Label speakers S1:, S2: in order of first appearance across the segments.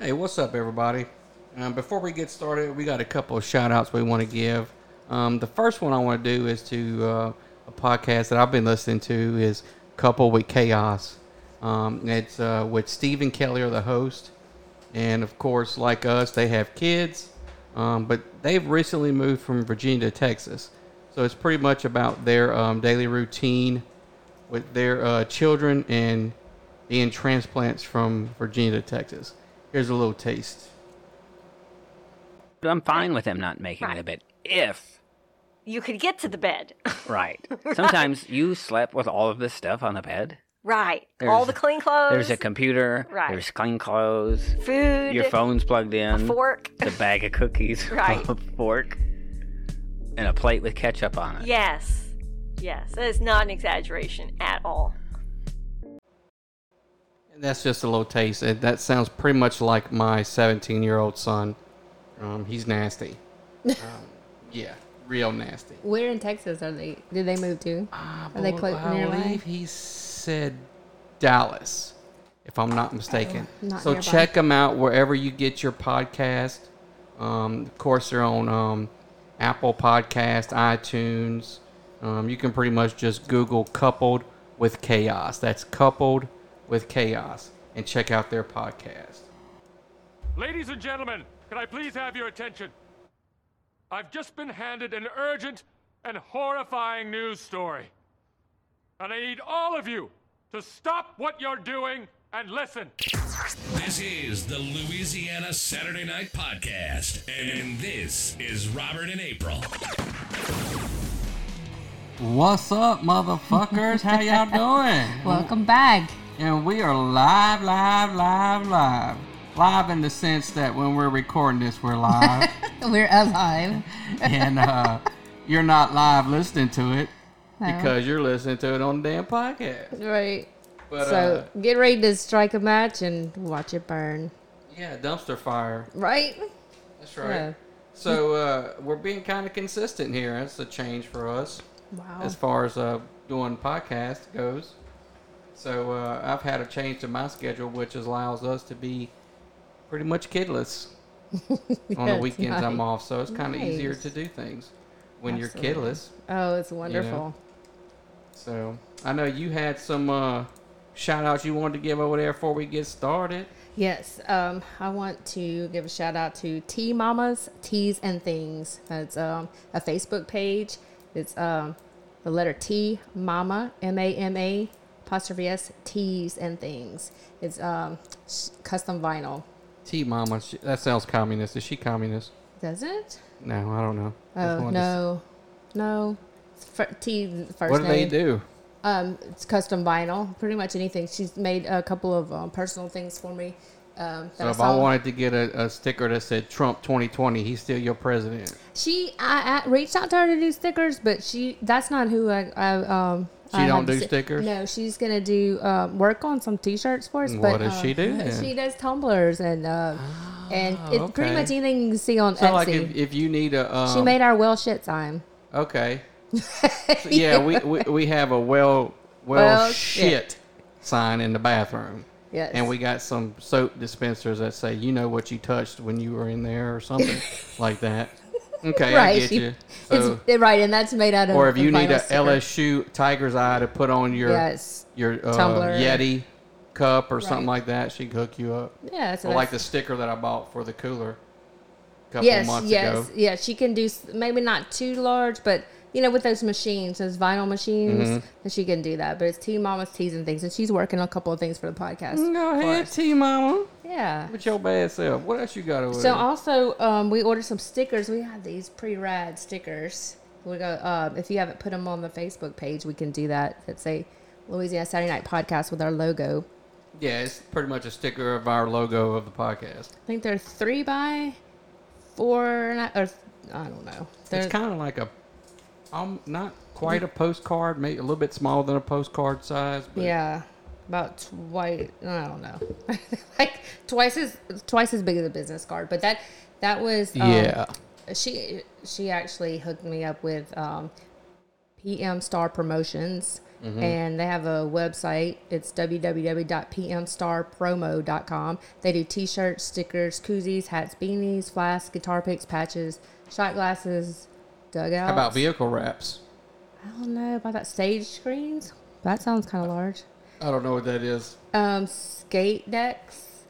S1: Hey, what's up, everybody? Um, before we get started, we got a couple of shout outs we want to give. Um, the first one I want to do is to uh, a podcast that I've been listening to is Couple with Chaos. Um, it's uh, with Stephen Kelly, the host. And of course, like us, they have kids, um, but they've recently moved from Virginia to Texas. So it's pretty much about their um, daily routine with their uh, children and being transplants from Virginia to Texas. Here's a little taste.
S2: But I'm fine with them not making the
S3: Right.
S2: bed if
S3: You could get to the bed.
S2: right. Sometimes you slept with all of this stuff on the bed.
S3: right.
S2: There's-
S3: All the clean clothes.
S2: There's a computer.
S3: Right.
S2: There's clean clothes.
S3: food.
S2: Your phone's plugged
S3: A
S2: in.
S3: fork.
S2: The bag of cookies.
S3: Right.
S2: A fork. And a plate with ketchup on it.
S3: Yes. Yes. That is not an exaggeration at all.
S1: And that's just a little taste. It, that sounds pretty much like my 17 year old son. Um, he's nasty. Um, yeah, real nasty.
S4: Where in Texas are they? Did they move to?
S1: I,
S4: Are they
S1: bel-
S4: clo-
S1: I
S4: nearby?
S1: believe he said Dallas, if I'm not mistaken.
S4: Oh, not
S1: so
S4: nearby.
S1: check them out wherever you get your podcast. Um, of course, they're on um, Apple Podcast, iTunes. Um, you can pretty much just Google "coupled with chaos." That's coupled with chaos, and check out their podcast.
S5: Ladies and gentlemen, can I please have your attention? I've just been handed an urgent and horrifying news story. And I need all of you to stop what you're doing and listen.
S6: This is the Louisiana Saturday Night Podcast, and this is Robert and April.
S1: What's up, motherfuckers? How y'all doing?
S4: Welcome back.
S1: And we are live, live, live, live. Live in the sense that when we're recording this, we're live.
S4: We're alive.
S1: and uh, you're not live listening to it because you're listening to it on the damn podcast.
S4: Right.
S1: But
S4: so
S1: uh,
S4: get ready to strike a match and watch it burn.
S1: yeah, dumpster fire.
S4: Right?
S1: That's right.
S4: Yeah.
S1: So uh, we're being kind of consistent here. That's a change for us
S4: Wow.
S1: as far as uh, doing podcast goes. So uh, I've had a change to my schedule, which allows us to be pretty much kidless. on the
S4: That's
S1: weekends I'm
S4: nice.
S1: off, so it's kind of easier
S4: Nice.
S1: to do things when you're
S4: Absolutely.
S1: kidless.
S4: Oh, it's wonderful.
S1: So I know you had some uh, shout outs you wanted to give over there before we get started.
S4: Yes. Um, I want to give a shout out to Tea Mamas, Teas and Things. That's um, a Facebook page. It's um, the letter T, Mama, M A M A, apostrophe S, Teas and Things. It's um, s- custom vinyl.
S1: T Mama, she, that sounds communist. Is she communist?
S4: Does it?
S1: No, I don't know. Just
S4: Oh
S1: wanted to s-
S4: no, no. It's fir- T the first
S1: What do
S4: name.
S1: they do?
S4: Um, it's custom vinyl. Pretty much anything. She's made a couple of um, personal things for me. Um, that
S1: So
S4: I
S1: if I
S4: saw.
S1: wanted to get a, a sticker that said Trump 2020, he's still your president.
S4: she I, I reached out to her to do stickers, but she that's not who I. I um,
S1: She
S4: I
S1: don't
S4: had to
S1: do
S4: sit-
S1: stickers?
S4: No, she's gonna do um, work on some T-shirts for us. but,
S1: What does
S4: um,
S1: she do then? Oh,
S4: She does tumblers and uh, and it's
S1: okay.
S4: pretty much anything you can see on
S1: So
S4: Etsy.
S1: like if, if you need a um,
S4: she made our well shit sign.
S1: okay, So, yeah, we, we we have a well well,
S4: Well,
S1: shit
S4: shit.
S1: sign in the bathroom.
S4: Yes.
S1: And we got some soap dispensers that say, you know what you touched when you were in there or something like that. Okay, I
S4: right.
S1: get
S4: she-
S1: you. So,
S4: it's, right, and that's made out of.
S1: or if you
S4: a
S1: need
S4: vinyl
S1: a
S4: sticker.
S1: LSU Tiger's Eye to put on your
S4: Yes.
S1: your uh,
S4: Tumbler.
S1: Yeti cup or something
S4: Right.
S1: like that, she can hook you up.
S4: Yeah, so
S1: or like the
S4: that's-
S1: sticker that I bought for the cooler a couple
S4: Yes,
S1: months
S4: yes,
S1: ago.
S4: yeah. She can do s- maybe not too large, but you know, with those machines, those vinyl machines,
S1: Mm-hmm.
S4: that she can do that. But it's Tea Mama's teas and things, and she's working on a couple of things for the podcast.
S1: Go
S4: for
S1: ahead,
S4: us.
S1: T Mama.
S4: Yeah.
S1: With your bad self. What else you got over
S4: So
S1: there?
S4: also, um, we ordered some stickers. We have these pre-rad stickers. We go um, if you haven't put them on the Facebook page, we can do that. That say Louisiana Saturday Night Podcast with our logo.
S1: yeah, it's pretty much a sticker of our logo of the podcast.
S4: I think they're three by four, and a- or I don't know. They're,
S1: it's kind of like a, um, not quite a postcard, maybe a little bit smaller than a postcard size. But
S4: yeah, about twice. I don't know, like twice as twice as big as a business card. But that that was um,
S1: Yeah.
S4: She she actually hooked me up with um, PM Star Promotions.
S1: Mm-hmm.
S4: and they have a website. It's www.pmstarpromo.com. They do t-shirts, stickers, koozies, hats, beanies, flasks, guitar picks, patches, shot glasses, dugouts.
S1: How about vehicle wraps?
S4: I don't know about that stage screens. That sounds kind of large.
S1: I don't know what that is.
S4: Um, skate decks,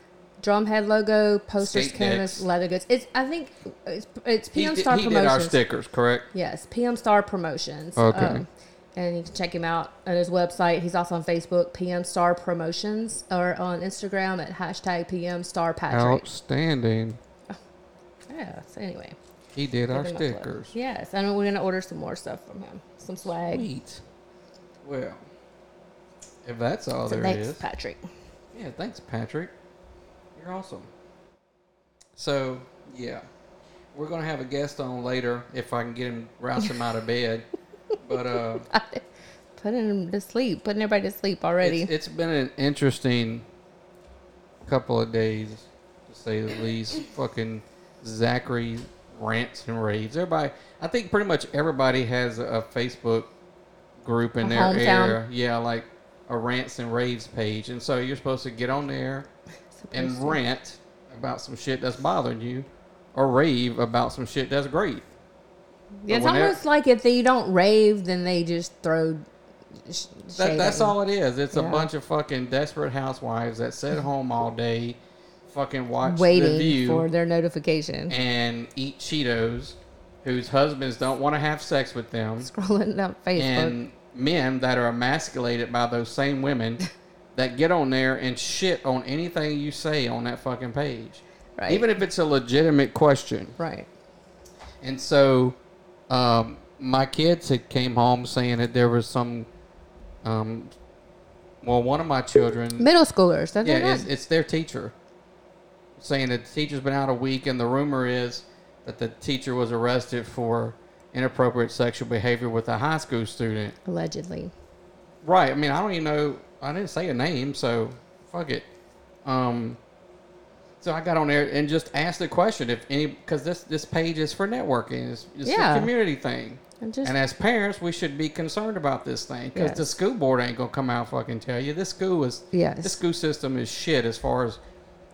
S4: drumhead logo, posters,
S1: Skate
S4: canvas,
S1: decks.
S4: leather goods. It's I think it's it's
S1: He,
S4: PM
S1: did-
S4: Star
S1: he did our
S4: Promotions.
S1: stickers, correct?
S4: Yes, PM Star Promotions. Um,
S1: Okay.
S4: and you can check him out on his website. He's also on Facebook, PM Star Promotions, or on Instagram at hashtag PM Star Patrick.
S1: Outstanding.
S4: Yeah. So anyway,
S1: He did our
S4: give him a plug.
S1: stickers.
S4: Yes, and we're gonna order some more stuff from him, some swag.
S1: Sweet. Well, if that's all
S4: So
S1: there is.
S4: thanks, Patrick.
S1: Yeah, thanks, Patrick. You're awesome. So, yeah, we're gonna have a guest on later if I can get him rouse him out of bed. But uh,
S4: Putting him to sleep, putting everybody to sleep already.
S1: it's, it's been an interesting couple of days, to say the least. Fucking Zachary rants and raves. Everybody, I think pretty much everybody has a Facebook group in
S4: A
S1: their
S4: hometown.
S1: area. Yeah, like a rants and raves page, and so you're supposed to get on there and
S4: Supposed to.
S1: rant about some shit that's bothering you, or rave about some shit that's great.
S4: Yeah, it's
S1: But whenever-
S4: almost like if they don't rave, then they just throw. Sh- shade
S1: That, that's
S4: at you.
S1: all it is. It's a
S4: Yeah.
S1: bunch of fucking desperate housewives that sit home all day, fucking watch the
S4: Waiting
S1: view
S4: for their notification.
S1: and eat Cheetos, whose husbands don't want to have sex with them,
S4: Scrolling down Facebook.
S1: and men that are emasculated by those same women that get on there and shit on anything you say on that fucking page,
S4: Right.
S1: even if it's a legitimate question.
S4: right.
S1: And so, um, my kids had came home saying that there was some, um, well, one of my children,
S4: Middle schoolers. That
S1: yeah,
S4: yeah,
S1: it's, it's their teacher, saying that the teacher's been out a week, and the rumor is that the teacher was arrested for inappropriate sexual behavior with a high school student.
S4: allegedly.
S1: Right. I mean, I don't even know. I didn't say a name, so fuck it. Um, so I got on there and just asked the question if any, because this this page is for networking. It's, it's
S4: Yeah.
S1: a community thing.
S4: And just-
S1: and as parents, we should be concerned about this thing because the
S4: Yes.
S1: school board ain't gonna come out and fucking tell you this school is
S4: Yes.
S1: this school system is shit as far as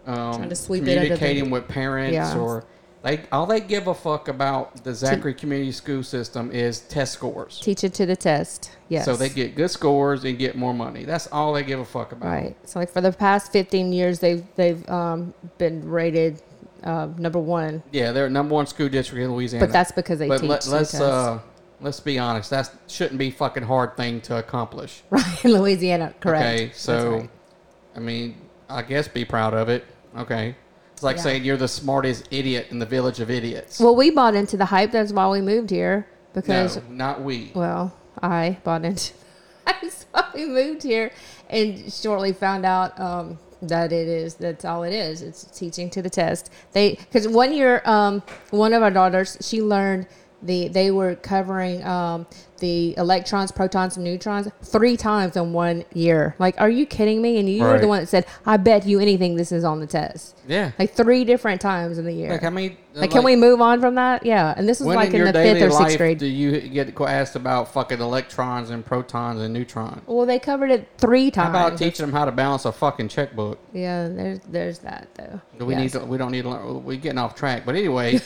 S1: um,
S4: Trying to sweep it under the-
S1: communicating with parents
S4: Yeah.
S1: or they all they give a fuck about the Zachary Community School System is test scores.
S4: Teach it to the test. Yes.
S1: So they get good scores and get more money. That's all they give a fuck about.
S4: Right. So like for the past 15 years, they've they've um, been rated uh, number one.
S1: Yeah, they're number one school district in Louisiana.
S4: But that's because they
S1: but
S4: teach
S1: Let,
S4: the
S1: let's
S4: test.
S1: uh, let's be honest. That shouldn't be a fucking hard thing to accomplish.
S4: Right. In Louisiana. Correct.
S1: Okay,
S4: That's
S1: so
S4: right.
S1: I mean, I guess be proud of it. Okay, it's like
S4: Yeah.
S1: saying you're the smartest idiot in the village of idiots.
S4: Well, we bought into the hype. That's why we moved here
S1: no,
S4: because
S1: not we.
S4: Well, I bought into so we moved here and shortly found out um, that it is that's all it is. It's teaching to the test. They because one year um, one of our daughters she learned the they were covering um, the electrons, protons, and neutrons three times in one year. Like, are you kidding me? And you were
S1: Right.
S4: the one that said, "I bet you anything this is on the test."
S1: yeah. Like,
S4: Like three different times in the year.
S1: I mean,
S4: like, can we move on from that? Yeah. And this was
S1: When
S4: like
S1: in
S4: in,
S1: your
S4: the
S1: daily
S4: fifth or
S1: life
S4: sixth grade.
S1: do you get asked about fucking electrons and protons and neutrons?
S4: Well, they covered it three
S1: How
S4: times.
S1: about teaching them how to balance a fucking checkbook?
S4: Yeah, there's there's that though.
S1: Do we
S4: Yes.
S1: need to, we don't need to learn, we're getting off track. But anyway,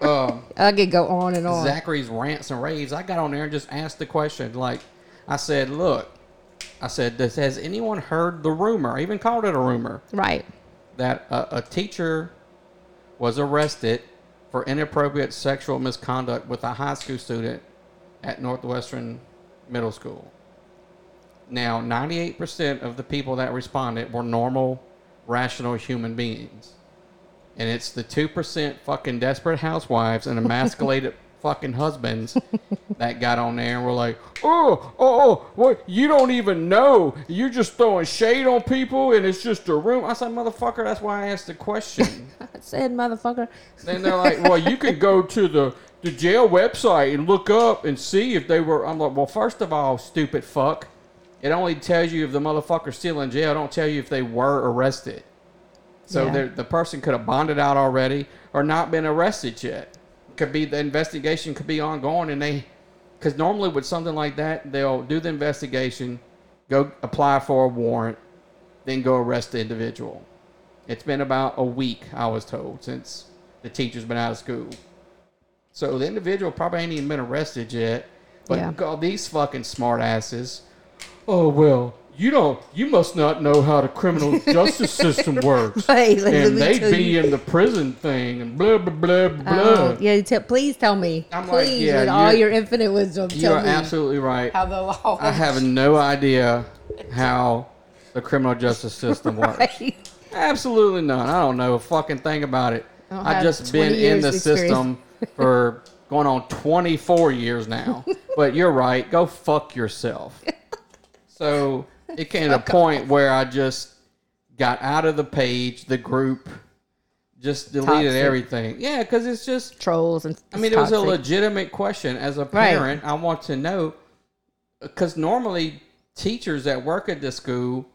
S4: I could go on and on.
S1: Zachary's rants and raves, I got on there and just asked the question. Like, I said, look, I said, does, has anyone heard the rumor, I even called it a rumor,
S4: Right.
S1: that a, a teacher was arrested for inappropriate sexual misconduct with a high school student at Northwestern Middle School? Now, 98% of the people that responded were normal, rational human beings. And it's the 2% fucking desperate housewives and emasculated fucking husbands that got on there and were like, oh, oh, oh, what? You don't even know. You're just throwing shade on people and it's just a room. I said, motherfucker, that's why I asked the question.
S4: I said, motherfucker.
S1: Then they're like, well, you could go to the, the jail website and look up and see if they were. I'm like, well, first of all, stupid fuck, it only tells you if the motherfucker's still in jail. It don't tell you if they were arrested. So
S4: Yeah.
S1: they're the person could have bonded out already or not been arrested yet. Could be the investigation could be ongoing and they because normally with something like that, they'll do the investigation, go apply for a warrant, then go arrest the individual. It's been about a week, I was told, since the teacher's been out of school. So the individual probably ain't even been arrested yet. But
S4: Yeah.
S1: God, these fucking smartasses. Oh well, you don't. You must not know how the criminal justice system works.
S4: Right, like, let
S1: and
S4: me
S1: they'd
S4: tell
S1: be
S4: you.
S1: in the prison thing and blah blah blah blah.
S4: Oh, yeah, te- please tell me.
S1: I'm like,
S4: please,
S1: yeah,
S4: with all
S1: you're-
S4: your infinite wisdom,
S1: you
S4: tell
S1: are
S4: me
S1: absolutely right.
S4: how the law.
S1: I have no idea how the criminal justice system works.
S4: Right.
S1: Absolutely none. I don't know a fucking thing about it.
S4: I don't
S1: I've
S4: have
S1: just been
S4: 20
S1: in
S4: years
S1: the
S4: of
S1: system
S4: experience.
S1: for going on 24 years now. but you're right. Go fuck yourself. So it came to a point where I just got out of the page, the group, just deleted
S4: Toxic.
S1: everything. Yeah, because it's just
S4: Trolls and
S1: I mean, it was a legitimate question. As a
S4: Right.
S1: parent, I want to know because normally teachers that work at the school,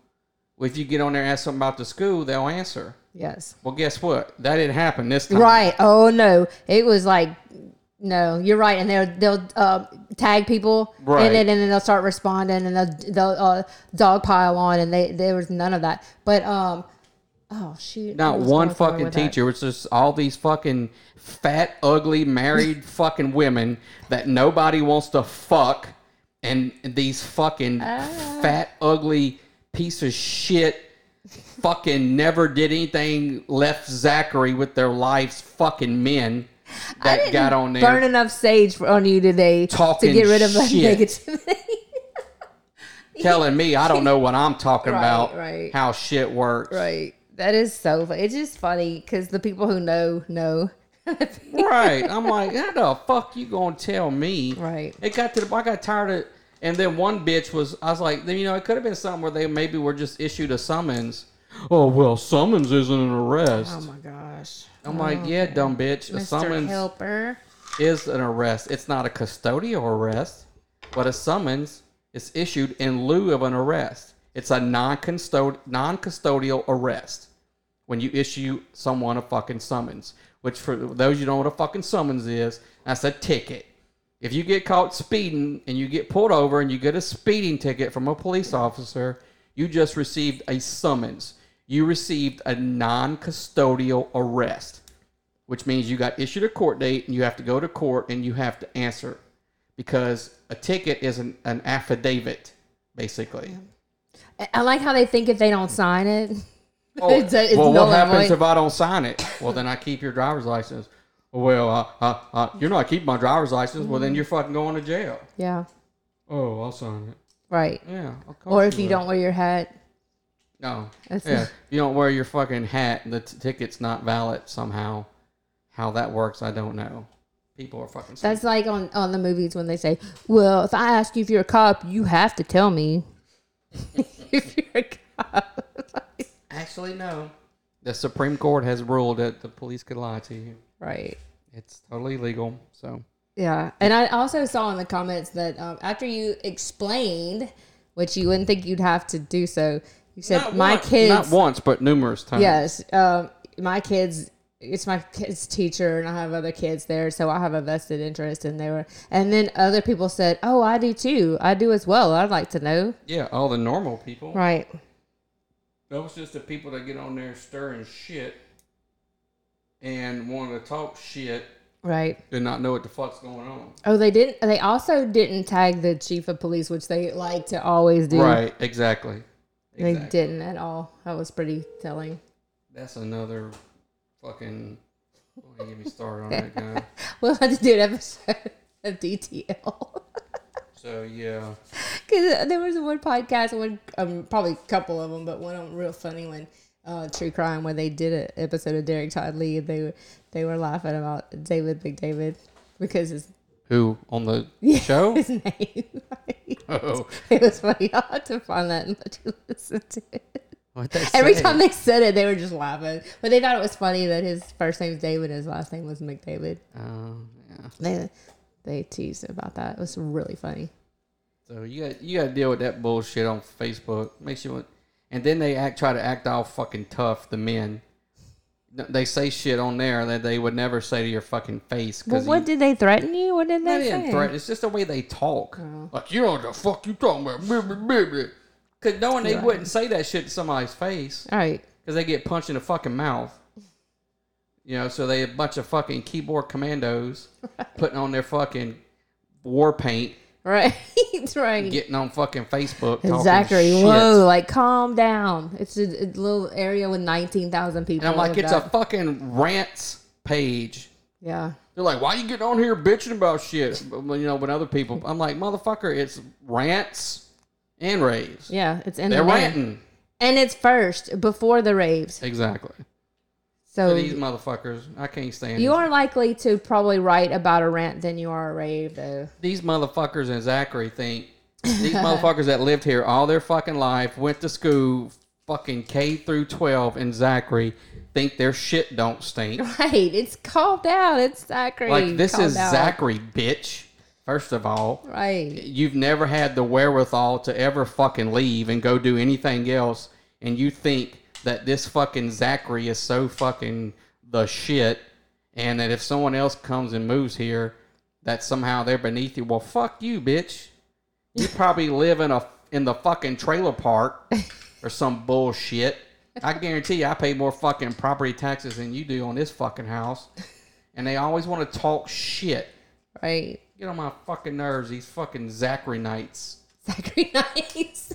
S1: if you get on there and ask something about the school, they'll answer.
S4: yes.
S1: Well, guess what? That didn't happen this time.
S4: Right. Oh no, it was like no. You're right, and they'll they'll uh, tag people
S1: Right.
S4: in it, and then they'll start responding, and they'll they'll uh, dogpile on, and they there was none of that. But um, oh shoot, I
S1: Not
S4: was
S1: one
S4: going somewhere
S1: fucking
S4: with that.
S1: teacher. It's just all these fucking fat, ugly, married fucking women that nobody wants to fuck, and these fucking
S4: Ah.
S1: fat, ugly piece of shit, fucking never did anything. Left Zachary with their lives, fucking men that got on there.
S4: Burn enough sage for- on you today
S1: Talking
S4: to get rid of that
S1: shit.
S4: negativity.
S1: telling me I don't know what I'm talking
S4: Right,
S1: about.
S4: right.
S1: How shit works.
S4: right. That is so. Funny. It's just funny because the people who know know.
S1: Oh right. I'm like, how the fuck you gonna tell me?
S4: Right.
S1: It got to the. I got tired of. And then one bitch was. I was like, then you know, it could have been something where they maybe were just issued a summons. Oh well, summons isn't an arrest.
S4: Oh my gosh,
S1: I'm like, yeah, dumb bitch. A
S4: Mr.
S1: summons
S4: Helper.
S1: is an arrest. It's not a custodial arrest, but a summons is issued in lieu of an arrest. It's a non-custod- non-custodial arrest when you issue someone a fucking summons. Which, for those you don't know what a fucking summons is, that's a ticket. If you get caught speeding and you get pulled over and you get a speeding ticket from a police officer, you just received a summons. You received a non-custodial arrest which means you got issued a court date and you have to go to court and you have to answer because a ticket is an, an affidavit, basically.
S4: I- I like how they think if they don't sign it,
S1: Oh,
S4: It's a- it's
S1: well,
S4: null
S1: what
S4: and
S1: happens
S4: void.
S1: if I don't sign it? Well, then I keep your driver's license. Well, uh, uh, uh, you're not keeping my driver's license. Well,
S4: Mm-hmm.
S1: then you're fucking going to jail.
S4: yeah,
S1: Oh, I'll sign it.
S4: right.
S1: Yeah. of course
S4: Or if you
S1: will.
S4: don't wear your hat,
S1: No.
S4: That's
S1: yeah.
S4: not-
S1: If you don't wear your fucking hat, the t- ticket's not valid somehow. How that works, I don't know. People are fucking.
S4: that's like on on the movies when they say, "Well, if I ask you if you're a cop, you have to tell me if you're a cop."
S1: Actually, no. The Supreme Court has ruled that the police could lie to you.
S4: right.
S1: It's totally legal. So
S4: Yeah, and I also saw in the comments that um, after you explained, which you wouldn't think you'd have to do so, you said my kids.
S1: not once, but numerous times.
S4: Yes, um, my kids. It's my kids' teacher, and I have other kids there, so I have a vested interest. And they were, and then other people said, "Oh, I do too. I do as well. I'd like to know."
S1: Yeah, all the normal people.
S4: Right.
S1: Those just the people that get on there stirring shit and want to talk shit
S4: Right.
S1: and not know what the fuck's going on.
S4: Oh, they didn't. They also didn't tag the chief of police, which they like to always do.
S1: Right. Exactly.
S4: They
S1: Exactly.
S4: didn't at all. That was pretty telling.
S1: That's another fucking. Don't even get me started on that guy.
S4: We'll have to do an episode of DTL.
S1: So yeah.
S4: Because there was one podcast, one um, probably a couple of them, but one of 'em real funny one, uh, true crime, where they did an episode of Derek Todd Lee, and they were they were laughing about David McDavid because his
S1: Who on the show?
S4: his name.
S1: Oh,
S4: it was funny. I'll have to find that and let you listen to it.
S1: what'd they
S4: Every
S1: say?
S4: time they said it, they were just laughing, but they thought it was funny that his first name is David, and his last name was McDavid.
S1: Oh, yeah.
S4: They they teased about that. It was really funny.
S1: So you got you got to deal with that bullshit on Facebook. Makes you want, and then they act try to act all fucking tough. The men, they say shit on there that they would never say to your fucking face. 'cause
S4: Well, what
S1: you-
S4: did they threaten you? What did
S1: they
S4: they
S1: didn't
S4: say? Oh.
S1: threaten. It's just the way they talk. Like you know what the fuck you talking about? Blah, blah, blah, blah. Cause knowing they wouldn't say that shit to somebody's face,
S4: All right.
S1: cause they get punched in the fucking mouth. You know, so they a bunch of fucking keyboard commandos putting on their fucking war paint,
S4: Right. right.
S1: getting on fucking Facebook. talking
S4: Exactly.
S1: shit.
S4: Whoa, like calm down. It's a, a little area with 19,000 people.
S1: And I'm like,
S4: They've
S1: it's a
S4: got-
S1: fucking rants page.
S4: Yeah.
S1: They're like, why you getting on here bitching about shit? But, You know, when other people, I'm like, motherfucker, it's rants and raves.
S4: Yeah. It's in
S1: They're
S4: the name.
S1: ranting.
S4: And it's first before the raves.
S1: Exactly.
S4: So
S1: These motherfuckers, I can't stand these-
S4: you are likely to probably write about a rant than you are a rave, though.
S1: these motherfuckers and Zachary think these motherfuckers that lived here all their fucking life, went to school, fucking K through 12 and Zachary think their shit don't stink.
S4: Right. It's calm down. It's Zachary.
S1: Like, this
S4: Calm
S1: is
S4: down.
S1: Zachary, bitch. First of all,
S4: Right.
S1: you've never had the wherewithal to ever fucking leave and go do anything else, and you think that this fucking Zachary is so fucking the shit, and that if someone else comes and moves here, that somehow they're beneath you. Well, fuck you, bitch. You probably live in a in the fucking trailer park or some bullshit. I guarantee you, I pay more fucking property taxes than you do on this fucking house, and they always want to talk shit.
S4: Right.
S1: Get on my fucking nerves, these fucking Zachary nights.
S4: Zachary Nice.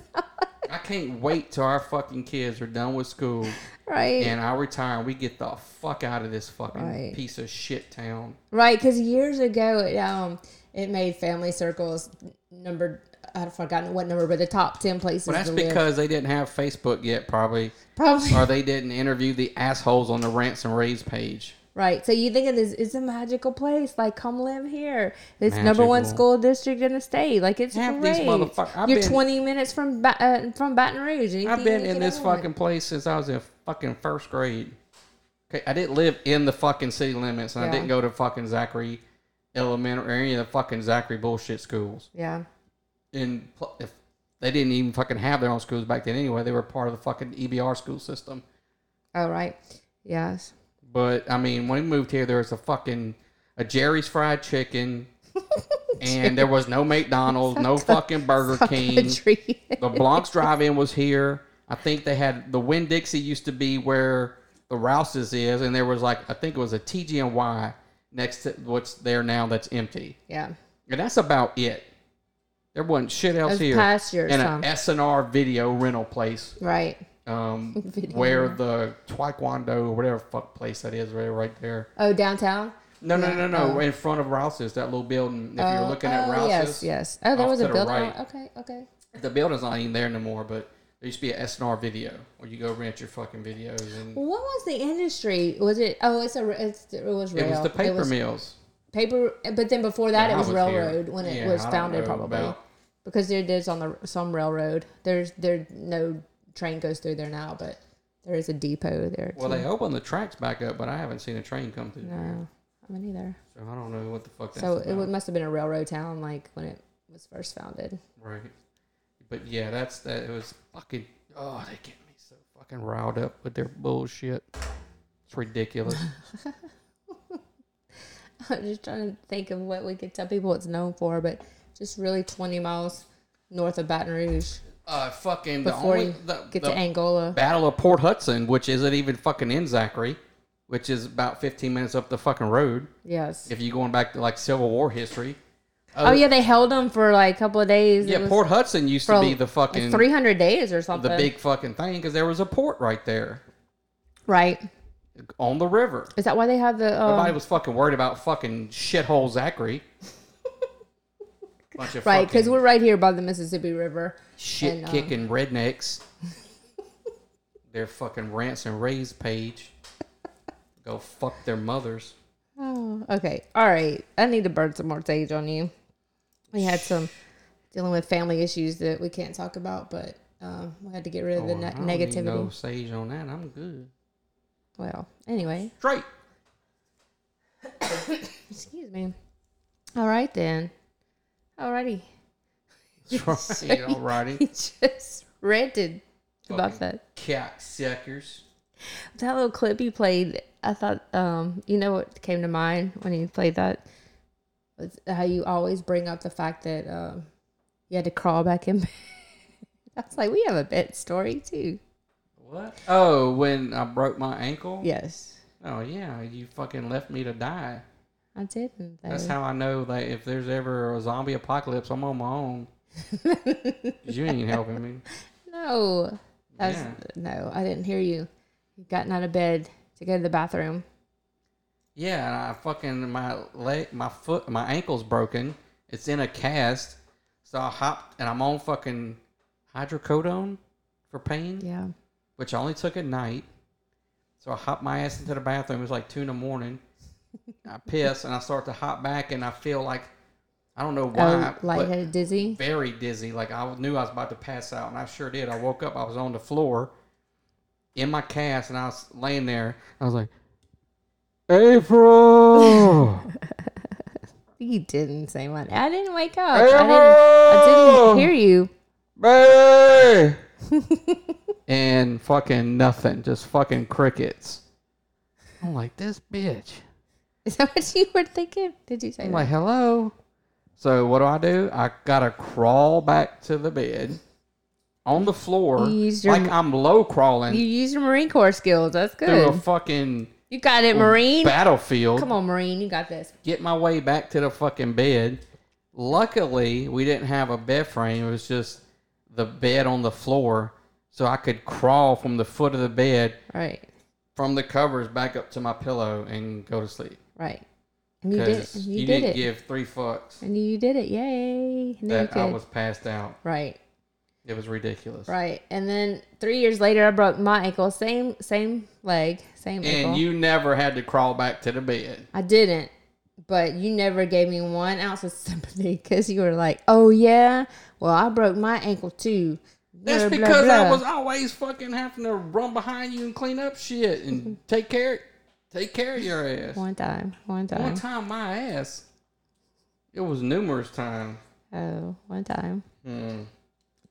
S1: I can't wait till our fucking kids are done with school
S4: right.
S1: and I retire and we get the fuck out of this fucking
S4: Right.
S1: piece of shit town.
S4: Right, because years ago it um it made family circles numbered. I've forgotten what number, but the top ten places.
S1: Well, that's
S4: to live.
S1: because they didn't have Facebook yet, probably,
S4: probably
S1: or they didn't interview the assholes on the rants and raves page.
S4: right. So you think of this? It's a magical place. Like, come live here. It's number one
S1: Magical.
S4: school district in the state. Like, it's
S1: Half
S4: great.
S1: these motherfuck- I've
S4: You're
S1: been-
S4: 20 minutes from ba- uh, from Baton Rouge. Anything
S1: I've been
S4: you
S1: in
S4: can
S1: this
S4: own.
S1: fucking place since I was in fucking first grade. Okay, I didn't live in the fucking city limits, and I
S4: Yeah.
S1: didn't go to fucking Zachary Elementary or any of the fucking Zachary bullshit schools.
S4: Yeah,
S1: in pl- if they didn't even fucking have their own schools back then anyway. They were part of the fucking EBR school system.
S4: all Oh, right. Yes.
S1: But I mean, when we moved here, there was a fucking a Jerry's fried chicken, and there was no McDonald's, no fucking Burger King.
S4: Country.
S1: The Blancs Drive-In was here. I think they had the Win Dixie used to be where the Rouse's is, and there was like I think it was a TGNY next to what's there now that's empty,
S4: yeah.
S1: and that's about it. There wasn't shit else
S4: That's
S1: here.
S4: past your
S1: and
S4: time.
S1: an S&R video rental place
S4: Right.
S1: um,
S4: Video
S1: where the Taekwondo or whatever fuck place that is right, right there.
S4: Oh, downtown.
S1: No, no, no, no,
S4: oh.
S1: in front of Rouse's, that little building. If you're
S4: Oh,
S1: looking at
S4: oh,
S1: Rouse's,
S4: Yes. Yes. Oh, there
S1: off
S4: was
S1: to
S4: a
S1: the
S4: building.
S1: right.
S4: Oh, okay. Okay.
S1: the building's not even there anymore, but there used to be an S&R video where you go rent your fucking videos. and
S4: What was the industry? Was it? Oh, it's a. It's, it was rail.
S1: It was the paper
S4: was
S1: mills.
S4: Paper, but then before that,
S1: When
S4: it
S1: I
S4: was,
S1: was here.
S4: railroad when it
S1: Yeah,
S4: was
S1: I don't
S4: founded,
S1: know
S4: probably
S1: about-
S4: because there is on the some railroad. There's there no train goes through there now, but there is a depot there.
S1: Well,
S4: too.
S1: they opened the tracks back up, but I haven't seen a train come through. there.
S4: Hmm. no, I haven't either.
S1: So I don't know what the fuck that's
S4: So
S1: about.
S4: it would, must have been a railroad town, like when it was first founded.
S1: Right. But yeah, that's that. It was fucking. Oh, they get me so fucking riled up with their bullshit. It's ridiculous.
S4: I'm just trying to think of what we could tell people it's known for, but just really 20 miles north of Baton Rouge
S1: uh, fucking the
S4: before
S1: only
S4: you
S1: the,
S4: get
S1: the
S4: to Angola.
S1: Battle of Port Hudson, which isn't even fucking in Zachary, which is about 15 minutes up the fucking road.
S4: yes.
S1: If you're going back to like Civil War history, Uh,
S4: Oh yeah, they held them for like a couple of days.
S1: yeah, Port Hudson used to be the fucking
S4: three hundred days or something.
S1: the big fucking thing because there was a port right there
S4: right?
S1: on the river.
S4: Is that why they have the um,
S1: Nobody was fucking worried about fucking shithole Zachary. Bunch of
S4: right? Because
S1: fucking
S4: we're right here by the Mississippi River.
S1: shit
S4: and, um,
S1: kicking rednecks. their fucking rants and raves page. Go fuck their mothers.
S4: Oh, okay, all right. I need to burn some more sage on you. We had some dealing with family issues that we can't talk about, but um, we had to get rid of the
S1: Oh,
S4: ne-
S1: I don't need
S4: negativity.
S1: no sage on that. I'm good.
S4: Well, anyway,
S1: Straight.
S4: excuse me. All right then. Alrighty,
S1: Straight. Alrighty.
S4: he just ranted about that.
S1: Cat suckers.
S4: That little clip he played, I thought, um, you know what came to mind when he played that? Was how you always bring up the fact that um, you had to crawl back in bed. I was like, we have a bed story too.
S1: What? Oh, when I broke my ankle?
S4: Yes.
S1: Oh, yeah. You fucking left me to die.
S4: I didn't. Though.
S1: That's how I know that if there's ever a zombie apocalypse, I'm on my own. 'Cause you ain't helping me.
S4: No. That's,
S1: Yeah.
S4: No, I didn't hear you. You've gotten out of bed to go to the bathroom.
S1: Yeah, and I fucking my leg, my foot, my ankle's broken. It's in a cast, so I hopped and I'm on fucking hydrocodone for pain,
S4: Yeah.
S1: which I only took at night. So I hopped my ass into the bathroom. It was like two in the morning. I piss and I start to hop back, and I feel like I don't know why,
S4: Oh,
S1: but
S4: lightheaded, dizzy.
S1: very dizzy. Like I knew I was about to pass out, and I sure did. I woke up. I was on the floor in my cast, and I was laying there. I was like, "April,
S4: You didn't say one. I didn't wake up. I didn't. I didn't hear you.
S1: baby," and fucking nothing. Just fucking crickets. I'm like this bitch.
S4: Is that what you were thinking? Did you say
S1: I'm
S4: that?
S1: like, "Hello." So what do I do? I gotta crawl back to the bed. On the floor,
S4: You used your-
S1: like I'm low
S4: You
S1: crawling
S4: used your Marine Corps skills. That's
S1: through a
S4: good.
S1: fucking
S4: You got it, Marine.
S1: battlefield.
S4: Come on, Marine. You got this.
S1: Get my way back to the fucking bed. Luckily, we didn't have a bed frame. It was just the bed on the floor, so I could crawl from the foot of the bed
S4: Right.
S1: from the covers back up to my pillow and go to sleep.
S4: Right. And you did it.
S1: Because
S4: And You,
S1: you
S4: did
S1: didn't
S4: it.
S1: give three fucks
S4: And you did it. Yay. And then you
S1: that I
S4: could-
S1: was passed out.
S4: Right.
S1: It was ridiculous.
S4: Right. And then three years later, I broke my ankle. Same, same leg, same ankle.
S1: And you never had to crawl back to the bed.
S4: I didn't, but you never gave me one ounce of sympathy because you were like, "Oh yeah, well I broke my ankle too."
S1: That's
S4: Blah, blah,
S1: because I
S4: blah.
S1: was always fucking having to run behind you and clean up shit and take care, take care of your ass.
S4: one time, one time,
S1: One time, my ass. It was numerous times.
S4: oh, one time.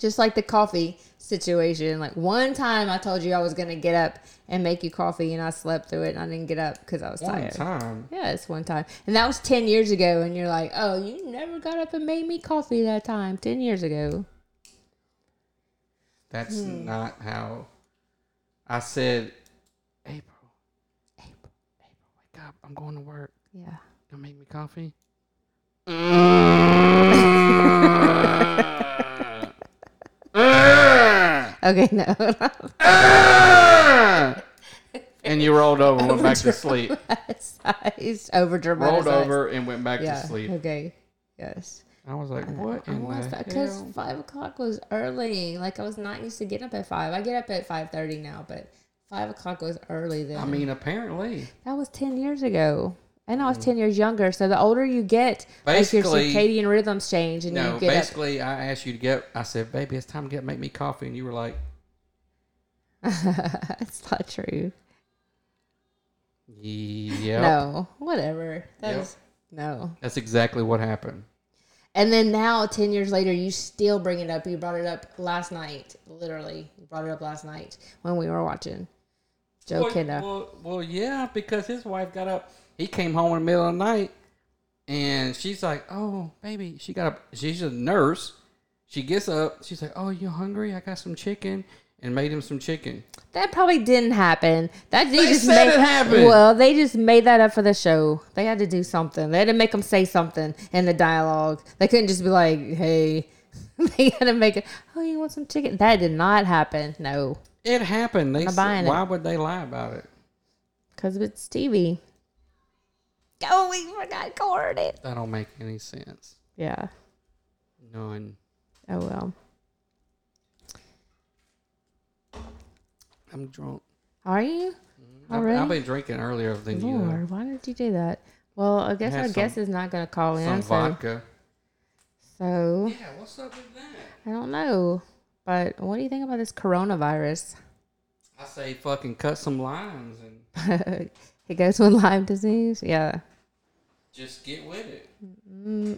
S4: Just like the coffee situation, like one time I told you I was gonna get up and make you coffee, and I slept through it, and I didn't get up because I was
S1: One
S4: tired.
S1: time.
S4: Yes, one time. And that was 10 years ago. And you're like, oh, you never got up and made me coffee that time 10 years ago.
S1: That's not how. I said, April, April, April, wake up! I'm going to work.
S4: Yeah.
S1: Gonna make me coffee.
S4: Okay, no.
S1: and you rolled over and went back to sleep.
S4: it's over
S1: Rolled over and went back
S4: Yeah.
S1: to sleep.
S4: Okay. Yes.
S1: I was like, what
S4: I
S1: in
S4: lost
S1: the
S4: that because
S1: hell?
S4: five o'clock was early. Like I was not used to getting up at five. I get up at five thirty now, but five o'clock was early then.
S1: I mean, apparently.
S4: that was ten years ago, and I was ten years younger. So the older you get, like your
S1: Mm. Basically-
S4: circadian rhythms change, and
S1: No,
S4: you get up
S1: basically, I asked you to get. I said, "Baby, it's time to get make me coffee," and you were like,
S4: That's not true.
S1: "Yeah,
S4: No, whatever. That
S1: Yep.
S4: was no.
S1: that's exactly what happened."
S4: And then now, ten years later, you still bring it up. You brought it up last night, literally. You brought it up last night when we were watching Joe
S1: Well,
S4: Kidda.
S1: well, well, yeah, because his wife got up. He came home in the middle of the night, and she's like, "Oh, baby," she got up. She's a nurse. She gets up. She's like, "Oh, you hungry? I got some chicken." And made him some chicken.
S4: that probably didn't happen. That they just
S1: said
S4: made,
S1: it happened.
S4: Well, they just made that up for the show. They had to do something. They had to make them say something in the dialogue. They couldn't just be like, "Hey." they had to make it. Oh, you want some chicken? That did not happen. No,
S1: It happened. They
S4: Not
S1: said-
S4: buying it.
S1: why would they lie about it?
S4: because it's TV. Oh, we forgot covered it.
S1: That don't make any sense.
S4: Yeah.
S1: None.
S4: Oh well.
S1: I'm drunk.
S4: Are you?
S1: I've,
S4: Already?
S1: I've been drinking earlier than you. though.
S4: Lord, why did Oh, you do that? Well, I guess
S1: had
S4: our
S1: some-
S4: guest is not going to call
S1: Some
S4: in. So,
S1: vodka.
S4: so
S1: Yeah, what's up with that?
S4: I don't know. But what do you think about this coronavirus?
S1: I say fucking cut some lines and
S4: it goes with Lyme disease. Yeah. Mm,
S1: just get with it.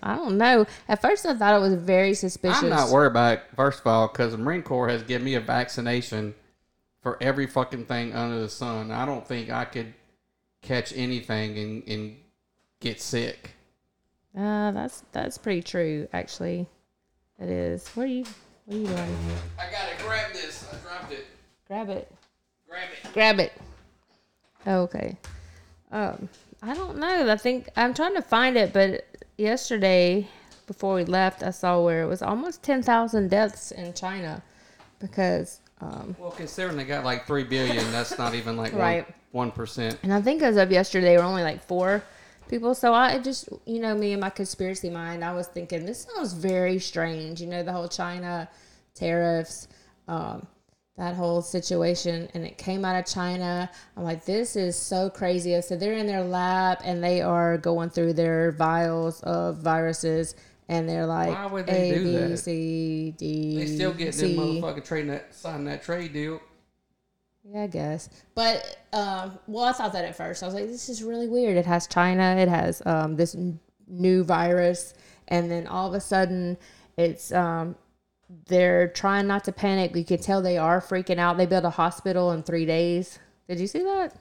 S4: I don't know. At first, I thought it was very suspicious.
S1: I'm not worried about it, first of all, because the Marine Corps has given me a vaccination for every fucking thing under the sun. I don't think I could catch anything and, and get sick.
S4: Uh, that's that's pretty true, actually. That is. What are you? What are you doing?
S1: I gotta grab this. I dropped it.
S4: Grab it.
S1: Grab it.
S4: Grab it. Oh, Okay. Um, I don't know. I think I'm trying to find it, but yesterday before we left, I saw where it was almost ten thousand deaths in China because
S1: Well, considering they got like three billion, that's not even like
S4: Right.
S1: one percent.
S4: And I think as of yesterday, there were only like four people. So I it just, you know, me and my conspiracy mind, I was thinking this sounds very strange. You know, the whole China tariffs, um, that whole situation, and it came out of China. I'm like, this is so crazy. So they're in their lab and they are going through their vials of viruses. And they're like
S1: Why would they
S4: A,
S1: do
S4: B,
S1: that?
S4: C, D, E,
S1: They still get them
S4: C.
S1: motherfucking trading that sign that trade deal.
S4: Yeah, I guess. But um, well, I thought that at first. I was like, this is really weird. It has China. It has um, this n- new virus, and then all of a sudden, it's um, they're trying not to panic. You can tell they are freaking out. They built a hospital in three days. Did you see that?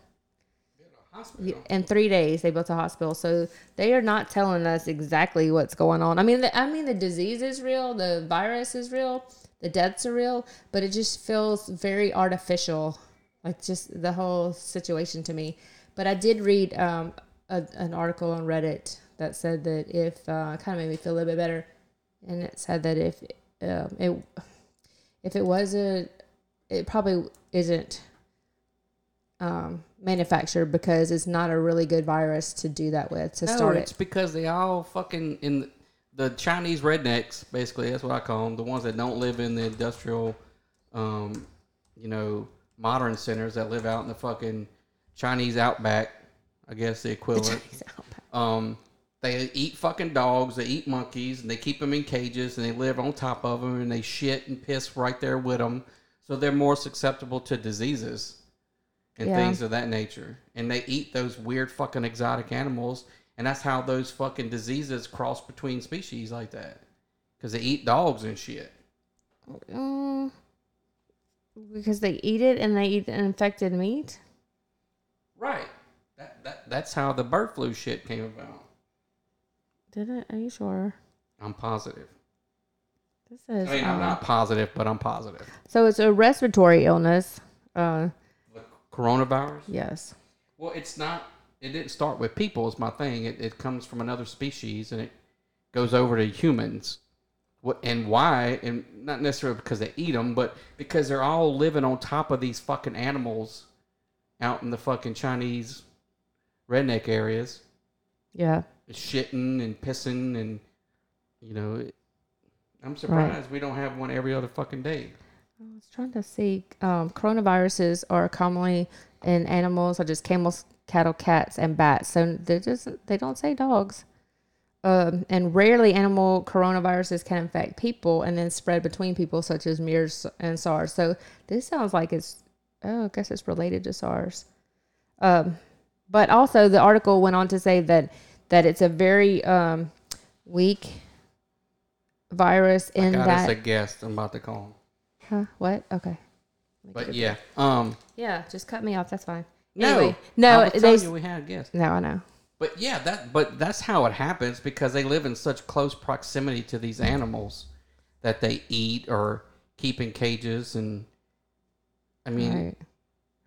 S1: Hospital.
S4: Y- In three days, they built a hospital. So they are not telling us exactly what's going on. I mean, the, I mean, the disease is real, the virus is real, the deaths are real, but it just feels very artificial, like just the whole situation to me. But I did read um, a, an article on Reddit that said that if uh, kind of made me feel a little bit better, and it said that if um, it if it was a it probably isn't um, manufactured because it's not a really good virus to do that with to
S1: No,
S4: start
S1: it's
S4: it.
S1: because they all fucking in the Chinese rednecks. Basically, that's what I call them. The ones that don't live in the industrial, um, you know, modern centers that live out in the fucking Chinese outback. I guess the equivalent. Um, they eat fucking dogs. They eat monkeys, and they keep them in cages, and they live on top of them, and they shit and piss right there with them. So they're more susceptible to diseases and
S4: Yeah.
S1: things of that nature. And they eat those weird fucking exotic animals, and that's how those fucking diseases cross between species like that. Because they eat dogs and shit.
S4: Mm, because they eat it and they eat infected meat.
S1: Right. That, that that's how the bird flu shit came about.
S4: Did it? Are you sure?
S1: I'm positive.
S4: This is
S1: I mean, I'm
S4: um,
S1: not positive, but I'm positive.
S4: so it's a respiratory illness. Uh,
S1: Coronavirus.
S4: yes.
S1: Well, it's not. It didn't start with people. Is my thing. It, it comes from another species, and it goes over to humans. What and why? And not necessarily because they eat them, but because they're all living on top of these fucking animals out in the fucking Chinese redneck areas,
S4: Yeah.
S1: shitting and pissing, and you know. It, I'm surprised we don't have one every other fucking day.
S4: I was trying to see. Um, coronaviruses are commonly in animals such as camels, cattle, cats, and bats. So they just they don't say dogs. Um, and rarely animal coronaviruses can infect people and then spread between people, such as MERS and SARS. So this sounds like it's oh, I guess it's related to SARS. Um, but also the article went on to say that that it's a very um, weak virus in
S1: God, it's
S4: that.
S1: a guest. I'm about to call him.
S4: huh? What? Okay.
S1: But yeah, um,
S4: Yeah, just cut me off. That's fine.
S1: no,
S4: Anyway,
S1: I
S4: no,
S1: was
S4: they.
S1: telling you we had a guest.
S4: No, I know.
S1: But yeah, that but that's how it happens because they live in such close proximity to these animals that they eat or keep in cages and I mean
S4: Right,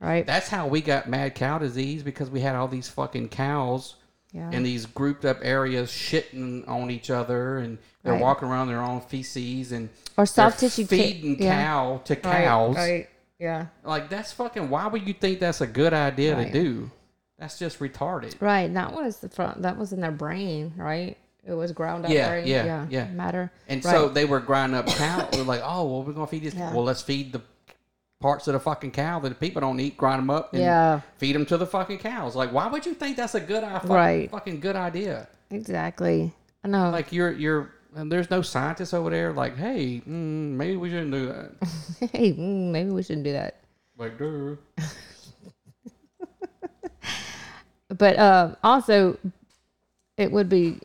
S4: right.
S1: that's how we got mad cow disease because we had all these fucking cows
S4: yeah,
S1: in these grouped up areas shitting on each other and they're
S4: Right.
S1: walking around their own feces and
S4: or soft
S1: they're
S4: tissue ca-
S1: feeding
S4: yeah.
S1: cow to
S4: Right,
S1: cows.
S4: Right. Yeah.
S1: Like that's fucking why would you think that's a good idea to
S4: Right.
S1: do? That's just retarded.
S4: Right. and That was the front. That was in their brain. Right. It was ground up.
S1: Yeah,
S4: brain.
S1: yeah,
S4: Yeah.
S1: yeah.
S4: Matter.
S1: And
S4: Right.
S1: so they were grinding up cow. We're like, oh, well, we're gonna feed this.
S4: Yeah.
S1: Well, let's feed the parts of the fucking cow that the people don't eat. Grind them up and
S4: Yeah.
S1: feed them to the fucking cows. Like, why would you think that's a good idea?
S4: Right.
S1: Fucking good idea.
S4: exactly. I know.
S1: Like you're you're. And there's no scientists over there. Like, hey, mm, maybe we shouldn't do that.
S4: hey, mm, maybe we shouldn't do that.
S1: Like, duh.
S4: But uh, also, it would be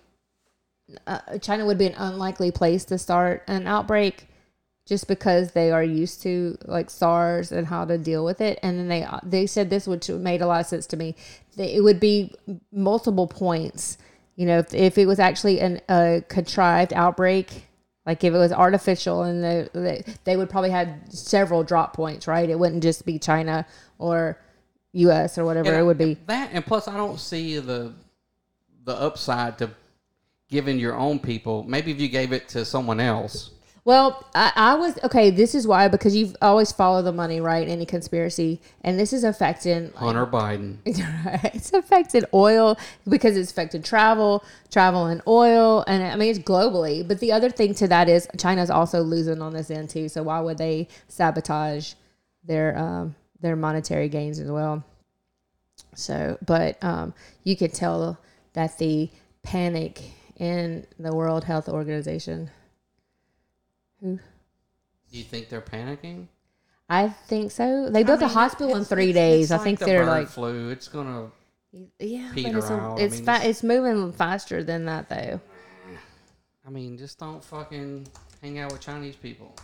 S4: uh, China would be an unlikely place to start an outbreak just because they are used to like SARS and how to deal with it. And then they they said this, which made a lot of sense to me. That it would be multiple points. You know, if, if it was actually an, a contrived outbreak, like if it was artificial, and the, they they would probably have several drop points, right? It wouldn't just be China or U.S. or whatever
S1: And
S4: it would
S1: I-
S4: be.
S1: that, and plus, I don't see the the upside to giving your own people. Maybe if you gave it to someone else,
S4: Well, I, I was okay. This is why because you've always follow the money, right? Any conspiracy, and this is affecting
S1: Hunter Biden.
S4: it's affected oil because it's affected travel, travel and oil, and I mean it's globally. But the other thing to that is China's also losing on this end too. So why would they sabotage their um, their monetary gains as well? So, but um, you could tell that the panic in the World Health Organization.
S1: Do you think they're panicking?
S4: I think so. They built
S1: mean,
S4: a hospital in
S1: it's-
S4: three
S1: it's-
S4: days.
S1: it's
S4: I
S1: like
S4: think
S1: the
S4: they're
S1: bird
S4: like
S1: flu. It's gonna.
S4: Yeah,
S1: Peter
S4: but it's, a-
S1: out. I
S4: it's,
S1: mean,
S4: fa-
S1: it's-
S4: it's moving faster than that though.
S1: I mean, just don't fucking hang out with Chinese people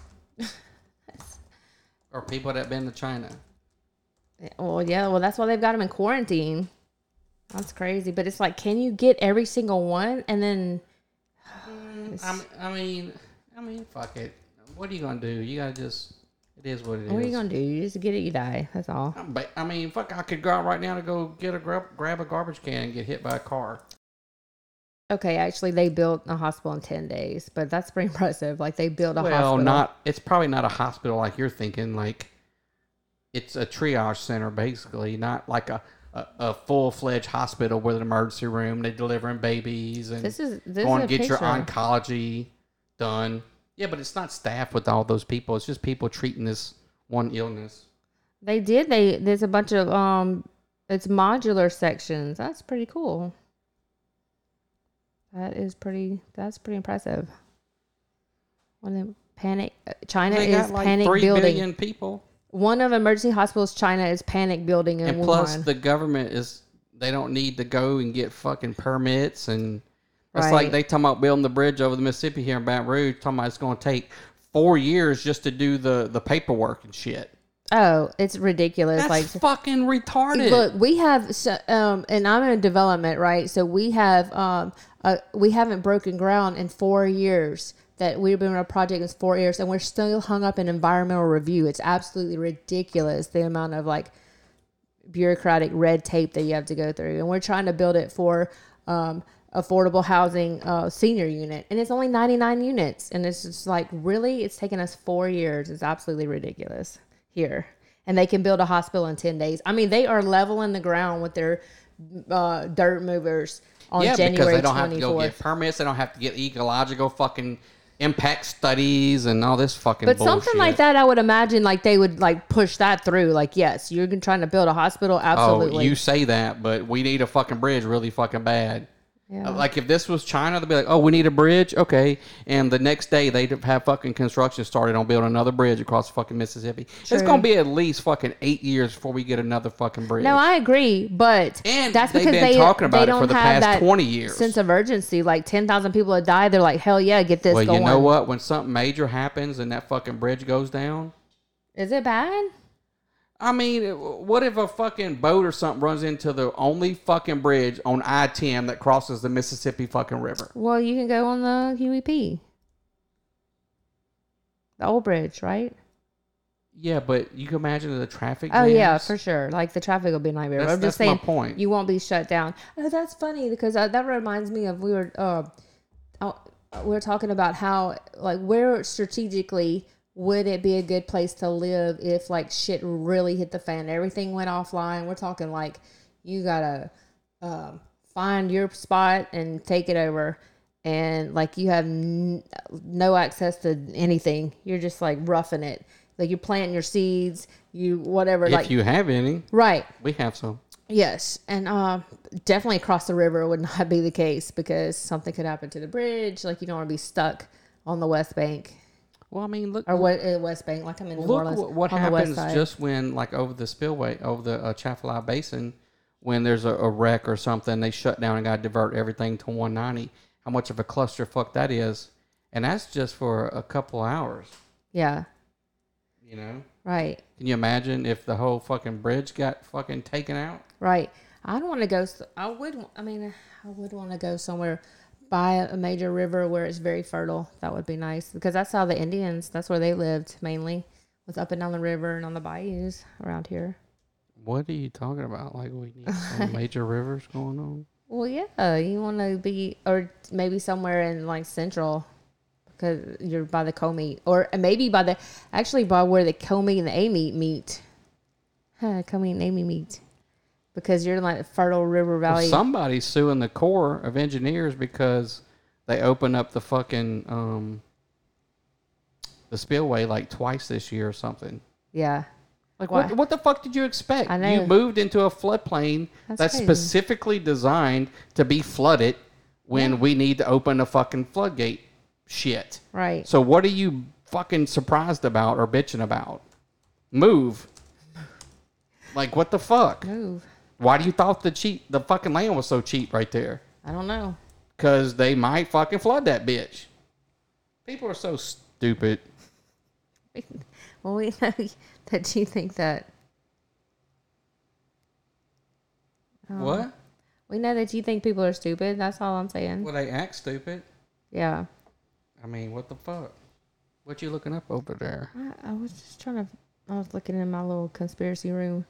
S1: or people that been to China.
S4: Well, yeah, well that's why they've got them in quarantine. That's crazy, but it's like, can you get every single one? And then Mm,
S1: I, I mean, I mean, fuck it. What are you gonna do? You gotta just. It is what it is.
S4: what are you gonna do? You just get it, you die. That's all.
S1: I'm ba- I mean, fuck! I could go out right now to go get a grab, grab a garbage can and get hit by a car.
S4: Okay, actually, they built a hospital in ten days, but that's pretty impressive. Like they built a
S1: well,
S4: hospital.
S1: not. It's probably not a hospital like you're thinking. Like, it's a triage center basically, not like a a, a full fledged hospital with an emergency room. They delivering babies and
S4: This is- this
S1: going
S4: is a
S1: to get your
S4: picture.
S1: oncology done. Yeah, but it's not staffed with all those people. It's just people treating this one illness.
S4: They did. They there's a bunch of um, it's modular sections. That's pretty cool. That is pretty. That's pretty impressive. One of them panic. China
S1: They
S4: is
S1: got like
S4: panic
S1: three
S4: building.
S1: billion people.
S4: One of emergency hospitals. China is panic building in
S1: and
S4: Wuhan.
S1: plus the government is they don't need to go and get fucking permits and it's like
S4: Right.
S1: they talking about building the bridge over the Mississippi here in Baton Rouge, talking about it's gonna take four years just to do the, the paperwork and shit.
S4: oh, it's ridiculous.
S1: That's
S4: like
S1: fucking retarded.
S4: Look, we have so, um, and I'm in development, right? So we have um, uh, we haven't broken ground in four years. That we've been on a project is four years, and we're still hung up in environmental review. It's absolutely ridiculous the amount of like bureaucratic red tape that you have to go through, and we're trying to build it for um, affordable housing uh, senior unit, and it's only 99 units, and it's just like really, it's taken us four years. It's absolutely ridiculous here, and they can build a hospital in 10 days. I mean, they are leveling the ground with their uh, dirt movers on
S1: yeah,
S4: January
S1: because they don't
S4: 24th.
S1: have to go get permits, they don't have to get ecological fucking impact studies and all this fucking
S4: But
S1: bullshit.
S4: something like that, I would imagine, like they would like push that through. Like, yes, you're trying to build a hospital,
S1: Oh,
S4: absolutely.
S1: you say that, but we need a fucking bridge really fucking bad.
S4: Yeah.
S1: Like if this was China, they'd be like, "Oh, we need a bridge, okay." And the next day, they'd have fucking construction started on building another bridge across the fucking Mississippi. It's
S4: True.
S1: gonna be at least fucking eight years before we get another fucking bridge.
S4: No, I agree, but
S1: And
S4: that's
S1: they've been
S4: because they
S1: talking about
S4: they
S1: it for
S4: don't
S1: the
S4: have
S1: past
S4: that
S1: 20 years.
S4: sense of urgency. Like ten thousand people have died. They're like, hell yeah, get this
S1: well,
S4: going.
S1: you know what? When something major happens and that fucking bridge goes down,
S4: Is it bad?
S1: I mean, what if a fucking boat or something runs into the only fucking bridge on I ten that crosses the Mississippi fucking river?
S4: Well, you can go on the Huey P. The old bridge, right?
S1: Yeah, but you can imagine the traffic.
S4: Oh yeah,
S1: jams.
S4: for sure. Like the traffic will be a nightmare.
S1: That's-
S4: I'm just
S1: that's my
S4: saying,
S1: point.
S4: you won't be shut down. Oh, that's funny because uh, that reminds me of we were uh, uh, we were talking about how like where strategically would it be a good place to live if like shit really hit the fan, everything went offline. We're talking like you gotta um, find your spot and take it over. And like you have n- no access to anything, you're just like roughing it. Like you're planting your seeds, you whatever.
S1: If
S4: like
S1: you have any,
S4: Right.
S1: we have some.
S4: Yes. And uh, definitely across the river would not be the case because something could happen to the bridge. Like you don't want to be stuck on the West Bank
S1: Well, I mean, look.
S4: or what uh, West Bank. Like I'm in New
S1: Look
S4: Orleans.
S1: what, what
S4: on the west
S1: happens
S4: side.
S1: just when, like, over the spillway, over the uh, Chaffalot Basin, when there's a, a wreck or something, they shut down and got to divert everything to 190. How much of a clusterfuck that is. And that's just for a couple hours.
S4: Yeah.
S1: You know?
S4: Right.
S1: Can you imagine if the whole fucking bridge got fucking taken out?
S4: Right. I don't want to go. s- I would. I mean, I would want to go somewhere by a major river where it's very fertile. That would be nice because that's how the Indians. That's where they lived mainly. Was up and down the river and on the bayous around here.
S1: What are you talking about? Like we need some major rivers going on?
S4: Well, yeah, you want to be, or maybe somewhere in like central, because you're by the co meet, or uh, maybe by the, actually by where the co meet and the A meet meet. Huh, co meet and Amy meet, because you're in like fertile river
S1: Well,
S4: valley.
S1: somebody's suing the Corps of Engineers because they opened up the fucking um, the spillway like twice this year or something.
S4: yeah,
S1: Like what?
S4: Why?
S1: What the fuck did you expect?
S4: I
S1: You
S4: know.
S1: moved into a floodplain that's,
S4: That's crazy.
S1: specifically designed to be flooded when we need to open a fucking floodgate. Shit.
S4: right.
S1: So what are you fucking surprised about or bitching about? Move. Like what the fuck?
S4: Move.
S1: Why do you thought the cheap the fucking land was so cheap right there?
S4: I don't know.
S1: Cause they might fucking flood that bitch. People are so stupid.
S4: Well, we know that you think that.
S1: What?
S4: Um, We know that you think people are stupid. That's all I'm saying.
S1: Well, they act stupid.
S4: Yeah.
S1: I mean, what the fuck? What you looking up over there?
S4: I, I was just trying to. I was looking in my little conspiracy room.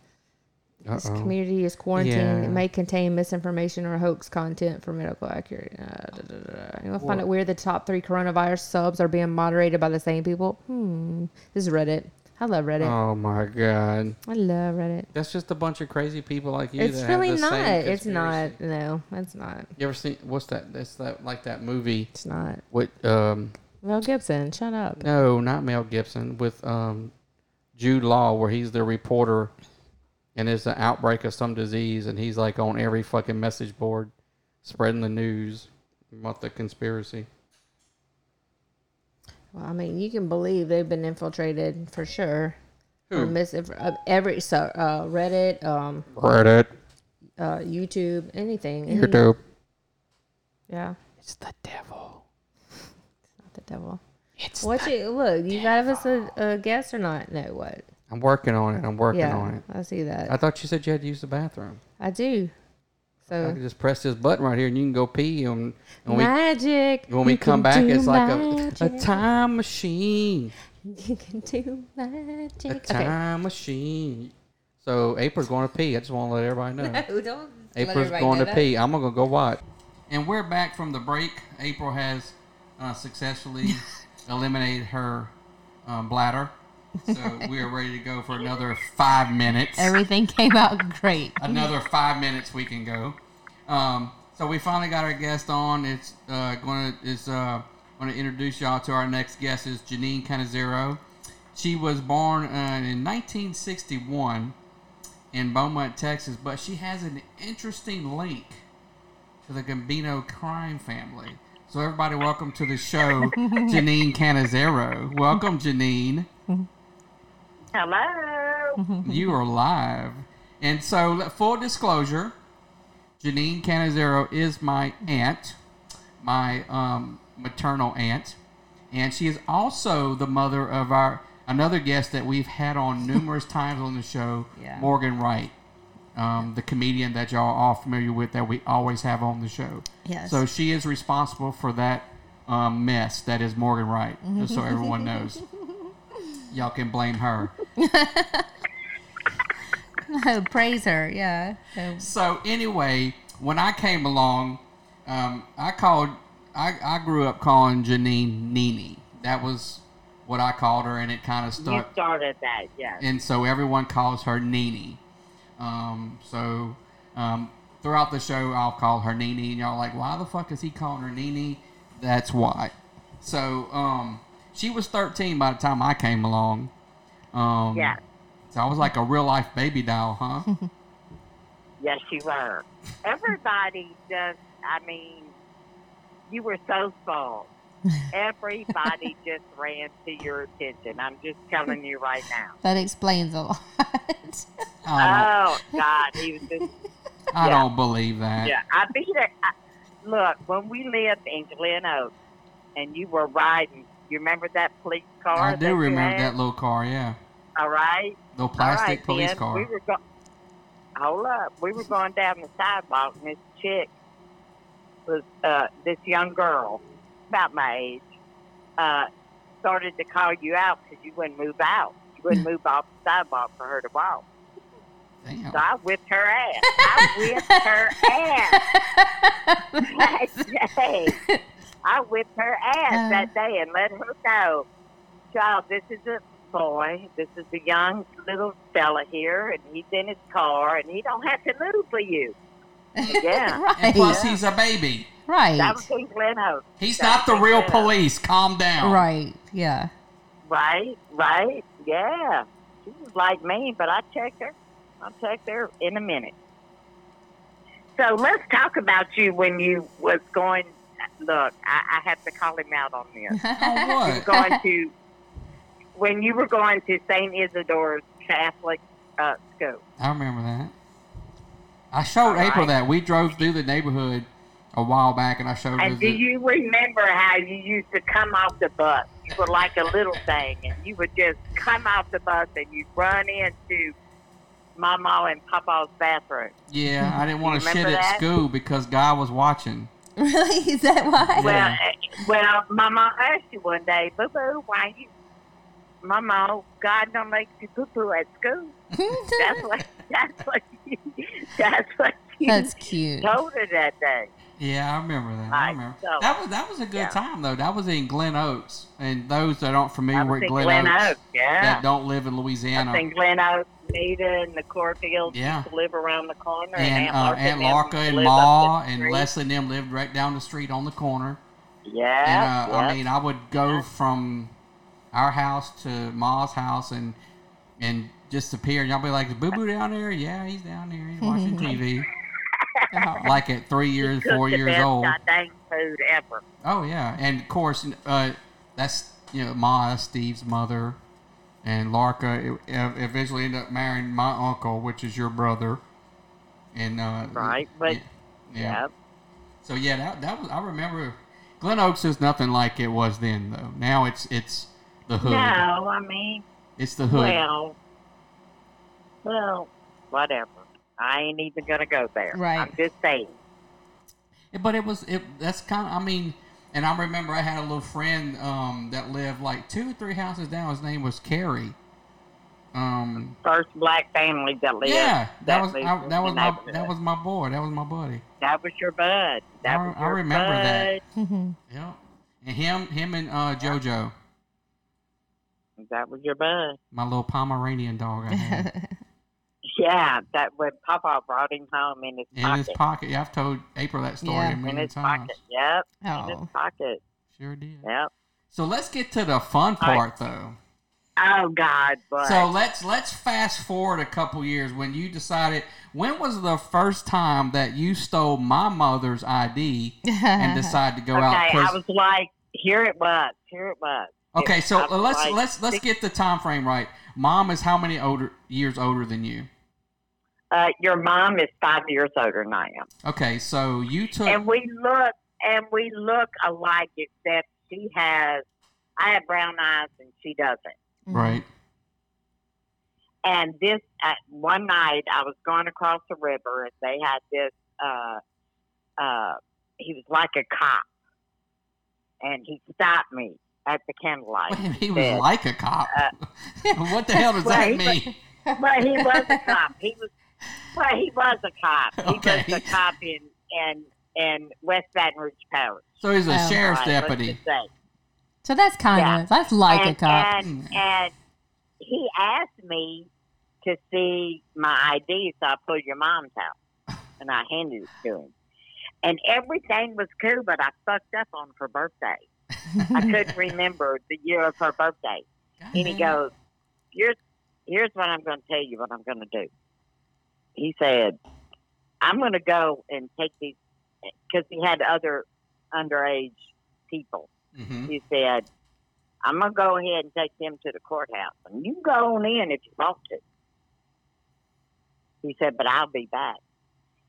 S4: This
S1: Uh-oh.
S4: community is quarantined.
S1: Yeah.
S4: It may contain misinformation or hoax content for medical accurate. Uh, da, da, da, da. You'll find it weird the top three coronavirus subs are being moderated by the same people. Hmm. This is Reddit. I love Reddit.
S1: Oh my god.
S4: I love Reddit.
S1: That's just a bunch of crazy people like you.
S4: It's
S1: that
S4: really
S1: have the
S4: not.
S1: same
S4: It's
S1: conspiracy.
S4: not. No, it's not.
S1: You ever seen what's that? That's that like that movie
S4: It's not.
S1: with um
S4: Mel Gibson, shut up.
S1: No, not Mel Gibson. With um, Jude Law, where he's the reporter, and there's an outbreak of some disease, and he's like on every fucking message board, spreading the news about the conspiracy.
S4: Well, I mean, you can believe they've been infiltrated for sure. Or
S1: Who?
S4: misinf- uh, every so uh, Reddit, um,
S1: Reddit,
S4: uh, YouTube, anything. any-
S1: YouTube.
S4: Yeah.
S1: It's the devil.
S4: Not the devil.
S1: It's.
S4: What you look? You got us a, a guess or not? No, what?
S1: I'm working on it. I'm working on
S4: Yeah,
S1: it.
S4: I see that.
S1: I thought you said you had to use the bathroom.
S4: I do.
S1: I
S4: So
S1: can just press this button right here, and you can go pee. And, and we
S4: magic.
S1: when we
S4: You
S1: come
S4: can
S1: back,
S4: do
S1: it's like a,
S4: magic.
S1: a time machine.
S4: You can do magic.
S1: A time machine. So April's going to pee. I just want to let everybody know.
S4: Okay. Ooh, don't let
S1: April's
S4: everybody
S1: going to
S4: know that.
S1: pee. I'm gonna go watch. And we're back from the break. April has uh, successfully eliminated her um, bladder, so we are ready to go for another five minutes.
S4: Everything came out great.
S1: another five minutes we can go. Um, so we finally got our guest on. It's uh, going to is uh, going to introduce y'all to our next guest is Janine Canizero. She was born uh, in 1961 in Beaumont, Texas, but she has an interesting link to the Gambino crime family. So everybody, welcome to the show, Janine Canizero. Welcome, Janine.
S7: Hello.
S1: You are live. And so, let- full disclosure, Janine Canizero is my aunt, my um, maternal aunt, and she is also the mother of our another guest that we've had on numerous times on the show,
S4: Yeah.
S1: Morgan Wright, um, the comedian that y'all are all familiar with that we always have on the show.
S4: Yes.
S1: So she is responsible for that um, mess that is Morgan Wright, just so everyone knows. Y'all can blame her.
S4: Praise her. Yeah.
S1: So anyway, when I came along, um, I called. I, I grew up calling Janine Nini. That was what I called her, and it kind of
S7: You
S1: stuck.
S7: started that, yes.
S1: And so everyone calls her Nini. Um, so um, throughout the show, I'll call her Nini, and y'all like, why the fuck is he calling her Nini? That's why. So um, she was 13 by the time I came along. Um,
S7: Yeah.
S1: So I was like a real life baby doll, huh?
S7: Yes, you were. Everybody just, I mean, you were so small. Everybody just ran to your attention. I'm just telling you right now.
S4: That explains a lot.
S1: I don't-
S7: Oh, God. He was just,
S1: I
S7: Yeah.
S1: don't believe that.
S7: yeah. I beat it. I, look, when we lived in Glen Oaks and you were riding You remember that police car?
S1: I
S7: that
S1: do
S7: you
S1: remember
S7: had?
S1: that little car. Yeah,
S7: All right.
S1: little plastic
S7: All right,
S1: police
S7: then.
S1: car.
S7: We were go- Hold up. We were going down the sidewalk, and this chick was uh, this young girl, about my age, uh, started to call you out because you wouldn't move out. You wouldn't move off the sidewalk for her to walk.
S1: Damn.
S7: So I whipped her ass. I whipped her ass. Yay. I whipped her ass
S8: Uh.
S7: that day and let her know, child, this is a boy. This is a young little fella here, and he's in his car, and he don't have to move for you. Yeah,
S1: And plus,
S8: Right.
S1: he's a baby.
S7: that
S8: Right.
S7: was in Glen Hope.
S1: He's
S7: That
S1: not the
S7: was
S1: real
S7: Glen Hope.
S1: police. Calm down.
S8: Right. Yeah.
S7: Right, right, yeah. She was like me, but I checked her. I'll check her in a minute. So let's talk about you when you was going. Look, I, I have to call him out on this.
S1: Oh,
S7: You
S1: what?
S7: were going to when you were going to Saint Isidore's Catholic uh, school.
S1: I remember that. I showed
S7: All
S1: April
S7: right.
S1: that we drove through the neighborhood a while back, and I showed her.
S7: And do
S1: The,
S7: you remember how you used to come off the bus? You were like a little thing, and you would just come off the bus and you run into Mama and Papa's bathroom.
S1: yeah, I didn't want to shit
S7: remember
S1: at
S7: that?
S1: school because God was watching.
S8: Really? Is that why?
S7: Well,
S1: Yeah.
S7: uh, well, Mama asked you one day, Boo Boo, why you? Mama, God don't make you poo poo at school. That's what. That's what. You, that's what. You
S8: That's cute.
S7: told her that day.
S1: Yeah, I remember that. I
S7: Right,
S1: remember
S7: so-
S1: that was that was a good
S7: yeah.
S1: time though. That was in Glen Oaks, and those that aren't familiar
S7: I was
S1: with
S7: in
S1: Glen, Oaks,
S7: yeah.
S1: that don't live in
S7: I
S1: Louisiana,
S7: think Glen Oaks, Nita, and the Corfields
S1: Yeah.
S7: used to live around the corner,
S1: and
S7: Aunt
S1: uh,
S7: Larka
S1: Aunt
S7: them
S1: Larka and
S7: lived up the
S1: Ma and
S7: street.
S1: Leslie and them lived right down the street on the corner.
S7: Yeah,
S1: and uh,
S7: yeah.
S1: I mean, I would go from our house to Ma's house and and just appear. Y'all be like, "Is Boo Boo down there? Yeah, he's down there. He's watching TV." like at three years,
S7: Cooked
S1: four
S7: the
S1: years
S7: best
S1: old.
S7: goddamn food ever.
S1: Oh yeah, and of course, uh, that's you know Ma, that's Steve's mother, and Larka e- eventually ended up marrying my uncle, which is your brother, and uh,
S7: Right, but-
S1: yeah, yeah.
S7: Yeah.
S1: So yeah, that, that was I remember. Glen Oaks is nothing like it was then, though. Now it's it's the hood.
S7: No, I mean,
S1: It's the hood.
S7: well, well, whatever. I ain't even gonna go there.
S8: Right.
S7: I'm just saying.
S1: But it was it. That's kind of. I mean, and I remember I had a little friend um, that lived like two or three houses down. His name was Carrie. Um,
S7: First black family that lived.
S1: Yeah, that was
S7: lived
S1: I,
S7: in
S1: that
S7: the
S1: was my that
S7: neighborhood.
S1: was my boy. That was my buddy.
S7: that was your bud.
S1: I-
S7: That was
S1: I
S7: your
S1: remember that.
S7: bud.
S1: Yep. And him him and uh, JoJo,
S7: That was your bud.
S1: my little Pomeranian dog I had
S7: Yeah, that when Papa brought him home in his
S1: in
S7: pocket.
S1: his pocket. Yeah, I've told April that story
S8: Yeah.
S1: a
S8: In
S1: million
S7: in his
S1: times.
S7: pocket. Yep. In his
S8: oh.
S7: pocket.
S1: Sure did.
S7: Yep.
S1: So let's get to the fun
S7: All right.
S1: part though.
S7: Oh God, but
S1: So let's let's fast forward a couple years when you decided when was the first time that you stole my mother's ID and decided to go
S7: okay,
S1: out? 'Cause-
S7: I was like, here it was, here it was.
S1: Okay,
S7: It-
S1: so
S7: I was
S1: let's
S7: like
S1: let's let's
S7: six-
S1: get the time frame right. Mom is how many older years older than you?
S7: Uh, your mom is five years older than I am,
S1: Okay, so you took
S7: and we look and we look alike, except she has. I have brown eyes and she doesn't.
S1: right.
S7: And this uh, one night, I was going across the river, and they had this. Uh, uh, he was like a cop, and he stopped me at the candlelight.
S1: Wait, he was
S7: said-
S1: like a cop.
S7: Uh,
S1: what the hell does that
S7: Right,
S1: mean?
S7: Well, he was a cop. He was. Well, he was a cop. He
S1: Okay.
S7: was a cop in in in West Baton Rouge Parish.
S1: So he's a
S8: Oh,
S1: sheriff's
S7: All right, let's
S1: deputy.
S7: just say.
S8: So that's kind of
S7: Yeah.
S8: that's like
S7: and,
S8: a cop.
S7: And, and he asked me to see my ID, so I pulled your mom's house and I handed it to him. And everything was cool, but I fucked up on her birthday. I couldn't remember the year of her birthday. And
S8: Mm-hmm.
S7: he goes, "Here's here's what I'm going to tell you. What I'm going to do." He said, "I'm going to go and take these because he had other underage people."
S1: hmm
S7: He said, I'm going to go ahead and take them to the courthouse. And you can go on in if you want to. He said, but I'll be back.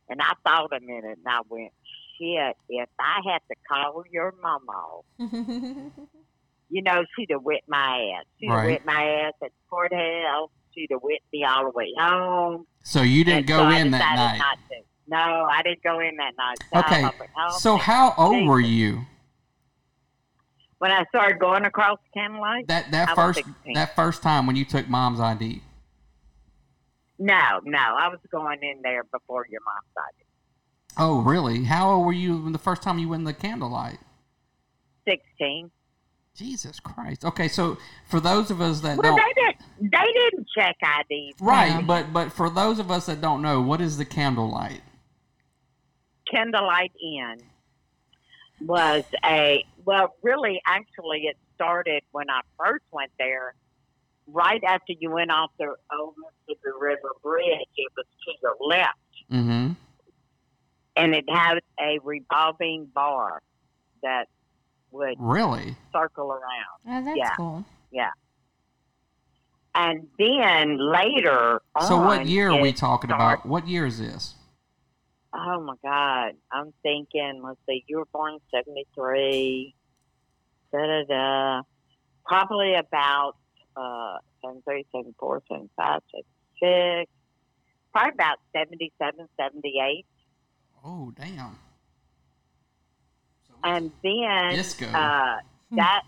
S7: And I thought a minute and I went, shit, if I have to call your mama you know, she'd have whipped my ass. She'd
S1: Right.
S7: have whipped my ass at courthouse. She'd have whipped me all the way home.
S1: So you didn't
S7: And
S1: go
S7: so I
S1: in that night.
S7: decided not to. No, I didn't go in that night. So I
S1: Okay,
S7: was like, oh,
S1: So
S7: man.
S1: how old
S7: They-
S1: were you?
S7: When I started going across the county line,
S1: That
S7: I
S1: that
S7: was
S1: first
S7: 16.
S1: that first time when you took mom's ID.
S7: no, no, I was going in there before your mom started.
S1: Oh, really? How old were you when the first time you went in the candlelight?
S7: Sixteen.
S1: Jesus Christ. Okay, so for those of us that
S7: Well,
S1: don't
S7: they didn't. They didn't check IDs.
S1: Right,
S4: Yeah.
S1: but but for those of us that don't know, what is the candlelight?
S7: Candlelight Inn was a well, really, actually, it started when I first went there. Right after you went off the old Mississippi River Bridge, it was to your left,
S1: Mm-hmm.
S7: and it had a revolving bar that would
S1: Really?
S7: circle around.
S4: Oh, that's
S7: Yeah.
S4: cool.
S7: And then later
S1: So what
S7: on,
S1: year are we
S7: it
S1: talking
S7: start-
S1: about? What year is this?
S7: Oh my God, I'm thinking. Let's see, you were born in '73. Da da da. Probably about uh, 73, 74, 75, 76. Probably about 77, 78.
S1: Oh, damn.
S7: And then
S1: Disco. Hmm.
S7: Uh, that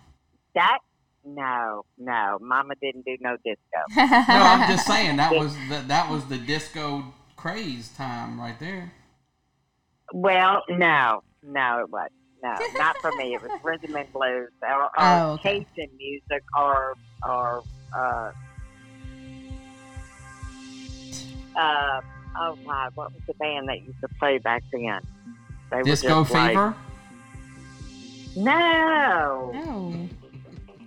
S7: that no no, Mama didn't do no disco.
S1: No, I'm just saying that was the, that was the disco craze time right there.
S7: Well, no, no, it was no, not for me. It was rhythm and blues or, or
S4: Oh, okay.
S7: Cajun music or or uh, uh, oh God, what was the band that used to play back then? They were
S1: Disco
S7: just like-
S1: fever?
S7: no,
S4: no.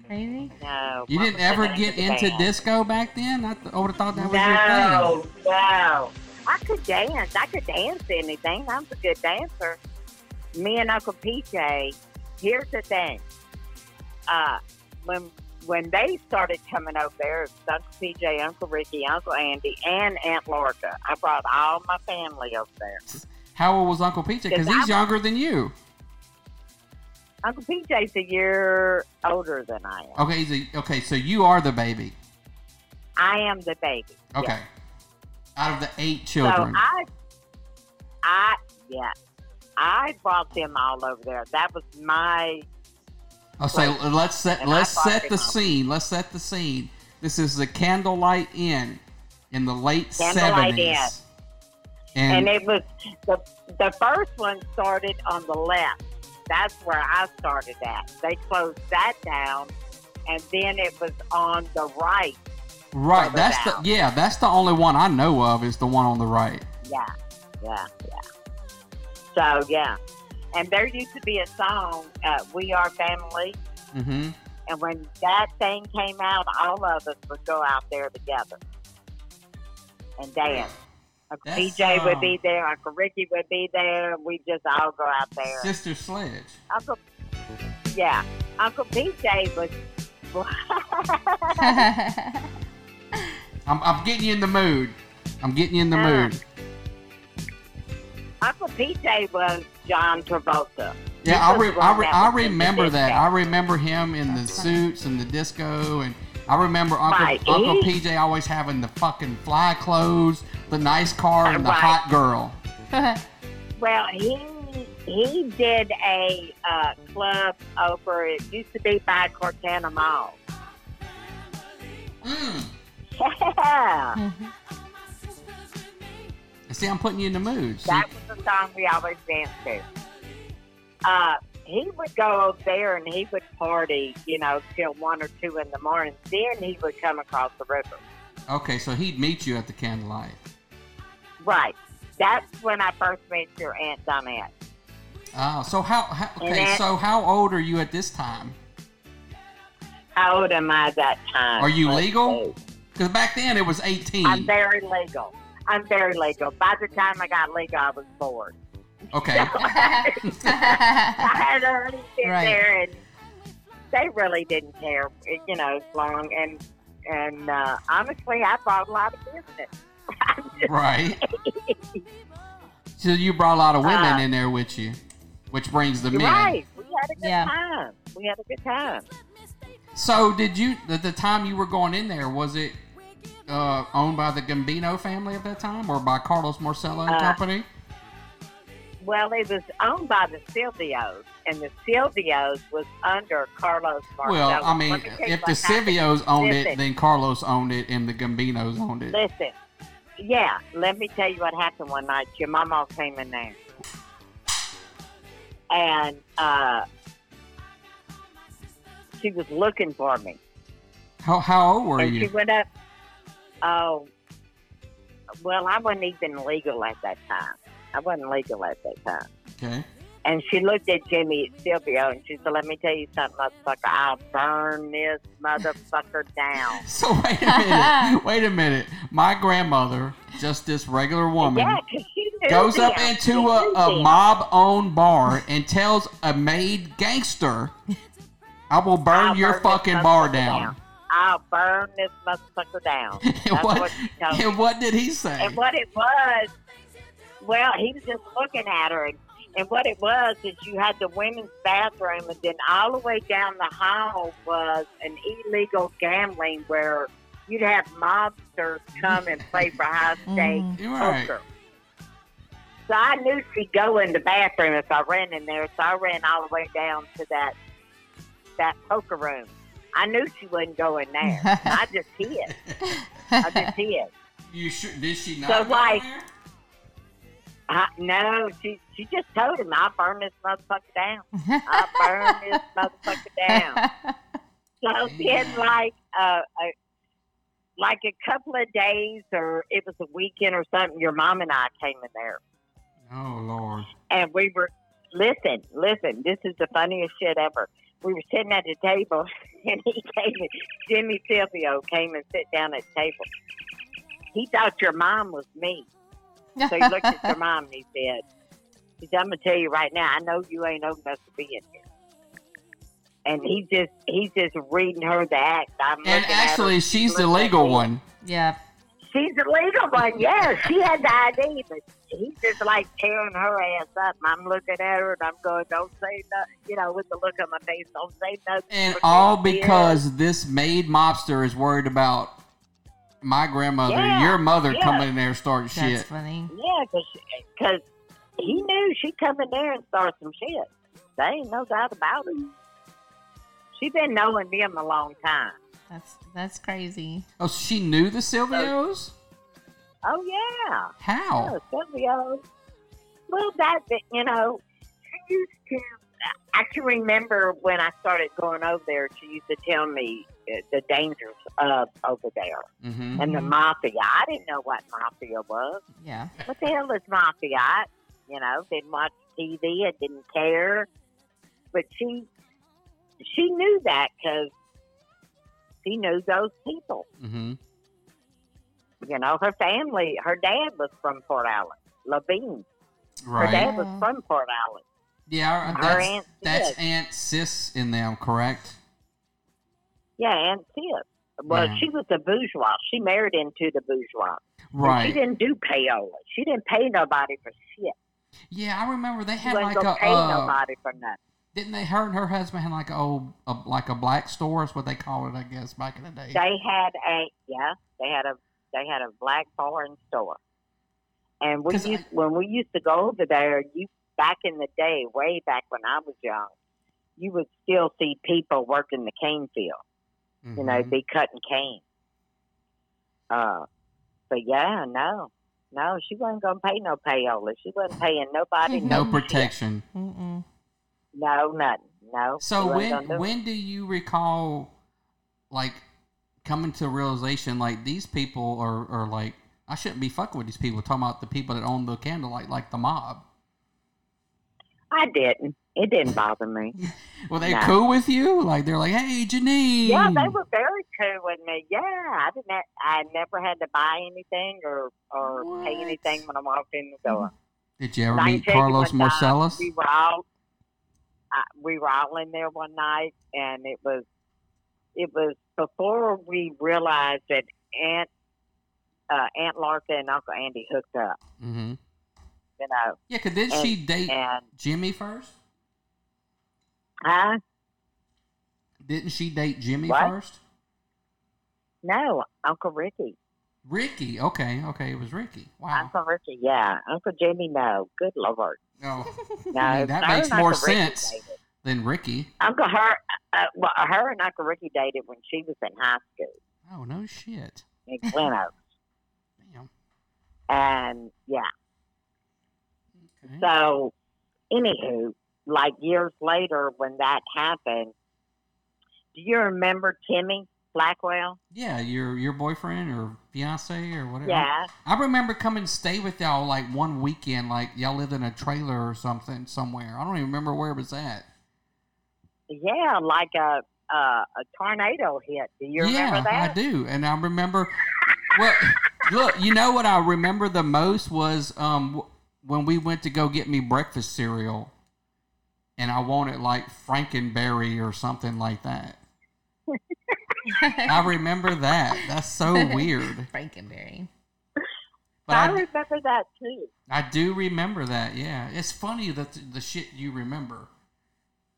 S4: Crazy.
S7: no.
S1: You
S7: what
S1: didn't
S7: was the
S1: ever
S7: name of
S1: get
S7: the
S1: into
S7: band?
S1: disco back then? I, th- I would have thought that was your
S7: No,
S1: thing.
S7: no. I could dance. I could dance to anything. I was a good dancer. Me and Uncle PJ. Here's the thing. Uh, when when they started coming over there, it was Uncle PJ, Uncle Ricky, Uncle Andy, and Aunt Lorca. I brought all my family over there.
S1: How old was Uncle PJ? Because
S7: Because
S1: he's
S7: I'm-
S1: younger than you.
S7: Uncle PJ's a year older than I am.
S1: Okay, he's a, okay. So you are the baby.
S7: I am the baby.
S1: Okay.
S7: Yeah.
S1: Out of the eight
S7: So
S1: children.
S7: I, I yeah, I brought them all over there. That was my
S1: I'll say
S7: Right.
S1: let's set
S7: And
S1: let's
S7: I thought
S1: set
S7: it
S1: the
S7: was-
S1: scene. Let's set the scene. This is the Candlelight Inn in the late
S7: Candlelight Inn.
S1: seventies.
S7: and
S1: And,
S7: it was the the first one started on the left. That's where I started at. They closed that down, and then it was on the right.
S1: right,
S7: further
S1: that's the
S7: down.
S1: yeah, that's the only one I know of is the one on the right.
S7: Yeah, yeah, yeah. So yeah, and there used to be a song, uh, "We Are Family,"
S1: Mm-hmm.
S7: and when that thing came out, all of us would go out there together and dance. Uncle
S1: That
S7: PJ would be
S1: song-
S7: there. Uncle Ricky would be there. We just all go out there.
S1: Sister Sledge.
S7: Uncle, yeah, Uncle PJ was.
S1: I'm, I'm getting you in the mood. I'm getting you in the
S7: Yeah.
S1: mood.
S7: Uncle PJ was John Travolta. He
S1: Yeah, I,
S7: was
S1: re-
S7: the one
S1: I, re-
S7: that
S1: I
S7: was in the
S1: remember that.
S7: disco.
S1: I remember him in the suits and the disco, and I remember Uncle
S7: Right,
S1: Uncle
S7: he-
S1: PJ always having the fucking fly clothes, the nice car, and the
S7: Right.
S1: hot girl.
S7: Well, he he did a uh, club over. It used to be by Cortana Mall.
S1: Mm.
S7: Yeah,
S1: Mm-hmm. See, I'm putting you in the mood. See,
S7: that was the song we always danced to. Uh, he would go over there and he would party, you know, till one or two in the morning. Then he would come across the river.
S1: okay, so he'd meet you at the candlelight.
S7: Right. That's when I first met your Aunt Donette.
S1: Oh, so how? how
S7: And
S1: okay,
S7: that-
S1: so how old are you at this time?
S7: How old am I that time?
S1: Are you
S7: Let's
S1: legal?
S7: see.
S1: Because back then it was 18.
S7: I'm very legal. I'm very legal. By the time I got legal, I was bored.
S1: okay,
S7: I had already been
S4: Right.
S7: there, and they really didn't care, you know, as long. And and uh, honestly, I bought a lot of business.
S1: right. so you brought a lot of women
S7: Uh,
S1: in there with you, which brings the
S7: You're
S1: men.
S7: right. We had a good
S4: Yeah.
S7: time. We had a good time.
S1: So did you at the time you were going in there? Was it uh, owned by the Gambino family at that time, or by Carlos Marcello and
S7: Uh,
S1: Company?
S7: Well, it was owned by the Silvios, and the Silvios was under Carlos Marcello.
S1: Well, I mean,
S7: Let me tell you
S1: if the
S7: what happened.
S1: Civios owned it,
S7: Listen.
S1: then Carlos owned it, and the Gambinos owned it.
S7: Listen, yeah, let me tell you what happened one night. Your mama came in there. And uh, she was looking for me.
S1: How, how old were
S7: and she
S1: you?
S7: went up. Oh, well, I wasn't even legal at that time. I wasn't legal at that time.
S1: Okay.
S7: And she looked at Jimmy Silvio and she said, Let me tell you something, motherfucker. I'll burn this motherfucker down.
S1: So wait a minute. wait a minute. My grandmother, just this regular woman,
S7: Yeah, 'cause she knew
S1: goes up
S7: them. She
S1: into a,
S7: knew
S1: a
S7: them.
S1: mob-owned bar and tells a maid gangster, "I will burn
S7: I'll
S1: your
S7: burn this
S1: fucking bar
S7: motherfucker
S1: down."
S7: I'll burn this motherfucker down.
S1: And
S7: That's
S1: what,
S7: what she told me.
S1: and what did he say?
S7: And what it was, well, he was just looking at her. And, and what it was is you had the women's bathroom, and then all the way down the hall was an illegal gambling where you'd have mobsters come and play for high stakes
S1: You're right.
S7: poker. So I knew she'd go in the bathroom if I ran in there. So I ran all the way down to that that poker room. I knew she wouldn't go in there. I just hid. I just hid.
S1: You sure? Did she not?
S7: So,
S1: go
S7: like-
S1: there?
S7: I, no, she she just told him, "I burn this motherfucker down. I burn this motherfucker down." So then, like uh, a, like a couple of days, or it was a weekend or something. Your mom and I came in there,
S1: Oh Lord.
S7: and we were listen, listen. This is the funniest shit ever. We were sitting at the table, and he came. in- Jimmy Silvio came and sit down at the table. He thought your mom was me, so he looked at your mom and he said, he said, "I'm gonna tell you right now. I know you ain't old enough to be in here." And he just he's just reading her the act. I'm
S1: And
S7: looking at her.
S1: actually, she's the
S7: looking at
S1: legal
S7: me.
S1: one.
S4: yeah.
S7: She's the legal one, yeah. She had the ID, but he's just like tearing her ass up. And I'm looking at her and I'm going, don't say nothing, you know, with the look on my face, don't say nothing.
S1: And
S7: Protect
S1: all
S7: me.
S1: because this maid mobster is worried about my grandmother,
S7: Yeah,
S1: your mother
S7: yeah.
S1: coming in there and starting
S4: That's
S1: shit.
S4: funny.
S7: Yeah, because he knew she'd come in there and start some shit. There ain't no doubt about it. She been knowing them a long time.
S4: That's that's crazy.
S1: Oh, she knew the Silvios?
S7: Oh, yeah.
S1: How?
S7: Oh, Silvio. Well, that, that- you know, she used to, I can remember when I started going over there, she used to tell me uh, the dangers of over there
S1: Mm-hmm.
S7: and the mafia. I didn't know what mafia was.
S4: Yeah.
S7: What the hell is mafia? I, you know, didn't watch TV, I didn't care. But she, she knew that because she knew those people.
S1: Mm-hmm.
S7: You know, her family, her dad was from Fort Allen, Levine. Her
S1: Right.
S7: dad was from Port Allen.
S1: Yeah,
S7: Her
S1: that's,
S7: aunt
S1: that's
S7: Sis.
S1: Aunt Sis in them, correct?
S7: Yeah, Aunt Sis. Well,
S1: Yeah.
S7: she was a bourgeois. She married into the bourgeois. But She
S1: Right.
S7: didn't do payola. She didn't pay nobody for shit.
S1: Yeah, I remember they
S7: She
S1: had
S7: wasn't
S1: like
S7: gonna
S1: a.
S7: pay
S1: Uh,
S7: nobody for nothing.
S1: didn't they? Her and her husband had like a old, a, like a black store is what they call it, I guess, back in the day.
S7: They had a yeah. They had a they had a black foreign store. And we
S1: 'Cause
S7: used,
S1: I-
S7: when we used to go over there, you back in the day, way back when I was young, you would still see people working the cane field. you know,
S1: Mhm.
S7: be cutting cane. Uh, but yeah, no, no, she wasn't gonna pay no payola. She wasn't paying nobody no,
S1: no protection.
S4: Mm-mm.
S7: no nothing. No. she
S1: So
S7: wasn't
S1: when
S7: gonna do it.
S1: when do you recall, like, coming to a realization like these people are, are like I shouldn't be fucking with these people? Talking about the people that own the candlelight, like the mob.
S7: I didn't. It didn't bother me.
S1: Were they
S7: No.
S1: cool with you? Like they're like, hey, Janine.
S7: yeah, they were very cool with me. Yeah, I didn't. Have, I never had to buy anything or or pay
S1: What? Mm.
S7: anything when I walked in the door.
S1: Did you ever
S7: And I can
S1: meet
S7: tell you
S1: Carlos
S7: one time,
S1: Marcellus?
S7: We were all uh, we were all in there one night, and it was it was before we realized that Aunt uh, Aunt Larsa and Uncle Andy hooked up.
S1: Mm-hmm.
S7: You know,
S1: Yeah, cause did she date
S7: and
S1: Jimmy first?
S7: huh?
S1: Didn't she date Jimmy
S7: What?
S1: first?
S7: No, Uncle Ricky.
S1: Ricky. Okay, okay, it was Ricky. Wow.
S7: Uncle Ricky, yeah. Uncle Jimmy, no. Good lord.
S1: Oh,
S7: No,
S1: I mean, that
S7: her
S1: makes
S7: and
S1: more
S7: Uncle Ricky
S1: sense
S7: dated.
S1: than Ricky.
S7: Uncle her, uh, well, her and Uncle Ricky dated when she was in high school
S1: Oh no shit.
S7: in Glen Oaks,
S1: Damn.
S7: and yeah.
S1: Okay.
S7: So, anywho, like years later when that happened, do you remember Timmy Blackwell?
S1: Yeah, your your boyfriend or fiance or whatever.
S7: Yeah,
S1: I remember coming stay with y'all like one weekend, like y'all lived in a trailer or something somewhere. I don't even remember where it was at.
S7: yeah, like a a, a tornado hit. Do you
S1: yeah,
S7: remember that?
S1: I do, and I remember. well, look, you know what I remember the most was um w- when we went to go get me breakfast cereal, and I wanted like Frankenberry or something like that. I remember that. That's so weird.
S4: Frankenberry.
S1: But
S7: I
S1: I,
S7: remember that too.
S1: I do remember that. Yeah, it's funny that th- the shit you remember,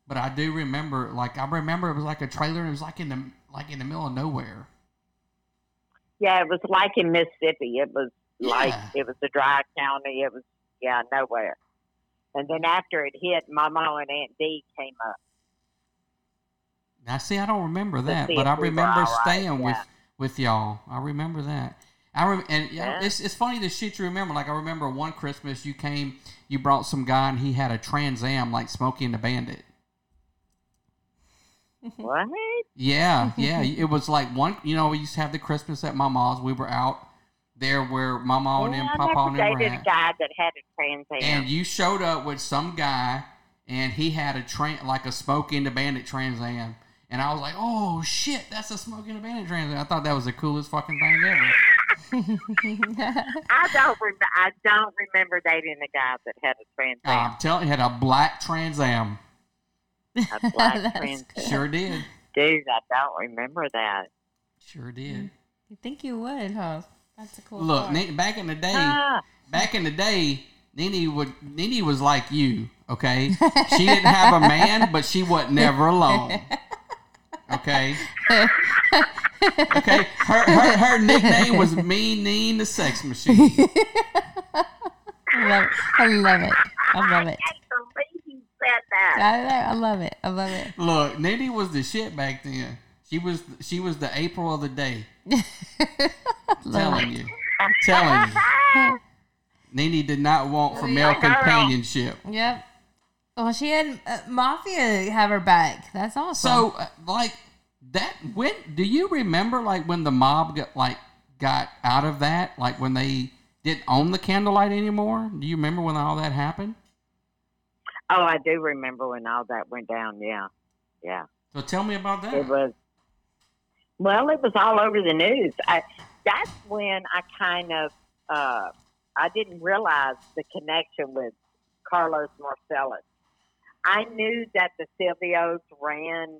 S1: but I do remember. Like I remember it was like a trailer. And it was like in the like in the middle of nowhere.
S7: Yeah, it was like in Mississippi. It was like
S1: Yeah.
S7: it was a dry county. It was yeah nowhere. And then after it hit, my mom and Aunt Dee came up.
S1: Now, see, I don't remember that,
S7: see
S1: but
S7: if
S1: I
S7: we were
S1: remember
S7: all right,
S1: staying with with y'all. I remember that. I rem- and you know,
S7: Yeah.
S1: it's it's funny the shit you remember. Like I remember one Christmas you came, you brought some guy and he had a Trans Am like Smokey and the Bandit. Hmm.
S7: What?
S1: Yeah, yeah. it was like one. You know, we used to have the Christmas at my mom's. We were out there where my mom and
S7: Yeah,
S1: them,
S7: I
S1: Papa and them
S7: never
S1: were
S7: dated a
S1: at.
S7: guy that had a Trans Am.
S1: and you showed up with some guy and he had a train like a smoking the bandit trans am and i was like oh shit that's a smoking the bandit trans am i thought that was the coolest fucking thing ever
S7: I don't remember. I don't remember dating a guy that had a Trans Am.
S1: i'm telling you it had a black trans am
S7: a black
S4: That's
S7: Trans Am.
S1: sure did
S7: Dude, I don't remember that.
S1: sure did
S4: You think you would, huh? That's a cool
S1: look
S4: part.
S1: Ni- back in the day
S7: Ah,
S1: back in the day nini would nini was like you okay she didn't have a man but she was never alone okay okay her, her, her nickname was mean neen the sex machine
S4: I love it. I love it. I love it.
S7: I can't believe you said that.
S4: I, I love it. I love it.
S1: Look, Nitty was the shit back then. She was she was the April of the day. telling you, I'm telling you.
S7: Ah.
S1: Nene did not want for male companionship.
S4: Yep. Well, she had uh, Mafia have her back. That's awesome.
S1: So, uh, like that. When do you remember, like when the mob got like got out of that, like when they didn't own the candlelight anymore? Do you remember when all that happened?
S7: Oh, I do remember when all that went down. Yeah, yeah.
S1: So tell me about
S7: It
S1: that.
S7: was. Well, it was all over the news. I, that's when I kind of uh, I didn't realize the connection with Carlos Marcellus. I knew that the Silvios ran,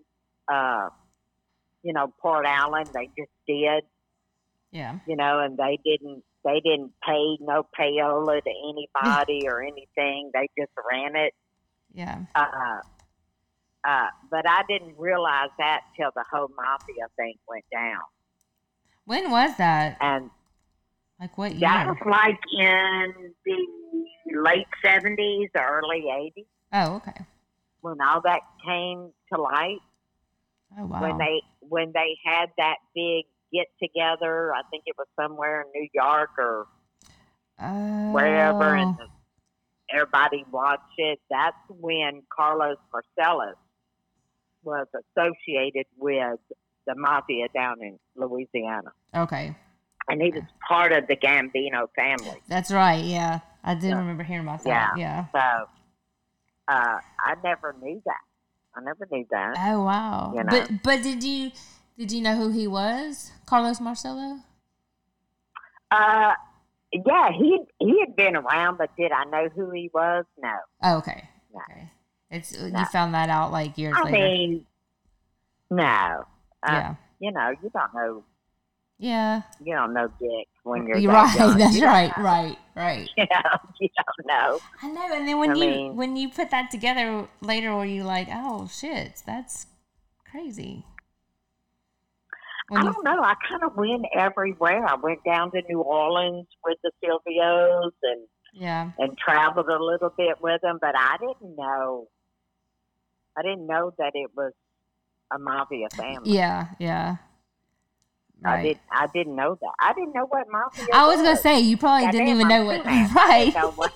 S7: uh, you know, Port Allen. They just did,
S4: yeah.
S7: you know, and they didn't they didn't pay no payola to anybody or anything. They just ran it
S4: Yeah.
S7: uh, uh, but I didn't realize that till the whole mafia thing went down,
S4: When was that?
S7: and
S4: Like what year?
S7: that was like in the late seventies, early eighties,
S4: Oh, okay.
S7: when all that came to light.
S4: Oh, wow.
S7: When they when they had that big get together, I think it was somewhere in New York or
S4: oh.
S7: wherever, and the, everybody watched it. That's when Carlos Marcellus was associated with the mafia down in Louisiana,
S4: Okay.
S7: and he was part of the Gambino family.
S4: That's right. Yeah. I did
S7: Yeah.
S4: remember hearing about
S7: Yeah.
S4: that. Yeah.
S7: So uh, I never knew that. I never knew that.
S4: Oh, wow.
S7: You know.
S4: But but did you did you know who he was? Carlos Marcello?
S7: Uh, yeah, he he had been around, but did I know who he was? No.
S4: Oh, okay.
S7: No.
S4: Okay. It's uh,
S7: No.
S4: you found that out like years
S7: I
S4: later.
S7: mean, no. Uh,
S4: yeah.
S7: You know, you don't know.
S4: Yeah.
S7: You don't know Dick when you're,
S4: You're
S7: that
S4: right.
S7: young.
S4: That's
S7: You don't
S4: right.
S7: know.
S4: Right. Right.
S7: you know, you don't know.
S4: I know. And then when
S7: I
S4: you
S7: mean-
S4: when you put that together later, were you like, oh shit, that's Crazy.
S7: I
S4: When you-
S7: don't know. I kind of win everywhere. I went down to New Orleans with the Silvios and
S4: yeah.
S7: and traveled a little bit with them, but I didn't know. I didn't know that it was a mafia family.
S4: Yeah. Yeah.
S7: I did. I didn't know that. I didn't know what mafia.
S4: I was gonna say you probably
S7: Goddamn,
S4: didn't even
S7: I'm
S4: know what
S7: Spanish.
S4: right.
S7: know what-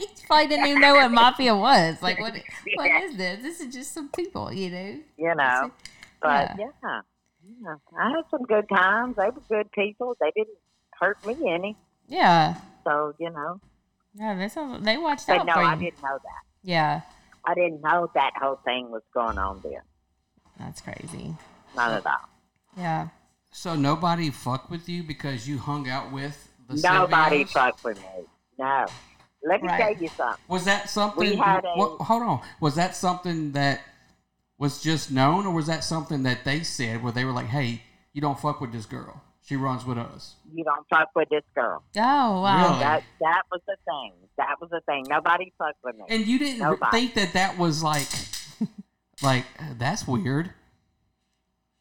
S4: you probably didn't even know what mafia was. Like what what is this? This is just some people, you know.
S7: you know. But yeah. yeah, I had some good times. They were good people. They didn't hurt me any.
S4: Yeah.
S7: So you know.
S4: Yeah, they saw, they watched
S7: But
S4: out
S7: no,
S4: for you.
S7: I didn't know that.
S4: Yeah.
S7: I didn't know that whole thing was going on there.
S4: That's crazy.
S7: Not at all.
S4: Yeah.
S1: So nobody fucked with you because you hung out with the
S7: Nobody
S1: Silvios?
S7: fucked with me. No. Let me
S4: Right.
S7: tell you something.
S1: Was that something?
S7: We had a-
S1: what- hold on. Was that something that was just known, or was that something that they said where they were like, "Hey, you don't fuck with this girl. She runs with us."
S7: You don't fuck with this girl.
S4: Oh wow.
S1: Really?
S7: That that was the thing. That was the thing. Nobody fucked with me.
S1: And you didn't
S7: Nobody.
S1: think that that was like, like "Uh, that's weird.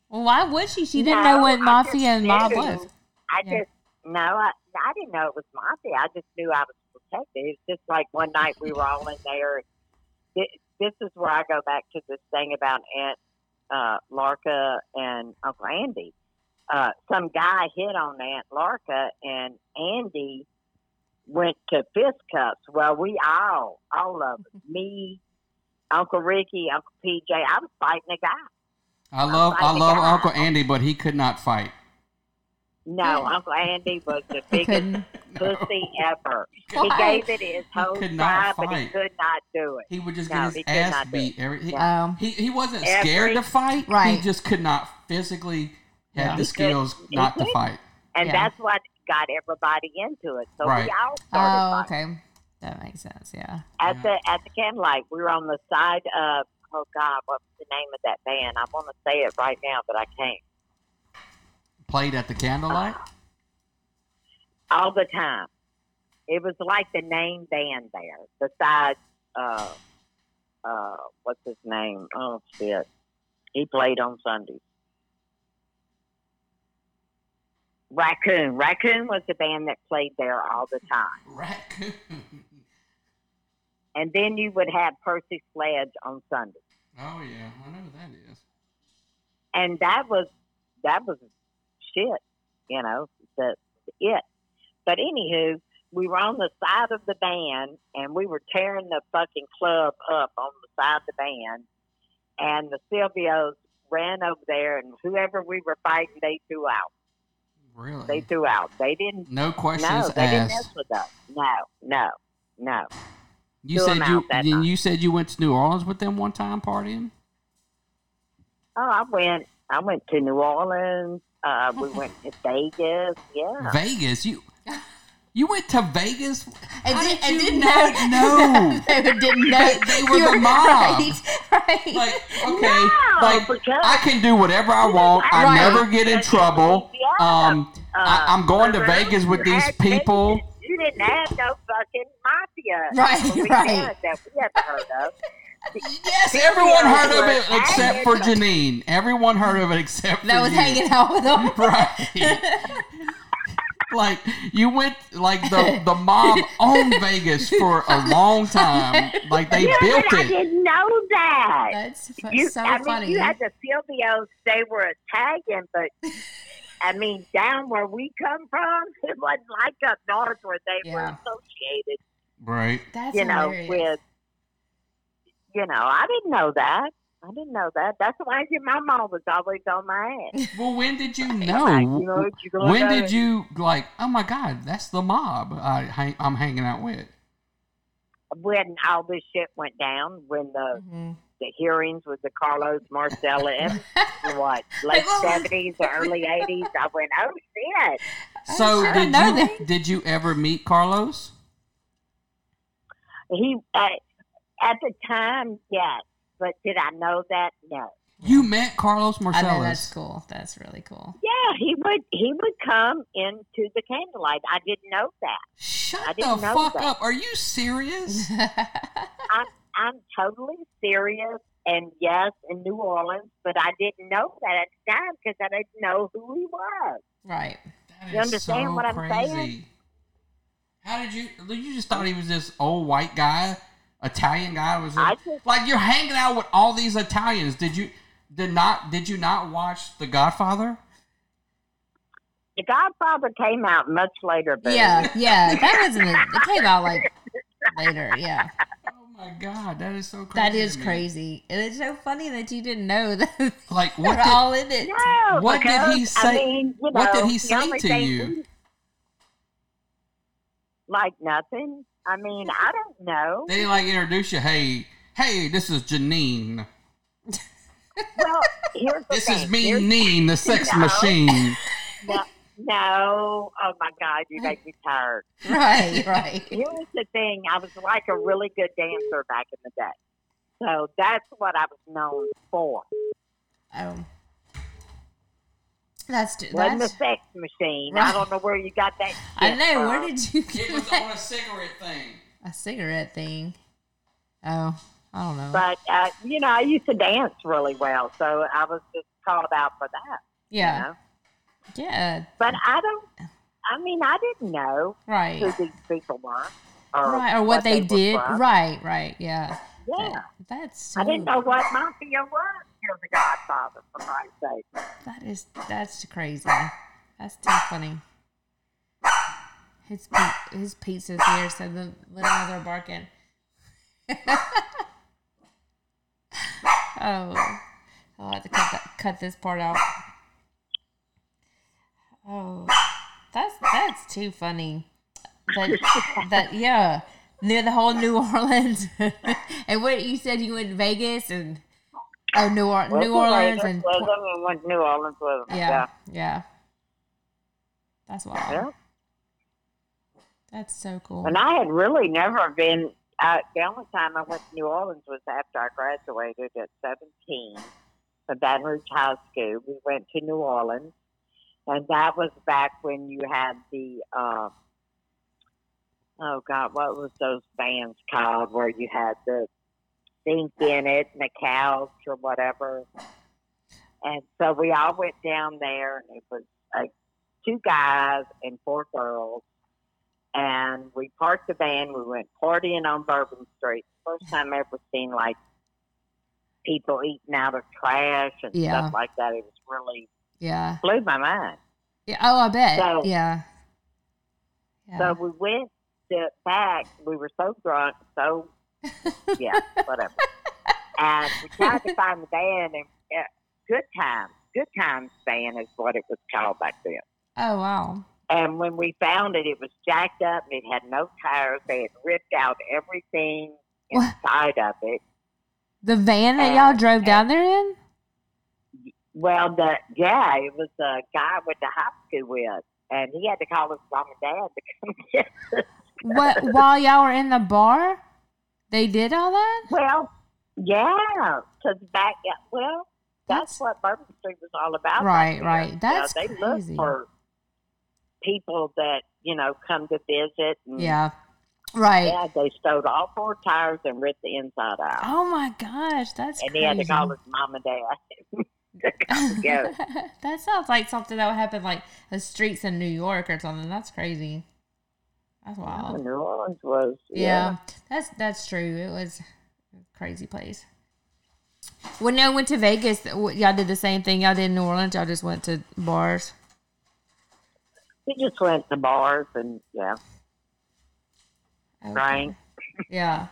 S4: Well, why would she? She didn't
S7: No,
S4: know what
S7: I
S4: mafia
S7: just
S4: and mob
S7: knew.
S4: was.
S7: I
S4: Yeah.
S7: just no, I, I didn't know it was mafia. I just knew I was protected. It's just like one night we were all in there. This, this is where I go back to this thing about Aunt uh, Larka and Uncle Andy. Uh, some guy hit on Aunt Larka, and Andy went to fist cuffs. Well, we all, all of us, me, Uncle Ricky, Uncle PJ, I was fighting a guy.
S1: I love, I
S7: like
S1: love
S7: that.
S1: Uncle Andy, but he could not fight.
S7: No, Uncle Andy was the
S4: He
S7: biggest
S4: couldn't.
S7: pussy ever. He
S4: Why?
S7: gave it his whole
S1: could not
S7: try, but he
S1: fight.
S7: could not do it.
S1: He would just
S7: No,
S1: get
S7: he
S1: his
S7: could
S1: ass
S7: not do
S1: beat. Every, he,
S4: Wow.
S1: he, he wasn't
S7: Every-
S1: scared to fight. He
S4: Right.
S1: just could not physically
S4: Yeah.
S1: have the
S4: He
S1: skills
S7: couldn't- he
S1: not to
S7: couldn't.
S1: fight.
S7: And
S4: Yeah.
S7: that's what got everybody into it. So
S1: Right.
S7: we all started
S4: Oh,
S7: fighting.
S4: okay. That makes sense. Yeah.
S7: At the at the candlelight, we were on the side of oh God, what's the name of that band? I wanna say it right now, but I can't.
S1: Played at the candlelight.
S7: Ah. All the time. It was like the name band there, besides uh uh what's his name? Oh shit. He played on Sundays. Raccoon. Raccoon was the band that played there all the time.
S1: Raccoon.
S7: and then you would have Percy Sledge on Sunday,
S1: Oh yeah, I know who that is.
S7: and that was that was shit, you know, the it. But anywho, we were on the side of the band, and we were tearing the fucking club up on the side of the band, and the Silvios ran over there, and whoever we were fighting, they threw out.
S1: Really?
S7: They threw out. They didn't.
S1: no questions
S7: No, they didn't mess
S1: asked.
S7: with us. No, no, no.
S1: You
S7: threw
S1: said
S7: 'em
S1: you
S7: out that
S1: then
S7: night.
S1: you said you went to New Orleans with them one time partying.
S7: Oh, I went. I went to New Orleans. Uh, we went to Vegas. Yeah.
S1: Vegas, you you went to Vegas.
S4: And
S1: How
S4: did-
S1: did
S4: and
S1: you
S4: didn't
S1: not know?
S4: they didn't know
S1: they were the
S4: You're
S1: mob.
S4: Right. right.
S1: Like okay,
S7: No,
S1: like
S7: because-
S1: I can do whatever I want. I
S4: Right.
S1: never get in trouble.
S7: Yeah.
S1: Um, I, I'm going to
S7: Uh,
S1: Vegas with
S7: you
S1: these
S7: had
S1: people.
S7: Vegas. You didn't have no fucking mafia.
S4: Right,
S7: But we
S4: right.
S7: had That we haven't heard of.
S1: Yes, everyone heard of it
S7: I
S1: except
S7: had
S1: for
S7: Vegas.
S1: Janine. Everyone heard of it except for
S4: that was
S1: you.
S4: hanging out with them.
S1: right. like you went like the the mob owned Vegas for a long time. Like they
S7: Yeah,
S1: built
S7: but I
S1: it.
S7: didn't know that.
S4: That's fu-
S7: you,
S4: so
S7: I mean,
S4: funny.
S7: you had the Silvios. They were Italian, but I mean, down where we come from, it wasn't like up north where they were
S4: Yeah.
S7: associated.
S1: Right.
S4: That's
S7: you know,
S4: hilarious.
S7: with you know, I didn't know that. I didn't know that. That's why your my mom was always on my ass.
S1: Well, when did you
S7: Like, you know
S1: know?
S7: what you gonna
S1: When
S7: do?
S1: did you like? Oh my God, that's the mob I, hang- I'm hanging out with.
S7: When all this shit went down, when the
S4: Mhm.
S7: the hearings with the Carlos Marcella and what late
S4: what was-
S7: seventies or early eighties, I went, oh shit.
S1: So
S4: I
S1: did
S4: know
S1: you
S4: that.
S1: did you ever meet Carlos?
S7: He uh, at the time, yes, but did I know that? No.
S1: You met Carlos
S4: I know that's
S1: Marcellus.
S4: cool. That's really cool.
S7: Yeah, he would he would come into the candlelight. I didn't know that. I
S1: Shut the
S7: didn't know
S1: fuck
S7: that.
S1: up. Are you serious?
S7: I'm I'm totally serious, and yes, in New Orleans, but I didn't know that at the time because I didn't know who he was.
S4: Right.
S1: That
S7: You
S1: is
S7: understand
S1: so
S7: what I'm saying?
S1: crazy. How did you? You just thought he was this old white guy, Italian guy. Was
S7: I
S1: like,
S7: just-
S1: like you're hanging out with all these Italians. Did you? Did not? Did you not watch The Godfather?
S7: The Godfather came out much later, but
S4: Yeah, yeah. That wasn't it. It came out like later. Yeah.
S1: Oh my god, that is so crazy.
S4: That
S1: to
S4: is
S1: me.
S4: crazy. And it's so funny that you didn't know that
S1: Like what?
S4: we're
S1: Did,
S4: all in it.
S7: No,
S1: What did
S7: because,
S1: he
S7: I
S1: say-
S7: mean, you know,
S1: what did he
S7: the
S1: say
S7: only
S1: to
S7: thing
S1: you?
S7: we- Like nothing. I mean, I don't know.
S1: they like introduce you. Hey, hey, this is Janine.
S7: Well, here's the
S1: This
S7: thing.
S1: is me,
S7: Here's-
S1: Neen, the sex
S7: No.
S1: machine.
S7: No, no. Oh my God, you make me tired.
S4: Right, right.
S7: Here's the thing. I was like a really good dancer back in the day, so that's what I was known for.
S4: Um, that's t-
S7: Wasn't a
S4: that's.
S7: sex machine. I
S4: Right.
S7: don't know where you got that. Shit
S4: I know.
S7: From.
S4: Where did you get that?
S1: a cigarette thing.
S4: a cigarette thing? Oh, I don't know.
S7: But uh, you know, I used to dance really well, so I was just called out for that. You
S4: yeah,
S7: know?
S4: yeah.
S7: But I don't. I mean, I didn't know
S4: Right,
S7: who these people were, or
S4: right. Or what, they,
S7: were
S4: did.
S7: from.
S4: Right, right. Yeah.
S7: Yeah,
S4: That's. So,
S7: I didn't know what mafia was. You're the Godfather, for Christ's sake.
S4: That is. That's crazy. That's too funny. His pi- his pizza's here, so the little ones are barking. oh, I'll have to cut that, cut this part out. Oh, that's that's too funny. That that yeah, near the whole New Orleans, and what you said you went to Vegas and oh New, or- New Orleans and
S7: was them went to New Orleans with them.
S4: yeah, yeah. That's wild.
S7: yeah. Yeah.
S4: That's so cool.
S7: And I had really never been. Uh, the only time I went to New Orleans was after I graduated at 17 from Baton Rouge High School. We went to New Orleans, and that was back when you had the. Uh, Oh God! What was those bands called where you had the sink in it and the couch or whatever? And so we all went down there, and it was like two guys and four girls, and we parked the van. We went partying on Bourbon Street. First time I ever seen like people eating out of trash and
S4: Yeah.
S7: stuff like that. It was really
S4: yeah.
S7: blew my mind.
S4: yeah. Oh, I bet.
S7: So-
S4: yeah. Yeah.
S7: So we went to back. We were so drunk, so yeah, whatever. And we tried to find the band, and uh, Good Times, Good Times Band is what it was called back then.
S4: oh wow.
S7: And when we found it, it was jacked up and it had no tires. They had ripped out everything
S4: What?
S7: inside of it.
S4: The van that
S7: Uh,
S4: y'all drove down there in?
S7: Well, the yeah, it was a guy I went to high school with, and he had to call his mom and dad to come get us.
S4: What while y'all were in the bar? They did all that?
S7: Well, yeah, because back well, that's,
S4: That's-
S7: what Bourbon Street was all about. back
S4: Right,
S7: then.
S4: right.
S7: You know,
S4: That's
S7: they look
S4: crazy.
S7: for people that you know come to visit. And,
S4: Yeah. Right.
S7: Mm. yeah, they stowed all four tires and ripped the inside out.
S4: Oh my gosh, that's
S7: and he
S4: crazy.
S7: had to call his mom and dad. yeah.
S4: that sounds like something that would happen like the streets in New York or something. That's crazy. That's wild.
S7: New Orleans was
S4: Yeah, that's that's true. It was a crazy place. When I went to Vegas, w- y'all did the same thing. Y'all did in New Orleans. Y'all just went to bars.
S7: He just went to bars and yeah,
S4: Okay.
S7: drank
S4: Yeah.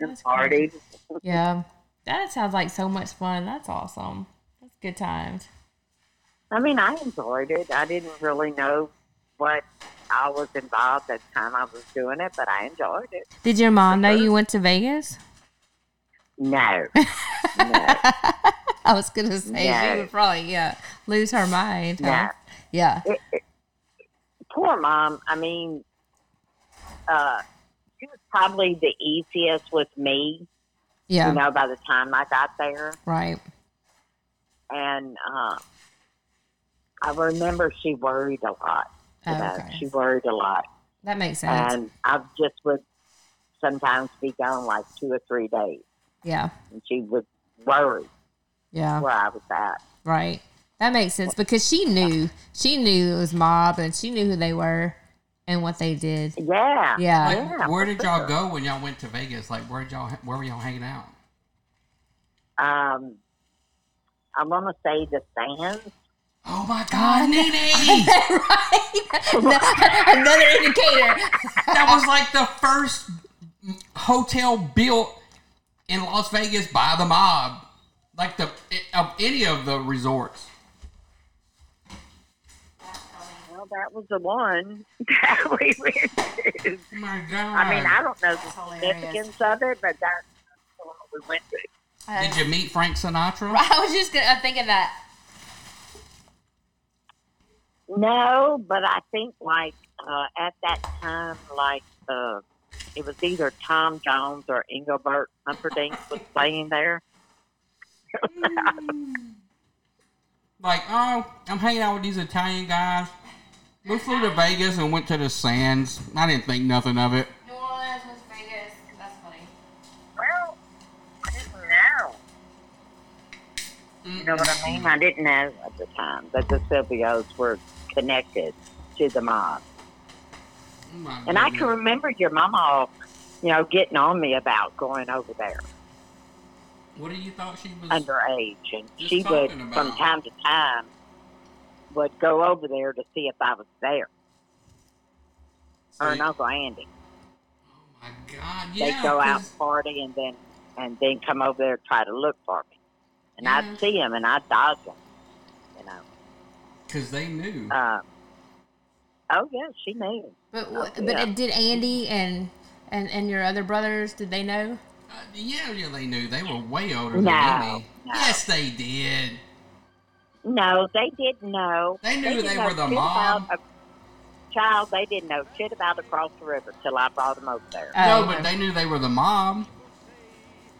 S7: and
S4: That's
S7: partied.
S4: Yeah. That sounds like so much fun. That's awesome. That's good times.
S7: I mean, I enjoyed it. I didn't really know what I was involved at the time I was doing it, but I enjoyed it.
S4: Did your mom know you went to Vegas?
S7: No, no,
S4: I was gonna say
S7: No.
S4: she would probably yeah lose her mind. huh?
S7: no.
S4: Yeah.
S7: It, it, poor mom. I mean, uh, she was probably the easiest with me.
S4: Yeah.
S7: You know, by the time I got there.
S4: Right.
S7: and uh, I remember she worried a lot. You know,
S4: Oh, Okay.
S7: she worried a lot,
S4: That makes sense.
S7: and I just would sometimes be gone like two or three days,
S4: yeah.
S7: and she would worried
S4: Yeah.
S7: where I was at.
S4: Right. That makes sense because she knew she knew it was mob and she knew who they were and what they did.
S7: Yeah.
S4: Yeah.
S1: Like,
S7: Yeah,
S1: where
S7: for
S1: did y'all
S7: sure.
S1: go when y'all went to Vegas? Like, where y'all where were y'all hanging out?
S7: Um, I want to say the sands.
S1: Oh my God, Nene!
S4: right. Another indicator.
S1: that was like the first hotel built in Las Vegas by the mob, like the of any of the resorts.
S7: Well, that was the one that we went to.
S1: Oh my God!
S7: I mean, I don't know the
S4: hilarious.
S7: significance of it, but that's the one we went to.
S1: did you meet Frank Sinatra?
S4: I was just gonna, I'm thinking that.
S7: No, but I think like uh, at that time, like uh, it was either Tom Jones or Engelbert Humperdinck was playing there.
S1: Like, oh, I'm hanging out with these Italian guys. We flew to Vegas and went to the Sands. I didn't think nothing of it.
S4: New Orleans was Vegas. That's funny.
S7: Well, I didn't know. You know what I mean? I didn't know at the time that the Silvios were connected to the mob.
S1: Oh my
S7: And I can
S1: goodness.
S7: remember your mama, you know, getting on me about going over there
S1: What do you thought she was?
S7: underage, and
S1: Just
S7: she would,
S1: talking
S7: from
S1: about-
S7: time to time, would go over there to see if I was there.
S1: So
S7: Her
S1: you-
S7: and Uncle Andy,
S1: Oh my God!
S7: they'd
S1: Yeah.
S7: go out
S1: 'cause-
S7: and party, and then and then come over there and try to look for me. And
S4: Yeah.
S7: I'd see him, and I'd dodge him. You know.
S1: Because they knew.
S7: Um, oh yeah, she knew.
S4: But what,
S7: Oh,
S4: but
S7: yeah.
S4: it- did Andy and and and your other brothers did they know?
S1: Uh, yeah, yeah, they knew. They were way older than
S7: No,
S1: me.
S7: no.
S1: Yes, they did.
S7: No, they didn't know.
S1: They knew
S7: didn't
S1: they
S7: know
S1: were the
S7: shit
S1: mob.
S7: about a- Child, they didn't know shit about across the river till I brought them over there.
S1: no,
S4: Oh,
S1: but
S4: okay.
S1: they knew they were the mob.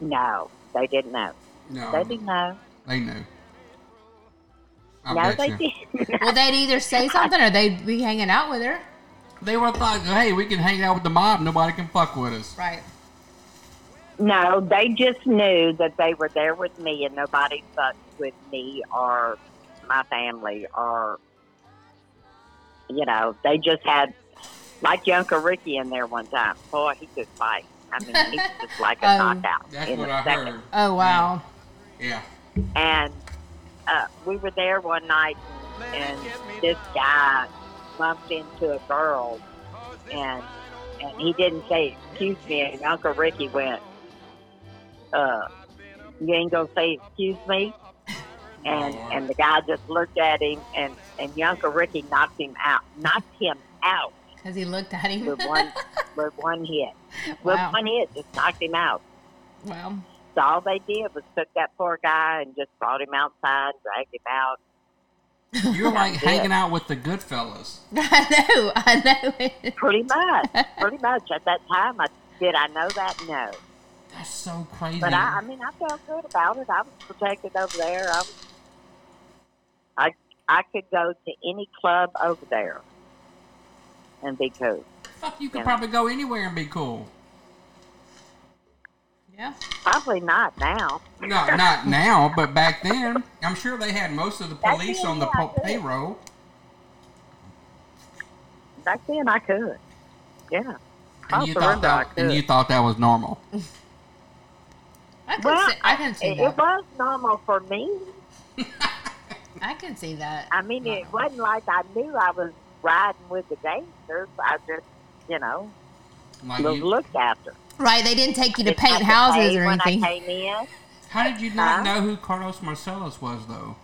S7: no, they didn't know.
S1: No,
S7: They didn't know.
S1: they knew. I
S7: no,
S1: bet
S7: they
S1: you.
S7: didn't.
S4: well they'd either say something or they'd be hanging out with her.
S1: They were like, hey, we can hang out with the mob. Nobody can fuck with us.
S4: Right.
S7: no, they just knew that they were there with me and nobody fucked with me or my family or, you know, they just had, like your Uncle Ricky in there one time. Boy, he could fight. I mean, he was just like a
S4: Oh,
S7: knockout
S1: That's
S7: in
S1: what
S7: a
S1: I
S7: second.
S1: heard.
S4: Oh wow.
S1: Yeah.
S7: and uh, we were there one night, and this guy bumped into a girl, and and he didn't say excuse me, and Uncle Ricky went, uh, "You ain't gonna say excuse me," and and the guy just looked at him, and and Uncle Ricky knocked him out, knocked him out
S4: Because he looked at him.
S7: with one with one hit, with
S4: Wow.
S7: one hit, just knocked him out.
S4: wow.
S7: So all they did was took that poor guy and just brought him outside, dragged him out.
S1: You were like
S7: That's
S1: hanging out with the good fellas.
S4: I know. I know it.
S7: Pretty much, pretty much. At that time, I did I know that? No,
S1: That's so crazy.
S7: but I, I mean, I felt good about it. I was protected over there. I, was, I, I could go to any club over there and be cool.
S1: Fuck, you could
S7: Yeah.
S1: probably go anywhere and be cool.
S4: Yeah.
S7: Probably not now.
S1: No, not now, but back then, I'm sure they had most of the
S7: Back
S1: police
S7: then,
S1: on the
S7: yeah, I
S1: po-
S7: did.
S1: payroll.
S7: Back then, I could. Yeah.
S1: And
S7: Across
S1: you,
S7: the
S1: thought
S7: river, I
S1: that, and
S7: could.
S1: you thought that was normal.
S4: I can
S7: Well,
S4: see, I can see
S7: it,
S4: that.
S7: it was normal for me.
S4: I can see that.
S7: I mean, it wasn't like I knew I was riding with the gangsters. I just, you know,
S1: Like
S7: was
S1: you,
S7: looked after.
S4: Right. They didn't take you to
S7: Didn't have
S4: paint
S7: to
S4: houses
S7: pay
S4: or
S7: when
S4: anything.
S7: I came in.
S1: how did you not
S7: Huh?
S1: know who Carlos Marcellus was, though?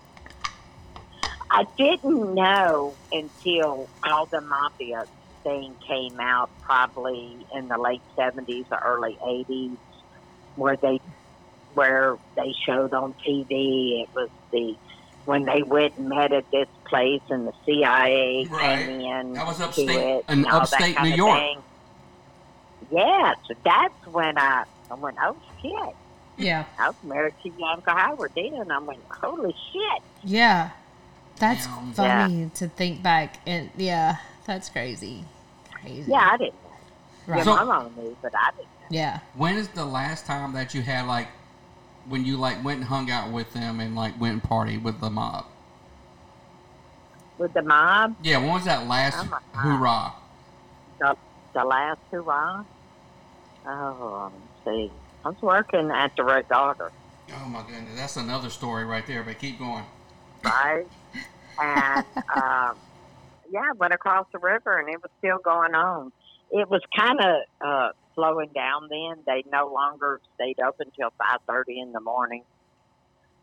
S7: I didn't know until all the mafia thing came out, probably in the late seventies or early eighties, where they where they showed on TV. It was the when they went and met at this place, and the CIA
S1: Right.
S7: came in.
S1: That was
S7: to
S1: upstate-
S7: it
S1: in
S7: and all that
S1: upstate
S7: kind
S1: New
S7: of
S1: York.
S7: Thing. Yes, that's when I I went. Oh shit!
S4: Yeah.
S7: I was married to your Uncle Howard then, and I went, holy shit!
S4: Yeah. That's
S1: Yeah.
S4: funny to think back and yeah, that's crazy. Crazy.
S7: Yeah, I didn't.
S4: Right.
S7: Yeah, my mom knew, but I didn't.
S4: yeah.
S1: When is the last time that you had like when you like went and hung out with them and like went and partied with the mob?
S7: with the mob,
S1: Yeah, when was that last
S7: Oh my God.
S1: hoorah?
S7: the, the last hurrah. Oh, let's see, I was working at the Red Daughter,
S1: Oh my goodness, that's another story right there. But keep going.
S7: right? and um, yeah, went across the river, and it was still going on. It was kind of uh, slowing down then. They no longer stayed open till five thirty in the morning.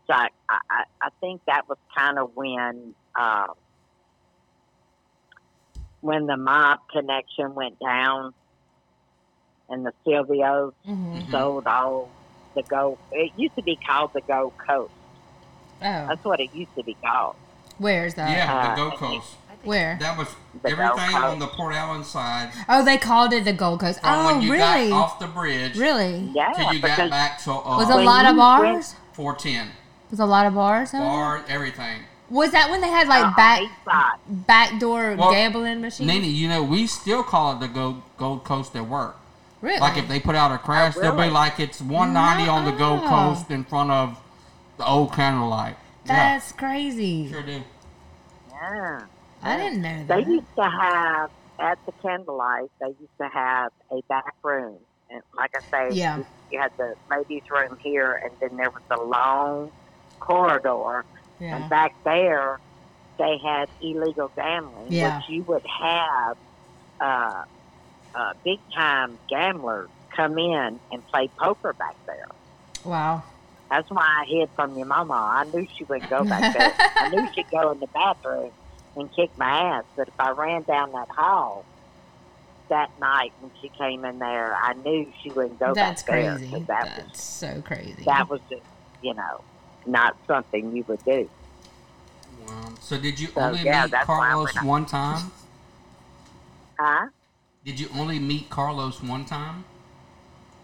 S7: So I, I, I- I think that was kind of when uh, when the mob connection went down, and the Silvios
S4: hmm
S7: sold all the gold. It used to be called the Gold Coast.
S4: Oh,
S7: That's what it used to be called.
S4: where is that?
S1: yeah, the
S7: uh,
S1: Gold Coast.
S4: Where?
S1: That was
S7: The Gold
S1: everything on
S7: Coast.
S1: the Port Allen side
S4: Oh, they called it the Gold Coast.
S1: from
S4: Oh,
S1: when you
S4: really?
S1: got off the bridge
S4: Really?
S7: Yeah,
S1: till you got
S7: because
S1: back to uh,
S4: Was a
S7: When
S4: lot of
S7: you went-
S4: bars?
S1: four ten
S4: Was a lot of bars? on it?
S1: bar everything.
S4: Was that when they had like
S7: Uh-uh,
S4: back
S7: east side.
S4: backdoor
S1: Well,
S4: gambling machines?
S1: Nene, you know we still call it the Gold Gold Coast at work.
S4: really?
S1: Like if they put out a crash, they'll be
S7: really?
S1: like it's 190 on the Gold
S4: No.
S1: Coast in front of the old candlelight. Yeah,
S4: That's crazy.
S1: sure do.
S7: Yeah.
S4: I didn't know
S7: They
S4: that.
S7: used to have at the candlelight. They used to have a back room, and like I say,
S4: Yeah.
S7: you had the ladies' room here, and then there was a long corridor,
S4: yeah.
S7: and back there they had illegal gambling,
S4: Yeah.
S7: which you would have uh, uh, big time gamblers come in and play poker back there.
S4: Wow.
S7: That's why I hid from your mama. I knew she wouldn't go back there. I knew she'd go in the bathroom and kick my ass. But if I ran down that hall that night when she came in there, I knew she wouldn't go
S4: That's
S7: back there.
S4: crazy.
S7: 'cause That
S4: That's
S7: was
S4: so crazy.
S7: that was just you know not something you would do.
S1: Wow. So did you
S7: So,
S1: only
S7: yeah,
S1: meet
S7: that's why I
S1: Carlos
S7: went up.
S1: one time?
S7: Huh?
S1: Did you only meet Carlos one time?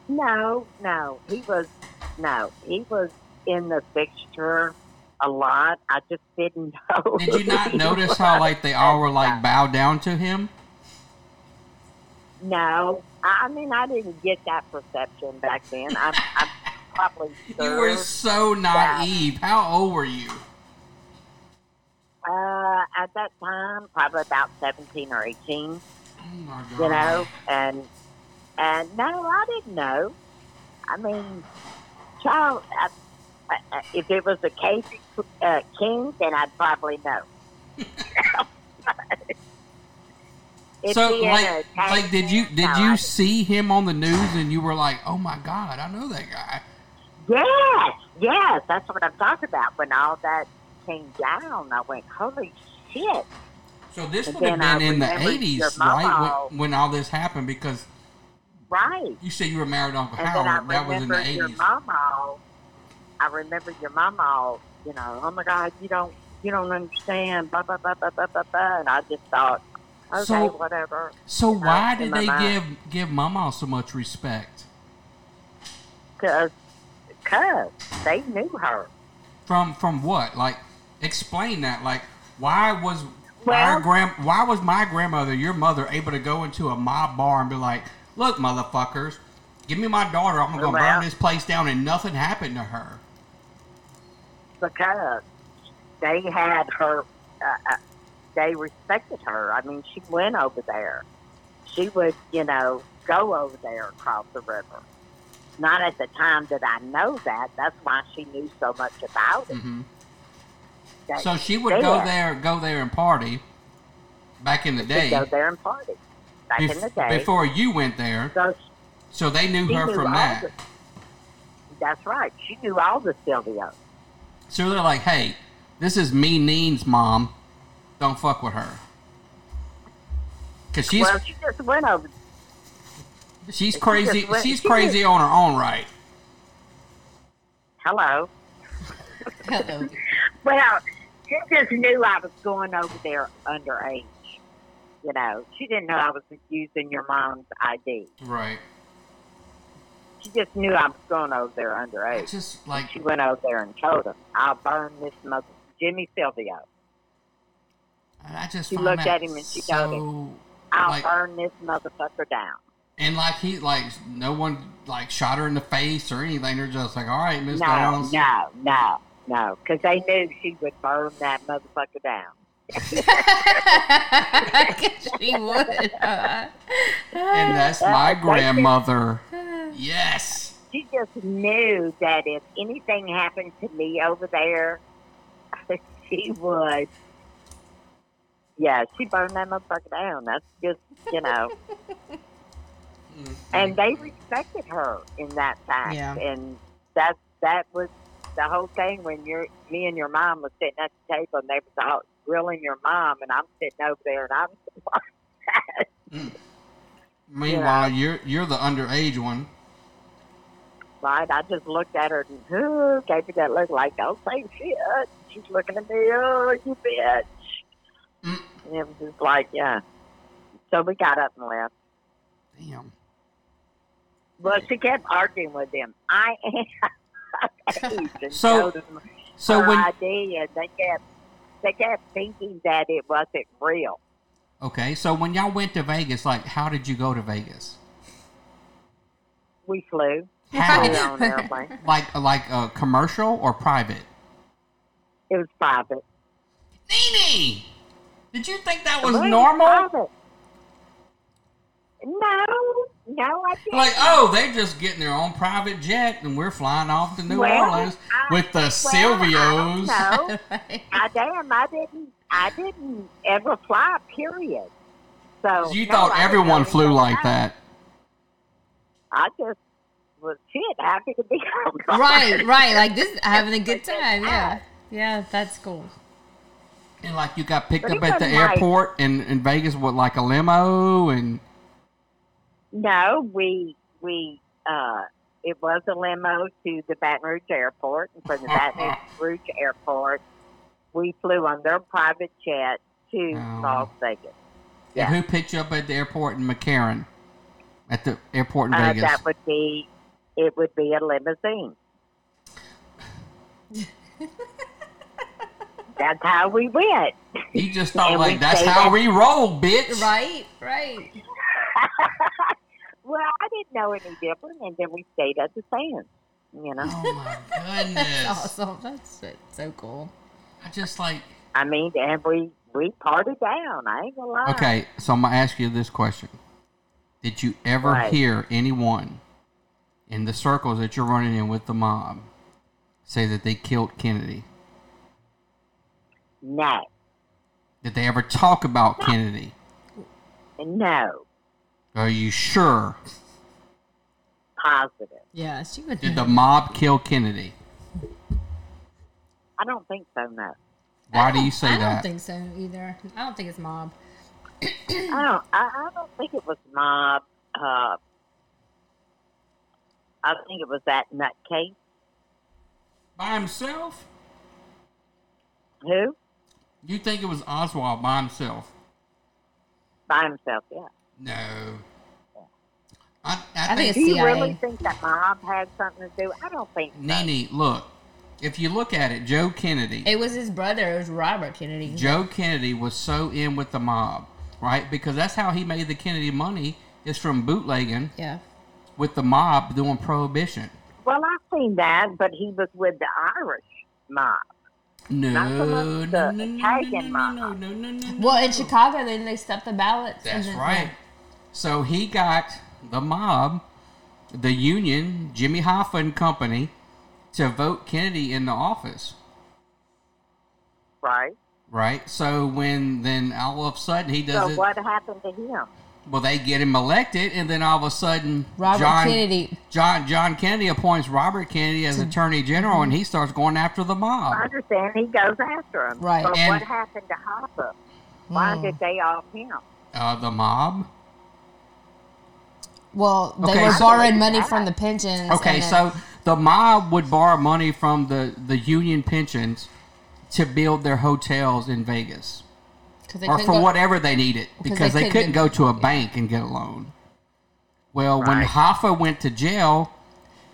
S7: No, no. He was no. He was in the fixture a lot. I just didn't know.
S1: Did you not
S7: who he
S1: notice how like they all were like
S7: Yeah.
S1: bow down to him?
S7: No, I I mean I didn't get that perception back then. I'm, I'm probably
S1: You
S7: sure.
S1: were so naive. How old were you?
S7: uh, at that time, probably about seventeen or eighteen,
S1: Oh my god.
S7: you know, and and no, I didn't know. I mean, child, I, I, I- if it was a king, uh, king, then I'd probably know. If
S1: so
S7: he had
S1: like,
S7: a tag
S1: like did you
S7: team,
S1: did
S7: no, I
S1: you
S7: didn't.
S1: see him on the news and you were like, oh my god, I know that guy.
S7: Yes, yes, that's what I'm talking about. When all that came down, I went, "Holy shit!"
S1: So this
S7: And
S1: would have
S7: then I
S1: been in the
S7: remembered
S1: eighties,
S7: your
S1: right?
S7: mama.
S1: When, when all this happened, because
S7: Right?
S1: you said you were married to Uncle
S7: And
S1: Howard.
S7: then I
S1: Oh, That was in the
S7: remembered your
S1: eighties.
S7: mom all. I remembered your mom all. You know, oh my God, you don't, you don't understand. Blah blah blah blah blah blah. blah. And I just thought, okay,
S1: So-
S7: whatever.
S1: So why
S7: in
S1: did
S7: my
S1: they give
S7: mind.
S1: give Mama so much respect
S7: Cause, cause they knew her.
S1: from from what? Like, explain that. Like, why was
S7: Well-
S1: our grand why was my grandmother, your mother, able to go into a mob bar and be like, "Look, motherfuckers, give me my daughter. I'm gonna
S7: Well-
S1: burn this place down," and nothing happened to her.
S7: because they had her, uh, uh, they respected her. I mean, she went over there. She would, you know, go over there across the river. Not at the time that I know that. That's why she knew so much about it.
S1: hmm
S7: That
S1: So she would
S7: they
S1: go
S7: were-
S1: there, go there and party. Back in the day,
S7: she'd go there and party back
S1: Bef-
S7: in the day.
S1: before you went there,
S7: so
S1: so they knew
S7: she
S1: her
S7: knew
S1: from
S7: all
S1: that.
S7: the- that's right. She knew all the Silvios.
S1: So they're like, "Hey, this is me, Neen's mom. Don't fuck with her, cause she's
S7: well, she just went over.
S1: she's
S7: she
S1: crazy.
S7: just went-
S1: she's
S7: she
S1: crazy on her own right."
S7: Hello.
S4: Hello.
S7: Well, she just knew I was going over there underage. You know, she didn't know I was using your mom's ID.
S1: Right.
S7: She just knew I was going over there
S1: I
S7: underage.
S1: just like
S7: She went over there and told him, "I'll burn this mother, Jimmy Silvio.
S1: I just
S7: She
S1: find
S7: looked
S1: that
S7: at him and she
S1: so
S7: told I'll
S1: like
S7: burn this motherfucker down."
S1: And like he like no one like shot her in the face or anything. They're just like, all right, Miss
S7: No,
S1: Downs.
S7: no, no, no, because they knew she would burn that motherfucker down.
S4: she would. Uh,
S1: And uh, that's my
S7: Thank you.
S1: grandmother. Yes.
S7: She just knew that if anything happened to me over there, she would. Yeah, she burned that motherfucker down. That's just you know. and they respected her in that fact,
S4: Yeah.
S7: and that that was the whole thing. When you're me and your mom was sitting at the table, and they was all grilling your mom, and I'm sitting over there, and I'm
S1: Meanwhile, you're you're the underage one.
S7: right? I just looked at her and who gave me that look like, don't say shit. She's looking at me, oh, you bitch.
S1: Mm.
S7: And it was just like, yeah. So we got up and left.
S1: Damn.
S7: Well, she kept arguing with them. I am. and
S1: So-
S7: showed them
S1: So
S7: her
S1: when
S7: ID, and they kept they kept thinking that it wasn't real.
S1: okay, so when y'all went to Vegas, like how did you go to Vegas?
S7: We flew.
S1: How?
S7: We were on an airplane.
S1: like like a commercial or private?
S7: It was private.
S1: Nene, did you think that was
S7: Well, it
S1: normal?
S7: private. No, no, I didn't.
S1: Like, oh, they just getting their own private jet, and we're flying off to New
S7: Well,
S1: Orleans
S7: I-
S1: with the
S7: Well,
S1: Silvios.
S7: I don't know. I damn, I didn't, I didn't ever fly. Period. So
S1: You
S7: no, I
S1: thought
S7: didn't
S1: everyone
S7: know
S1: flew
S7: anything
S1: like
S7: about it.
S1: that?
S7: I just was shit happy to be home.
S4: right, right. Like this, is having a good time. Yeah, yeah. That's cool.
S1: And like you got picked
S7: But
S1: up
S7: it
S1: at the
S7: wasn't like-
S1: airport in, in Vegas with like a limo and
S7: No, we we uh, it was a limo to the Baton Rouge airport, and from the Baton Rouge airport, we flew on their private jet to
S1: Oh.
S7: Las Vegas.
S1: and who picked you up at the airport in McCarran? At the airport in
S7: Uh,
S1: Vegas.
S7: that would be it. Would be a limousine. That's how we went.
S1: you just thought
S7: and
S1: like
S7: we
S1: that's
S7: stayed
S1: how
S7: at-
S1: we roll, bitch.
S4: Right, right.
S7: Well, I didn't know any different, and then we stayed at the Sands. You know,
S1: Oh my goodness.
S4: That's awesome. That's so- so cool.
S1: I just like
S7: I mean, and we we parted down. I ain't gonna
S4: Ah.
S7: lie.
S1: Okay, so I'm gonna ask you this question. Did you ever
S7: Right.
S1: hear anyone in the circles that you're running in with the mob say that they killed Kennedy?
S7: No,
S1: Did they ever talk about Kennedy?
S7: no,
S1: Are you sure?
S7: positive.
S4: Yeah, she would.
S1: Did the mob kill Kennedy?
S7: I don't think so. No,
S1: Why
S4: I
S1: do you
S4: don't-
S1: say
S4: I don't
S1: that?
S4: think so either. I don't think it's mob.
S7: I don't. I, I don't think it was mob. Uh, I think it was that nutcase.
S1: by himself?
S7: Who
S1: You think it was Oswald by himself?
S7: by himself? Yeah.
S1: No. I, I,
S4: I think
S1: think,
S7: Do you
S4: CIA.
S7: really think that mob had something to do? I don't think so.
S1: Nene, look. If you look at it, Joe Kennedy.
S4: It was his brother. It was Robert Kennedy.
S1: Joe Kennedy was so in with the mob, right? Because that's how he made the Kennedy money is from bootlegging
S4: yeah.
S1: with the mob doing prohibition.
S7: Well, I've seen that, but he was with the Irish mob.
S1: No,
S7: Not so much
S1: no,
S7: the
S1: no, no, no, no,
S7: Italian mob.
S1: no, no, no, no, no.
S4: Well, in Chicago, then they stuffed the ballots. and
S1: That's
S4: then-
S1: right. So he got the mob, the union, Jimmy Hoffa and company, to vote Kennedy in the office.
S7: Right.
S1: Right. So when then all of a sudden he
S7: So
S1: does it,
S7: what happened to him?
S1: well they get him elected, and then all of a sudden
S4: Robert
S1: John
S4: Kennedy.
S1: John John Kennedy appoints Robert Kennedy as Attorney General, and he starts going after the
S7: I
S1: mob.
S7: understand he goes after him.
S4: Right,
S7: But what
S1: and- Hmm.
S7: happened to Hopper? Why did they off him?
S1: Uh, the mob.
S4: Well, they
S1: Okay,
S4: were
S1: so-
S4: borrowing money from the pensions.
S1: Okay,
S4: and
S1: so
S4: then-
S1: the mob would borrow money from the the union pensions to build their hotels in Vegas,
S4: 'cause they
S1: or
S4: couldn't
S1: for
S4: go-
S1: whatever they needed,
S4: they
S1: because they, couldn't
S4: couldn't-
S1: go to a bank and get a loan. Well, when
S7: Right.
S1: Hoffa went to jail,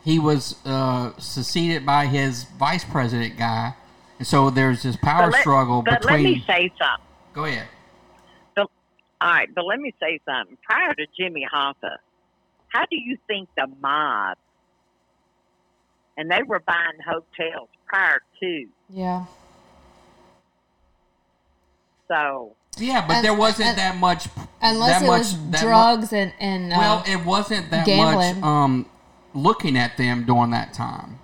S1: he was uh, succeeded by his vice president guy, and so there's this power
S7: But let-
S1: struggle
S7: but
S1: between.
S7: let me say something.
S1: go ahead.
S7: All right, but let me say something. Prior to Jimmy Hoffa, how do you think the mob, and they were buying hotels prior to,
S9: Yeah.
S7: so
S1: Yeah, but
S4: And-
S1: there wasn't
S4: and-
S1: that much.
S4: Unless
S1: that
S4: it was
S1: much, that mu-
S4: drugs and and uh,
S1: well, it wasn't that
S4: gambling.
S1: much um, looking at them during that time.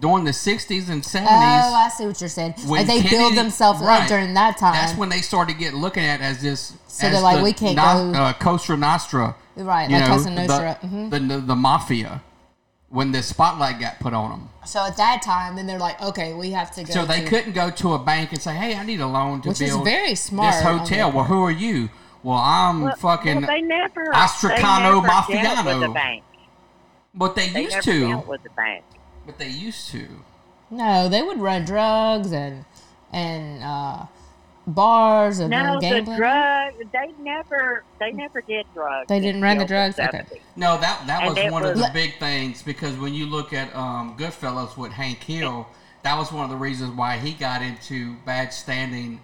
S1: During the 60s and 70s,
S4: oh, I see what you're saying.
S1: when
S4: Like they build
S1: Kennedy-
S4: themselves
S1: right.
S4: up during that time.
S1: that's when they started getting looking at as this.
S4: So
S1: as
S4: they're like,
S1: the
S4: "We can't
S1: Nos-
S4: go-
S1: uh, Costa Nostra,
S4: Right,
S1: you
S4: like
S1: know,
S4: Cosa Nostra,
S1: The,
S4: mhm.
S1: the, the the mafia, when the spotlight got put on them,
S4: so at that time, then they're like, okay, we have to go.
S1: so they
S4: to-
S1: couldn't go to a bank and say, "Hey, I need a loan to
S4: Which is
S1: build
S4: very smart
S1: this
S4: on
S1: hotel."
S4: their
S1: Well, who are you? Well, I'm
S7: well,
S1: fucking.
S7: well, they never
S1: Ostracano
S7: they never dealt with
S1: Mafiano.
S7: a bank.
S1: but they,
S7: They
S1: used
S7: never
S1: to.
S7: dealt with a bank.
S1: But they used to.
S4: No, they would run drugs and and uh, bars and
S7: No,
S4: run
S7: the
S4: gambling.
S7: drug they never they never did drugs.
S4: They didn't run the
S7: until
S4: drugs? Okay.
S7: 70s.
S1: No, that that
S7: And
S1: was
S7: it
S1: one of
S7: was-
S1: the big things because when you look at um, Goodfellas with Hank Hill, that was one of the reasons why he got into bad standing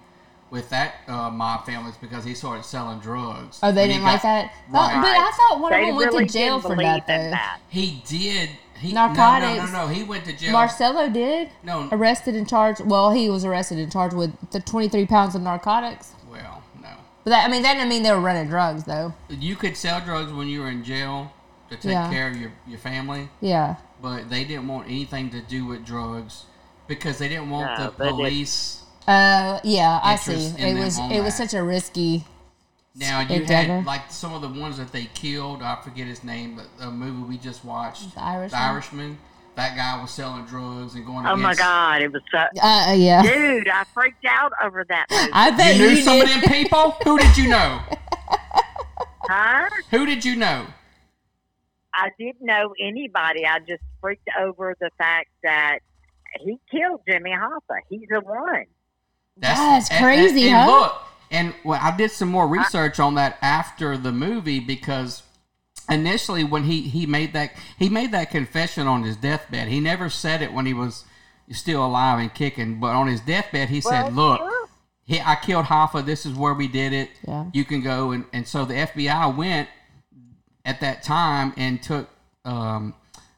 S1: with that uh, mob families because he started selling drugs.
S4: oh, they
S1: when he
S4: didn't
S1: got-
S4: like that.
S1: Right.
S4: But, but I thought one
S7: They
S4: of them
S7: really
S4: went to jail
S7: didn't
S4: for
S7: believe
S4: that
S7: in
S4: though.
S7: that.
S1: He did. He,
S4: Narcotics.
S1: No, no, no, no. He went to jail.
S4: Marcelo did.
S1: No.
S4: Arrested and charged. Well, he was arrested and charged with the 23 pounds of narcotics.
S1: well, no.
S4: But that, I mean, that didn't mean they were running drugs though.
S1: You could sell drugs when you were in jail to take
S4: Yeah.
S1: care of your, your family,
S4: Yeah.
S1: but they didn't want anything to do with drugs because they didn't want
S7: No,
S1: the
S7: but it-
S1: police.
S4: Uh, yeah, I see.
S1: Interest in
S4: It
S1: them
S4: was
S1: on
S4: it was
S1: that.
S4: such a risky.
S1: Now you
S4: It
S1: had
S4: didn't.
S1: like some of the ones that they killed. I forget his name, but the movie we just watched,
S4: The Irishman?
S1: Irishman, That guy was selling drugs and going.
S7: Oh my
S1: against-
S7: God, it was so.
S4: Uh, yeah.
S7: Dude, I freaked out over that movie.
S4: I bet
S1: You
S4: you,
S1: knew some of
S4: did.
S1: them people. Who did you know?
S7: Huh?
S1: Who did you know?
S7: I didn't know anybody. I just freaked over the fact that he killed Jimmy Hoffa. He's the one.
S4: That's
S1: and-
S4: crazy,
S1: and, and
S4: huh?
S1: Look, and well, I did some more research on that after the movie because initially when he he made that he made that confession on his deathbed. He never said it when he was still alive and kicking, but on his deathbed he said,
S7: Well,
S1: "Look." he, I killed Hoffa. This is where we did it.
S4: Yeah.
S1: You can go. And, and so the FBI went at that time and took um,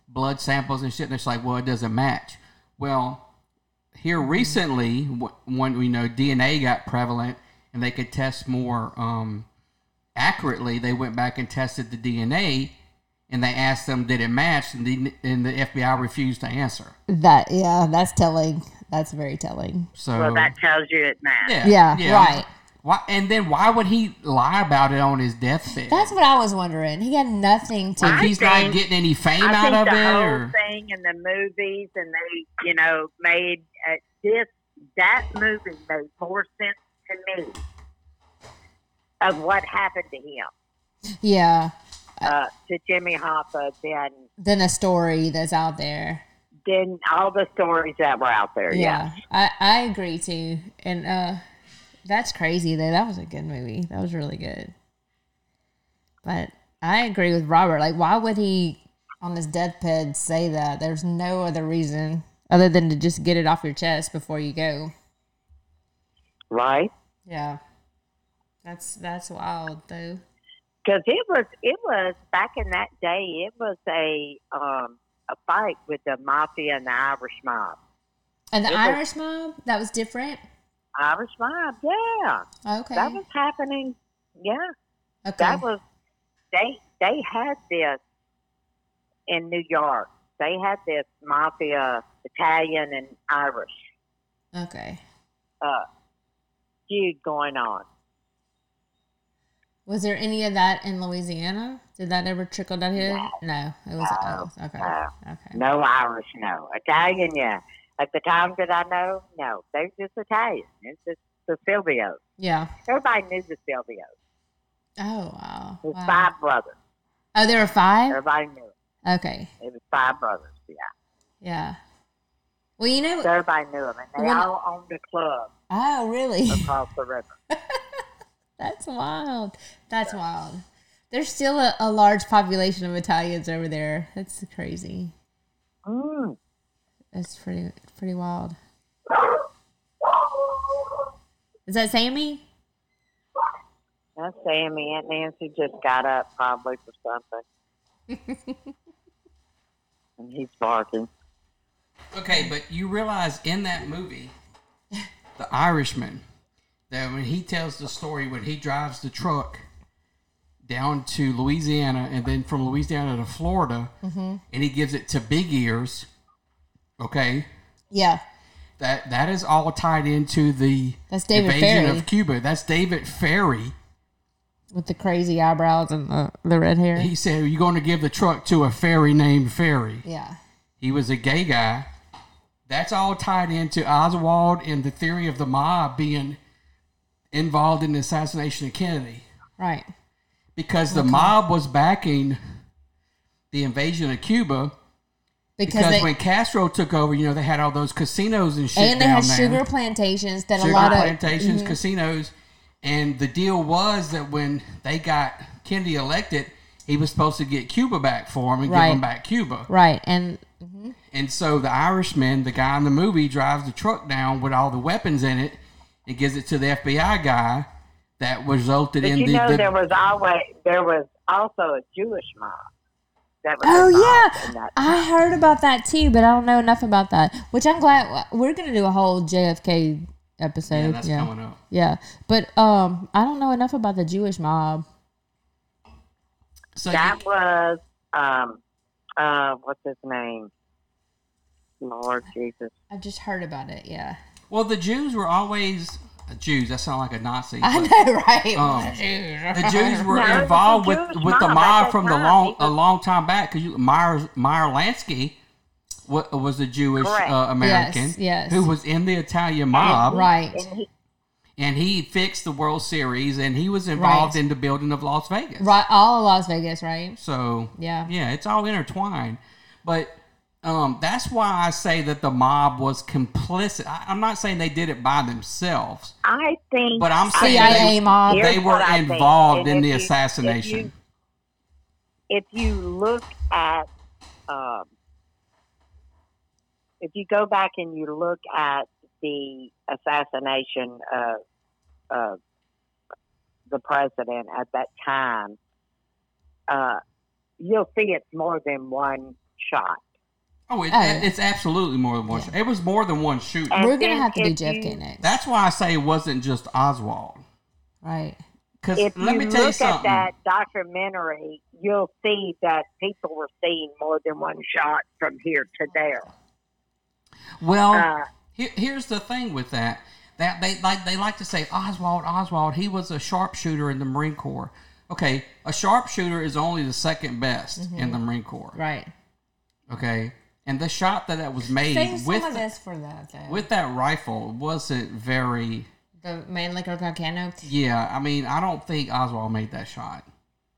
S1: blood samples and shit. And it's like, well, it doesn't match. Well, here recently, wh- when we know DNA got prevalent and they could test more um, accurately, they went back and tested the DNA and they asked them, did it match? And the, and the FBI refused to answer.
S4: That yeah, that's telling. That's very telling.
S1: So
S7: Well, that tells you it now.
S1: Yeah,
S4: Yeah, right.
S1: Why, and then why would he lie about it on his deathbed?
S4: That's what I was wondering. He had nothing to.
S1: if
S7: I
S1: he's not
S7: think-
S1: getting any fame
S7: I
S1: out
S7: think
S1: of
S7: the
S1: it,
S7: whole
S1: or
S7: thing in the movies, and they, you know, made uh, this that movie made more sense to me of what happened to him
S4: Yeah,
S7: uh, to Jimmy Hoffa than
S4: than a story that's out there.
S7: than all the stories that were out there. Yeah,
S4: Yeah, I I agree too. And uh, that's crazy though. That was a good movie. That was really good. But I agree with Robert. Like, why would he on his deathbed say that? There's no other reason other than to just get it off your chest before you go.
S7: right.
S4: Yeah, that's that's wild though.
S7: Because it was it was back in that day. It was a um, a fight with the mafia and the Irish mob.
S4: And the
S7: It was-
S4: Irish mob that was different.
S7: Irish mob, yeah,
S4: Okay.
S7: that was happening. Yeah.
S4: okay.
S7: that was they they had this in New York. They had this mafia Italian and Irish
S4: okay.
S7: uh, feud going on.
S4: Was there any of that in Louisiana? Did that ever trickle down here? No, it was. oh, okay.
S7: no.
S4: Okay.
S7: No Irish, no Italian. Yeah, at the time that I know, no, they're just Italian. It's just the Silvios.
S4: Yeah.
S7: Everybody knew the Silvios.
S4: Oh wow.
S7: It was
S4: Wow.
S7: five brothers.
S4: Oh, there were five.
S7: Everybody knew it.
S4: Okay.
S7: It was five brothers. Yeah,
S4: Yeah. Well, you
S7: so
S4: know.
S7: everybody knew them, and they
S4: When-
S7: all owned a club
S4: Oh, really?
S7: across the river.
S4: That's wild. That's wild. There's still a, a large population of Italians over there. That's crazy.
S7: Mm.
S4: That's pretty pretty wild. Is that Sammy?
S7: That's Sammy. Aunt Nancy just got up probably for something. And he's barking.
S1: Okay, but you realize in that movie, The Irishman, that when he tells the story, when he drives the truck down to Louisiana and then from Louisiana to Florida,
S4: Mm-hmm.
S1: and he gives it to Big Ears, okay,
S4: Yeah.
S1: that that is all tied into the
S4: That's David
S1: invasion
S4: Ferry.
S1: of Cuba. That's David Ferry.
S4: With the crazy eyebrows and the, the red hair.
S1: He said, You're going to give the truck to a ferry named Ferry.
S4: yeah.
S1: He was a gay guy. That's all tied into Oswald and the theory of the mob being involved in the assassination of Kennedy
S4: Right.
S1: because the mob was backing the invasion of Cuba
S4: Because,
S1: because
S4: they
S1: when Castro took over, you know, they had all those casinos and shit
S4: and they
S1: down
S4: had
S1: there.
S4: sugar plantations that
S1: Sugar
S4: a lot Mm-hmm.
S1: plantations, casinos, and the deal was that when they got Kennedy elected, he was supposed to get Cuba back for him and give
S4: Right.
S1: him back Cuba.
S4: of right and
S1: And so the Irishman, the guy in the movie, drives the truck down with all the weapons in it and gives it to the FBI guy. That resulted
S7: But
S1: in
S7: you
S1: the,
S7: know,
S1: the
S7: there was always there was also a Jewish mob. That was
S4: Oh
S7: involved in
S4: yeah,
S7: that.
S4: I heard about that too, but I don't know enough about that. Which I'm glad we're gonna do a whole JFK episode.
S1: yeah,
S4: Yeah,
S1: that's
S4: yeah.
S1: coming up.
S4: But um, I don't know enough about the Jewish mob.
S1: So
S7: that was um uh what's his name? Lord Jesus.
S4: I've just heard about it. Yeah,
S1: well, the Jews were always Jews. That sound like a Nazi.
S4: I
S1: but
S4: know, right?
S1: Um, the Jews were
S7: No, it was a
S1: involved with,
S7: Jewish
S1: with the
S7: mob at
S1: mob
S7: that
S1: from the
S7: time.
S1: long
S7: It
S1: a
S7: was-
S1: long time back because Meyer Meyer Lansky wa- was a Jewish
S7: Correct.
S1: uh, American
S4: Yes, yes.
S1: who was in the Italian mob.
S4: right.
S7: And he
S1: and he fixed the World Series, and he was involved
S4: Right.
S1: in the building of Las Vegas.
S4: Right, all of Las Vegas, right?
S1: So
S4: Yeah.
S1: yeah, it's all intertwined. But um, that's why I say that the mob was complicit. I, I'm not saying they did it by themselves,
S7: I think
S1: but I'm saying
S4: CIA
S1: they,
S4: mob.
S1: Uh, they
S7: Here's
S1: were
S7: what I think.
S1: involved
S7: And
S1: in
S7: if
S1: the
S7: you- if you-
S1: assassination.
S7: if you look at um, if you go back and you look at the assassination of, of the president at that time, uh, you'll see it's more than one shot.
S1: oh, it,
S4: Oh, yeah.
S1: it's absolutely more than one. shot. It was more than one shooting.
S7: And
S4: We're gonna
S7: then
S4: have to do
S7: if
S4: JFK
S7: you-
S4: next,
S1: That's why I say it wasn't just Oswald.
S4: right?
S1: Because
S7: If
S1: let
S7: you
S1: me tell you
S7: look at
S1: something.
S7: that documentary, you'll see that people were seeing more than one shot from here to there.
S1: Well,
S7: Uh,
S1: he- here's the thing with that. That they like they like to say Oswald, Oswald. He was a sharpshooter in the Marine Corps. Okay, a sharpshooter is only the second best in the Marine Corps.
S4: Mm-hmm. Right.
S1: Okay, and the shot that that was made
S4: Save some
S1: with
S4: of this for that. Though.
S1: with that rifle wasn't very.
S4: the man like a volcano.
S1: Yeah, I mean, I don't think Oswald made that shot.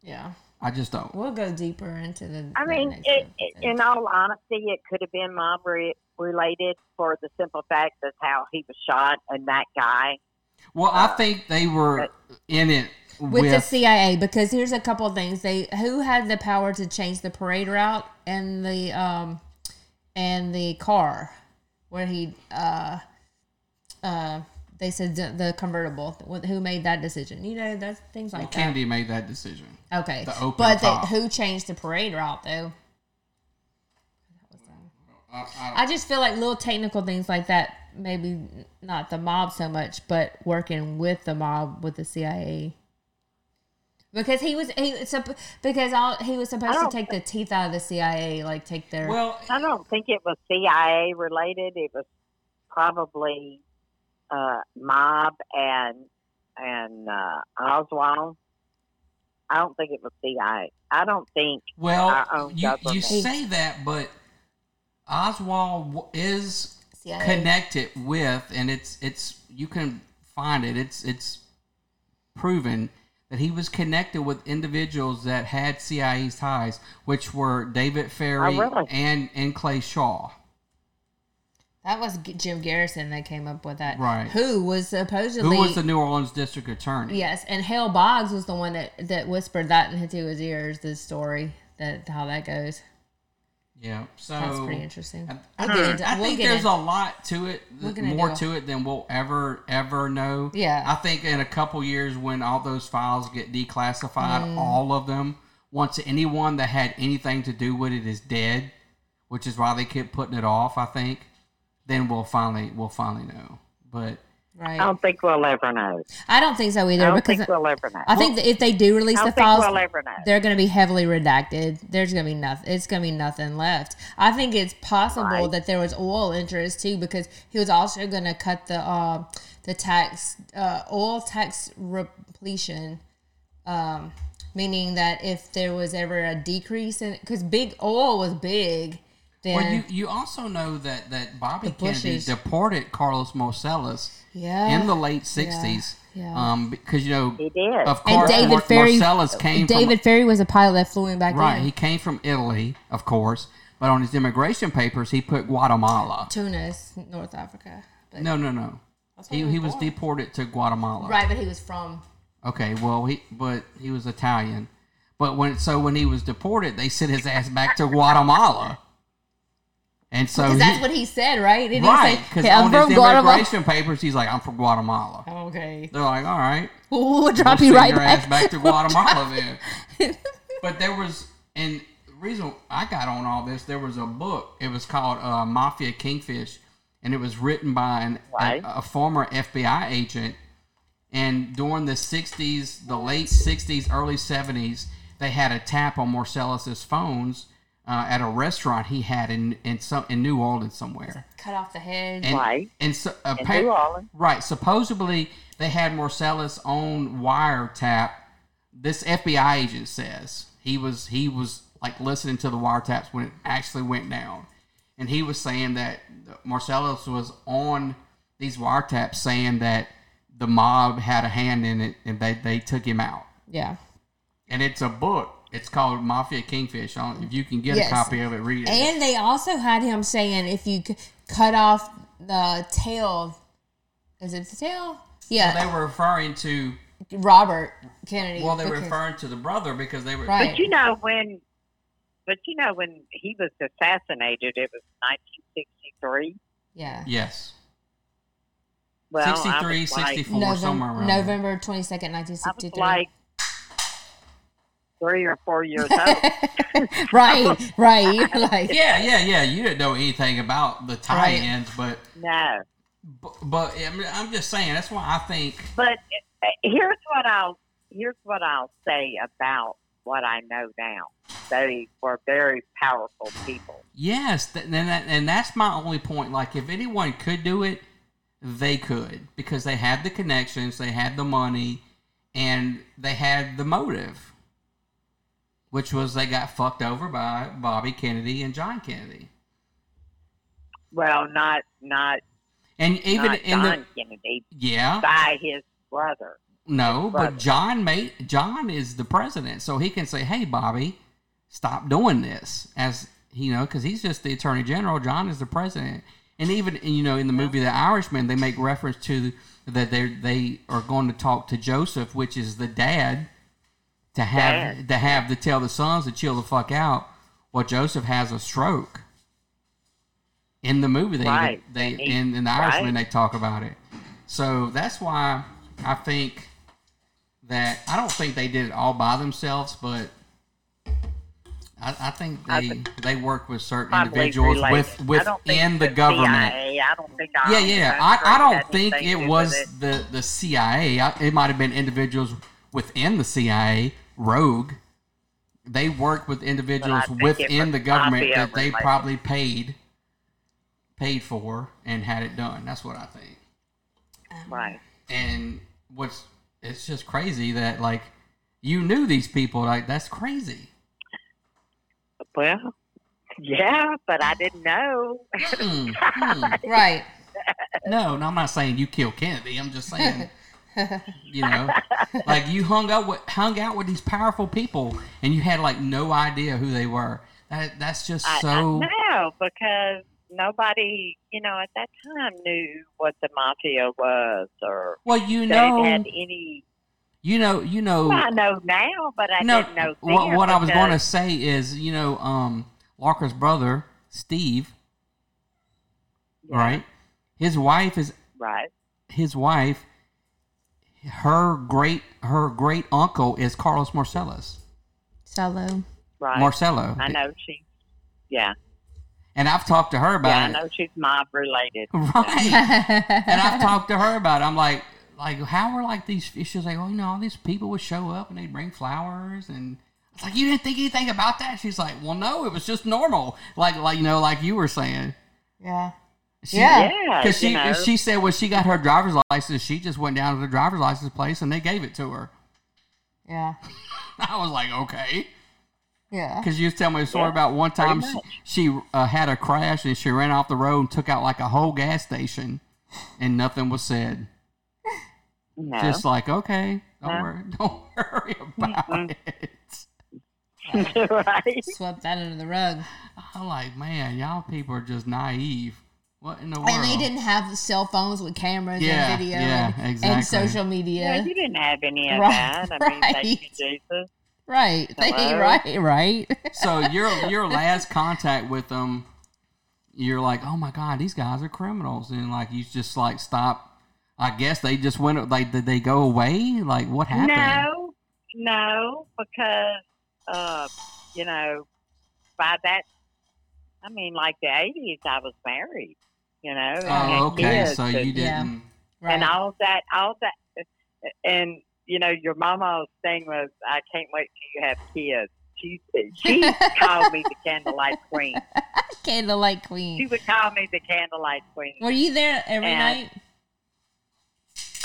S4: Yeah,
S1: I just don't.
S4: we'll go deeper into the.
S7: I
S4: the
S7: mean,
S4: next
S7: it, it,
S4: episode.
S7: in all honesty, it could have been mob re- related for the simple fact of how he was shot and that guy.
S1: Well, I think they were in it
S4: Uh, with,
S1: with,
S4: the CIA because here's a couple of things they who had the power to change the parade route and the um and the car where he uh uh they said the, the convertible who made that decision you know that's things like that
S1: Kennedy made that decision.
S4: okay
S1: the open
S4: but
S1: top.
S4: who changed the parade route though
S1: I, I,
S4: I just feel like little technical things like that maybe not the mob so much, but working with the mob with the CIA. Because he was he was supp- because all, he was supposed
S7: I
S4: to
S7: don't
S4: take the teeth out of the CIA, like take their
S1: well,
S7: I don't think it was CIA related. It was probably uh, mob and and uh, Oswald. I don't think it was CIA. I don't think
S1: Well,
S7: our own
S1: you, you
S7: government.
S1: say that, but Oswald w- is
S4: CIA.
S1: connected with, and it's it's you can find it. It's it's proven that he was connected with individuals that had CIA ties, which were David Ferry
S7: really?
S1: and and Clay Shaw.
S4: that was G- Jim Garrison that came up with that,
S1: Right.
S4: Who was
S1: Who
S4: supposedly
S1: was the New Orleans District Attorney?
S4: yes, and Hale Boggs was the one that that whispered that into his ears. This story that how that goes.
S1: Yeah, so
S4: That's pretty interesting.
S1: I-
S4: We'll get into-
S1: I
S4: we'll
S1: think
S4: get
S1: there's
S4: into-
S1: a lot to it,
S4: We're
S1: th-
S4: gonna
S1: more
S4: do a-
S1: to it than we'll ever ever know.
S4: Yeah. Mm.
S1: I think in a couple years when all those files get declassified, all of them, once anyone that had anything to do with it is dead, which is why they kept putting it off. I think then we'll finally we'll finally know. But
S4: Right.
S7: I don't think we'll ever know.
S4: I don't think so either
S7: Um, I don't
S4: because
S7: think we'll ever know.
S4: I think that if they do release
S7: I
S4: the
S7: don't think
S4: files,
S7: we'll ever know.
S4: they're going to be heavily redacted. There's going to be nothing. It's going to be nothing left. I think it's possible that there was oil interest too, because he was also going to cut the uh, the tax uh, oil tax repletion, um, meaning that if there was ever a decrease in, because big oil was big, then
S1: well, you you also know that that Bobby
S4: The
S1: Kennedy
S4: Bushes.
S1: deported Carlos Marcellus
S4: yeah,
S1: in the late '60s.
S4: yeah.
S1: Um, because you know,
S7: He did.
S1: of
S4: and
S1: course, Mar-
S4: David Ferry, uh,
S1: Marcellus came
S4: David Ferry was a pilot that flew him back
S1: from right.
S4: in.
S1: He came from Italy, of course, but on his immigration papers, he put Guatemala.
S4: Tunis, North Africa. But,
S1: No, no, no. He, he was deported to Guatemala.
S4: Right, but he was from
S1: Okay, well he but he was Italian. But when so when he was deported, they sent his ass back to Guatemala. And so
S4: Because
S1: he,
S4: that's what he said, right? Didn't
S1: right,
S4: he
S1: because
S4: say, "Hey,
S1: on
S4: I'm
S1: his
S4: from Guatemala?
S1: immigration papers, he's like, "I'm from Guatemala."
S4: Okay.
S1: They're like, "All right,
S4: We'll, we'll
S1: we'll
S4: drop
S1: send
S4: you right
S1: your
S4: back.
S1: ass back to Guatemala." Then, but there was, and the reason I got on all this, there was a book. It was called uh, "Mafia Kingfish," and it was written by an,
S7: Right.
S1: a, a former FBI agent and during the 60s, the late 60s, early 70s, they had a tap on Marcellus's phones uh, at a restaurant he had in in some in New Orleans somewhere.
S4: Cut off the head.
S1: And,
S7: Right.
S1: And so, a
S7: In
S1: pa-
S7: New Orleans.
S1: Right. Supposedly they had Marcellus on wiretap. This FBI agent says he was he was like listening to the wiretaps when it actually went down, and he was saying that Marcellus was on these wiretaps saying that the mob had a hand in it and they they took him out.
S4: yeah.
S1: And it's a book. It's called Mafia Kingfish. I don't- If you can get
S4: Yes.
S1: a copy of it, read it.
S4: And they also had him saying, if you c- cut off the tail, is it the tail?
S1: they
S4: Yeah,
S1: were referring to
S4: Robert Kennedy.
S1: well, they were
S4: because-
S1: referring to the brother because they were
S4: Right.
S7: But you know when, but you know when he was assassinated, it was 1963.
S4: Yeah.
S1: Yes.
S7: Well, I was
S1: 63,
S7: like-
S1: 64, somewhere
S4: November,
S1: around
S4: November 22nd,
S7: I was
S4: 1963.
S7: like three or four years old.
S4: right, right. You're like,
S1: there. Yeah, yeah, yeah. You didn't know anything about the
S4: Right.
S1: tie-ins, but
S7: no,
S1: but, but I mean, I'm just saying that's why I think
S7: but uh, here's what I'll here's what I'll say about what I know now. They were very powerful people.
S1: yes, th- and that, and that's my only point. Like, if anyone could do it, they could because they had the connections, they had the money, and they had the motive, which was they got fucked over by Bobby Kennedy and John Kennedy,
S7: Well, not not
S1: and even
S7: not
S1: in
S7: John
S1: the
S7: Kennedy
S1: yeah
S7: by his brother.
S1: No,
S7: brother.
S1: but John mate John is the president, so he can say, "Hey, Bobby, stop doing this." As you know, because he's just the attorney general. John is the president, and even you know in the movie The Irishman, they make reference to that they they are going to talk to Joseph, which is the dad, to have to have to tell the sons to chill the fuck out. Well, Joseph has a stroke. In the movie, they
S7: Right.
S1: they
S7: He-
S1: in, in The
S7: right.
S1: Irishman they talk about it. So that's why I think that I don't think they did it all by themselves, but I, I think
S7: I
S1: they they work with certain
S7: Probably
S1: individuals
S7: related.
S1: with
S7: I don't think
S1: within the
S7: it's
S1: government.
S7: CIA. I don't think.
S1: Yeah,
S7: Ireland
S1: yeah.
S7: has
S1: I, I
S7: had
S1: don't think
S7: anything
S1: it
S7: to do
S1: was
S7: with it.
S1: the the CIA. I, it might have been individuals within the CIA, rogue. They work with individuals
S7: think it
S1: within
S7: was
S1: the government
S7: mafia
S1: that they
S7: related.
S1: probably paid paid for and had it done. That's what I think.
S7: Right.
S1: And what's it's just crazy that like you knew these people. Like that's crazy.
S7: Well, yeah, but I didn't know.
S1: Hmm, hmm.
S4: right.
S1: No, no, I'm not saying you killed Kennedy. I'm just saying, you know, like you hung out with hung out with these powerful people, and you had like no idea who they were. That that's just
S7: I,
S1: so
S7: I know because nobody, you know, at that time knew what the mafia was or
S1: well. You
S7: that it
S1: know,
S7: had any.
S1: you know, you know.
S7: Well, I know now, but I didn't know then.
S1: What, what I was going to
S7: because-
S1: say is, you know, um, Larker's brother Steve, right? His wife is
S7: Right.
S1: his wife. Her great her great uncle is Carlos Marcellus.
S4: Marcello.
S7: right?
S1: Marcello.
S7: I know she's, yeah.
S1: And I've talked to her
S7: Yeah, I
S1: about it.
S7: know she's mob related.
S1: Right. and I've talked to her about it. I'm like, like how were like these? She was like, well, you know, all these people would show up and they'd bring flowers and. It's like you didn't think anything about that. She's like, "Well, no, it was just normal." Like, like you know, like you were saying.
S4: Yeah.
S1: She,
S4: Yeah.
S7: Yeah,
S1: Because
S7: you
S1: she
S7: know.
S1: she said when she got her driver's license, she just went down to the driver's license place and they gave it to her.
S4: Yeah.
S1: I was like, okay.
S4: Yeah.
S1: Because you was telling me a story about one time she, she uh, had a crash and she ran off the road and took out like a whole gas station, and nothing was said.
S7: No.
S1: Just like, okay, don't
S7: No.
S1: worry, don't worry about it.
S7: right?
S4: Swept that under the rug.
S1: I'm like, man, y'all people are just naive. What in the world?
S4: And they didn't have cell phones with cameras
S1: Yeah,
S4: and video
S1: yeah,
S4: and, and
S1: exactly.
S4: social media.
S7: Yeah, you didn't have any of
S4: Right,
S7: that. I mean, thank you,
S4: right.
S7: Jesus.
S4: Right. They,
S7: Hello?
S4: right, right.
S1: so your your last contact with them, you're like, oh my god, these guys are criminals, and like you just like stop. I guess they just went. Like, did they go away? Like, what happened?
S7: No, no, because uh, you know, by that, I mean, like the eighties, I was married. You know, and had
S1: Oh, okay.
S7: kids
S1: So
S7: and-
S1: you didn't.
S4: Yeah. Right.
S7: and all that, all that, and you know, your mama's thing was, I can't wait till you have kids. She she called me the candlelight queen.
S4: Candlelight
S7: She
S4: Queen.
S7: would call me the candlelight queen.
S4: Were you there every
S7: And-
S4: night?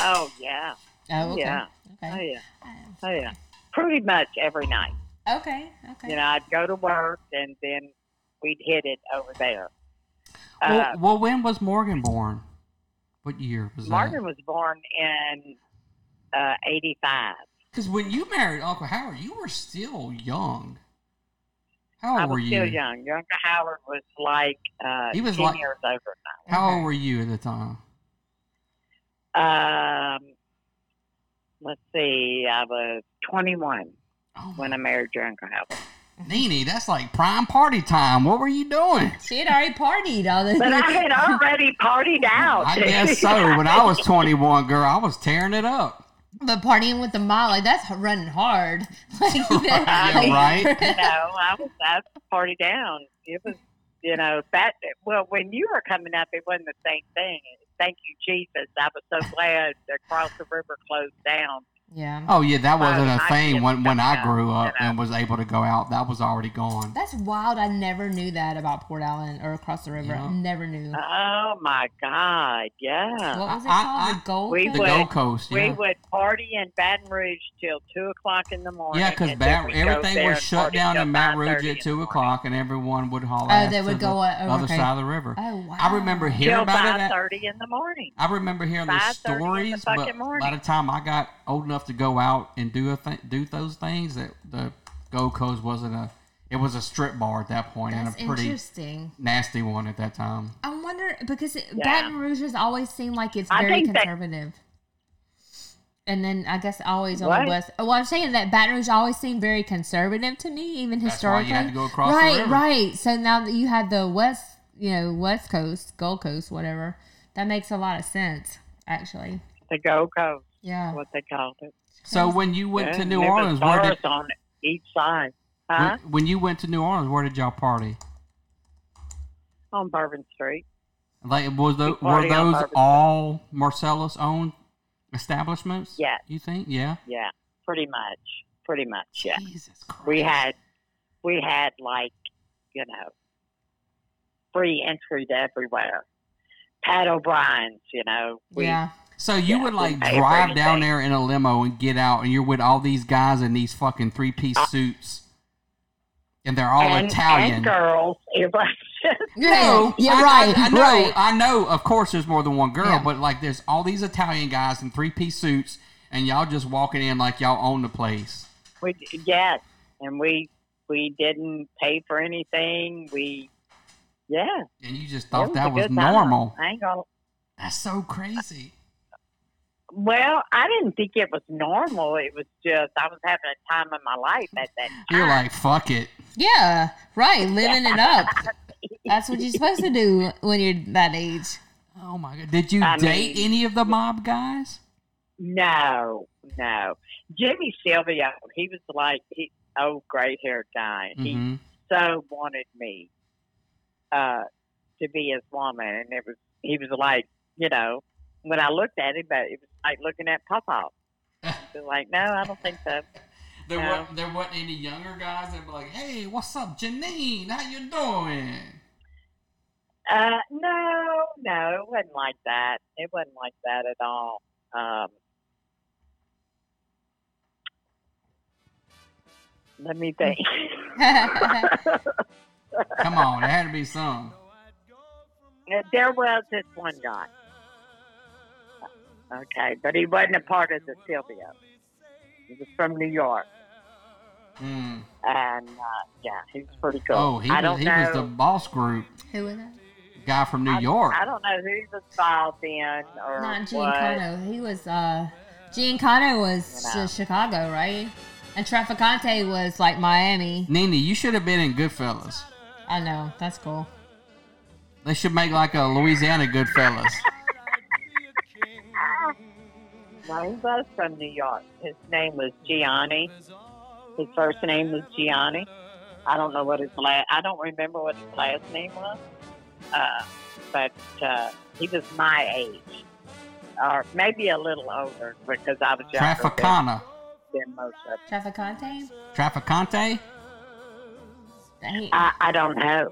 S7: Oh yeah,
S4: Oh, okay.
S7: yeah, oh
S4: Okay.
S7: yeah, oh yeah. Pretty much every night.
S4: Uh, Okay. Okay.
S7: You know, I'd go to work and then we'd hit it over there.
S1: Well,
S7: Uh,
S1: well, when was Morgan born? What year was
S7: Martin was born in uh, 85.
S1: Because when you married Uncle Howard, you were still young. How old
S7: I
S1: were
S7: was
S1: you?
S7: still young. Younger Howard was like uh,
S1: He was
S7: 10
S1: like-
S7: years over than
S1: How old were you at the time?
S7: I was. Um, let's see, I was 21
S1: Oh,
S7: when I married your Uncle Howard.
S1: Nene, that's like prime party time. What were you doing?
S4: She had already partied all this.
S7: But I had already partied out.
S1: I guess so. When I was 21, girl, I was tearing it up.
S4: But partying with the mom, like that's running hard. Like,
S1: Yeah, right?
S7: you know, I was I party down. It was, you know, that. Well, when you were coming up, it wasn't the same thing. Thank you, Jesus. I was so glad the Cross the River closed down.
S4: Yeah.
S1: Oh, yeah, that wasn't
S7: I-
S1: a
S7: I
S1: thing
S7: did
S1: when, when I
S7: that,
S1: grew up
S7: you know.
S1: and was able to go out. That was already gone.
S4: That's wild. I never knew that about Port Allen or across the river.
S1: Yeah.
S4: I never knew.
S7: Oh my God! Yeah,
S4: what was it
S1: I-
S4: called?
S1: I-
S4: the gold.
S7: Uh-huh. we
S1: The
S7: would-
S1: Gold Coast,
S7: we
S1: yeah.
S7: would party in Baton Rouge till two o'clock in the morning.
S1: Yeah, because
S7: and then we'd go
S1: everything
S7: there
S1: was
S7: and
S1: shut
S7: party
S1: down
S7: till
S1: in Baton Rouge
S7: 5:30
S1: at
S7: in
S1: 2
S7: the
S1: o'clock, and everyone would holler
S4: Oh,
S1: ass
S4: they
S1: to
S4: would
S1: the
S4: go, uh, oh,
S1: other
S4: okay.
S1: side of the river.
S4: Oh wow.
S1: I remember
S7: morning.
S1: hearing
S7: Till
S1: about it.
S7: five
S1: At,
S7: thirty in the morning.
S1: I remember hearing the
S7: 5:30 in the
S1: stories, but
S7: fucking morning.
S1: by the time I got old enough to go out and do a th- do those things, that the Gold Coast wasn't a it was a strip bar at that point
S4: That's
S1: and a pretty
S4: interesting.
S1: nasty one at that time.
S4: I wonder because it,
S7: Yeah.
S4: Baton Rouge has always seemed like it's
S7: I
S4: very
S7: think that-
S4: conservative. and then I guess always on
S7: What?
S4: the west. Well, I'm saying that Baton Rouge always seemed very conservative to me, even
S1: That's why
S4: historically.
S1: you had to go across the
S4: right,
S1: river.
S4: right. So now that you had the west, you know, west coast, Gold Coast, whatever, that makes a lot of sense. Actually,
S7: The Gold Coast,
S4: yeah.
S7: what they called it.
S1: So when you went
S7: Yeah,
S1: to New
S7: there was
S1: Orleans, where
S7: bars
S1: did
S7: on each side? Huh?
S1: when, when you went to New Orleans, where did y'all party?
S7: on Bourbon Street.
S1: Like was tho- were
S7: party on
S1: those
S7: Bourbon
S1: all Marcellus owned establishments?
S7: Yes.
S1: You think? Yeah.
S7: Yeah, pretty much, pretty much. Yeah,
S1: Jesus Christ.
S7: we had we had like you know free entry to everywhere. Pat O'Brien's, you know, we
S4: yeah,
S1: So you
S7: Yeah,
S1: would like
S7: we paid for
S1: drive down
S7: everything.
S1: there in a limo and get out, and you're with all these guys in these fucking three piece suits, and they're all
S7: Uh, and,
S1: Italian.
S7: and girls. It was just
S4: yeah, yeah,
S1: I-
S4: right,
S1: I, I know,
S4: right.
S1: I know. Of course, there's more than one girl,
S4: Yeah.
S1: but like, there's all these Italian guys in three piece suits, and y'all just walking in like y'all own the place.
S7: we yes, and we we didn't pay for anything. We yeah,
S1: And you just
S7: it
S1: thought that
S7: a
S1: was
S7: good time.
S1: normal.
S7: I ain't gonna.
S1: That's so crazy.
S7: Well, I didn't think it was normal. It was just I was having a time of my life at that time.
S1: You're like, fuck it.
S4: yeah, right. Living it up. That's what you're supposed to do when you're that age.
S1: Oh my god! Did you
S7: I
S1: date
S7: mean-
S1: any of the mob guys?
S7: No, no. Jimmy Silvio, he was like he old gray haired guy. He
S1: Mhm.
S7: so wanted me uh, to be his woman, and it was he was like, you know, when I looked at him, but it was like looking at Pop Pop. was like, no, I don't think so.
S1: There,
S7: No.
S1: wa- there wasn't any younger guys that were like, hey, what's up, Janine? How you doing?
S7: Uh, no, no, it wasn't like that. It wasn't like that at all. Um, let me think.
S1: Come on, there had to be some.
S7: there was this one guy. Okay, but he wasn't a part of the Silvio. He was from New York,
S1: Mm.
S7: and uh, yeah, he was pretty cool.
S1: Oh, he,
S7: I
S1: was,
S7: don't
S1: he
S7: know.
S1: was the boss group
S4: Who was that?
S1: guy from New
S7: I-
S1: York.
S7: I, don't know who he was involved in or
S4: Not
S7: what.
S4: Giancano. He was uh Giancano was
S7: You know.
S4: Chi- Chicago, right? And Traficante was like Miami.
S1: Nene, you should have been in Goodfellas.
S4: I know, that's cool.
S1: They should make like a Louisiana Goodfellas.
S7: No, he was from New York. His name was Gianni. His first name was Gianni. I don't know what his last. I don't remember what his last name was. Uh, but uh, he was my age, or maybe a little older because I was younger than,
S1: Trafficana.
S7: than most of them.
S4: Traficante?
S1: Trafficante?
S4: He,
S7: I, I don't know.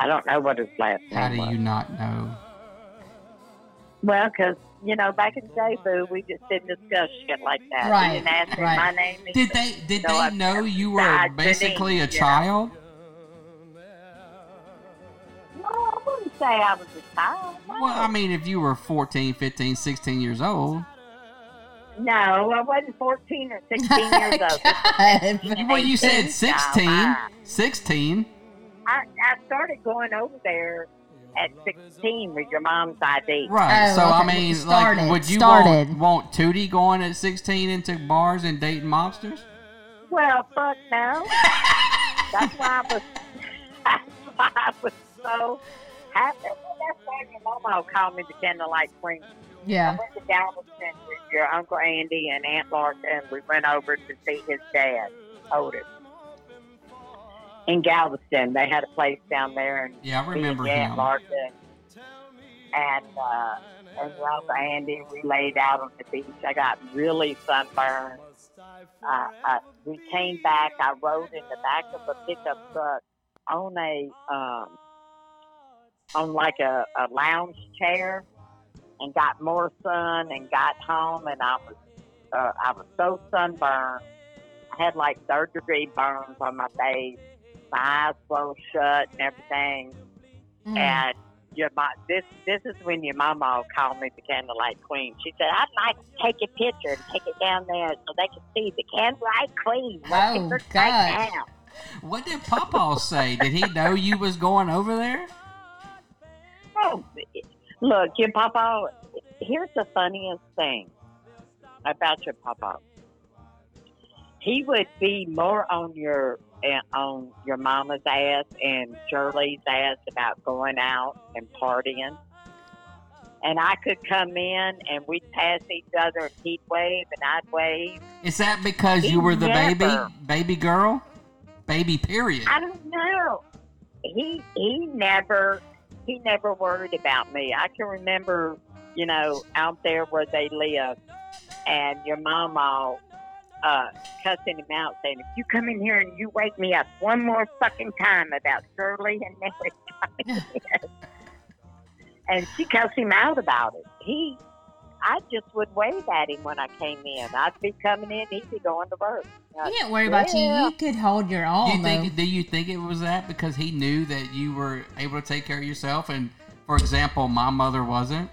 S7: I don't know what his last
S1: How
S7: name
S1: do
S7: was.
S1: you not know?
S7: Well, because you know, back in the day, boo, we just didn't discuss shit like that.
S4: Right,
S7: We didn't ask him
S4: right.
S7: my name.
S1: Did they did
S7: No, I-
S1: they know you
S7: No, I
S1: were
S7: didn't,
S1: basically a
S7: you know.
S1: child?
S7: No, I wouldn't say I was a child. No.
S1: Well, I mean, if you were 14, 15, 16 years old,
S7: No, I wasn't 14 or 16 years old.
S4: God.
S1: well, you said
S7: So, uh,
S1: 16. 16.
S7: I, I started going over there at 16 with your mom's ID.
S1: Right.
S4: Oh,
S1: so I
S4: okay.
S1: mean,
S4: Started,
S1: like, would you
S4: started.
S1: want want Tootie going at sixteen into bars and dating mobsters?
S7: Well, fuck no. that's why I was. That's why I was so happy. Well, that's why your mama called me the candlelight queen. I
S4: yeah.
S7: went to Galveston with your uncle Andy and Aunt Lark, and we went over to see his dad, Otis. In Galveston, they had a place down there, and
S1: Yeah, I
S7: me and
S1: remember
S7: Aunt
S1: him.
S7: Lark and and, uh, and your uncle Andy, we laid out on the beach. I got really sunburned. Uh, I, we came back. I rode in the back of a pickup truck on a um, on like a, a lounge chair and got more sun and got home and I was uh, I was so sunburned. I had like third degree burns on my face, my eyes closed shut and everything.
S4: Mm.
S7: And your mom, this this is when your mama called me the candlelight queen. She said, "I'd like to take a picture and take it down there so they can see the candlelight queen." What
S4: Oh,
S7: it looks
S4: God.
S7: Like now.
S1: What did Papa say? Did he know you was going over there?
S7: Oh, look, your papa. Here's the funniest thing about your papa. He would be more on your eh, on your mama's ass and Shirley's ass about going out and partying. And I could come in and we'd pass each other and he'd wave and I'd wave.
S1: Is that because
S7: He
S1: you were the
S7: never-
S1: baby baby girl, baby period?
S7: I don't know. He he never he never worried about me. I can remember, you know, out there where they live, and your mom all uh, cussing him out, saying, "If you come in here and you wake me up one more fucking time about Shirley and Nelly," coming in," and she cussed him out about it. He. I just would wave at him when I came in. I'd be coming in, he'd be going to work.
S4: He didn't worry about you.
S7: Yeah.
S4: You could hold your
S1: Do
S4: own.
S1: you think?
S4: though.
S1: Do you think it was that because he knew that you were able to take care of yourself? And for example, my mother wasn't.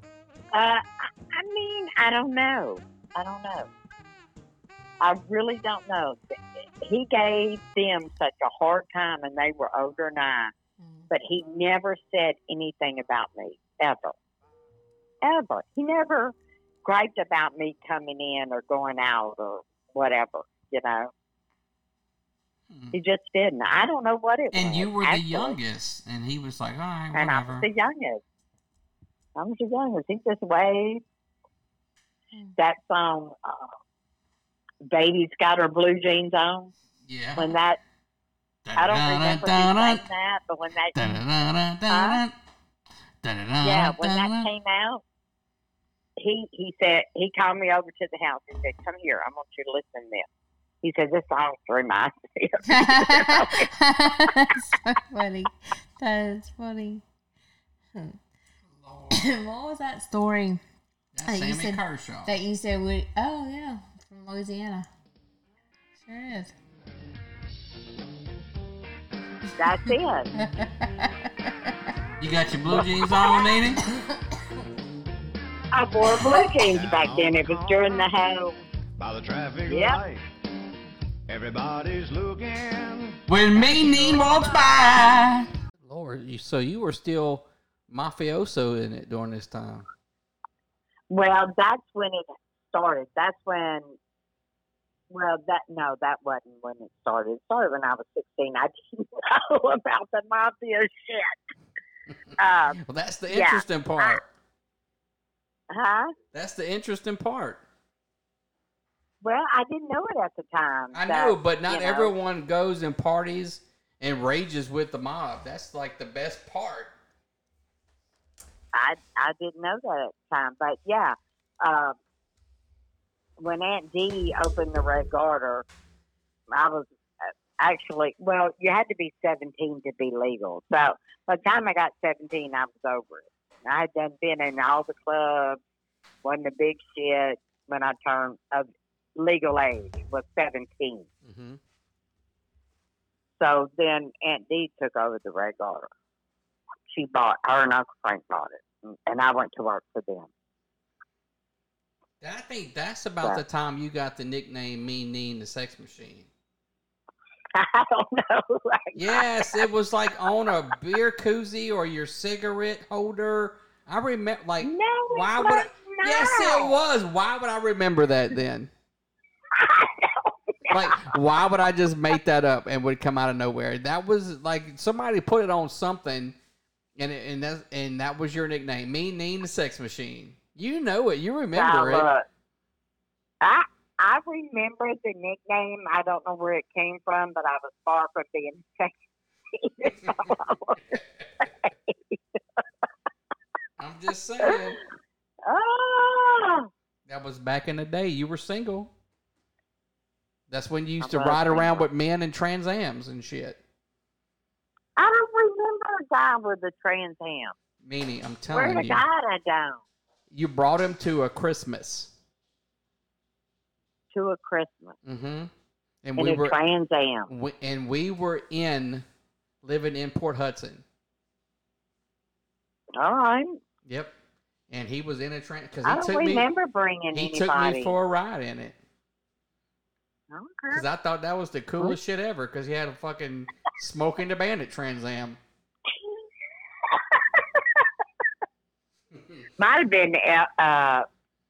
S7: Uh, I I mean, I don't know. I don't know. I really don't know. He gave them such a hard time, and they were older than I.
S1: Mm.
S7: But he never said anything about me ever, ever. He never griped about me coming in or going out or whatever. You know, he just didn't. I don't know what it was.
S1: And you were the
S7: actually.
S1: youngest, and he was like, "All right,
S7: And I was
S1: whatever."
S7: the youngest. I was the youngest. He just waved. That song, uh, Baby's got her blue jeans on.
S10: Yeah.
S7: When that, I don't remember who sang that, but when that,
S10: Dun-dun-dun-dun-dun. Dun-dun-dun-dun-dun.
S7: yeah, when that came out, he he said he called me over to the house and said, "Come here, I want you to listen to this." He said, "This song reminds me of
S8: That's so funny. That is funny. Hmm. what was that story
S10: That's
S8: that you
S10: Sammy
S8: said-
S10: Kershaw.
S8: that you said? Would, oh yeah, from Louisiana. Sure is.
S7: that's it."
S10: You got your blue jeans on, Nene?
S7: I wore blue jeans back then. It was during the whole
S11: By the traffic
S7: Yep.
S11: light, everybody's looking.
S10: When me Nene walks by.
S1: Lord, you, so you were still mafioso in it during this time.
S7: Well, that's when it started. That's when. Well, that no, that wasn't when it started. It started when I was sixteen. I didn't know about the mafia shit. Um,
S1: Well, that's the
S7: Yeah.
S1: interesting part.
S7: huh?
S1: That's the interesting part.
S7: Well, I didn't know it at the time.
S1: I
S7: that,
S1: know, but not
S7: you know,
S1: everyone goes and parties and rages with the mob. That's like the best part.
S7: I I didn't know that at the time, but yeah. Um, when Aunt Dee opened the Red Garter, I was uh, actually well. You had to be seventeen to be legal. So by the time I got seventeen, I was over it. I had done been in all the clubs, won the big shit when I turned of legal age was seventeen.
S1: Mm-hmm.
S7: So then Aunt Dee took over the Red Garter. She bought her and Uncle Frank bought it, and I went to work for them.
S1: I think that's about the time you got the nickname Mean Neen the Sex Machine.
S7: I don't know.
S1: Yes, it was like on a beer koozie or your cigarette holder. I remember, like,
S7: no,
S1: Why
S7: it
S1: would I-
S7: was not.
S1: yes, it was. Why would I remember that then? Like, why would I just make that up and would come out of nowhere? That was like somebody put it on something, and it, and that and that was your nickname, Mean Neen the Sex Machine. You know it. You
S7: Now,
S1: remember it.
S7: look, I I remember the nickname. I don't know where it came from, but I was far from being sexy.
S1: I'm just saying
S7: oh,
S1: that was back in the day. You were single. That's when you used
S7: I
S1: to
S7: was
S1: ride around
S7: single.
S1: with men in Trans Am's and shit.
S7: I don't remember a guy with a Trans Am.
S1: Meanie, I'm
S7: Where
S1: telling
S7: the
S1: you,
S7: guy I down
S1: you brought him to a Christmas.
S7: to a Christmas
S1: Mm-hmm. And
S7: in
S1: we
S7: a
S1: were
S7: Trans Am.
S1: we, and we were in living in Port Hudson.
S7: All right,
S1: Yep. And he was in a train because
S7: I
S1: he
S7: don't
S1: took me.
S7: remember bringing
S1: He
S7: anybody.
S1: took me for a ride in it
S7: Okay.
S1: because I thought that was the coolest shit ever because he had a fucking smoking the bandit Trans Am.
S7: Might have been, uh, uh,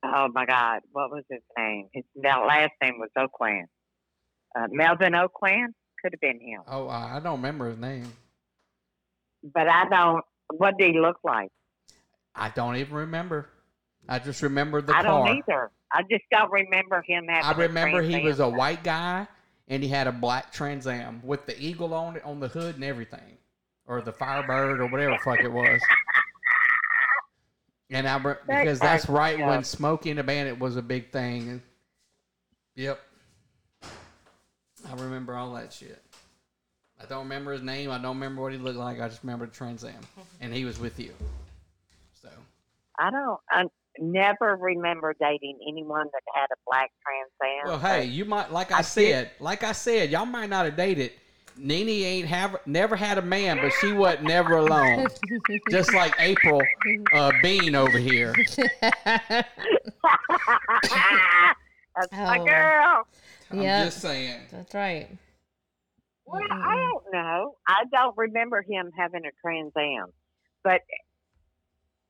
S7: oh my God, what was his name? His that last name was O'Quan. Uh, Melvin O'Quan could have been him.
S1: Oh, I I don't remember his name.
S7: But I don't, what did he look like?
S1: I don't even remember. I just remember the
S7: I
S1: car.
S7: don't either. I just don't remember him having
S1: I
S7: a
S1: remember he
S7: Trans
S1: was
S7: Am.
S1: a white guy and he had a black Trans Am with the eagle on it on the hood and everything, or the Firebird or whatever the fuck it was. And I re-
S7: That
S1: because that's
S7: cracks me
S1: right when
S7: up.
S1: Smokey and the Bandit was a big thing. Yep, I remember all that shit. I don't remember his name. I don't remember what he looked like. I just remember the Trans Am, and he was with you. So
S7: I don't, I never remember dating anyone that had a black Trans Am.
S1: Well, hey, you might like I,
S7: I
S1: said,
S7: did-
S1: like I said, y'all might not have dated. Nene ain't have never had a man, but she was never alone. Just like April uh, Bean over here.
S7: That's my
S8: Oh.
S7: girl.
S1: I'm
S8: Yeah.
S1: just saying.
S8: That's right.
S7: Well, I don't know. I don't remember him having a Trans Am, but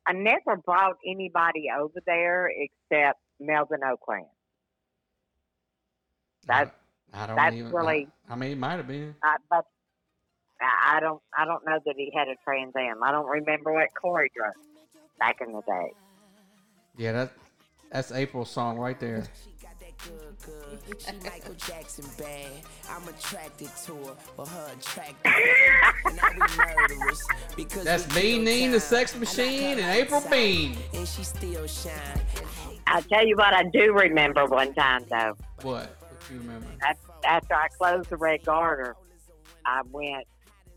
S7: I never brought anybody over there except Melvin O'Quan. That's-
S1: I don't
S7: that's
S1: even.
S7: really-
S1: I, I mean, it might have been.
S7: I, but I I don't. I don't know that he had a Trans Am. I don't remember what Corey drove back in the day.
S1: Yeah, that that's April's song right there.
S12: good. She Michael Jackson bad. I'm attracted to her, but her attracted. and I be murderous because
S1: That's
S12: we
S1: me,
S12: kill
S1: Neen, the
S12: time.
S1: Sex Machine, and April Bean.
S12: And she still shine.
S7: I'll tell you what I do remember one time though.
S1: What? If you remember.
S7: Af- After I closed the Red Garter, I went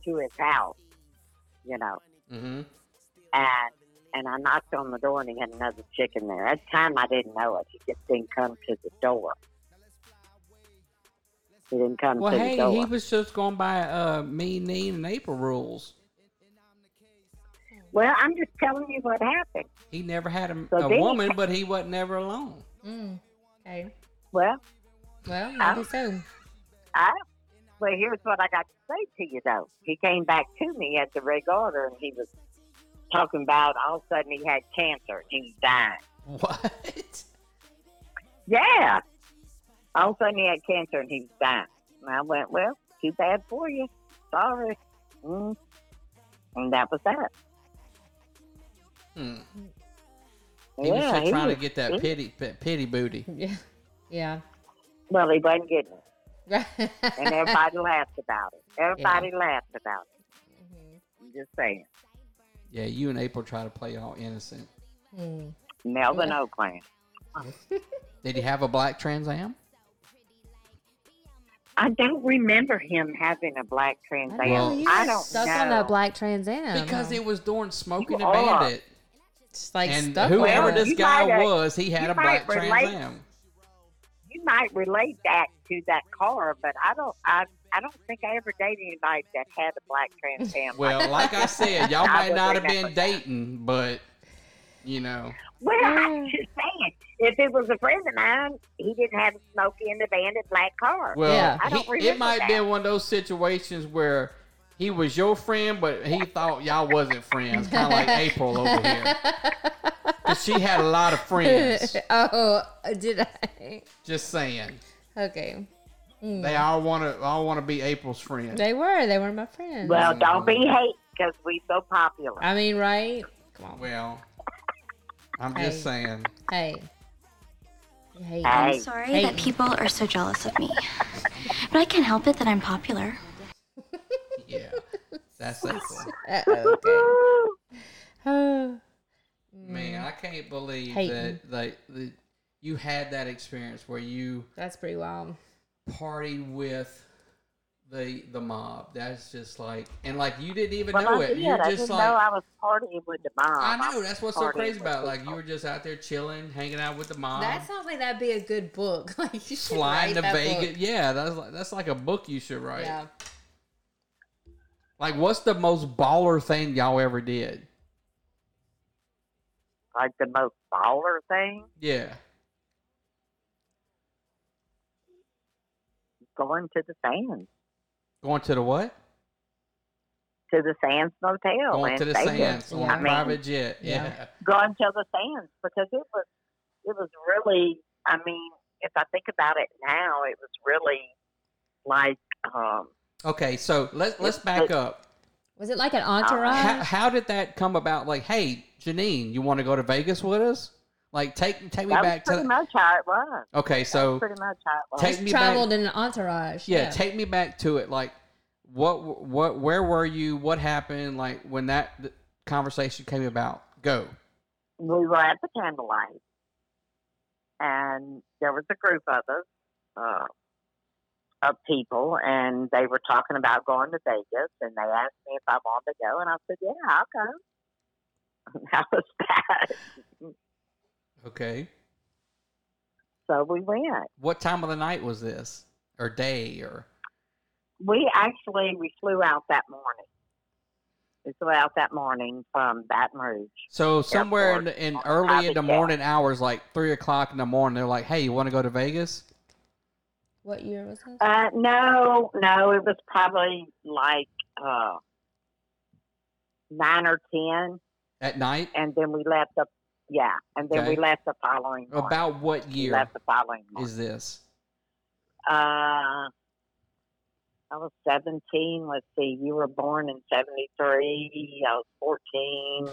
S7: to his house, you know,
S1: Mm-hmm.
S7: and and I knocked on the door and he had another chick in there. At the time I didn't know it. He just didn't come to the door. He didn't come
S1: Well,
S7: to
S1: hey,
S7: the door.
S1: he was just going by uh, me, Neen, and April rules.
S7: Well, I'm just telling you what happened.
S1: He never had a,
S7: So
S1: a
S7: then-
S1: woman, but he wasn't ever alone.
S4: Mm. Okay.
S7: Well,
S4: Well,
S7: I-
S4: maybe so.
S7: I well, here's what I got to say to you though. He came back to me at the Red Garter and he was talking about all of a sudden he had cancer and he was dying.
S1: What?
S7: Yeah. All of a sudden he had cancer and he was dying. And I went, Well, too bad for you. Sorry. Mm. And that was that.
S1: Hmm. He was
S7: Yeah,
S1: just trying to
S7: was-
S1: get that
S7: he-
S1: pity p- pity booty.
S4: Yeah. Yeah.
S7: Well, he wasn't getting it.
S4: and
S7: And everybody laughed about it. Everybody laughed about it.
S1: Mm-hmm.
S7: I'm just saying.
S1: Yeah, you and April try to play all innocent.
S4: Mm.
S7: Melvin
S4: Yeah.
S7: Oakland.
S1: Did he have a black Trans Am?
S7: I don't remember him having a black Trans Am.
S1: Well-
S4: you
S7: I
S4: were
S7: don't
S4: stuck
S7: know.
S4: on a black Trans Am.
S1: Because
S4: huh?
S1: it was during Smoking the
S7: You are.
S1: Bandit.
S4: Just like
S1: and
S4: stuck
S1: whoever
S4: on it.
S7: Well,
S1: this
S7: you
S1: guy
S7: might, uh,
S1: was, he had
S7: you
S1: a black
S7: might
S1: Trans
S7: relate.
S1: Am.
S7: You might relate that to that car, but I don't. I I don't think I ever dated anybody that had a black Trans Am.
S1: Well, like I said, y'all
S7: I
S1: might
S7: would
S1: not have
S7: remember
S1: been dating, but you know,
S7: Well, I'm just saying, if it was a friend of mine, he didn't have Smokey and the Bandit black car.
S1: well,
S4: Yeah.
S7: I don't
S1: he- it
S7: remember
S1: might
S7: that.
S1: be one of those situations where he was your friend, but he thought y'all wasn't friends, kind of like April over here, 'Cause she had a lot of friends.
S4: oh, did I?
S1: Just saying,
S4: Okay.
S1: they all want to all want to be April's friend.
S4: They were. They were my friends.
S7: Well, don't be hate because we so popular.
S4: I mean, right? Come on.
S1: well, I'm
S4: Hey.
S1: just saying.
S4: Hey. Hey.
S7: Hey.
S13: I'm sorry
S4: Hey.
S13: that people are so jealous of me. But I can't help it that I'm popular.
S1: Yeah, that's April.
S4: Uh, okay. Oh,
S1: Man, I can't believe
S4: Hating.
S1: that like that you had that experience where you
S4: that's pretty wild.
S1: party with the the mob. That's just like and like you didn't even
S7: Well,
S1: know
S7: I
S1: it.
S7: did.
S1: You're
S7: I
S1: just
S7: didn't
S1: like
S7: know I was partying with the mom.
S1: I
S7: I
S1: know
S7: was
S1: that's what's so
S7: partying
S1: crazy
S7: with
S1: about. it. Like
S7: people.
S1: you were just out there chilling, hanging out with the mob,
S4: that sounds like that'd be a good book. Like you should
S1: flying
S4: write
S1: to
S4: that
S1: Vegas.
S4: book.
S1: Yeah, that's like that's like a book you should write.
S4: Yeah.
S1: Like what's the most baller thing y'all ever did?
S7: like the most baller thing
S1: Yeah.
S7: going to the Sands,
S1: Going to the what?
S7: to the Sands Motel.
S1: Going
S7: in
S1: to the
S7: Oh, Vegas.
S1: sands on
S7: I
S1: a
S7: mean,
S1: private jet.
S4: Yeah.
S1: yeah.
S7: going to the Sands because it was it was really. I mean, if I think about it now, it was really like um,
S1: Okay, so let's let's back up.
S4: Was it like an
S1: How,
S7: uh,
S4: entourage?
S1: how did that come about? Like, hey, Janine, you want to go to Vegas with us? Like, take take me
S7: that was
S1: back
S7: pretty
S1: to.
S7: much how it was.
S1: Okay,
S7: So
S1: so
S7: pretty much how it was.
S1: take me
S4: Traveled
S1: back.
S4: in an entourage.
S1: Yeah, take me back to it. Like, what what where were you? What happened? Like when that th- conversation came about? Go.
S7: we were at the candlelight, and there was a group of us, uh, of people, and they were talking about going to Vegas, and they asked me if I wanted to go, and I said, "Yeah, I'll go." That was that.
S1: Okay.
S7: So we went.
S1: What time of the night was this, or day, or?
S7: We actually we flew out that morning. We flew out that morning from Baton Rouge.
S1: So somewhere in,
S7: Airport.
S1: in
S7: On
S1: early in
S7: private
S1: the
S7: jet.
S1: morning hours, like three o'clock in the morning, they're like, "Hey, you want to go to Vegas?"
S4: What year was this?
S7: Uh, no, no, it was probably like uh, nine or ten.
S1: At night?
S7: and then we left the yeah, and then we
S1: Okay.
S7: left the following morning.
S1: About what
S7: we
S1: year
S7: left the following morning.
S1: is this?
S7: uh, I was seventeen. Let's see, you were born in seventy three. I was fourteen.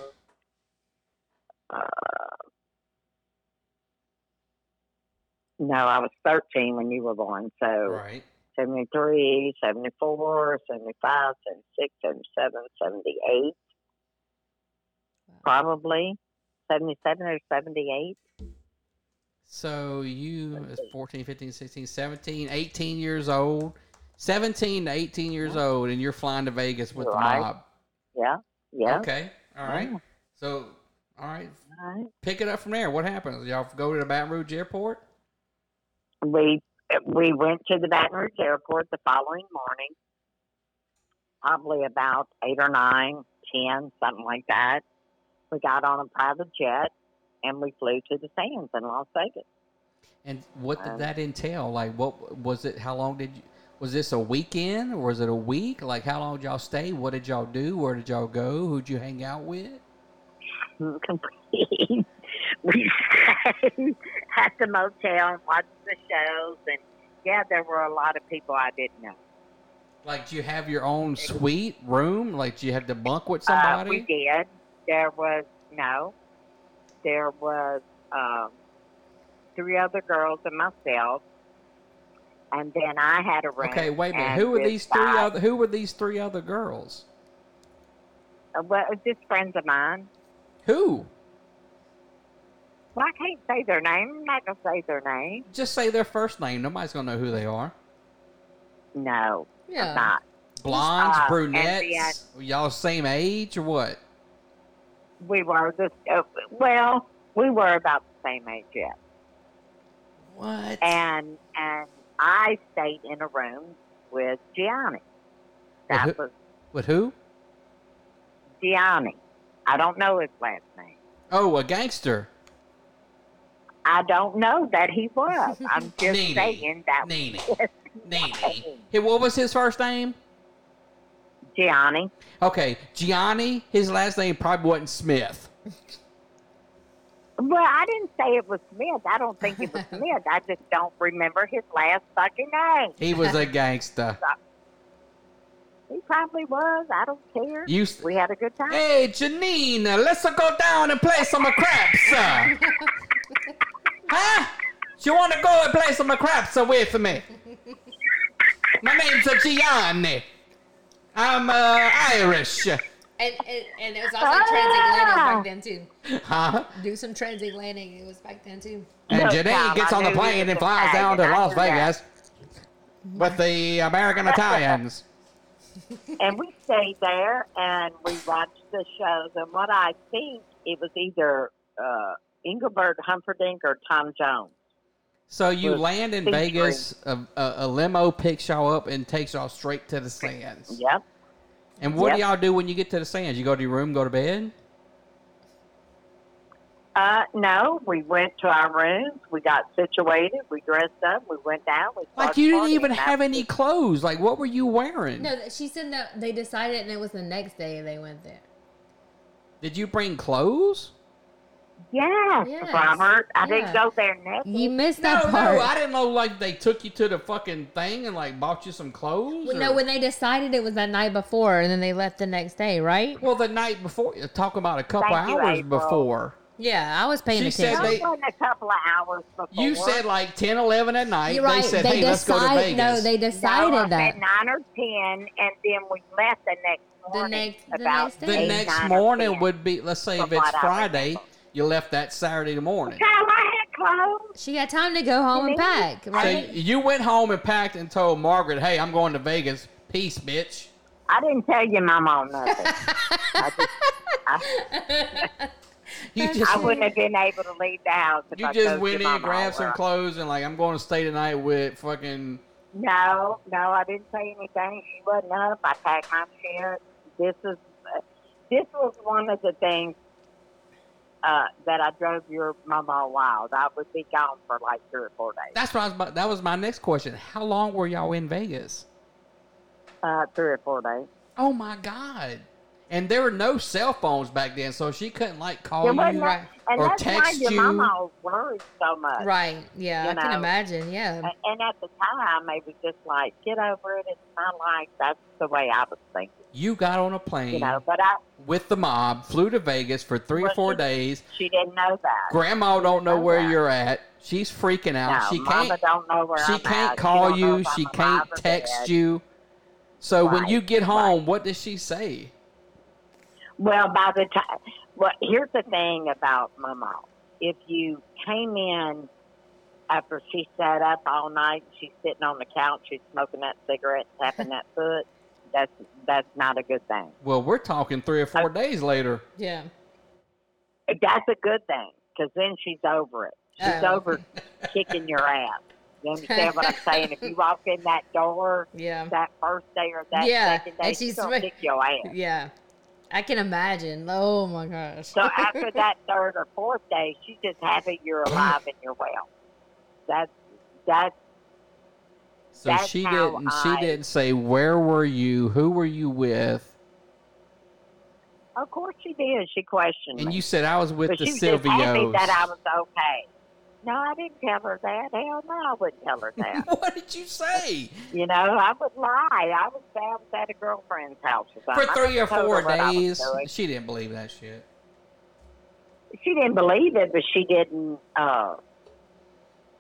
S7: Uh, No, I was 13 when you were born. So
S1: right.
S7: 73, 74, 75, 76, 77, 78. Probably 77 or 78.
S1: So you is 14, 15, 16, 17, 18 years old. 17 to 18 years old, and you're flying to Vegas with
S7: Right.
S1: the mob.
S7: Yeah. Yeah.
S1: Okay. All right.
S7: Yeah.
S1: So, all right.
S7: All right.
S1: Pick it up from there. What happens? Y'all go to the Baton Rouge airport?
S7: we we went to the Baton Rouge airport the following morning, probably about eight or nine, ten, something like that. We got on a private jet and we flew to the Sands in Las Vegas.
S1: And what did
S7: Um,
S1: that entail? Like, what was it? How long did you? Was this a weekend or was it a week? Like, how long did y'all stay? What did y'all do? Where did y'all go? Who'd you hang out with?
S7: we stayed at the motel and watched the shows, and yeah, there were a lot of people I didn't know.
S1: Like, do you have your own suite room? Like, do you have to bunk with
S7: Uh,
S1: somebody?
S7: we did. There was no. There was um, three other girls and myself, and then I had a room.
S1: okay, wait a minute.
S7: and
S1: Who were
S7: this
S1: these three
S7: guy-
S1: other? Who were these three other girls?
S7: uh, Well, it was just friends of mine.
S1: Who?
S7: Well, I can't say their name. I'm not gonna say their name.
S1: Just say their first name. Nobody's gonna know who they are.
S7: No,
S4: Yeah.
S7: I'm not.
S1: Blondes,
S7: Uh, and
S1: brunettes, y'all same age or what?
S7: We were the uh, well, we were about the same age yet.
S1: What?
S7: And and I stayed in a room with Gianni.
S1: With
S7: That
S1: who-
S7: was
S1: With who?
S7: Gianni. I don't know his last name.
S1: Oh, a gangster.
S7: I don't know that he was. I'm just
S1: Nene.
S7: saying that
S1: Nene.
S7: was
S1: Nene. Hey, what was his first name?
S7: Gianni.
S1: Okay, Gianni. His last name probably wasn't Smith.
S7: Well, I didn't say it was Smith. I don't think it was Smith. I just don't remember his last fucking name.
S1: He was a gangster.
S7: He probably was. I don't care.
S1: You s-
S7: we had a good time.
S1: Hey, Janine, let's go down and play some craps. uh. huh? You want to go and play some craps away from me? My name's uh, Gianni. I'm uh, Irish.
S4: And, and, and it was also transatlantic
S7: Ah!
S4: back then, too.
S1: Huh?
S4: Do some transatlantic. It was back then, too.
S1: And
S7: Look,
S1: Janine
S7: Tom,
S1: gets
S7: I
S1: on the
S7: knew you
S1: plane
S7: were
S1: and flies down to
S7: Italian. I
S1: Las
S7: knew that.
S1: Vegas with the American Italians.
S7: And we stayed there and we watched the shows. And what I think it was either uh, Engelbert Humperdinck or Tom Jones.
S1: So you
S7: With
S1: land in
S7: sea
S1: Vegas, a, a, a limo picks y'all up and takes y'all straight to the sands.
S7: Yep.
S1: And what do
S7: Yep.
S1: y'all do when you get to the sands? You go to your room, go to bed?
S7: Uh, no, we went to our rooms. We got situated. We dressed up. We went down. We
S1: Like
S7: started
S1: you didn't
S7: partying.
S1: even
S7: That
S1: have
S7: was-
S1: any clothes. Like what were you wearing?
S4: No, th- she said that they decided, and it was the next day they went there.
S1: Did you bring clothes?
S7: Yes,
S4: Yes.
S7: Robert. I didn't
S4: Yeah.
S7: go there naked.
S4: You missed
S1: No,
S4: that
S1: no,
S4: part.
S1: I didn't know. Like they took you to the fucking thing and like bought you some clothes.
S4: Well, no,
S1: or-
S4: when they decided it was that night before, and then they left the next day, right?
S1: well, the night before, talking about a couple
S7: Thank you,
S1: hours
S7: April.
S1: before.
S4: Yeah, I was paying
S1: She said
S4: attention.
S1: they-
S7: It wasn't a couple of hours before.
S1: You said like 10, 11 at night.
S4: You're
S1: They
S4: right.
S1: said,
S4: they
S1: hey, let's go to
S4: decide-
S1: Vegas.
S4: No, they decided
S7: no, I
S4: that.
S7: said nine or ten, and then we left the next morning.
S4: next- the
S7: about
S4: next day.
S1: the
S7: eight,
S1: next
S7: nine or
S1: morning
S7: 10.
S1: would be, let's say if
S7: from
S1: it's
S7: what I
S1: Friday, you left that Saturday morning.
S7: So I had clothes.
S4: She had time to go home and
S7: Maybe.
S4: pack,
S1: So
S4: right?
S1: you went home and packed and told Margaret, hey, I'm going to Vegas. Peace, bitch.
S7: I didn't tell your mom on nothing. I, just, I,
S1: You
S7: I
S1: just,
S7: wouldn't have been able to leave the house if
S1: you
S7: I
S1: just
S7: told
S1: went
S7: your
S1: in,
S7: mama
S1: grabbed
S7: all
S1: some
S7: that.
S1: clothes, and like, I'm going to stay tonight with fucking.
S7: No, no, I didn't say anything. She wasn't up. I packed my shit. This is this was one of the things uh, that I drove your mama wild. I would be gone for like three or four days,
S1: That's what I was about, That was my next question. How long were y'all in Vegas?
S7: uh, three or four days.
S1: Oh my God. And there were no cell phones back then, so she couldn't like call
S7: There wasn't
S1: Oh, you
S7: no- and
S1: or
S7: that's why
S1: text
S7: your
S1: you.
S7: mama was worried so much.
S4: Right. Yeah,
S7: you
S4: I can
S7: know.
S4: imagine. Yeah.
S7: And, and at the time, it was just like, get over it. It's my life. That's the way I was thinking.
S1: You got on a plane
S7: You know, but I
S1: with the mob, flew to Vegas for three or
S7: Well,
S1: four
S7: she-
S1: days.
S7: she didn't know that.
S1: Grandma don't know where you're at. She's freaking out.
S7: No,
S1: she can't.
S7: mama don't know where
S1: she
S7: I'm
S1: can't
S7: at. She
S1: call
S7: don't know
S1: you.
S7: if I'm
S1: She
S7: alive
S1: can't
S7: or
S1: text
S7: dead.
S1: you. So when
S7: Right,
S1: you get home, what does she say?
S7: Well, by the time, well, here's the thing about my mom. If you came in after she sat up all night, she's sitting on the couch, she's smoking that cigarette, tapping that foot. That's that's not a good thing.
S1: Well, we're talking three or four days later.
S4: Yeah.
S7: That's a good thing because then she's over it. She's
S1: Oh.
S7: over kicking your ass. You understand what I'm saying? If you walk in that door,
S4: yeah.
S7: that first day or that
S4: Yeah,
S7: second day,
S4: and
S7: she's
S4: she's
S7: gonna
S4: re-
S7: kick your ass.
S4: Yeah. I can imagine. Oh my gosh.
S7: So after that third or fourth day, she's just happy you're alive and you're well. That's that's
S1: So
S7: That's
S1: she
S7: how
S1: didn't.
S7: I-
S1: She didn't say where were you, who were you with,
S7: of course she did. She questioned
S1: and
S7: me.
S1: you said I was with
S7: but
S1: the
S7: she was just happy
S1: Silvios.
S7: that I was okay. No, I didn't tell her that. Hell no, I wouldn't tell her that.
S1: what did you say?
S7: You know, I would lie. I was, I was at a girlfriend's house or
S1: For
S7: something. I
S1: three or
S7: told her
S1: four
S7: what I was
S1: days,
S7: doing.
S1: she didn't believe that shit.
S7: She didn't believe it, but she didn't. Uh,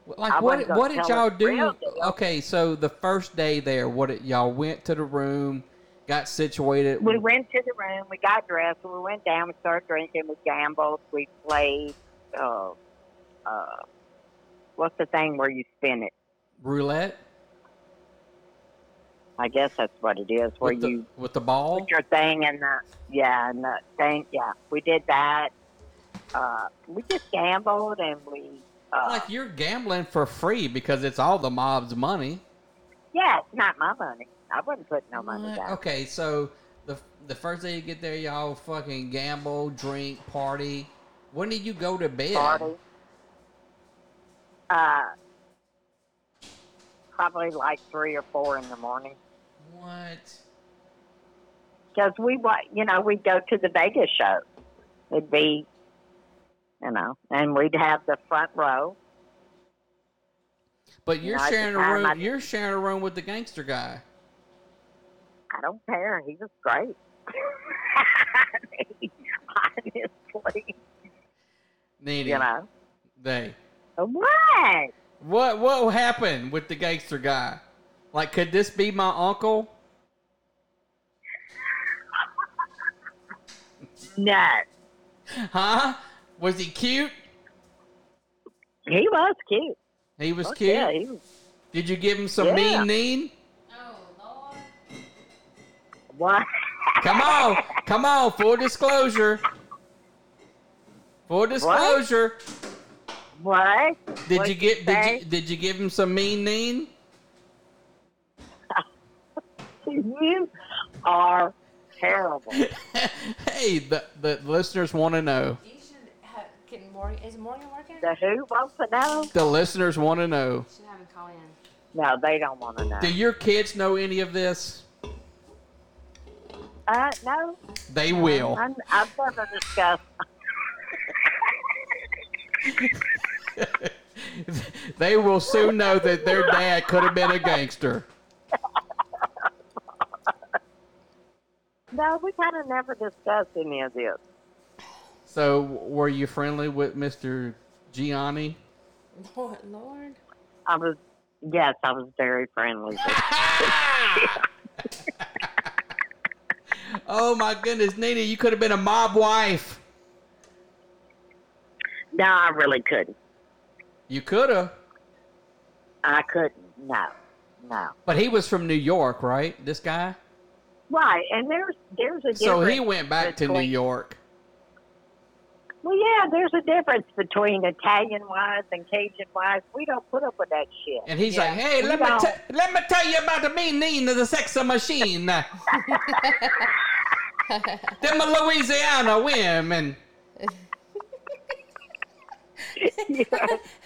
S1: Like
S7: I
S1: what?
S7: wasn't gonna
S1: What did
S7: tell
S1: y'all
S7: her the real
S1: do?
S7: deal.
S1: Okay, so the first day there, what did y'all went to the room, got situated.
S7: We went to the room. We got dressed. We went down. We started drinking. We gambled. We played. Uh, uh, what's the thing where you spin it?
S1: roulette
S7: I guess that's what it is. Where
S1: with the,
S7: you
S1: with the ball.
S7: put your thing in the yeah, and the thing yeah. We did that. Uh, we just gambled and we uh,
S1: Like you're gambling for free because it's all the mob's money.
S7: yeah. It's not my money. I wouldn't put no money down.
S1: Okay, so the the first day you get there, y'all fucking gamble, drink, party. When did you go to bed?
S7: Party. Uh, probably like three or four in the morning.
S1: What?
S7: because we wa you know we'd go to the Vegas show. It'd be, you know, and we'd have the front row.
S1: But you're
S7: No, at the
S1: sharing a
S7: time,
S1: room.
S7: I-
S1: you're sharing a room with the gangster guy.
S7: I don't care. He was great. Honestly,
S1: Nene,
S7: you know Oh,
S1: they.
S7: what?
S1: What what happened with the gangster guy? Like, could this be my uncle?
S7: No.
S1: Huh? Was he cute?
S7: He was cute.
S1: He was
S7: Oh,
S1: cute.
S7: yeah, he was-
S1: Did you give him some
S7: Yeah.
S1: mean neen?
S7: What?
S1: Come on, come on. Full disclosure. Full disclosure.
S7: What?
S1: Did
S7: What'd
S1: you
S7: you
S1: get? did
S7: say?
S1: you did you give him some mean neen?
S7: You are terrible.
S1: Hey, the the listeners want to know.
S4: You should have, can Morgan, is Morgan working?
S7: The who wants to know?
S1: The listeners want to know.
S4: Should have him call in.
S7: No, they don't want to know.
S1: Do your kids know any of this?
S7: Uh, no.
S1: They will.
S7: Um, I'm, I've never discussed.
S1: They will soon know that their dad could have been a gangster.
S7: No, we kind of never discussed any of this.
S1: So, were you friendly with Mr. Gianni?
S4: Lord, Lord.
S7: I was, yes, I was very friendly.
S1: Oh my goodness, Nina, you could have been a mob wife.
S7: no, I really couldn't.
S1: You could have.
S7: I couldn't. No, no.
S1: But he was from New York, right? This guy?
S7: Right, and there's there's a difference.
S1: So he went back to New
S7: between-
S1: York.
S7: Well, yeah, there's a difference between Italian wives and Cajun wives. We don't put up with that shit.
S1: And he's like, hey,
S7: We
S1: let me,
S7: don't.
S1: t- let me tell you about the mean Nina, the sex machine. Them Louisiana women.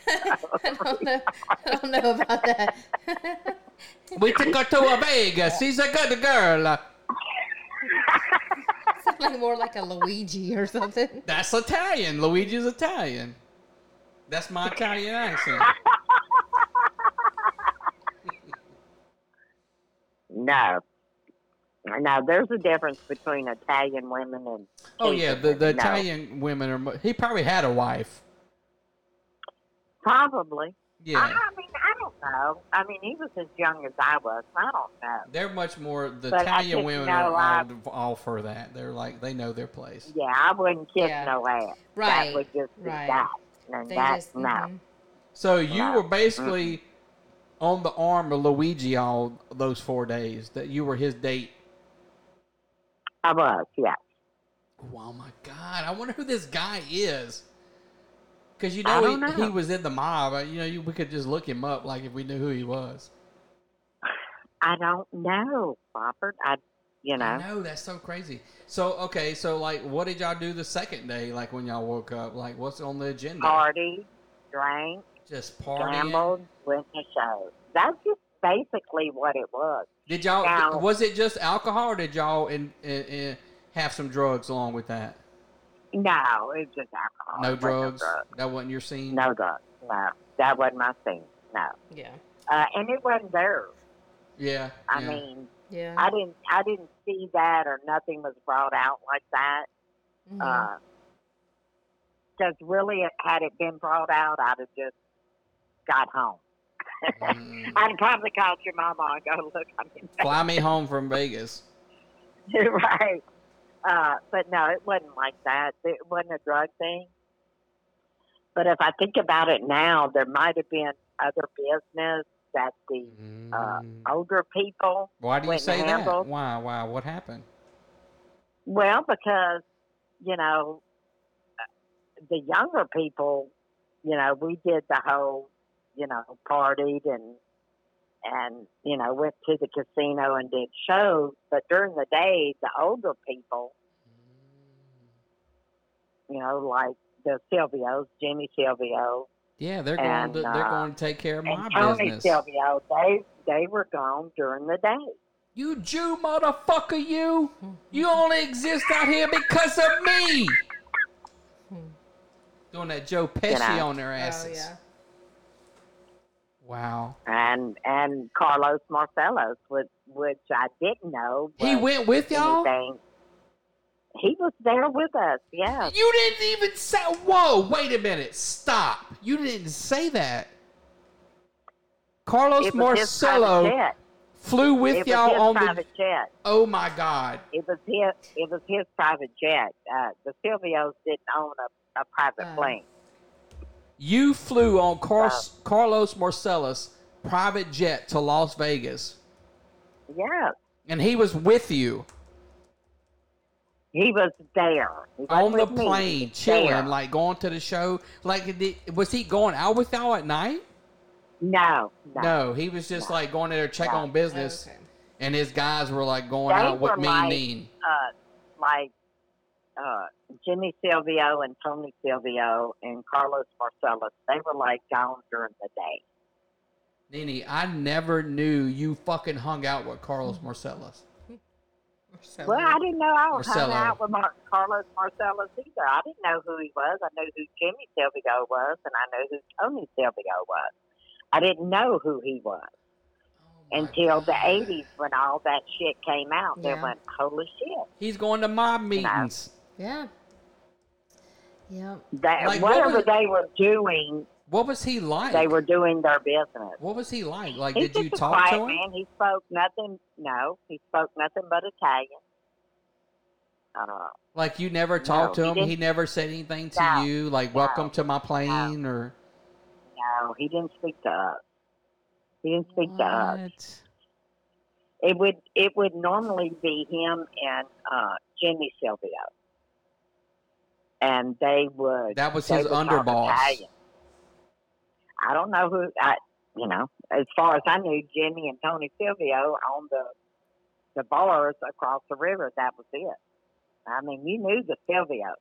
S4: I don't know. I don't know about that.
S1: We took her to a Vegas. She's a good girl.
S4: Sound like more like a Luigi or something.
S1: That's Italian. Luigi's Italian. That's my Italian accent.
S7: No. No, there's a difference between Italian women and.
S1: Oh yeah, the, the
S7: No.
S1: Italian women are. mo- He probably had a wife.
S7: Probably.
S1: Yeah.
S7: I, I mean, I don't know. I mean, he was as young as I was. I don't know.
S1: They're much more. The
S7: But I
S1: Italian
S7: think
S1: women
S7: no,
S1: are
S7: I-
S1: all, all for that. They're like they know their place.
S7: Yeah, I wouldn't kiss no ass.
S4: Right,
S7: That would just be
S4: right.
S7: that. And
S4: They
S7: that,
S4: just-
S7: no.
S4: mhm.
S1: So you were basically
S7: Mm-hmm.
S1: on the arm of Luigi all those four days. That you were his date.
S7: I was, yeah.
S1: Oh my God! I wonder who this guy is. Because you know,
S7: I don't
S1: he,
S7: know.
S1: he was in the mob. uh, You know, you, we could just look him up, like if we knew who he was.
S7: I don't know, Robert. I, you know.
S1: I know that's so crazy. So okay, so like, what did y'all do the second day? Like when y'all woke up, like what's on the agenda?
S7: Party, drank,
S1: Just partying.
S7: gambled, went to shows. That's just basically what it was.
S1: Did y'all?
S7: Now-
S1: was it just alcohol, or did y'all in, in, in have some drugs along with that?
S7: No, it was just alcohol.
S1: No
S7: It wasn't
S1: drugs. Mm. That wasn't your scene.
S7: No drugs. No, that wasn't my scene. No.
S4: Yeah.
S7: Uh, and it wasn't there.
S1: Yeah.
S7: I
S1: yeah.
S7: mean,
S4: yeah.
S7: I didn't, I didn't see that, or nothing was brought out like that.
S4: Mhm.
S7: Uh 'cause really, had it been brought out, I'd have just got home. I'd probably called your mama and go, look, I'm in
S1: Mm. fly me home from Vegas.
S7: right. Uh, but no, it wasn't like that. It wasn't a drug thing. But if I think about it now, there might have been other business that the uh, older people.
S1: Why do you
S7: went and
S1: say that?
S7: handled.
S1: Why? Why? What happened?
S7: Well, because you know the younger people, you know, we did the whole, you know, partied and and you know went to the casino and did shows. But during the day, the older people, you know, like the Silvios, Jimmy Silvio,
S1: Yeah, they're going.
S7: And,
S1: To, they're
S7: uh,
S1: going to take care of my
S7: and Tony
S1: business.
S7: Silvio, they they were gone during the day.
S1: You Jew motherfucker, you! You only exist out here because of me! Doing that Joe Pesci
S7: know.
S1: on
S4: Oh,
S1: their asses. Wow.
S7: And and Carlos Marcellos, which which I didn't know.
S1: He
S7: was
S1: went with y'all?
S7: anything. He was there with us. Yeah.
S1: You didn't even say, whoa, wait a minute, stop. You didn't say that. Carlos
S7: It was his private
S1: Marcello
S7: jet.
S1: flew with
S7: it
S1: y'all
S7: was his
S1: on the.
S7: private jet.
S1: Oh my God.
S7: It was his. It was his private jet. Uh, the Silvios didn't own a, a private plane.
S1: You flew on Car- Carlos Marcello's private jet to Las Vegas,
S7: Yeah.
S1: and he was with you.
S7: He was there. He
S1: on the
S7: wasn't with me.
S1: plane,
S7: He was
S1: chilling,
S7: there.
S1: like going to the show. Like, did, was he going out with y'all at night?
S7: No,
S1: no, he was just like going there to check
S7: No.
S1: on
S4: Oh,
S1: business, and his guys were like going
S7: They
S1: out with
S7: were
S1: mean
S7: like,
S1: mean.
S7: Uh, like uh, Jimmy Silvio and Tony Silvio and Carlos Marcellus. They were like gone during the day.
S1: Nene, I never knew you fucking hung out with Carlos Marcellus.
S7: Well, I didn't know I was
S1: Marcello.
S7: hung out with Mar- Carlos Marcellus either. I didn't know who he was. I knew who Jimmy Silvio was, and I knew who Tony Silvio was. I didn't know who he was
S1: Oh,
S7: until the '80s when all that shit came out. They
S4: Yeah.
S7: went, "Holy shit!"
S1: He's going to mob meetings.
S4: Yeah. Yep.
S7: That
S1: Like, what
S7: whatever
S1: was-
S7: they were doing,
S1: What was he like?
S7: they were doing their business.
S1: What was he like? Like,
S7: He's
S1: did you
S7: just a
S1: talk to
S7: quiet
S1: him?
S7: Man. He spoke nothing. No, he spoke nothing but Italian. Uh,
S1: Like, you never talked to
S7: No, he
S1: him? He,
S7: didn't-
S1: never said anything to
S7: No,
S1: you? Like,
S7: no,
S1: welcome to my plane? Or,
S7: no, he didn't speak to us. He didn't speak to
S1: Mm.
S7: us. It would it would normally be him and uh, Jimmy Silvio, and they would.
S1: That was
S7: they
S1: his
S7: would talk
S1: underboss.
S7: Italian. I don't know who I. You know, as far as I knew, Jimmy and Tony Silvio on the the bars across the river. That was it. I mean, you knew the Silvio.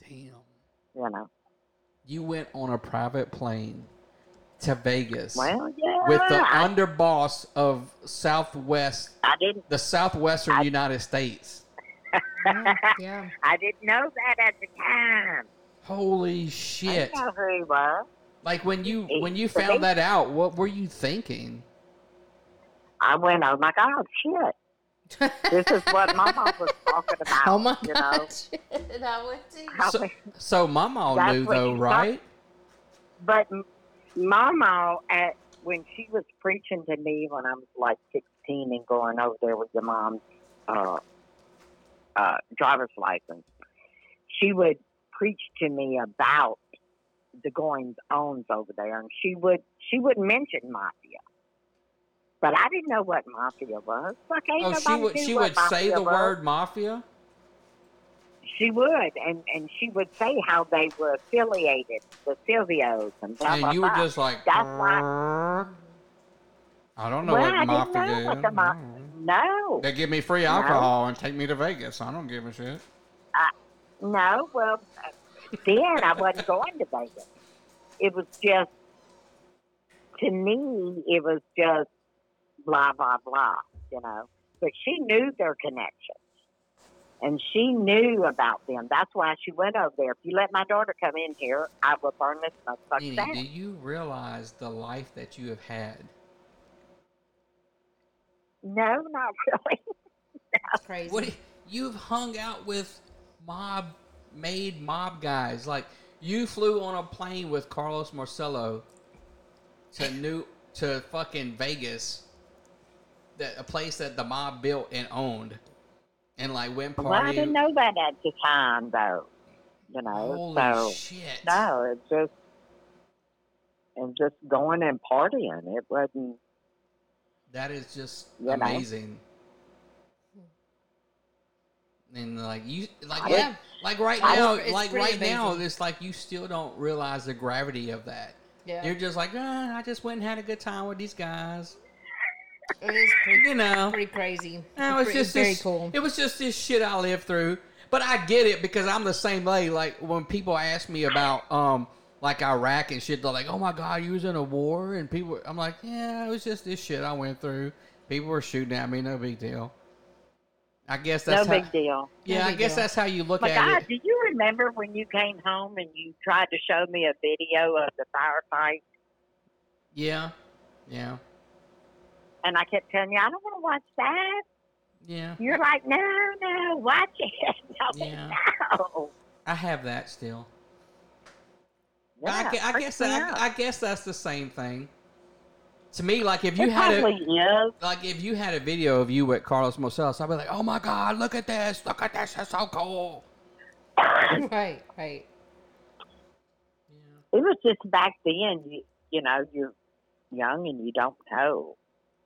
S1: Damn.
S7: You know.
S1: you went on a private plane to Vegas.
S7: Well, yeah,
S1: With the
S7: I-
S1: underboss of Southwest,
S7: I didn't,
S1: the Southwestern United States.
S4: yeah.
S7: I didn't know that at the time.
S1: Holy shit!
S7: I know who he was.
S1: Like when you
S7: He-
S1: when you
S7: but they-
S1: found that out, what were you thinking?
S7: I went, oh my God, shit. this is what my mom was talking about.
S1: Oh my
S7: you know?
S4: that would too.
S1: So, so Mama all
S7: That's
S1: knew
S7: what
S1: though,
S7: you
S1: right?
S7: But m- Mama, at when she was preaching to me when I was like sixteen and going over there with your mom's uh, uh, driver's license, she would preach to me about the goings ons over there, and she would she would mention mafia. But I didn't know what mafia was. Like, ain't
S1: Oh, she
S7: nobody
S1: would
S7: knew
S1: she
S7: what
S1: would say
S7: mafia
S1: the
S7: was.
S1: word mafia.
S7: She would, and and she would say how they were affiliated, the Silvios, and blah
S1: And
S7: blah
S1: you were
S7: blah.
S1: just like,
S7: That's why.
S1: I don't know
S7: well, I
S1: what mafia
S7: didn't know what
S1: is.
S7: the mafia. No,
S1: They give me free
S7: No.
S1: alcohol and take me to Vegas. I don't give a shit.
S7: no. Well, then I wasn't going to Vegas. It was just to me. It was just blah blah blah. You know, but she knew their connection. And she knew about them. That's why she went over there. If you let my daughter come in here, I will burn this motherfucker
S1: Nene,
S7: down.
S1: do you realize the life that you have had?
S7: No, not really.
S4: Crazy.
S1: What do you, you've hung out with mob made mob guys. Like you flew on a plane with Carlos Marcello to new to fucking Vegas, that a place that the mob built and owned, and like went
S7: Well, I
S1: party.
S7: didn't know that at the time, though. You know,
S1: Holy
S7: so
S1: shit!
S7: no, it's just and just going and partying. It wasn't.
S1: That is just
S7: You know?
S1: amazing. And like you, like
S7: Yeah.
S1: like, like right
S7: I-
S1: now,
S7: it's
S1: like
S7: pretty
S1: right now,
S7: amazing.
S1: it's like you still don't realize the gravity of that.
S4: Yeah.
S1: You're just like, "Ah, I just went and had a good time with these guys.
S4: It is pretty,
S1: You know.
S4: pretty crazy.
S1: No, it's
S4: Pretty-
S1: just
S4: very
S1: this,
S4: cool.
S1: It was just this shit I lived through. But I get it because I'm the same way. Like when people ask me about um like Iraq and shit, they're like, "Oh my god, you was in a war," and people. I'm like, "Yeah, it was just this shit I went through. People were shooting at me, no big deal." I guess
S7: No
S1: that's how,
S7: big deal.
S1: Yeah,
S7: No
S1: I
S7: big
S1: guess
S7: deal.
S1: that's how you look
S7: My
S1: at
S7: God,
S1: it.
S7: do you remember when you came home and you tried to show me a video of the firefight?
S1: Yeah, yeah,
S7: And I kept telling you, I don't want to watch that.
S1: yeah.
S7: You're like, no, no, watch it. I'm like,
S1: Yeah.
S7: No.
S1: I have that still. But
S7: Yeah,
S1: I, gue- I
S7: freaks
S1: guess
S7: me
S1: that,
S7: out.
S1: I, I guess that's the same thing. To me, like if you
S7: It
S1: had
S7: probably
S1: a like if you had a video of you with Carlos Moseles, I'd be like, oh my god, look at this, look at this, that's so cool.
S4: right, right.
S7: it was just back then you, you know you're young and you don't know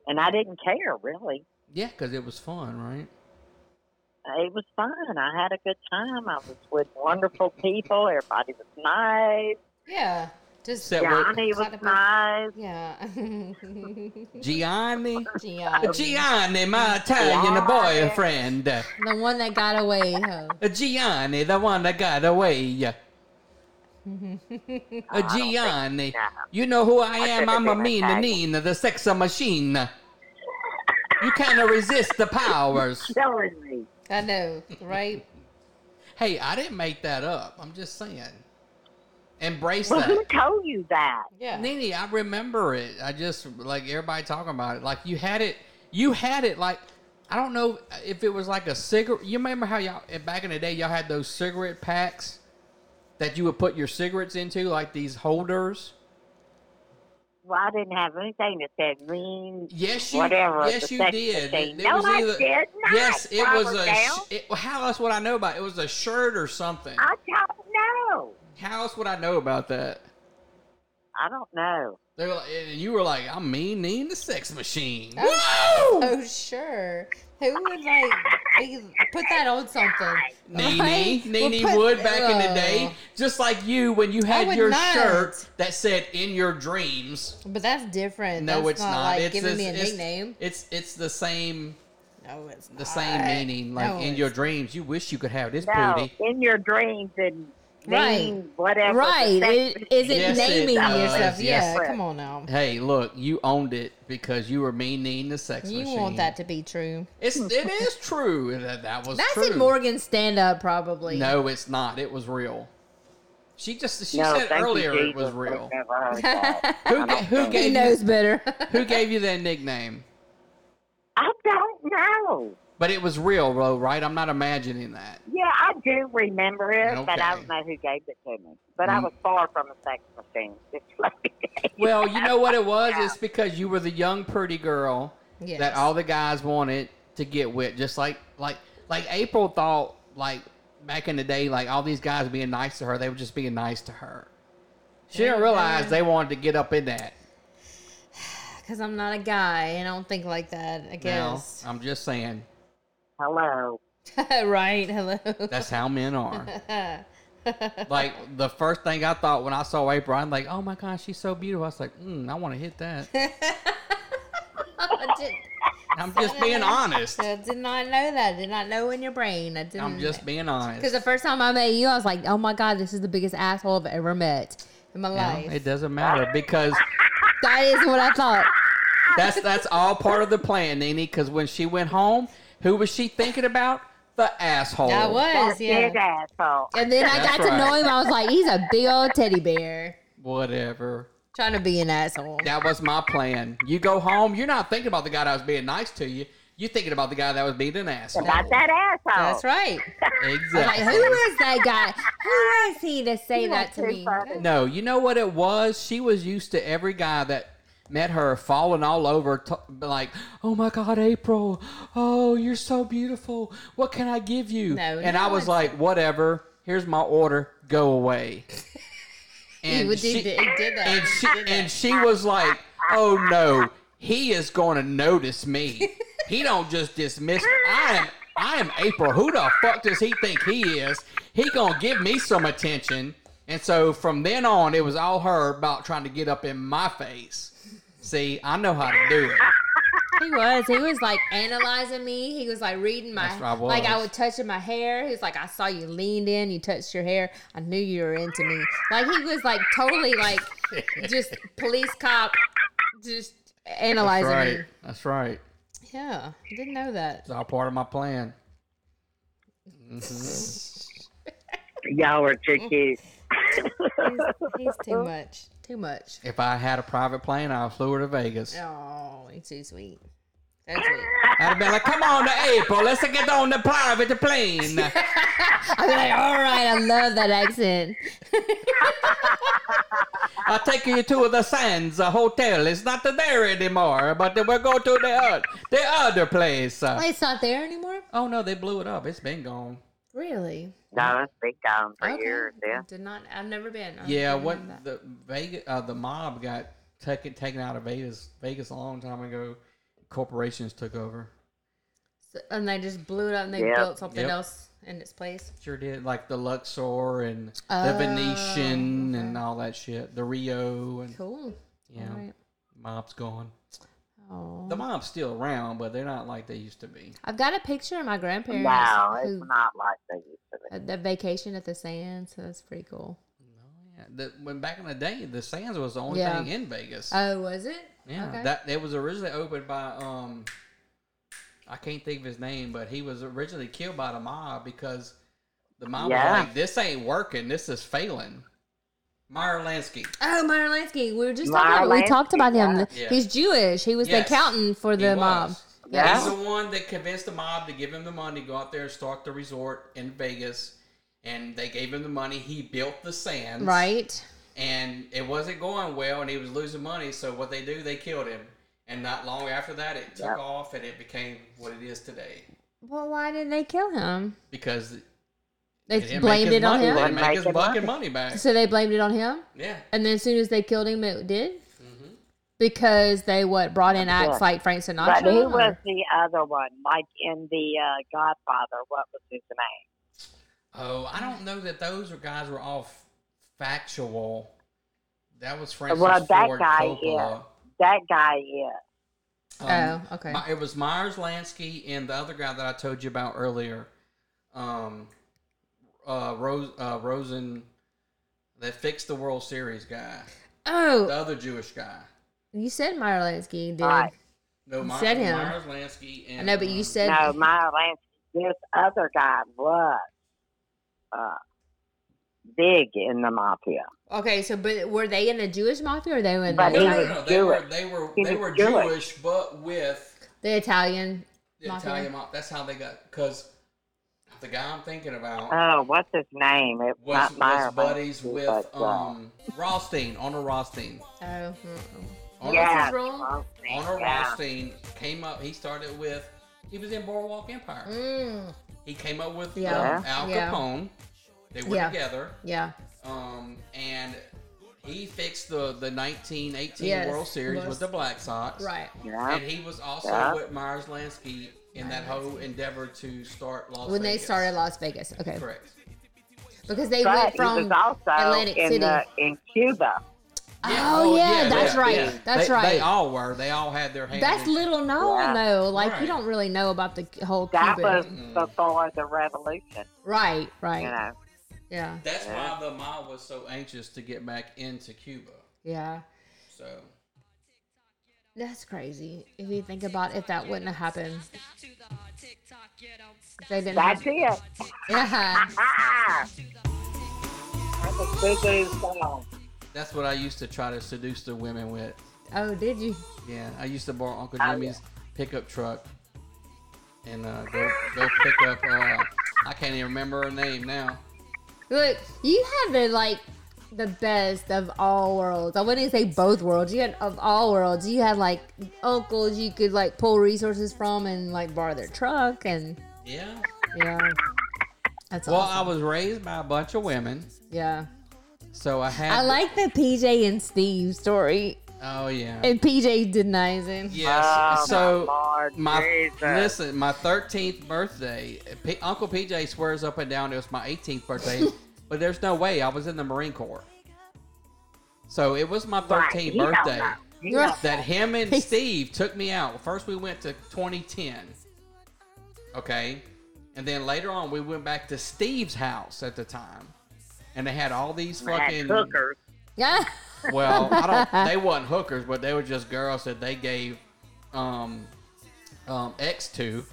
S7: and i didn't care really
S1: Yeah, because it was fun, right?
S7: it was fun i had a good time i was with wonderful people everybody was nice
S4: Yeah. Just
S1: Except where-
S7: johnny was nice
S4: Yeah.
S1: Gianni, Um,
S4: Gianni.
S1: Gianni, my Italian boyfriend,
S4: The one that got away. Huh?
S1: Gianni, the one that got away.
S4: I
S1: Uh, Gianni, you know who I am. I'm a
S4: been
S1: mean
S4: attacked.
S1: Nina, the sex machine. You cannot resist the powers.
S7: Killing me.
S4: know, right?
S1: Hey, I didn't make that up. I'm just saying. Embrace
S7: well
S1: that.
S7: who told you that
S4: yeah
S1: Nene, I remember it. I just like everybody talking about it. Like you had it, you had it. Like I don't know if it was like a cigarette. You remember how y'all eh, back in the day y'all had those cigarette packs that you would put your cigarettes into, like these holders.
S7: well, I didn't have anything that said mean.
S1: Yes, you-
S7: whatever.
S1: yes,
S7: the
S1: you
S7: sex
S1: did.
S7: machine.
S1: It
S7: no,
S1: was either-
S7: I did not.
S1: Yes, it was a.
S7: Down.
S1: Sh- it, well, how else would I know about? It? it was a shirt or something.
S7: I don't know.
S1: How else would I know about that?
S7: I don't know.
S1: They were like, and you were like, I'm mean, mean the sex machine.
S4: Oh, oh, sure. Who would like eh, put that on something?
S1: Nene,
S4: Right?
S1: Nene
S4: Well, put-
S1: Wood back in the
S4: Ugh.
S1: day, just like you when you had
S4: would
S1: your
S4: not.
S1: shirt that said "In Your Dreams."
S4: But that's different.
S1: No,
S4: that's
S1: it's not.
S4: Like
S1: it's
S4: giving
S1: it's,
S4: me a
S1: it's-
S4: nickname.
S1: It's it's the same.
S4: No, it's
S1: the same
S4: not.
S1: meaning. Like
S4: No,
S1: in your dreams, you wish you could have this
S7: No,
S1: booty.
S7: in your dreams and
S4: Right.
S7: whatever.
S4: Right.
S7: the
S4: It
S7: sex
S4: isn't
S1: Yes, it
S4: naming
S1: does.
S4: yourself.
S1: Yes.
S4: Yeah. Come on now.
S1: Hey, look, you owned it because you were meaning the sex
S4: You
S1: machine.
S4: want that to be true.
S1: It's it is true. That that was
S4: That's
S1: true.
S4: in Morgan's stand up probably.
S1: No, it's not. It was real. She just she
S4: No,
S1: said
S4: thank you,
S1: earlier it
S4: Jesus.
S1: was real.
S4: Who,
S1: who gave
S4: he
S1: you-
S4: knows better?
S1: Who gave you that nickname?
S7: I don't know.
S1: But it was real, though, right? I'm not imagining that.
S7: Yeah, I do remember it, but I
S1: Okay.
S7: don't know who gave it to me. But I
S1: Mm.
S7: was far from a sex machine. Just like
S1: Well, you know what it was? It's because you were the young, pretty girl
S7: Yes.
S1: that all the guys wanted to get with. Just like like like April thought, like back in the day, like all these guys being nice to her, they were just being nice to her. She didn't realize they wanted to get up in that.
S4: Because I'm not a guy and I don't think like that, I
S1: Now,
S4: guess.
S1: I'm just saying
S7: Hello.
S4: right. Hello.
S1: that's how men are. like the first thing I thought when I saw April, I'm like, oh my gosh, she's so beautiful. I was like, mm, I want to hit that. I'm just being honest.
S4: I did not know that. Did not know in your brain. I didn't.
S1: I'm just being honest.
S4: Because the first time I met you, I was like, oh my God, this is the biggest asshole I've ever met in my
S1: You know,
S4: life.
S1: it doesn't matter because
S4: that is what I thought.
S1: that's that's all part of the plan, Nene. Because when she went home, who was she thinking about? The asshole.
S4: I was,
S7: That
S4: yeah.
S7: big asshole.
S4: And then I
S1: That's
S4: got to know
S1: right.
S4: him. I was like, he's a big old teddy bear
S1: Whatever.
S4: trying to be an asshole.
S1: That was my plan. You go home. You're not thinking about the guy that was being nice to you. You're thinking about the guy that was being an asshole.
S7: About that asshole.
S4: That's right. I was like,
S1: Exactly.
S4: who is that guy? Who is he to say
S7: You
S4: that
S7: went
S4: to
S7: too
S4: me?
S7: far.
S1: No, you know what it was? She was used to every guy that met her falling all over, t- like, oh my God, April. Oh, you're so beautiful. What can I give you?
S4: No,
S1: and
S4: no
S1: I was
S4: one's-
S1: like, whatever. Here's my order. Go away.
S4: He would do- he did that.
S1: And she, and she was like, oh no, he is going to notice me. He don't just dismiss. I am I am April. Who the fuck does he think he is? He gonna give me some attention. And so from then on, it was all her about trying to get up in my face. See, I know how to do it.
S4: He was. He was like analyzing me. He was like reading my
S1: That's what I was.
S4: like I was touching my hair. He was like, I saw you leaned in, you touched your hair. I knew you were into me. Like he was like totally like just police cop, just analyzing
S1: That's right.
S4: me.
S1: That's right.
S4: Yeah, I didn't know that.
S1: It's all part of my plan. Mhm.
S7: Y'all are
S4: Mm.
S7: too cute.
S4: He's, he's too much. Too much.
S1: If I had a private plane, I flew her to Vegas.
S4: Oh, he's too sweet. So sweet.
S1: I'd have been like, "Come on, to April, let's get on the private plane."
S4: I'm like, all right, I love that accent.
S1: I'll take you to the Sands uh, Hotel. It's not there anymore, but then we'll go to the, uh, the other place. Uh,
S4: It's not there anymore.
S1: oh, no, they blew it up. It's been gone.
S4: Really?
S7: No, it's been gone for
S4: Okay.
S7: years. Yeah.
S4: Did not. I've never been. I
S1: yeah,
S4: didn't know
S1: what
S4: that.
S1: the Vegas, uh, the mob got taken taken out of Vegas Vegas a long time ago. Corporations took over.
S4: So- and they just blew it up and they
S1: Yep.
S4: built something
S1: Yep.
S4: else in its place.
S1: Sure did, like the Luxor and
S4: Oh,
S1: the Venetian and all that shit. The Rio and
S4: Cool.
S1: yeah,
S4: All right.
S1: mob's gone.
S4: Oh.
S1: The mob's still around, but they're not like they used to be.
S4: I've got a picture of my grandparents
S7: No, it's
S4: who
S7: not like they used to be.
S4: at the vacation at the sand, so that's pretty cool.
S1: Oh, Yeah, the, when back in the day, the Sands was the only
S4: Yeah.
S1: thing in Vegas.
S4: Oh, was it?
S1: yeah,
S4: Okay.
S1: that it was originally opened by um, I can't think of his name, but he was originally killed by the mob because the mob
S7: Yeah.
S1: was like, "This ain't working. This is failing." Meyer Lansky.
S4: Oh, Meyer Lansky. We were just
S1: Meyer
S4: talking. About, we
S1: Lansky,
S4: talked about him.
S1: yeah.
S4: He's Jewish. He was
S1: Yes,
S4: the accountant for the
S1: he was.
S4: mob.
S1: He's the one that convinced the mob to give him the money, go out there and start the resort in Vegas, and they gave him the money. He built the Sands.
S4: Right.
S1: and it wasn't going well, and he was losing money. So what they do, they killed him, and not long after that, it took
S4: Yep.
S1: off and it became what it is today
S4: Well, why did they kill him?
S1: because
S4: They
S1: didn't make
S4: blamed
S1: his
S4: it on
S1: money-
S4: him.
S1: They didn't make his fucking money back.
S4: So they blamed it on him.
S1: Yeah.
S4: And then as soon as they killed him, it did. Mm-hmm. Because they what brought in acts
S7: Yeah.
S4: like Frank Sinatra.
S7: But who
S4: or-
S7: was the other one? Like in the uh, Godfather, what was his name?
S1: Oh, I don't know that those guys were all f- factual. That was Francis
S7: well, that
S1: Ford
S7: guy
S1: Coppola.
S7: is. That guy is.
S1: Um,
S4: Oh, okay.
S1: Mi- It was Myers Lansky and the other guy that I told you about earlier. Um, uh, Rose, uh, Rosen, That fixed the World Series guy.
S4: Oh.
S1: The other Jewish guy.
S4: You said Meyer Lansky, dude.
S1: No,
S4: You
S1: Myers,
S4: said him.
S1: Myers Lansky and um,
S4: I know, but you said
S7: no, my Lance, this other guy was uh, big in the mafia.
S4: Okay, so but were they in the Jewish mafia or they were in
S7: But
S4: the,
S7: he
S1: No, no, no, they were they were
S7: He
S1: they
S7: was
S1: were
S7: Jewish.
S1: Jewish, but with
S4: the Italian
S1: the
S4: mafia?
S1: Italian mob. That's how they got because the guy I'm thinking about
S7: Oh, what's his name? It
S1: was,
S7: not Meyer
S1: was buddies
S7: Lansky,
S1: with
S7: but, uh,
S1: um Rothstein, Honor Rothstein.
S4: Oh, mm-mm.
S1: Honor,
S7: Yeah,
S1: Honor
S7: Oh, yeah.
S1: Rothstein came up. He started with he was in Boardwalk Empire.
S4: Mm.
S1: He came up with
S4: Yeah.
S1: um, Al
S4: Yeah.
S1: Capone. They were
S4: Yeah.
S1: together.
S4: yeah,
S1: Um, and he fixed the the 1918
S4: Yes,
S1: World Series
S4: was-
S1: with the Black Sox.
S4: right.
S7: Yeah.
S1: And he was also
S7: Yeah.
S1: with Myers Lansky in that whole endeavor to start Las
S4: when they
S1: Vegas.
S4: started Las Vegas, okay,
S1: Correct.
S4: because they
S7: but
S4: went
S7: he
S4: from
S7: was also
S4: Atlantic
S7: in,
S4: City.
S7: the, in Cuba.
S4: oh, yeah, that's right.
S1: yeah.
S4: That's
S1: They-
S4: right.
S1: They all were. They all had their hands.
S4: that's
S1: in-
S4: little known
S7: Yeah.
S4: though. Like
S1: Right.
S4: you don't really know about the whole
S7: That
S4: Cuban.
S7: was
S1: Mm-hmm.
S7: before the revolution,
S4: right, right.
S7: you know.
S4: Yeah,
S1: That's why the mob was so anxious to get back into Cuba.
S4: yeah.
S1: So
S4: That's crazy. If you think about if that wouldn't have happened, they didn't.
S7: That's
S4: have-
S7: it.
S4: Yeah.
S7: Ah! That's a big dude song.
S1: that's what I used to try to seduce the women with.
S4: Oh, did you?
S1: Yeah, I used to borrow Uncle
S7: Oh, yeah.
S1: Jimmy's pickup truck and uh, go go pick up. Uh, I can't even remember her name now.
S4: Look, you had the like the best of all worlds. I wouldn't say both worlds. You had of all worlds. You had like uncles you could like pull resources from and like borrow their truck and
S1: Yeah.
S4: yeah. That's
S1: Well,
S4: awesome.
S1: I was raised by a bunch of women,
S4: yeah.
S1: so I had.
S4: I like the PJ and Steve story.
S1: Oh yeah.
S4: And PJ denies him.
S1: Yes.
S7: Oh,
S1: so
S7: my Lord
S1: my
S7: Jesus.
S1: listen, my thirteenth birthday, P- Uncle PJ swears up and down it was my eighteenth birthday, but there's no way I was in the Marine Corps. So it was my
S7: Right,
S1: thirteenth
S7: he don't
S1: birthday
S7: know. He
S4: You're-
S7: don't
S1: that him and Steve took me out. First we went to 2010, okay, and then later on we went back to Steve's house at the time, and they had all these
S7: know. Mad
S1: fucking
S7: hookers.
S4: Yeah.
S1: well, I don't. They wasn't hookers, but they were just girls that they gave um, um, X to,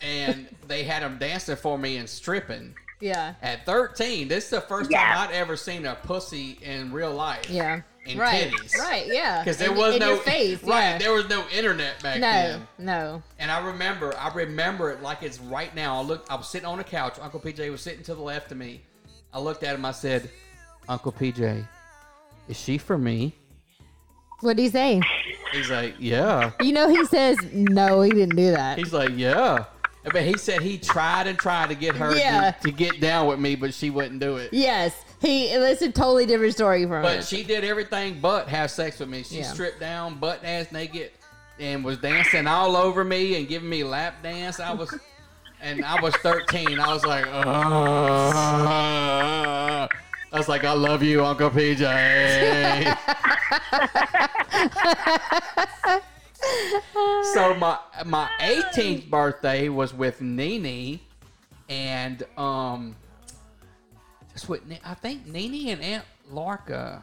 S1: and they had them dancing for me and stripping.
S4: Yeah.
S1: At 13, this is the first
S7: Yeah.
S1: time I'd ever seen a pussy in real life.
S4: Yeah.
S1: And
S4: right.
S1: titties.
S4: Right. Yeah.
S1: Because there
S4: In-
S1: was
S4: in
S1: no
S4: your face.
S1: Right.
S4: yeah.
S1: There was no internet back
S4: no.
S1: then.
S4: No.
S1: And I remember, I remember it like it's right now. I looked, I was sitting on a couch. Uncle PJ was sitting to the left of me. I looked at him. I said, "Uncle PJ, is she for me?"
S4: What do you say?
S1: He's like, "Yeah."
S4: You know he says no. He didn't do that.
S1: He's like, "Yeah." But he said he tried and tried to get her
S4: Yeah.
S1: to, to get down with me, but she wouldn't do it.
S4: Yes, he. It's a totally different story from
S1: But
S4: it.
S1: she did everything but have sex with me. She
S4: Yeah.
S1: stripped down, butt ass naked, and was dancing all over me and giving me lap dance. I was, and I was 13. I was like, "Ugh." I was like, I love you, Uncle PJ. so my my 18th birthday was with Nene, and um, that's what Ni- I think Nene and Aunt Larka.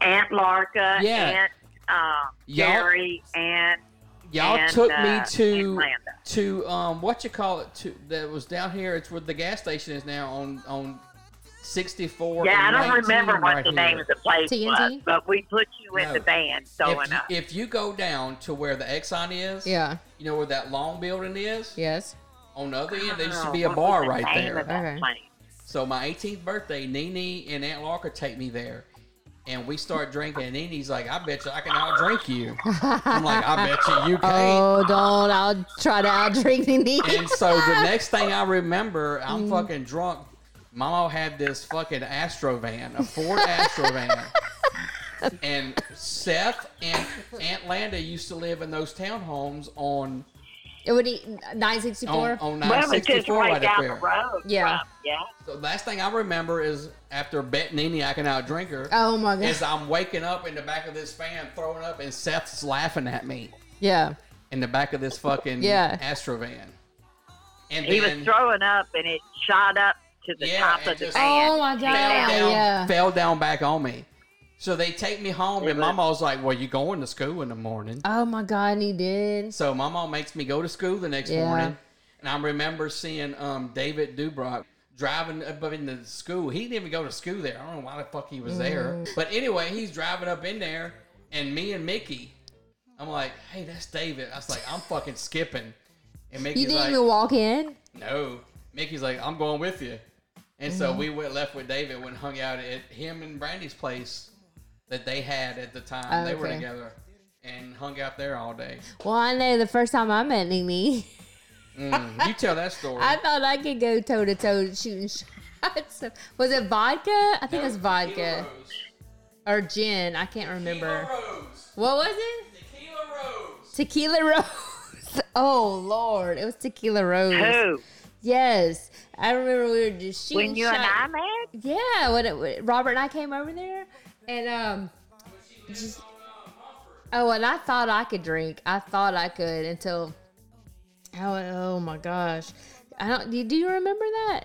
S7: Aunt Larka,
S1: Yeah.
S7: Aunt um,
S1: Y'all-
S7: Gary, Aunt
S1: Y'all
S7: and,
S1: took me
S7: uh,
S1: to
S7: Atlanta.
S1: to um what you call it to that was down here. It's where the gas station is now on on sixty four.
S7: Yeah, I don't remember what the name of the place was,
S4: TNT?
S7: but we put you in
S1: No.
S7: the van
S1: If
S7: going
S1: you,
S7: up.
S1: if you go down to where the Exxon is,
S4: yeah.
S1: you know where that long building is.
S4: Yes.
S1: On the other end, there used to
S7: Oh,
S1: be a
S7: what
S1: bar
S7: was the
S1: right
S7: name
S1: there.
S7: of that
S4: Okay.
S7: place?
S1: So my 18th birthday, Nene and Aunt Larka take me there, and we start drinking. And Nene's like, "I bet you I can outdrink you." I'm like, "I bet you you can't."
S4: Oh, don't! I'll try to outdrink Nene.
S1: And so the next thing I remember, I'm
S4: Mm.
S1: fucking drunk. Mama had this fucking Astro van, a Ford Astro van. And Seth and Aunt Landa used to live in those townhomes on
S4: It would eat nine sixty
S1: on,
S4: four.
S1: on
S7: Well, it was just
S1: 964
S7: right
S1: right up
S7: down the
S1: there.
S7: road.
S4: Yeah.
S7: from- yeah.
S1: The last thing I remember is after bet Nene I can outdrink her.
S4: Oh my god!
S1: Is I'm waking up in the back of this fan, throwing up, and Seth's laughing at me
S4: Yeah.
S1: in the back of this fucking
S4: Yeah.
S1: Astro van. And
S7: He
S1: then,
S7: was throwing up and it shot up to the top of the van.
S4: Oh my god!
S7: Fell
S4: Yeah.
S1: down, fell down back on me. So they take me home, and my mom was like, "Well, you going to school in the morning?"
S4: Oh my god! And he did.
S1: So my mom makes me go to school the next
S4: Yeah.
S1: morning, and I remember seeing um, David Dubrock driving up into school. He didn't even go to school there. I don't know why the fuck he was there.
S10: Mm.
S1: But anyway, he's driving up in there, and me and Mickey, I'm like, "Hey, that's David." I was like, "I'm fucking skipping," and Mickey's
S4: you didn't
S1: like,
S4: even walk in.
S1: no. Mickey's like, I'm going with you. And so
S4: Mhm.
S1: we went left with David, went and hung out at him and Brandy's place that they had at the time.
S4: Oh,
S1: They were
S4: okay.
S1: together and hung out there all day.
S4: Well, I know the first time I met Nene,
S1: Mm, you tell that story.
S4: Mm-hmm. I thought I could go toe to toe shooting shots. Was it vodka? I think it's vodka or gin. I can't remember. What was it? Tequila Rose. Oh Lord, it was Tequila Rose.
S7: Who?
S4: Yes, I remember we were just shooting.
S7: When you and I met?
S4: Yeah, when, it, when Robert and I came over there, and um, just oh, and I thought I could drink. I thought I could until oh, oh my gosh, I don't. Do you remember that?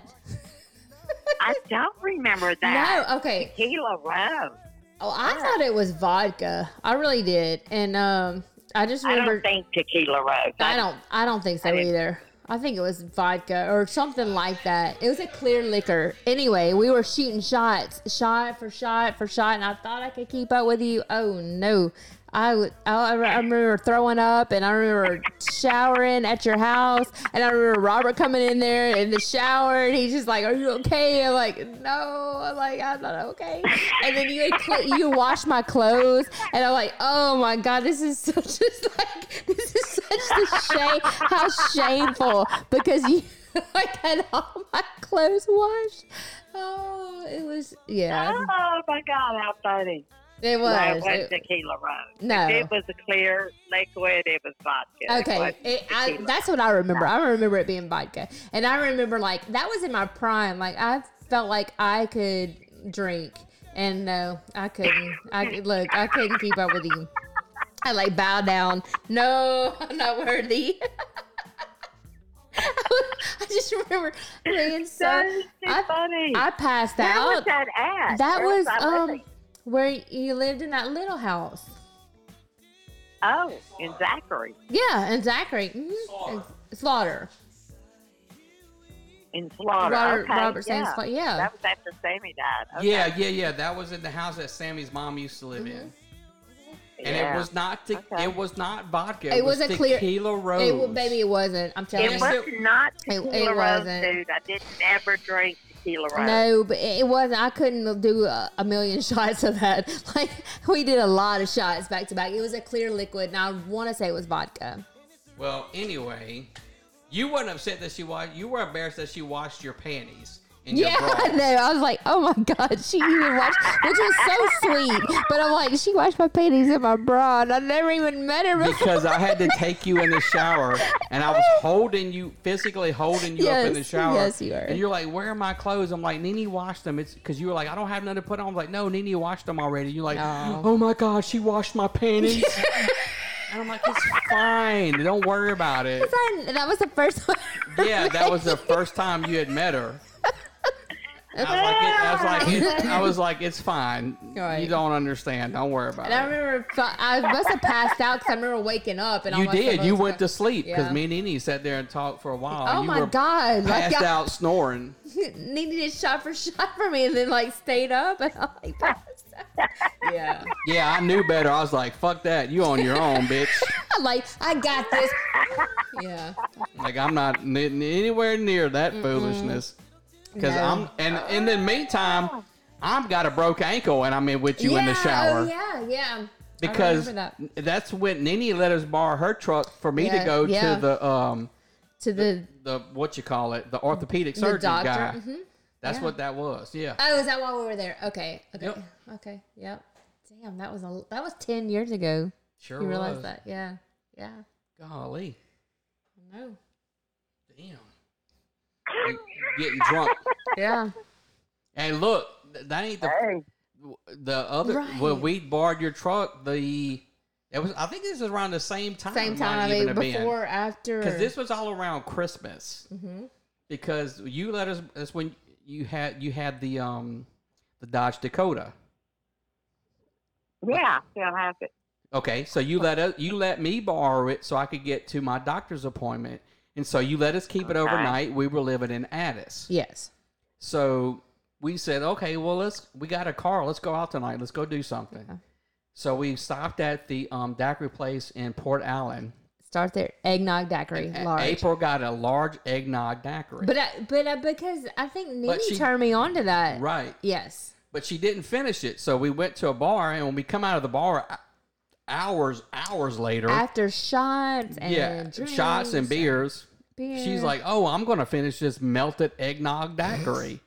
S7: I don't remember that.
S4: No, okay.
S7: Tequila Rose.
S4: Oh, I thought it was vodka. I really did, and um, I just
S7: I
S4: remember.
S7: don't think Tequila Rose.
S4: I don't. I don't think so either. I think it was vodka or something like that. It was a clear liquor. Anyway, we were shooting shots, shot for shot for shot, and I thought I could keep up with you. Oh no, I would. I, I remember throwing up, and I remember showering at your house, and I remember Robert coming in there in the shower, and he's just like, "Are you okay?" I'm like, "No," I'm like, "I'm not okay." And then you had cle- you washed my clothes, and I'm like, "Oh my god, this is such a this is such the shame. How shameful because you like had all my clothes washed. Oh, it was yeah.
S7: Oh my God, how funny.
S4: It was.
S7: No, it was
S4: It-
S7: Tequila Rose.
S4: No.
S7: If it was a clear liquid, it was vodka. It
S4: Oh. Okay,
S7: wasn't
S4: it, I,
S7: tequila.
S4: that's what I remember. I remember it being vodka, and I remember like that was in my prime. Like I felt like I could drink, and no, I couldn't. I look, I couldn't keep up with you. I like bow down. No, I'm not worthy. I just remember being so. I, I passed
S7: Where
S4: out.
S7: was that at?
S4: That
S7: Where
S4: was,
S7: was I
S4: um
S7: living?
S4: where you lived in that little house.
S7: Oh, in Zachary.
S4: Yeah, and Zachary mhm, and Slaughter.
S7: In Florida.
S4: Robert-
S7: okay,
S4: Robert
S7: yeah.
S4: Sands Fla- yeah.
S7: That was after Sammy died. Okay.
S1: Yeah, yeah, yeah. That was in the house that Sammy's mom used to live in.
S4: Mm-hmm.
S1: And
S7: Yeah.
S1: it was not te- it was not vodka.
S4: It, was, a clear
S1: tequila rose.
S4: It, wa- baby, it wasn't. I'm telling
S7: It
S4: you,
S7: was not tequila
S4: it
S7: Rose,
S4: wasn't.
S7: dude. I didn't ever drink tequila Rose.
S4: No, but it it wasn't. I couldn't do a, a million shots of that. Like we did a lot of shots back to back. It was a clear liquid, and I want to say it was vodka.
S1: Well, anyway, you weren't upset that she washed. You were embarrassed that she washed your panties and
S4: Yeah,
S1: your bra.
S4: I know. I was like, oh my god, she even watched, which was so sweet. But I'm like, she washed my panties in my bra, and I never even met her before.
S1: because I had to take you in the shower and I was holding you physically holding you up in the
S4: Yes,
S1: shower.
S4: yes, you were.
S1: And you're like, "Where are my clothes?" I'm like, "Nene washed them." It's because you were like, "I don't have nothing to put on." I'm like, "No, Nene washed them already." You're like,
S4: No.
S1: "Oh my gosh, she washed my panties." and I'm like, "It's fine. Don't worry about it."
S4: And that was the first one.
S1: Yeah, that was the first time you had met her. I was like, it, I, was like it, I was like, it's fine. You don't understand. Don't worry about
S4: And
S1: it.
S4: I remember, I must have passed out because I remember waking up and I
S1: you
S4: must have
S1: did. You
S4: almost
S1: went to sleep because
S4: Yeah.
S1: me and Nene sat there and talked for a while.
S4: Oh
S1: you
S4: my
S1: were
S4: God, like,
S1: passed
S4: I-
S1: out snoring.
S4: Nene did shot for shot for me and then like stayed up and I'm like, passed out. yeah.
S1: Yeah, I knew better. I was like, "Fuck that! You on your own, bitch!"
S4: I'm like, I got this. Yeah.
S1: Like I'm not n- n- anywhere near that foolishness. Because
S4: No.
S1: I'm and in the meantime, I've got a broke ankle and I'm in with you in the
S4: Yeah,
S1: shower.
S4: Oh, yeah, yeah.
S1: because
S4: I remember that.
S1: that's when Nene let us borrow her truck for me
S4: Yeah,
S1: to go
S4: yeah.
S1: to the um
S4: to the
S1: the what you call it the orthopedic
S4: the
S1: surgeon
S4: doctor.
S1: guy.
S4: hmm
S1: That's
S4: yeah.
S1: what that was. Yeah.
S4: Oh, is that why we were there? Okay. Okay.
S1: Yep.
S4: Okay. Yep. Damn, that was a that was ten years ago.
S1: Sure
S4: You realize
S1: was.
S4: that? Yeah. Yeah.
S1: Golly,
S4: No.
S1: damn. You- you Getting drunk.
S4: Yeah.
S1: And look, th- that ain't the the other
S4: Right.
S1: when we borrowed your truck. The it was I think this is around the same time.
S4: Same
S1: might
S4: time. I
S1: even
S4: mean,
S1: have been.
S4: before, after.
S1: because this was all around Christmas
S4: Mhm.
S1: because you let us. That's when you had you had the um the Dodge Dakota.
S7: Yeah, still have it.
S1: Okay, so you let us, you let me borrow it so I could get to my doctor's appointment, and so you let us keep it
S4: Okay.
S1: overnight. We were living in Addis.
S4: Yes.
S1: So we said, okay, well let's we got a car. Let's go out tonight. Let's go do something. So we stopped at the um, Daiquiri place in Port Allen.
S4: Start there. Eggnog daiquiri, large.
S1: April got a large eggnog daiquiri.
S4: But I, but I, because I think Nene
S1: she-
S4: turned me on to that.
S1: right.
S4: Yes.
S1: But she didn't finish it. So we went to a bar, and when we come out of the bar, uh, hours hours later,
S4: After shots and
S1: yeah,
S4: drinks.
S1: shots and beers. She's
S4: Beer.
S1: like, "Oh, I'm gonna finish this melted eggnog daiquiri."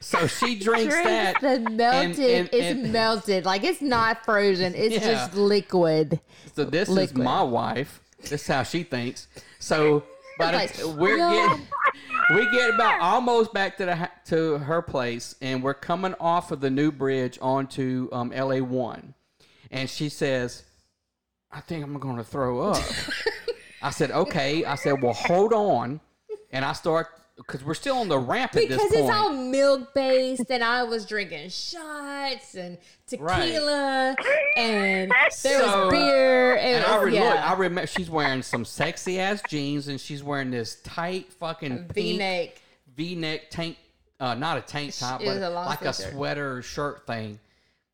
S1: so she drinks that.
S4: Drinks the melted.
S1: and-
S4: it's
S1: and-
S4: melted. Like it's not frozen. It's
S1: Yeah.
S4: just liquid.
S1: So this is
S4: liquid.
S1: my wife. This is how she thinks. So, by the-
S4: Like,
S1: we're
S4: yeah.
S1: getting we get about almost back to the ha- to her place, and we're coming off of the new bridge onto um, LA one, and she says, "I think I'm going to throw up." I said, "Okay." I said, "Well, hold on," and I start because we're still on the ramp at
S4: Because
S1: this
S4: it's
S1: point.
S4: all milk based, and I was drinking shots and tequila, and there
S1: So-
S4: was beer. It
S1: And
S4: was,
S1: I, re-
S4: yeah.
S1: look, I remember she's wearing some sexy ass jeans and she's wearing this tight fucking
S4: V-neck.
S1: V neck tank, uh, not a tank top,
S4: It was
S1: but
S4: a long
S1: like a
S4: sleeve shirt.
S1: sweater shirt thing.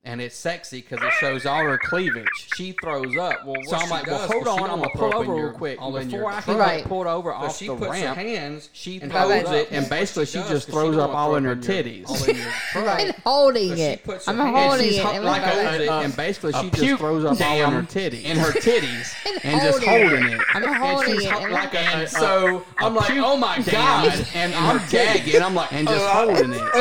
S1: And it's sexy because it shows all her cleavage. She throws up. Well,
S14: what
S1: so I'm
S14: she
S1: like, well,
S14: does,
S1: hold
S14: well, she
S1: on, I'm
S14: don't
S1: gonna
S14: wanna
S1: pull
S14: throw up
S1: over
S14: in
S1: real
S14: your-
S1: quick.
S14: all in your
S1: Before I can
S14: truck.
S1: get pulled over
S14: So
S1: off
S14: she
S1: the
S14: puts her
S1: ramp,
S14: hands
S1: she
S14: and
S1: throws
S14: holds
S1: it,
S14: up.
S1: and
S14: That's what
S1: basically
S14: she
S1: she
S14: does,
S1: just
S14: 'cause she
S1: throws
S14: don't
S1: up
S14: wanna
S1: all
S14: throw
S1: in her
S14: up in your-
S1: titties.
S14: all in your
S4: I'm holding
S14: So she
S4: it.
S14: puts
S4: I'm
S14: her hand-
S4: holding
S14: She's
S4: it.
S14: ho-
S4: and
S1: like
S4: I'm
S1: holds it, and basically she just
S14: puke
S1: throws up all in her
S14: dam.
S1: titties, in her titties,
S14: And
S1: and just
S14: holding it.
S1: holding it.
S14: I'm
S1: and
S14: holding
S1: she's
S14: it,
S1: ho-
S14: and
S1: like
S14: I'm-
S1: a,
S14: and
S1: so
S14: a-
S1: I'm
S14: a
S1: like,
S14: puke
S1: oh my
S14: dam
S1: god,
S14: in
S1: and
S14: her
S1: I'm gagging. I'm like, and just holding it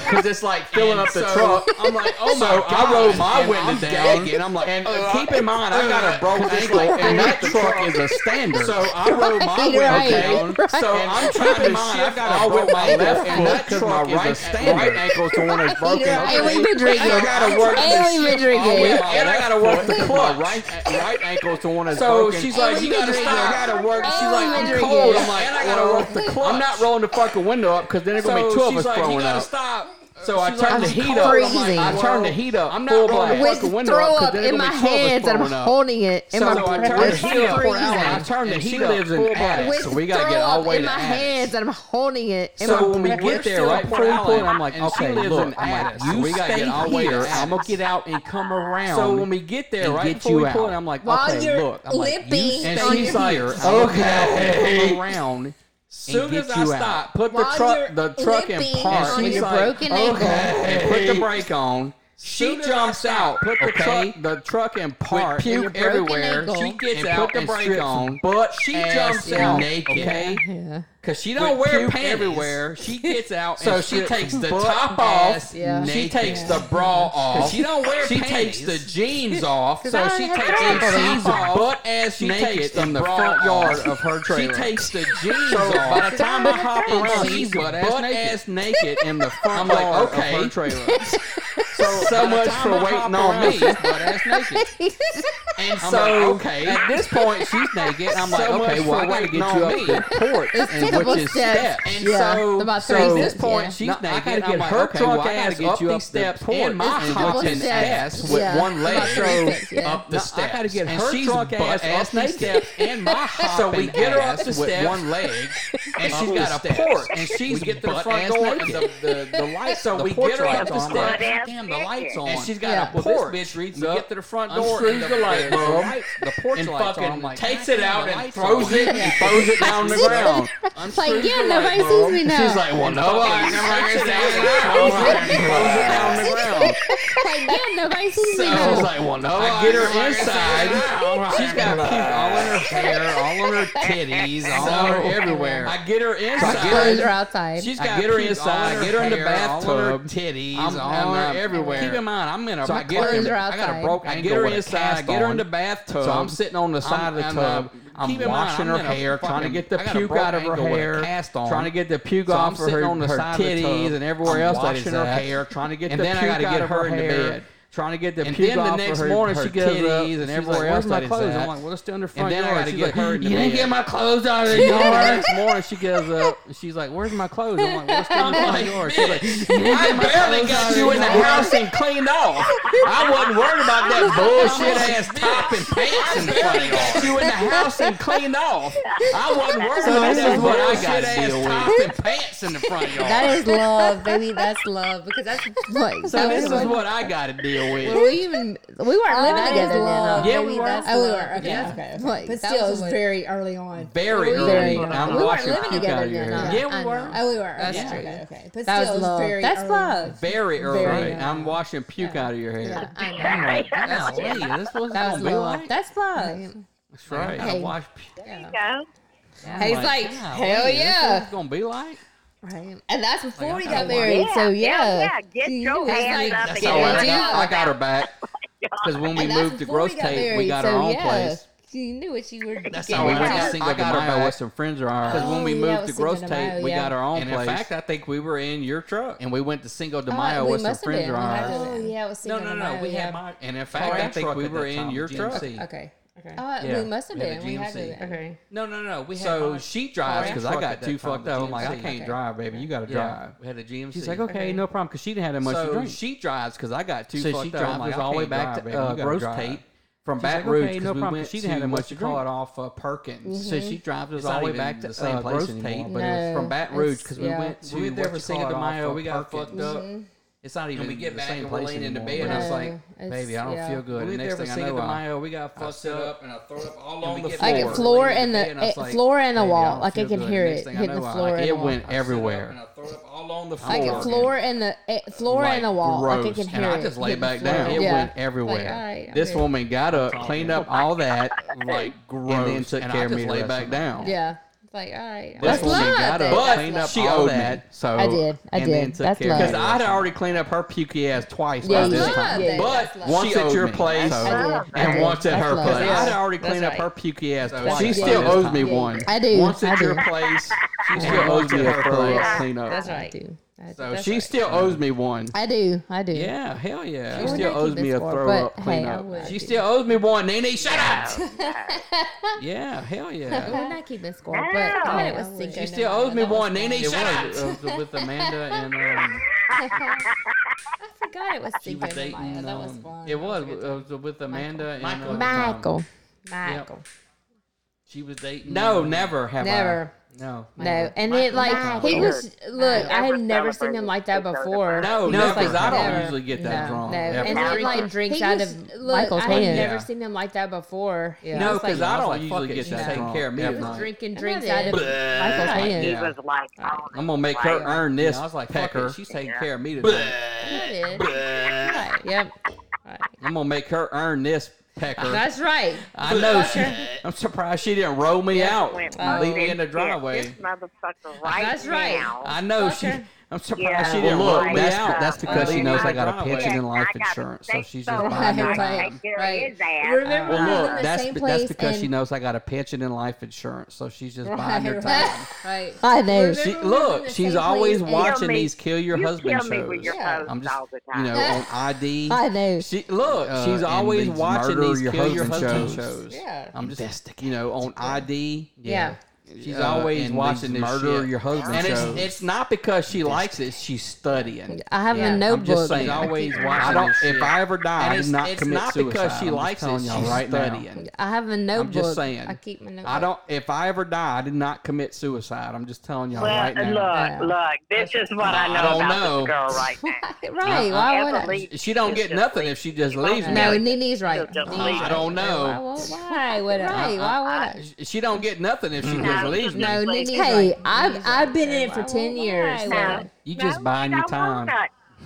S1: because it's like filling up the truck. I'm like, oh my god,
S14: I rolled my
S1: and
S14: window
S1: I'm
S14: down.
S1: gagging. I'm like, and
S14: Uh,
S1: keep in mind, I got a broke
S14: uh,
S1: ankle, and that
S14: right.
S1: truck is a standard. So I rolled my
S14: Right,
S1: window
S14: right,
S1: down.
S14: right.
S1: So I'm trying to
S14: Keep in
S1: mind,
S14: mind,
S1: I've
S14: I've got
S1: got
S14: a
S1: all with
S14: broke
S1: my
S14: ankle,
S1: left
S14: and
S1: and
S14: that
S1: because my
S14: truck is a
S1: right,
S14: standard.
S1: right ankle to one is broken.
S14: And we've been drinking.
S1: And I gotta work
S14: And we've been
S1: the-
S14: drinking.
S1: And I gotta work the
S14: And
S1: clutch. Right, right ankle to one is
S14: So
S1: broken.
S14: she's like, you gotta stop. I gotta work.
S1: Oh,
S14: She's like, I'm cold. I'm like,
S1: and I gotta work the clutch. I'm not rolling the fucking window up because then there's gonna be
S14: So
S1: two of
S14: she's
S1: us
S14: like, you
S1: throwing
S14: gotta
S1: up.
S14: stop.
S1: So I
S14: She's
S1: turned
S14: like,
S1: the
S14: I'm
S1: heat up.
S14: crazy.
S1: I'm like, I turned the heat up. I'm not blowing the
S4: With
S1: fucking window
S4: throw
S1: up
S4: up
S1: because then
S4: in my
S1: there's gonna be two of us
S4: hands and I'm
S1: throwing up.
S4: holding it in
S1: So
S4: my
S1: I turned the
S4: breath.
S1: heat up for Alan. I
S4: freezing.
S1: turned the
S14: And she
S1: heat up.
S14: lives in
S1: full
S14: Addis,
S1: blast,
S4: With
S1: So we gotta
S4: throw
S1: get all
S4: up
S1: the way
S4: in
S1: to
S4: my
S1: Addis.
S4: hands and I'm holding it. In
S1: So
S4: my
S1: when we
S4: breath.
S1: get there, right,
S4: Still
S1: Port Allen,
S4: pulling.
S1: I'm like,
S4: And she
S1: okay,
S4: lives
S1: look,
S4: in
S1: I'm like,
S4: Addis.
S1: you we gotta
S4: stay
S1: get all the way
S4: here.
S1: to I'm gonna get out and come around.
S14: So when we get there,
S1: and
S14: right
S1: get
S14: before
S1: you
S14: we
S1: out.
S14: pull it, I'm like,
S1: While
S14: okay,
S1: you're
S14: look, I'm like, you
S1: limping
S14: stay
S1: on your-
S14: here.
S1: Okay.
S14: I'm gonna get out and come
S1: around.
S14: and
S1: Soon
S14: get
S1: as I
S14: you out.
S1: stop, put the
S14: While
S1: truck the
S14: you're
S1: truck in
S14: limping
S1: park.
S14: on
S1: She's
S14: your
S1: like,
S14: broken ankle.
S1: and put the brake on. She
S14: Soon as I
S1: jumps out, put the
S14: okay?
S1: truck the truck in park,
S14: puke
S1: puke
S14: everywhere.
S1: everywhere. She gets
S14: And
S1: out
S14: put the
S1: and
S14: brake
S1: strips
S14: on.
S1: but she
S14: Ass
S1: jumps
S14: and
S1: out
S14: naked.
S1: okay?
S4: Yeah.
S1: Cause she don't
S14: With
S1: wear
S14: puke
S1: pants
S14: everywhere.
S1: She gets out,
S14: So
S1: and
S14: she
S1: strips
S14: takes the
S1: butt
S14: top
S1: ass
S14: off. Yeah.
S1: She
S14: naked.
S1: takes the bra off.
S14: 'Cause she don't wear
S1: She
S14: panties.
S1: takes the jeans off.
S14: 'Cause
S1: So
S14: I
S1: she
S14: don't have
S1: takes and
S14: panties.
S1: she's butt ass
S14: She
S1: naked
S14: takes the
S1: in the
S14: bra
S1: front yard
S14: off.
S1: of her
S14: She
S1: trailer.
S14: takes the jeans
S1: so
S14: off.
S1: By the time I hop
S14: And
S1: around,
S14: she's
S1: she's butt
S14: butt-ass naked.
S1: ass naked in the front
S14: I'm like,
S1: yard
S14: okay.
S1: of her trailer. So,
S14: by
S1: so
S14: the
S1: much
S14: time
S1: for
S14: I
S1: waiting on
S14: hop around,
S1: me.
S14: she's
S1: And
S14: I'm
S1: so,
S14: like, okay.
S1: at this point, she's naked. I'm like,
S14: So
S1: okay,
S14: much
S1: well,
S14: for
S1: I gotta get
S14: waiting
S1: you
S14: on
S1: up
S14: me.
S1: the porch,
S14: It's
S1: and
S14: typical
S1: which is
S14: steps.
S1: steps. And
S14: Yeah.
S1: so,
S14: About three
S1: so at this
S14: steps,
S1: point,
S14: yeah.
S1: she's
S14: No, I
S1: naked.
S14: gotta
S1: I'm
S14: get
S1: like,
S14: her
S1: okay,
S14: drunk
S1: well, I
S14: ass
S1: gotta
S14: up
S1: get you
S14: these
S1: up
S14: steps
S1: the porch
S14: and my
S1: and
S14: hot
S1: which
S14: ass
S1: is ass with
S14: yeah.
S1: one leg.
S14: About three steps, yeah.
S1: up the
S14: No, I
S1: steps.
S14: gotta get
S1: and
S14: her
S1: she's
S14: drunk
S1: butt
S14: ass
S1: ass
S14: up these
S1: naked.
S14: steps and my
S1: So we
S14: hopping
S1: get her
S14: ass
S1: up the
S14: with
S1: steps
S14: one leg,
S1: and
S14: up
S1: she's
S14: the
S1: got
S14: steps.
S1: a porch, and
S14: We
S1: she's
S14: get
S1: get
S14: the
S1: the
S14: front
S1: front
S14: door
S1: door
S14: and
S1: the, the, the lights. So
S14: the
S1: we
S14: porch
S1: get her up
S14: lights
S1: the
S14: on.
S1: steps.
S14: Damn, the lights on.
S1: And she's got a porch.
S14: Well, this bitch reads
S1: we
S14: up,
S1: get to the front door,
S14: unscrews
S1: and
S14: the light bulb,
S1: lights- the porch
S14: and
S1: lights on.
S14: fucking
S1: I'm like,
S14: takes
S1: "God
S14: it
S1: damn,
S14: out
S1: the
S14: and
S1: lights
S14: throws
S1: on."
S14: it and throws it down the ground.
S4: It's like, yeah, nobody sees me now.
S14: She's like, well, no, I never gonna say it. Throws it down the ground.
S4: like, yeah, nobody sees me
S14: I
S4: now.
S14: was like, well, no.
S1: I
S14: get her inside. She's got puke all in her hair, all in her titties, all
S1: So,
S14: over everywhere.
S1: I get her
S14: So
S1: inside.
S14: I get her-
S4: Those are outside.
S1: She's got get her inside. I get her in the bathtub.
S14: titties,
S1: I'm, I'm
S14: all
S1: not-
S14: everywhere.
S1: Keep in mind, I'm in a.
S14: So I
S1: I
S14: get her in the-
S1: I got a
S14: outside.
S1: broke. I get her inside. I get her in the bathtub.
S14: bathtub.
S1: So I'm sitting on the side of
S14: I'm-
S1: the
S14: I'm,
S1: tub.
S14: uh,
S1: I'm,
S14: keep in mind,
S1: washing
S14: I'm in
S1: her
S14: a
S1: hair, trying to
S14: fucking-
S1: get the
S14: I got a
S1: puke
S14: broke
S1: out of her
S14: ankle with a
S1: hair,
S14: cast on.
S1: trying to get the puke
S14: So I'm
S1: off of
S14: sitting
S1: her,
S14: on the
S1: her
S14: side of the tub.
S1: titties and everywhere
S14: I'm
S1: else that
S14: washing
S1: is
S14: her
S1: at.
S14: hair, trying to get
S1: and
S14: the
S1: then I
S14: puke
S1: gotta
S14: out
S1: get
S14: of
S1: her
S14: her
S1: in the
S14: hair,
S1: bed. trying to get the
S14: And
S1: puke
S14: then the
S1: off
S14: next
S1: her,
S14: morning
S1: her
S14: she goes
S1: titties
S14: up,
S1: and
S14: she's like,
S1: everywhere
S14: "Where's
S1: else.
S14: my
S1: that is
S14: clothes?"
S1: at.
S14: I'm like, "Well, it's
S1: still in her
S14: And
S1: front
S14: then I
S1: yard."
S14: got to
S1: She's
S14: get
S1: like,
S14: her.
S1: "You didn't get my clothes out of the
S14: the
S1: yard."
S14: yard.
S1: next morning she goes up. and She's like, "Where's my clothes?" I'm like, "Well, it's still in the front yard." She's like, "You didn't get
S14: I
S1: my
S14: barely
S1: clothes out
S14: got
S1: of
S14: you in the
S1: yard."
S14: house and cleaned off. I wasn't worried about that bullshit ass top and pants in the front of yard. You in the house and cleaned off. I wasn't worried
S1: So
S14: about
S1: this
S14: that
S1: is what I
S14: bullshit
S1: gotta
S14: ass
S1: deal with.
S14: top and pants in the front yard.
S4: That is love, baby. That's love because that's like.
S14: So this is
S4: like-
S14: what I got to deal with.
S4: Were we even? We weren't living
S15: that
S4: together
S15: is
S4: then.
S15: love,
S4: huh?
S14: Yeah,
S4: Baby,
S14: we were.
S4: That's
S15: Oh, we
S4: love.
S15: were. Okay,
S4: Yeah.
S15: okay, okay.
S4: Like,
S15: But
S4: that
S15: still,
S4: was
S15: it was
S4: when-
S15: very early on.
S14: Very
S4: We
S14: early.
S4: very
S14: on.
S4: early.
S14: I'm
S4: We weren't
S14: watching
S4: living
S14: puke
S4: together
S14: out of your
S4: then,
S14: hand.
S4: huh? I
S14: Yeah, we
S4: know.
S14: were.
S15: Oh, we were.
S4: That's
S15: okay,
S4: true.
S15: Okay, okay. But
S4: That was
S15: still, it
S4: love.
S15: was very
S4: That's
S15: early.
S4: love.
S1: Very early.
S4: Very early.
S1: I'm washing puke out of your hair.
S4: Yeah, I know.
S1: I'm like,
S4: That's
S1: golly,
S4: true.
S1: this was
S4: That
S1: gonna
S4: was
S1: be
S4: love.
S1: like.
S4: That's love.
S1: That's right. I
S4: Hey.
S1: wash.
S4: Yeah.
S1: I'm
S4: He's like,
S1: golly,
S4: hell
S1: this
S4: yeah.
S1: Is gonna be like.
S4: Right. And that's before
S1: Like,
S4: we
S1: I
S4: got
S1: don't
S4: married.
S1: want-
S4: so
S1: Yeah,
S4: yeah.
S1: yeah,
S4: get your
S1: That's
S4: hands
S1: all
S4: That's
S1: right. I got, I got her back. Because when we
S4: And that's
S1: moved to
S4: before we
S1: Gross
S4: got
S1: Tape, we
S4: married,
S1: got
S4: so
S1: our own
S4: yeah.
S1: place.
S4: You knew what you were
S14: That's
S4: getting
S14: how we
S4: into.
S14: went to Cinco
S1: I
S14: de
S1: got her back
S14: Mayo.
S1: with some friends of ours.
S14: Because
S1: when we
S4: yeah, it
S1: moved
S4: was
S1: to
S4: Cinco
S1: Gross
S4: de
S1: Tape,
S4: Mayo,
S1: we
S4: yeah.
S1: got our own
S14: And in
S1: place.
S14: fact,
S1: I think we were in your truck.
S14: And we went to Cinco de
S1: Oh,
S14: Mayo
S1: we
S14: with some
S1: must have
S14: friends
S1: been.
S14: of
S1: I
S14: ours.
S1: had
S4: Oh yeah, it was
S14: No,
S4: Cinco
S14: no,
S4: de
S14: no.
S4: Mayo,
S14: We
S4: yeah.
S14: had my. And in fact, I think we were in your truck.
S4: Okay. Okay. Oh,
S14: Yeah.
S4: we must have
S14: We had
S4: been.
S14: a
S4: We had to.
S14: GMC.
S4: Okay.
S14: No, no, no. We had
S1: So
S14: my
S1: she drives because I
S14: truck
S1: got
S14: at
S1: too
S14: that time,
S1: fucked
S14: the
S1: up. I'm like, I
S14: GMC.
S1: can't drive, baby. You got to
S14: Yeah,
S1: drive.
S14: we had the GMC.
S1: She's like, okay, no problem, because she didn't have that much
S14: so
S1: to drink.
S14: she drives because I got too
S1: so
S14: fucked
S1: she
S14: up. I'm
S1: drives
S14: like,
S1: us all the way back to uh,
S14: gross
S1: Gross Tape
S14: from
S1: She's
S14: Baton
S1: like,
S14: Rouge
S1: okay,
S14: because
S1: no
S14: we
S1: problem.
S14: went
S1: She
S14: to
S1: didn't have that much
S14: what
S1: to
S14: you call
S1: drink.
S14: it off uh, Perkins.
S1: So she drives us
S14: It's
S1: all
S14: not
S1: the way
S14: even
S1: back to
S14: the same
S1: uh,
S14: place
S1: Gross
S14: anymore,
S1: Tape,
S14: but it was
S1: from Baton
S14: from Baton
S1: Rouge
S14: It's-
S1: because
S14: yeah.
S1: we went to
S14: We went there for
S1: what you
S14: Cinco
S1: call
S14: de
S1: it off
S14: Mayo,
S1: of
S14: we got
S1: Perkins.
S14: fucked up. Mhm.
S1: It's not
S14: And
S1: even.
S14: we get
S1: the
S14: back
S1: same
S14: and we're
S1: place
S14: laying in the
S1: anymore.
S14: bed,
S1: But I
S14: it's-
S1: was like,
S14: it's-
S1: baby, I don't
S14: yeah.
S1: feel good.
S14: We
S1: The
S14: went
S1: next
S14: there
S1: thing
S14: for
S1: I
S14: Cinco
S1: know,
S14: de
S1: I-
S14: Mayo, we got
S1: I
S14: fucked
S1: stood
S14: up
S1: up and I threw up all
S14: on
S1: on
S14: the
S1: the
S4: Like
S14: floor.
S4: a
S1: floor.
S4: floor
S14: Laying in
S4: and
S14: the
S4: the
S14: bed, and I was
S4: eh,
S14: like,
S4: floor and a
S14: "Baby, I
S4: wall.
S14: don't
S4: Like I
S14: feel
S4: can
S14: good."
S4: hear
S14: Next
S4: it
S14: thing I
S4: hitting the
S14: know, I-
S4: floor. and
S14: It
S4: the wall.
S14: went everywhere. All on the
S4: Like a floor and the eh, floor and a wall. Like I
S1: gross.
S4: can hear
S1: and
S4: it.
S1: I just lay
S4: hitting the
S1: back
S4: floor.
S1: down. It
S4: Yeah.
S1: went everywhere.
S4: Like, all right, I'm
S1: this
S4: good.
S1: woman got up, cleaned up all that, like gross, and then took
S14: and I
S1: care of
S14: just
S1: me.
S14: lay
S1: Lay
S14: back
S1: back down.
S4: Yeah. It's like all right.
S1: This woman
S4: love.
S1: got up,
S4: That's
S1: cleaned
S4: love.
S1: up all that. So
S4: I did. I
S1: and then
S4: did.
S1: took
S4: That's
S1: care because
S4: love.
S1: I'd already cleaned up her pukey ass twice
S4: Yeah,
S1: by this
S4: yeah.
S1: time.
S4: Yeah, yeah, that's
S1: but
S4: love.
S1: once
S4: She
S1: at
S4: owed
S1: your
S4: me.
S1: place
S4: That's love. I
S1: and
S4: did.
S1: once at
S4: That's
S1: her
S4: love.
S1: place,
S4: Yeah.
S1: I'd already
S4: That's
S1: cleaned up
S4: right.
S1: her pukey ass
S4: That's
S1: twice. She
S4: right.
S1: still
S4: Yeah.
S1: owes me
S4: Yeah.
S1: one.
S4: I do.
S1: Once
S4: I
S1: at
S4: do.
S1: your place, she still owes me a thorough cleanup.
S4: That's right.
S1: So she still owes me one.
S4: I do. I do.
S1: Yeah, hell yeah.
S4: I
S1: She
S4: wonder
S1: still
S4: if
S1: owes
S4: he
S1: me a
S4: lives for,
S1: throw
S4: but
S1: up
S4: hey, I
S1: cleanup.
S4: would.
S1: she still owes me one. Nene, shut up. yeah, hell yeah.
S4: We're not keeping score, but I bet it was Cinco.
S1: She
S4: de
S1: still
S4: Mayo.
S1: owes me
S4: That was
S1: one. Nene,
S4: fun.
S1: shut up. Uh, With Amanda and um,
S4: I forgot it was
S1: she
S4: Cinco
S1: was
S4: de Mayo.
S1: dating.
S4: That was
S1: um,
S4: fun.
S1: It was it was with Amanda and um,
S4: Michael.
S1: Yep.
S4: Michael.
S14: She was dating.
S1: No,
S14: um,
S1: never have
S4: Never.
S1: I. No.
S4: No, and it like he was. Look, I had never seen him like that before.
S1: No,
S4: He
S1: no,
S4: was, like,
S1: because I don't
S4: never-
S1: usually get that
S4: no,
S1: drunk.
S4: No,
S1: ever.
S4: and then like drinks out of Michael's
S8: I
S4: I
S8: had
S4: had
S8: hand.
S4: never
S1: never
S4: seen him like that before.
S1: No, because I don't usually
S14: it,
S1: get
S14: she's
S1: that
S14: taking
S1: drunk.
S14: care of me
S1: ever.
S14: every night.
S4: drinking
S14: And
S4: drinks
S14: then-
S4: out of Michael's
S1: Bleh.
S4: hand.
S1: He was
S7: like,
S1: I'm gonna make her earn this. I was like, pecker.
S14: She's taking care of me
S4: Bleh.
S14: today.
S4: Right, Yep.
S1: I'm gonna make her earn this pecker.
S4: That's right.
S1: I know. She,
S4: Fucker.
S1: I'm surprised she didn't roll me
S4: Yeah.
S7: "Oh,
S1: out,
S4: Went
S1: and leave me in the
S7: This
S1: driveway.
S7: motherfucker right
S4: That's right.
S7: now.
S1: I know she. I'm surprised
S7: Yeah.
S1: she didn't
S7: Well,
S1: roll
S7: look,
S1: me
S7: that's-
S1: out.
S7: that's because she knows I got a pension
S1: and
S7: and
S1: life insurance, so she's just
S7: buying
S1: buying
S7: her
S1: her
S7: time.
S1: time.
S7: Right.
S1: Well,
S4: Remember we were in
S1: look,
S4: the
S1: that's
S4: same
S1: be-
S4: place
S1: that's because she
S4: and-
S1: knows I got a pension and life insurance, so she's just buying her
S4: Right,
S1: time.
S4: Right.
S1: I know.
S4: Remember
S1: She-
S4: we were in
S1: look,
S4: the
S1: she's
S4: same
S1: always
S4: place
S1: watching
S4: and-
S1: these kill your
S4: You
S1: husband
S4: kill me with
S1: shows.
S4: your posts
S1: I'm just,
S4: all the
S1: you know,
S4: time.
S1: on ID.
S4: I know.
S1: She look,
S14: Uh,
S1: she's
S14: and
S1: always
S14: these
S1: watching
S14: murder
S1: these
S14: your
S1: kill your
S14: husband
S1: husband
S14: shows.
S1: shows.
S4: Yeah.
S1: I'm just, you know, on ID.
S4: Yeah.
S1: She's
S14: Uh,
S1: always
S14: and these
S1: watching this
S14: murder
S1: shit.
S14: your husband
S1: and
S14: shows.
S1: it's, it's not because she likes it; she's studying.
S4: I have a
S1: I'm
S4: notebook.
S1: just saying,
S4: She's always
S1: I
S4: watching
S1: don't,
S4: this
S1: if
S4: shit.
S1: I ever die,
S14: And
S1: I
S14: it's-
S1: do not
S14: it's
S1: commit
S14: not
S1: suicide.
S14: because she
S1: I'm just
S14: likes it,
S1: telling y'all
S14: she's
S1: right now.
S14: studying.
S4: I have a notebook.
S1: I'm just saying.
S4: I keep my notebook.
S1: I don't. If I ever die, I did not commit suicide. I'm just telling y'all
S7: Well,
S1: right now.
S7: look, look, this is what I know
S1: I don't
S7: about
S1: know.
S7: this girl right now.
S4: Right? Why would I?
S1: She- She don't get nothing if she just leaves me.
S4: No, Nene's right.
S1: Uh, I don't
S4: Why,
S1: know.
S4: would- why would I?
S1: I- I-
S4: Right, Why would I?
S1: I- She don't get nothing if she just leaves me.
S4: No, Nene.
S1: you
S4: Hey, I've I've been in it for ten years. so-
S1: just buying your time.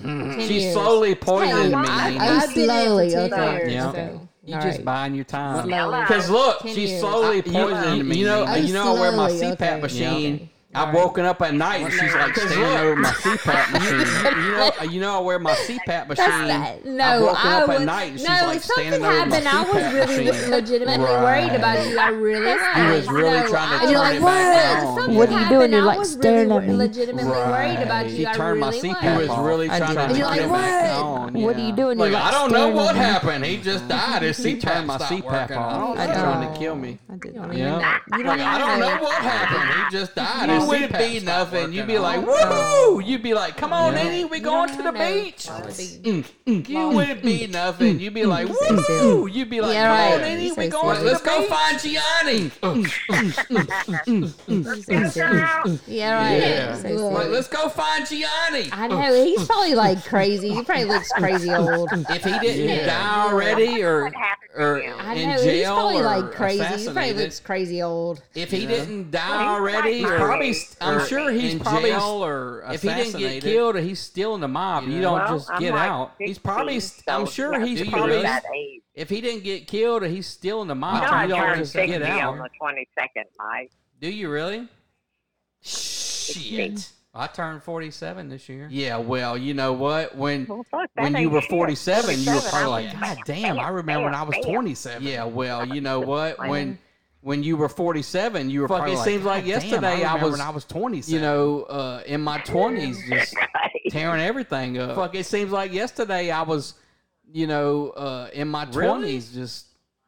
S4: Ten
S1: She's
S4: years.
S1: slowly poisoning
S4: Hey,
S1: me.
S4: I-
S1: Nene.
S4: I've been in it for ten years.
S1: Yeah.
S4: so-
S1: You
S4: All
S1: just
S4: right.
S1: buying your time.
S4: Slowly.
S1: Because look,
S4: Ten
S1: she's
S4: years.
S1: slowly
S14: I- you-
S1: poisoning me.
S14: you know-
S1: Nene.
S14: Oh,
S1: you know, I wear my
S14: slowly,
S1: CPAP
S14: okay. Yeah.
S1: machine I've woken up at night and she's like
S10: Because
S1: standing
S10: look-
S1: over my CPAP machine. you, know, uh, you know, I wear my CPAP machine.
S4: That's not,
S1: I've
S4: no,
S1: woken
S4: I
S1: up
S4: was
S1: at night and she's
S4: no.
S1: like
S4: something
S1: standing over my
S4: happened. I was
S1: CPAP
S4: really
S1: machine.
S4: legitimately worried about you. I really was.
S1: You was really trying to
S4: I-
S1: turn
S4: you're like,
S1: it back
S4: what?
S1: on.
S15: What are you doing? You're like staring at me.
S4: Legitimately worried about
S1: She
S4: you. I
S1: turned my
S4: really was.
S1: CPAP was really
S15: I
S1: trying
S15: did.
S1: to
S15: You're
S1: turn
S15: like,
S1: it back
S15: what?
S1: on.
S15: What are you doing?
S1: Like,
S15: You're
S1: I
S15: like
S1: don't know
S15: staring
S1: what
S15: at me.
S1: happened. He just died. His
S15: He
S1: CPAP turned my CPAP off. He's trying to kill me.
S4: I did
S1: not Yeah. Like,
S4: You don't
S1: I don't
S4: even
S1: know what happened. He just died.
S14: You
S1: His
S14: wouldn't
S1: CPAP
S14: be
S1: stopped
S14: nothing.
S1: working.
S14: You'd be like,
S1: Oh. You'd be like, come on,
S14: Yeah.
S1: Eddie, we going to the beach.
S14: You wouldn't be
S4: Mm.
S14: nothing. You'd be like,
S1: Woo!
S14: woo.
S1: You'd be like,
S14: Yeah,
S1: come on,
S14: right.
S1: Eddie,
S14: You
S1: we
S14: say
S1: going to
S14: so. Let's
S1: the
S14: go
S1: beach.
S14: find Gianni.
S4: Yeah, right.
S14: Yeah.
S4: So silly.
S14: Like, let's go find Gianni.
S4: I know he's probably like crazy. He probably looks crazy old.
S14: If he didn't
S4: Yeah.
S14: die already or, or
S4: I
S14: in
S4: know
S14: jail
S4: he's probably
S14: or
S4: like crazy. He probably
S14: assassinated,
S4: looks crazy old.
S14: if he didn't die
S1: Well, he's
S14: already,
S1: not
S14: or,
S1: probably st-
S14: I'm sure he's probably
S1: jail
S14: st-
S1: or
S14: if he didn't get
S1: assassinated.
S14: killed, or he's still in the mob. You,
S1: You know?
S14: don't
S1: Well,
S14: just
S1: I'm
S14: get
S1: like
S14: out. He's
S1: 16,
S14: probably. St- I'm
S1: so
S14: sure
S1: yeah,
S14: he's
S1: do you
S14: probably.
S1: really? That
S7: age.
S14: If he didn't get killed, or he's still in the
S7: You
S14: mob.
S7: know, I
S14: you don't
S7: turned
S14: just get
S7: 60 on
S14: out.
S7: the 22nd, Mike.
S14: Do you really? Shit. I turned 47 this year.
S1: Yeah, well, you know what? When
S14: that
S1: when you
S14: ain't
S1: were
S14: shit.
S1: 47, you were
S14: 47,
S1: probably
S14: I
S1: like,
S14: was
S1: God damn, I remember when I was 27. Yeah, well, you know what? When when you were 47, you were
S14: Fuck,
S1: probably
S14: it
S1: like,
S14: seems like
S1: "God damn,
S14: yesterday I
S1: remember
S14: was-
S1: when I was 27. You know, uh, in my 20s, just tearing everything up. Fuck, it seems like yesterday I was, you know, uh, in my
S14: Really?
S1: 20s, just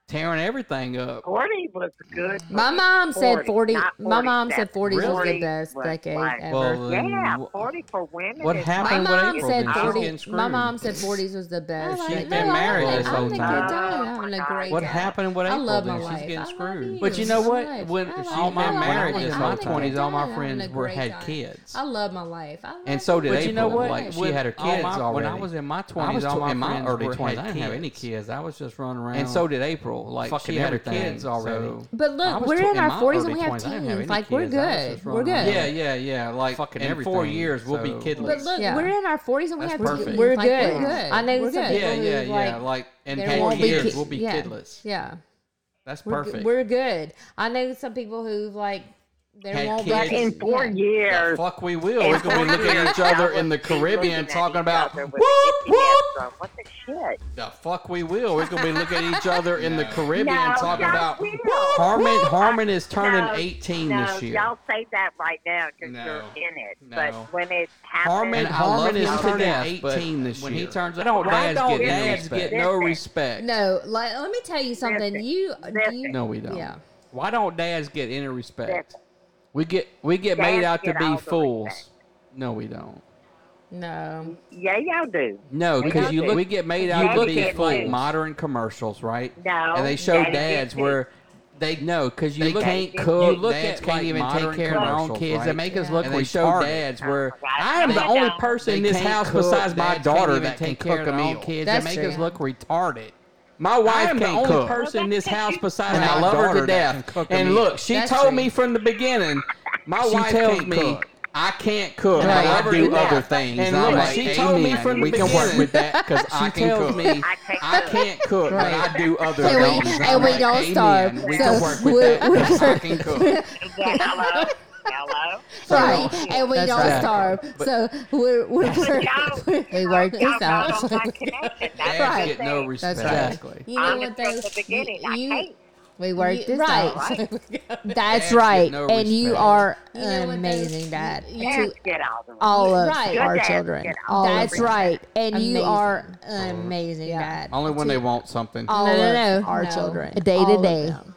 S1: tearing everything up.
S7: 40 was good.
S4: My mom said 40. My mom said 40 was the
S1: Really?
S4: best
S1: Like,
S4: decade
S1: like-
S4: ever.
S1: Well, then
S7: Yeah,
S1: wh-
S7: 40 for women.
S1: what
S7: is
S1: happened
S7: like-
S1: with
S4: mom
S1: April
S4: said
S1: then? She was
S4: 40.
S1: getting
S4: My mom
S1: screwed.
S4: said 40s was the best.
S1: She's
S4: Like,
S1: been
S4: no, I
S1: married
S4: think-
S1: this
S4: I
S1: whole
S4: think
S1: time.
S4: you're done. having a great
S1: What
S4: time.
S1: happened with
S4: I
S1: April?
S4: love my
S1: then?
S4: life.
S1: She's getting
S4: I love
S1: screwed.
S4: you
S1: But you know
S4: so
S1: what?
S4: much.
S1: When
S4: I love
S1: all
S4: you.
S1: my
S4: I love
S1: married
S4: life.
S1: this
S4: I
S1: whole
S4: think you're
S1: 20s, all my
S4: done. Having
S1: friends
S4: a
S1: were
S4: great
S1: had
S4: time.
S1: kids.
S4: I love my life. I love
S1: And so did
S14: But
S1: April.
S14: you know what?
S1: Like, she
S14: When
S1: had her kids
S14: all my-
S1: already.
S14: when I was in my
S1: I
S14: 20s,
S1: was
S14: all
S1: tw-
S14: my
S1: in my
S14: friends
S1: early
S14: were- had
S1: 20s. I didn't have any
S14: kids.
S1: kids. I was just running around.
S14: And so did April. Like
S1: fucking
S14: she had her
S1: everything.
S14: kids already.
S1: So-
S4: But
S1: I
S4: look,
S1: was
S4: we're
S1: tw-
S4: in our
S1: my
S4: 40s
S1: early
S4: and we have
S1: 20s, I didn't have any
S4: teens. Like we're
S1: kids. I was
S4: good.
S1: just
S4: We're
S1: running
S4: good.
S1: around. Yeah, yeah, yeah. Like
S14: Fucking
S1: in four
S14: everything,
S1: years, we'll be
S14: so-
S1: kidless.
S4: But look,
S14: Yeah.
S4: we're in our 40s and we
S14: That's
S4: have
S14: perfect.
S4: teens.
S14: We're
S4: Like,
S14: good.
S4: We're good. I know
S14: We're
S4: some
S14: good.
S4: people
S14: Yeah, yeah,
S4: who
S14: yeah.
S4: like
S14: Like, in
S4: there
S14: 10
S4: won't be
S14: years,
S4: kids.
S14: we'll be
S4: Yeah.
S14: kidless.
S4: Yeah.
S14: That's
S4: We're good-
S14: perfect.
S4: We're good. I know some people who've like there
S14: Had
S4: won't
S14: kids.
S4: be
S14: In
S7: four years.
S1: Fuck, we will. We're gonna be looking at each other in the Caribbean talking about whoop whoop.
S7: What the shit?
S1: The fuck we will. We're gonna be looking at each other in the Caribbean
S7: No,
S1: talking
S7: y'all
S1: about
S7: will.
S1: Harmon. Harmon is turning
S7: No,
S1: 18
S7: no,
S1: this year.
S7: Y'all say that right now because
S1: No.
S7: you're in it.
S1: No.
S7: But when it happens,
S1: Harmon, Harmon is turning 18 this
S14: when
S1: year.
S14: he turns-
S1: I don't
S14: Why
S1: dads
S14: don't
S1: get no
S14: dads
S1: respect.
S14: get no respect?
S4: No, like let me tell you something. You, you
S14: No, we don't.
S4: Yeah.
S14: Why don't dads get any respect?
S1: We get we get
S14: made
S1: Dads
S14: out to
S1: get all
S14: be
S1: the
S14: fools. No, we don't.
S4: No.
S7: Yeah, y'all do.
S1: No,
S7: We
S1: because
S7: don't
S1: you
S7: do.
S1: look, we get made
S7: Daddy
S1: out to be
S7: get
S1: full
S7: laid.
S1: modern commercials, right?
S7: No,
S1: and they show
S7: daddy
S1: dads
S7: gets laid.
S1: where they no because you
S14: They
S1: look
S14: can't
S1: at-
S14: cook,
S1: You look
S14: dads
S1: at
S14: can't
S1: like
S14: even take
S1: modern
S14: care of their own
S1: commercials,
S14: kids. They
S1: right?
S14: make us look
S1: and they show
S14: retarded.
S1: dads where I am the only person in
S14: They
S1: this
S14: can't
S1: house
S14: cook,
S1: besides my
S14: dads can't
S1: daughter
S14: even
S1: that can
S14: take care
S1: cook
S14: of
S1: a
S14: their own
S1: meal.
S14: kids.
S1: That's
S14: they make us
S1: true.
S14: look retarded.
S1: My wife
S14: I
S1: can't
S14: am the only
S1: cook.
S14: person in this house besides
S1: and
S14: my
S1: I love her
S14: daughter
S1: to
S14: that can
S1: death.
S14: cook a
S1: And
S14: meal.
S1: look, she
S14: That's
S1: told
S14: true.
S1: me from the beginning. My
S14: She
S1: wife
S14: tells
S1: tells me
S14: me,
S1: I can't cook.
S14: Right.
S1: I
S14: I
S1: love her
S14: do
S1: to death."
S14: other things.
S1: And
S14: I'm
S1: look,
S14: like,
S1: she told me
S14: "Amen,
S1: from the
S14: we can
S1: beginning.
S14: work with that 'cause I
S1: She
S14: can
S1: tells
S14: cook."
S1: me I can't cook, but I do other
S4: And we,
S1: things.
S4: and
S1: I'm
S4: we
S1: like,
S4: don't
S1: "Amen,
S4: starve.
S1: We
S4: so
S1: can work with
S4: we're-
S1: that 'cause I can
S4: we're-
S1: cook.
S7: Hello, hello.
S4: Right, and we
S1: That's
S4: don't
S1: right.
S4: starve. So we're, we're, we're we work this out.
S1: Dads get no
S4: That's
S1: respect.
S4: right. You know what though? You- we work
S8: You-
S4: this
S8: right.
S4: out. That's
S8: Dads
S4: right.
S8: get no
S4: and you
S8: respect.
S4: are
S8: You know
S4: an
S8: what
S4: amazing dad
S8: Dads
S4: to
S7: get all,
S4: all of
S8: Right.
S4: our
S8: Good dads
S4: children.
S8: get all the
S4: That's
S8: respect.
S4: right. And you
S8: Amazing.
S4: are an amazing dad.
S1: Only when
S4: to
S1: they want something.
S4: all
S8: No, no,
S4: of
S8: no.
S4: our
S8: No.
S4: children.
S15: Day to
S4: All of
S15: day.
S4: them.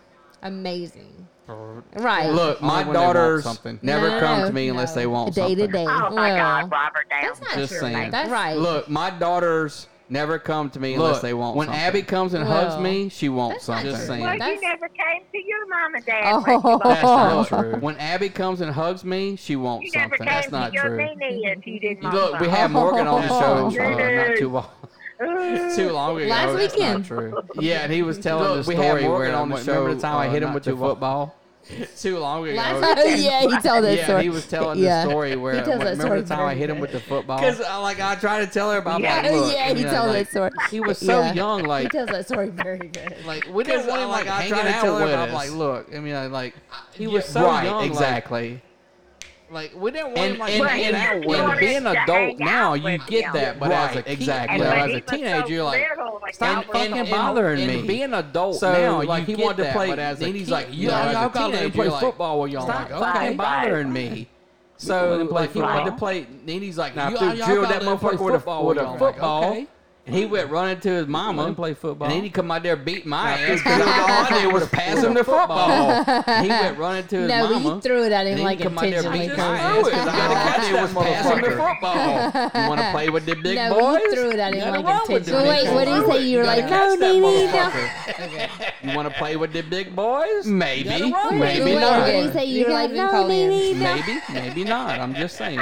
S4: Amazing. Right.
S1: Look,
S14: Only
S1: my
S14: when they want
S1: daughters
S14: something.
S1: never
S4: No,
S1: come to me unless
S4: no.
S1: they want
S4: Day
S1: something.
S4: to day.
S7: Oh my God, Robert Downey. That's
S4: not
S1: Just saying.
S4: That's right.
S1: Look, my daughters never come to me unless
S14: Look,
S1: they want
S14: when
S1: something.
S14: Abby comes and hugs Well, me,
S1: she wants
S14: not
S1: something.
S14: Just true. saying.
S7: Well,
S4: That's- Oh,
S7: you never came to your mom and dad.
S1: That's
S7: when you
S1: not
S7: left.
S1: true. When Abby comes and hugs me, she wants
S7: You never
S1: something.
S7: came
S1: That's
S7: to
S1: not
S7: your
S1: true.
S7: meeting if you didn't. want
S1: Look, we
S7: something.
S1: had Morgan on the show uh, not too long.
S7: Ooh.
S1: Too long ago.
S7: Last
S1: That's not
S7: weekend.
S1: true. Yeah, and he was telling
S14: Look,
S1: the
S14: we
S1: story
S14: had Morgan
S1: where
S14: on the
S1: Remember
S14: show,
S1: the time I
S14: uh,
S1: hit him
S14: not
S1: with
S14: too
S1: the
S14: fo-
S1: football? Too long ago.
S4: Last weekend. Yeah, he told that
S1: yeah,
S4: story.
S1: He was telling
S4: Yeah.
S1: the story where
S4: He tells that
S1: remember
S4: story
S1: the time I hit him
S4: very
S1: with the football.
S14: Because I like I try to tell her about
S1: Yeah.
S14: my look.
S4: yeah,
S14: you
S4: he
S14: know,
S4: tells
S14: like,
S4: that story.
S1: He was so
S4: Yeah.
S1: young,
S4: he
S1: like
S4: tells that story very good.
S1: uh, Like
S14: We didn't want him like, I
S1: hanging
S14: try to
S1: out
S14: tell her
S1: with
S14: about
S1: us.
S14: like look. I mean, I, like he
S1: Uh, Yeah,
S14: was so
S1: right,
S14: young. like,
S1: exactly.
S5: Like we didn't want
S1: And,
S5: him like
S1: and,
S5: hanging
S1: and,
S5: out
S1: and
S5: with us.
S1: being an adult now, you get that, but as a
S5: Right,
S1: kid,
S5: exactly.
S1: well,
S5: And
S1: as a
S5: when he was
S1: teenager,
S5: so
S1: you're like,
S5: little, like, I
S1: stop
S5: was
S1: fucking
S5: like-
S1: bothering
S5: and
S1: me.
S5: being an adult
S1: so,
S5: now, you
S1: like he
S5: get
S1: wanted to
S5: that,
S1: play.
S5: but as a
S1: then he's
S5: kid,
S1: like,
S5: you're
S1: yeah,
S5: like, "Y'all
S1: y'all
S5: gotta
S1: got
S5: let him
S1: to
S5: play
S1: play
S5: football
S1: football with y'all. Like,
S5: Stop
S1: okay, bothering
S5: fucking bothering
S1: me.
S5: Let
S1: So
S5: him play
S1: like he wanted to
S5: football.
S1: play. Then he's like,
S5: Now,
S1: y'all
S5: if
S1: y'all
S5: they drilled
S1: got
S5: that
S1: to let him play
S5: motherfucker with a-
S1: football
S5: with
S1: with
S5: a
S1: y'all.
S5: football,
S1: Like, okay. And he went running to his mama and play football. And then he come out there beat my ass because all I did was pass him the football. he went running to his
S4: no,
S1: mama.
S4: you threw it at him
S1: Then
S4: like
S1: you come out there
S4: intentionally.
S1: beating my ass. You gotta catch that motherfucker. You want to play with the big
S4: no,
S1: boys?
S4: you threw it at him
S1: Nothing
S4: like
S1: wrong with the
S4: intentionally.
S1: big
S4: Wait, what did you
S1: boys.
S4: say? You were
S1: gotta
S4: like, no,
S1: catch that
S4: nee, nee, no.
S1: motherfucker. You want to play with the big boys? Maybe,
S4: Nothing wrong with it.
S1: maybe
S4: Wait,
S1: not.
S4: what did he say? You You were like, haven't no, called me in. neither.
S1: maybe, maybe not. I'm just saying.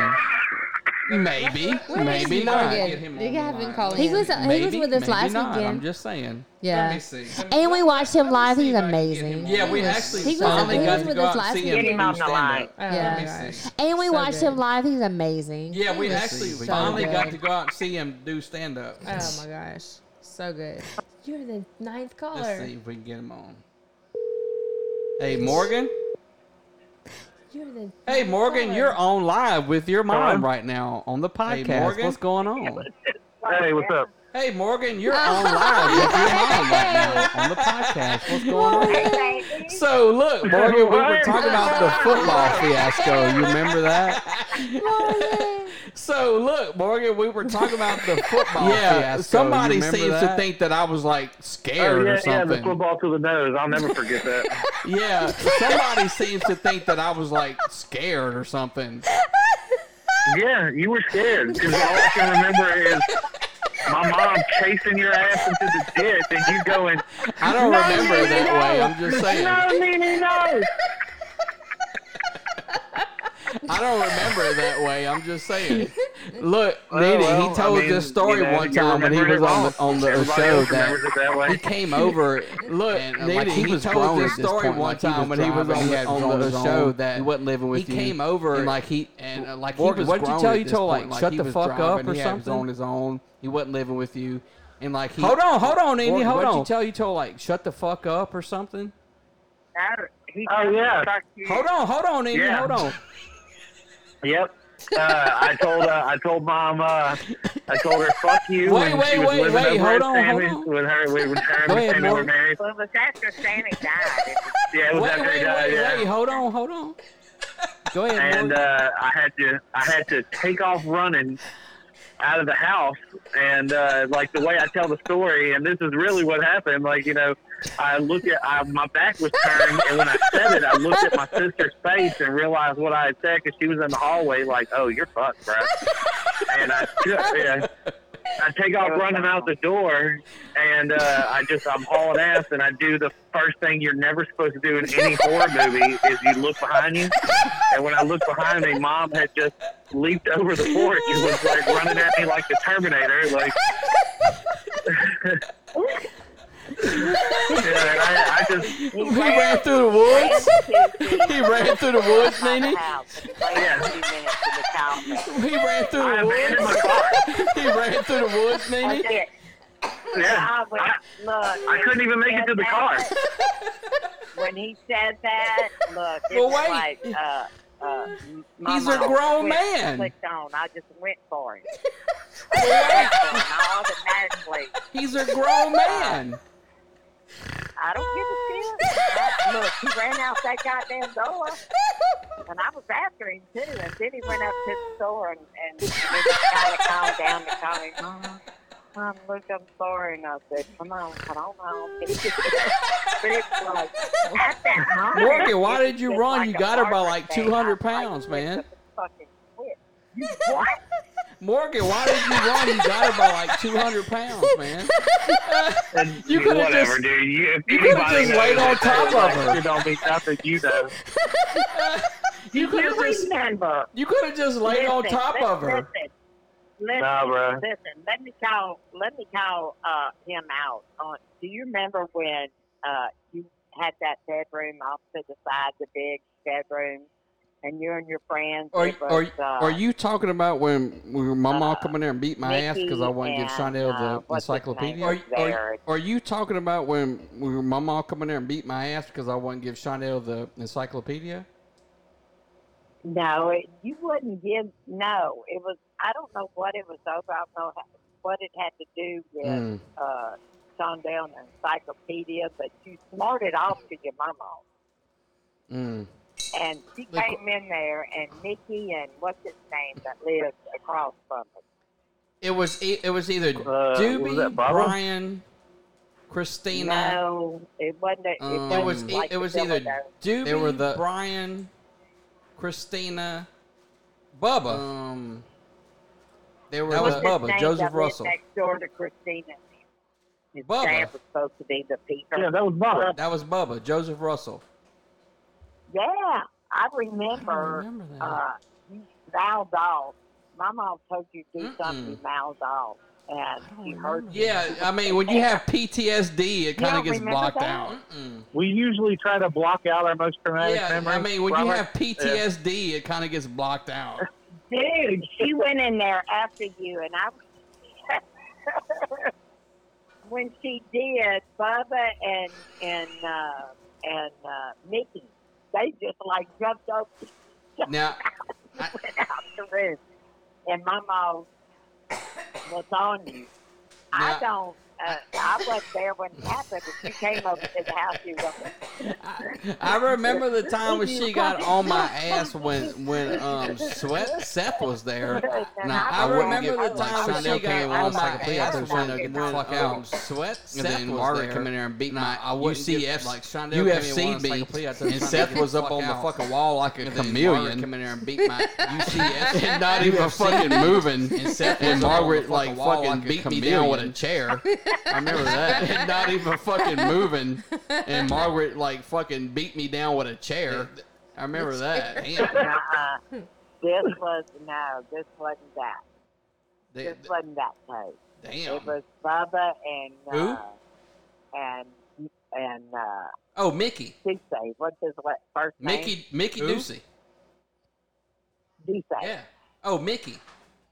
S1: Maybe,
S4: Where is
S1: maybe
S4: he
S1: not.
S4: again? You haven't called
S16: He
S4: him.
S16: was- he
S1: Maybe,
S16: was with us
S1: maybe
S16: last
S1: not.
S16: weekend.
S1: I'm just saying.
S16: Yeah.
S1: Let me see.
S16: And we watched him live. He's amazing.
S1: Yeah, we
S16: He was-
S1: actually
S16: he was,
S1: finally
S16: he
S1: got
S16: was
S1: to
S16: with
S1: go
S16: us
S1: out
S16: last
S1: and see
S16: week.
S1: him Get him do on the stand-up. line. Oh,
S16: Yeah.
S1: gosh.
S16: And we
S1: So
S16: watched him live. He's amazing.
S1: Yeah, we actually
S16: So
S1: finally
S16: good.
S1: got to go out and see him do stand up.
S4: Oh my gosh, so good. You're the ninth
S1: Let's
S4: caller.
S1: see if we can get him on. Hey, Morgan.
S4: You're the
S1: Hey, Morgan, you're on live with your mom right now on the podcast.
S5: Morgan?
S1: What's going on?
S5: Hey, what's up?
S1: Hey, Morgan, you're on live with your mom right now on the podcast. What's going on? So, look, Morgan, we were talking about the football fiasco. You remember that? So, look, Morgan, we were talking about the football
S5: Yeah,
S1: fiasco.
S5: somebody
S1: You remember
S5: seems to
S1: that? think that I was like
S5: scared
S1: Oh, yeah,
S5: or
S1: yeah, the
S5: something. football to the nose. I'll never forget that.
S1: Yeah, somebody seems to think that I was like scared or something.
S17: Yeah, you were scared because all I can remember is my mom chasing your ass into the ditch and you going.
S1: I don't remember it that way. I'm just saying.
S17: No, me, me, no.
S1: I don't remember it that way. I'm just saying. Look,
S5: Well,
S1: Nene,
S5: well,
S1: he told
S5: I mean,
S1: this story
S5: you know,
S1: one
S5: you
S1: time when he
S5: remember
S1: was
S5: it
S1: on the,
S5: wrong.
S1: on the
S5: Everybody
S1: show
S5: else
S1: that,
S5: remembers it that way.
S1: he came over. Look,
S5: uh,
S1: Nene,
S5: like,
S1: he,
S5: he was
S1: told
S5: grown
S1: this
S5: at this
S1: story
S5: point,
S1: one
S5: like, he
S1: time
S5: was
S1: when he was
S5: driving,
S1: on,
S5: he had
S1: on
S5: on
S1: the
S5: his own.
S1: show
S5: He
S1: that
S5: wasn't living with
S1: he
S5: you.
S1: came over
S5: And,
S1: like
S5: like,
S1: he and uh, like he
S5: Morgan,
S1: was
S5: what'd you
S1: grown
S5: tell
S1: at
S5: you
S1: this
S5: till,
S1: point.
S5: like, shut
S1: he
S5: the
S1: was
S5: fuck up
S1: driving,
S5: or
S1: he had- was
S5: something?
S1: on his own. He wasn't living with you, and like he
S5: Hold on, hold on, Nene,
S1: Morgan,
S5: hold
S1: what'd you
S5: on.
S1: tell you till like shut the fuck up or something?
S7: He
S1: Hold on, hold on, Nene,
S17: Yeah.
S1: hold on.
S17: Yep. Uh, I told uh, I told mom uh, I told her fuck you.
S1: Wait,
S17: and
S1: wait,
S17: she was
S1: wait,
S17: living
S1: wait,
S17: over
S1: hold
S17: at
S1: on, hold
S17: Sammy's With her, with her
S1: Go ahead,
S17: and Sammy were
S1: Morgan.
S17: married.
S7: Well, it was after Sammy died.
S17: Yeah, it was
S1: Wait,
S17: after
S1: wait,
S17: he died.
S1: wait,
S17: yeah.
S1: wait, hold on, hold on. Go ahead.
S17: and
S1: Morgan.
S17: uh, I had to I had to take off running out of the house and uh, like the way I tell the story and this is really what happened like you know I looked at I, my back was turned and when I said it I looked at my sister's face and realized what I had said because she was in the hallway like oh you're fucked bro and I yeah, I take off running out the door and uh, I just I'm hauling ass and I do the first thing you're never supposed to do in any horror movie is you look behind you. And when I looked behind me, mom had just leaped over the porch and was like running at me like the Terminator, like. Yeah, and I, I just
S1: He ran through the woods. he ran through the woods, Nene. He ran through the woods. he ran through the woods, Nene.
S7: Okay.
S17: Yeah.
S7: I was, look,
S17: I couldn't even make it to the car.
S7: when he said that, look, it
S1: Well,
S7: was
S1: wait.
S7: like, uh, uh, my
S1: He's a
S7: mind
S1: grown
S7: clicked-
S1: man.
S7: clicked on. I just went for it. I just went for it. I automatically.
S1: He's a grown man.
S7: I don't give a shit. I- Look, he ran out that goddamn door, and I was after him too. And then he went up to the store and and kind of calmed down and called me, Mom, Mom, look, I'm sorry. And I said, Come on, come on, home. but it's like at that moment,
S1: Morgan, why did
S7: it's
S1: you
S7: just
S1: run?
S7: like
S1: You
S7: a
S1: got her by
S7: Barbara
S1: like
S7: thing.
S1: 200 pounds, man.
S7: Fucking quit. You what?
S1: Morgan, why did you run? You got her by like 200 pounds, man.
S17: And
S1: You could've
S17: whatever,
S1: just-
S17: dude. You, if
S1: you could've
S17: anybody
S1: just laid
S17: knows
S1: on
S17: that
S1: top
S17: they're
S1: of
S17: like,
S1: her.
S17: It don't be nothing, you know.
S1: You could have just,
S7: remember.
S1: you could have just laid on
S7: Listen,
S1: top
S7: listen,
S1: of her.
S7: Listen, listen,
S17: Nah, bruh.
S7: listen. Let me call. Let me call uh, him out. On do you remember when uh, you had that bedroom off to the side, the big bedroom, and you and your friends?
S1: Are,
S7: it
S1: are,
S7: was, uh,
S1: are you talking about when, when my
S7: Uh-huh.
S1: mom come in there and beat my ass because I wanted to give
S7: Mickey and,
S1: Chanel
S7: uh,
S1: the
S7: what's his
S1: encyclopedia?
S7: name
S1: Are,
S7: was there?
S1: are, are you talking about when, when my uh, mom come in there and beat my ass because I wanted to give Chanel the encyclopedia?
S7: No, it, you wouldn't give. No, it was. I don't know what it was over. I don't know how, what it had to do with
S14: Mm.
S7: uh, Sundown Encyclopedia, but you smarted off to your mama,
S14: Mm.
S7: and she came in there, and Nikki and what's his name that lives across from us.
S1: It was e- it was either
S14: was
S1: Doobie,
S14: that Baba?
S1: Brian, Christina.
S7: No, it wasn't. It,
S1: Um,
S7: wasn't
S1: it was e-
S7: like
S1: it was
S7: the
S1: either
S7: Dillardone.
S1: Doobie,
S10: They were the-
S1: Brian, Christina, Bubba. Um, there were
S7: What
S1: the,
S7: his name
S1: Bubba,
S7: that
S1: Joseph
S7: lived
S1: Russell.
S7: next door to Christina. His
S1: Bubba.
S7: dad was supposed to be the Peter.
S1: That was Bubba, Joseph Russell.
S7: Yeah, I remember. Uh, you mouthed off. My mom told you to do something, you mouthed off, and you heard.
S1: Yeah, I mean, when you have PTSD, it kind
S7: don't
S1: of gets
S7: remember
S1: blocked
S7: that?
S1: out.
S17: We usually try to block out our most traumatic
S1: Yeah,
S17: memories.
S1: I mean, when you
S17: Robert.
S1: have PTSD, it kind of gets blocked out.
S7: Dude, she went in there after you, and I. when she did, Bubba and and uh, and uh, Mickey, they just like jumped up
S1: Now,
S7: out the room, and my mom was on you. I don't. Uh, I wasn't there when it happened, but you came over to the house. You were.
S1: I remember the time when she got on my ass when when um Sweat Seth was there.
S14: Nah,
S1: Now,
S14: I
S1: I,
S14: wouldn't
S1: remember
S14: get,
S1: the
S14: like,
S1: time when
S14: Sunday
S1: she got
S14: Opinion
S1: on
S14: was
S1: my
S14: like, "Hey,
S1: ass
S14: I'm trying to
S1: when
S14: get the fuck
S1: um,
S14: out."
S1: Sweat
S14: And
S1: Seth
S14: then
S1: was
S14: Margaret
S1: there.
S14: come in there and beat my
S1: I wouldn't get,
S14: UCF
S1: like, Shonda O'Connor
S14: UFC
S1: was like, "Please,
S14: beat,
S1: I said,
S14: and
S1: "Tryna
S14: Seth
S1: get the
S14: was up
S1: fuck
S14: on
S1: out."
S14: the fucking wall like a
S1: And then Margaret
S14: chameleon.
S1: come in there and beat my UCF
S14: And not even fucking moving.
S1: And Seth was up on
S14: And
S1: the
S14: Margaret, like,
S1: fucking wall
S14: fucking
S1: like a
S14: beat me down with a
S1: chameleon.
S14: chair. I remember that. And not even fucking moving.
S1: And Margaret like fucking beat me down with a chair. I remember that. Damn.
S7: uh This was no. This wasn't that. This wasn't that tape.
S1: Damn.
S7: It was Bubba and
S1: Who?
S7: uh, and and uh,
S1: Oh, Mickey.
S7: Ducey. What's his la- first
S1: Mickey Mickey
S7: Who?
S1: Ducey.
S7: name? Ducey.
S1: Yeah. Oh, Mickey.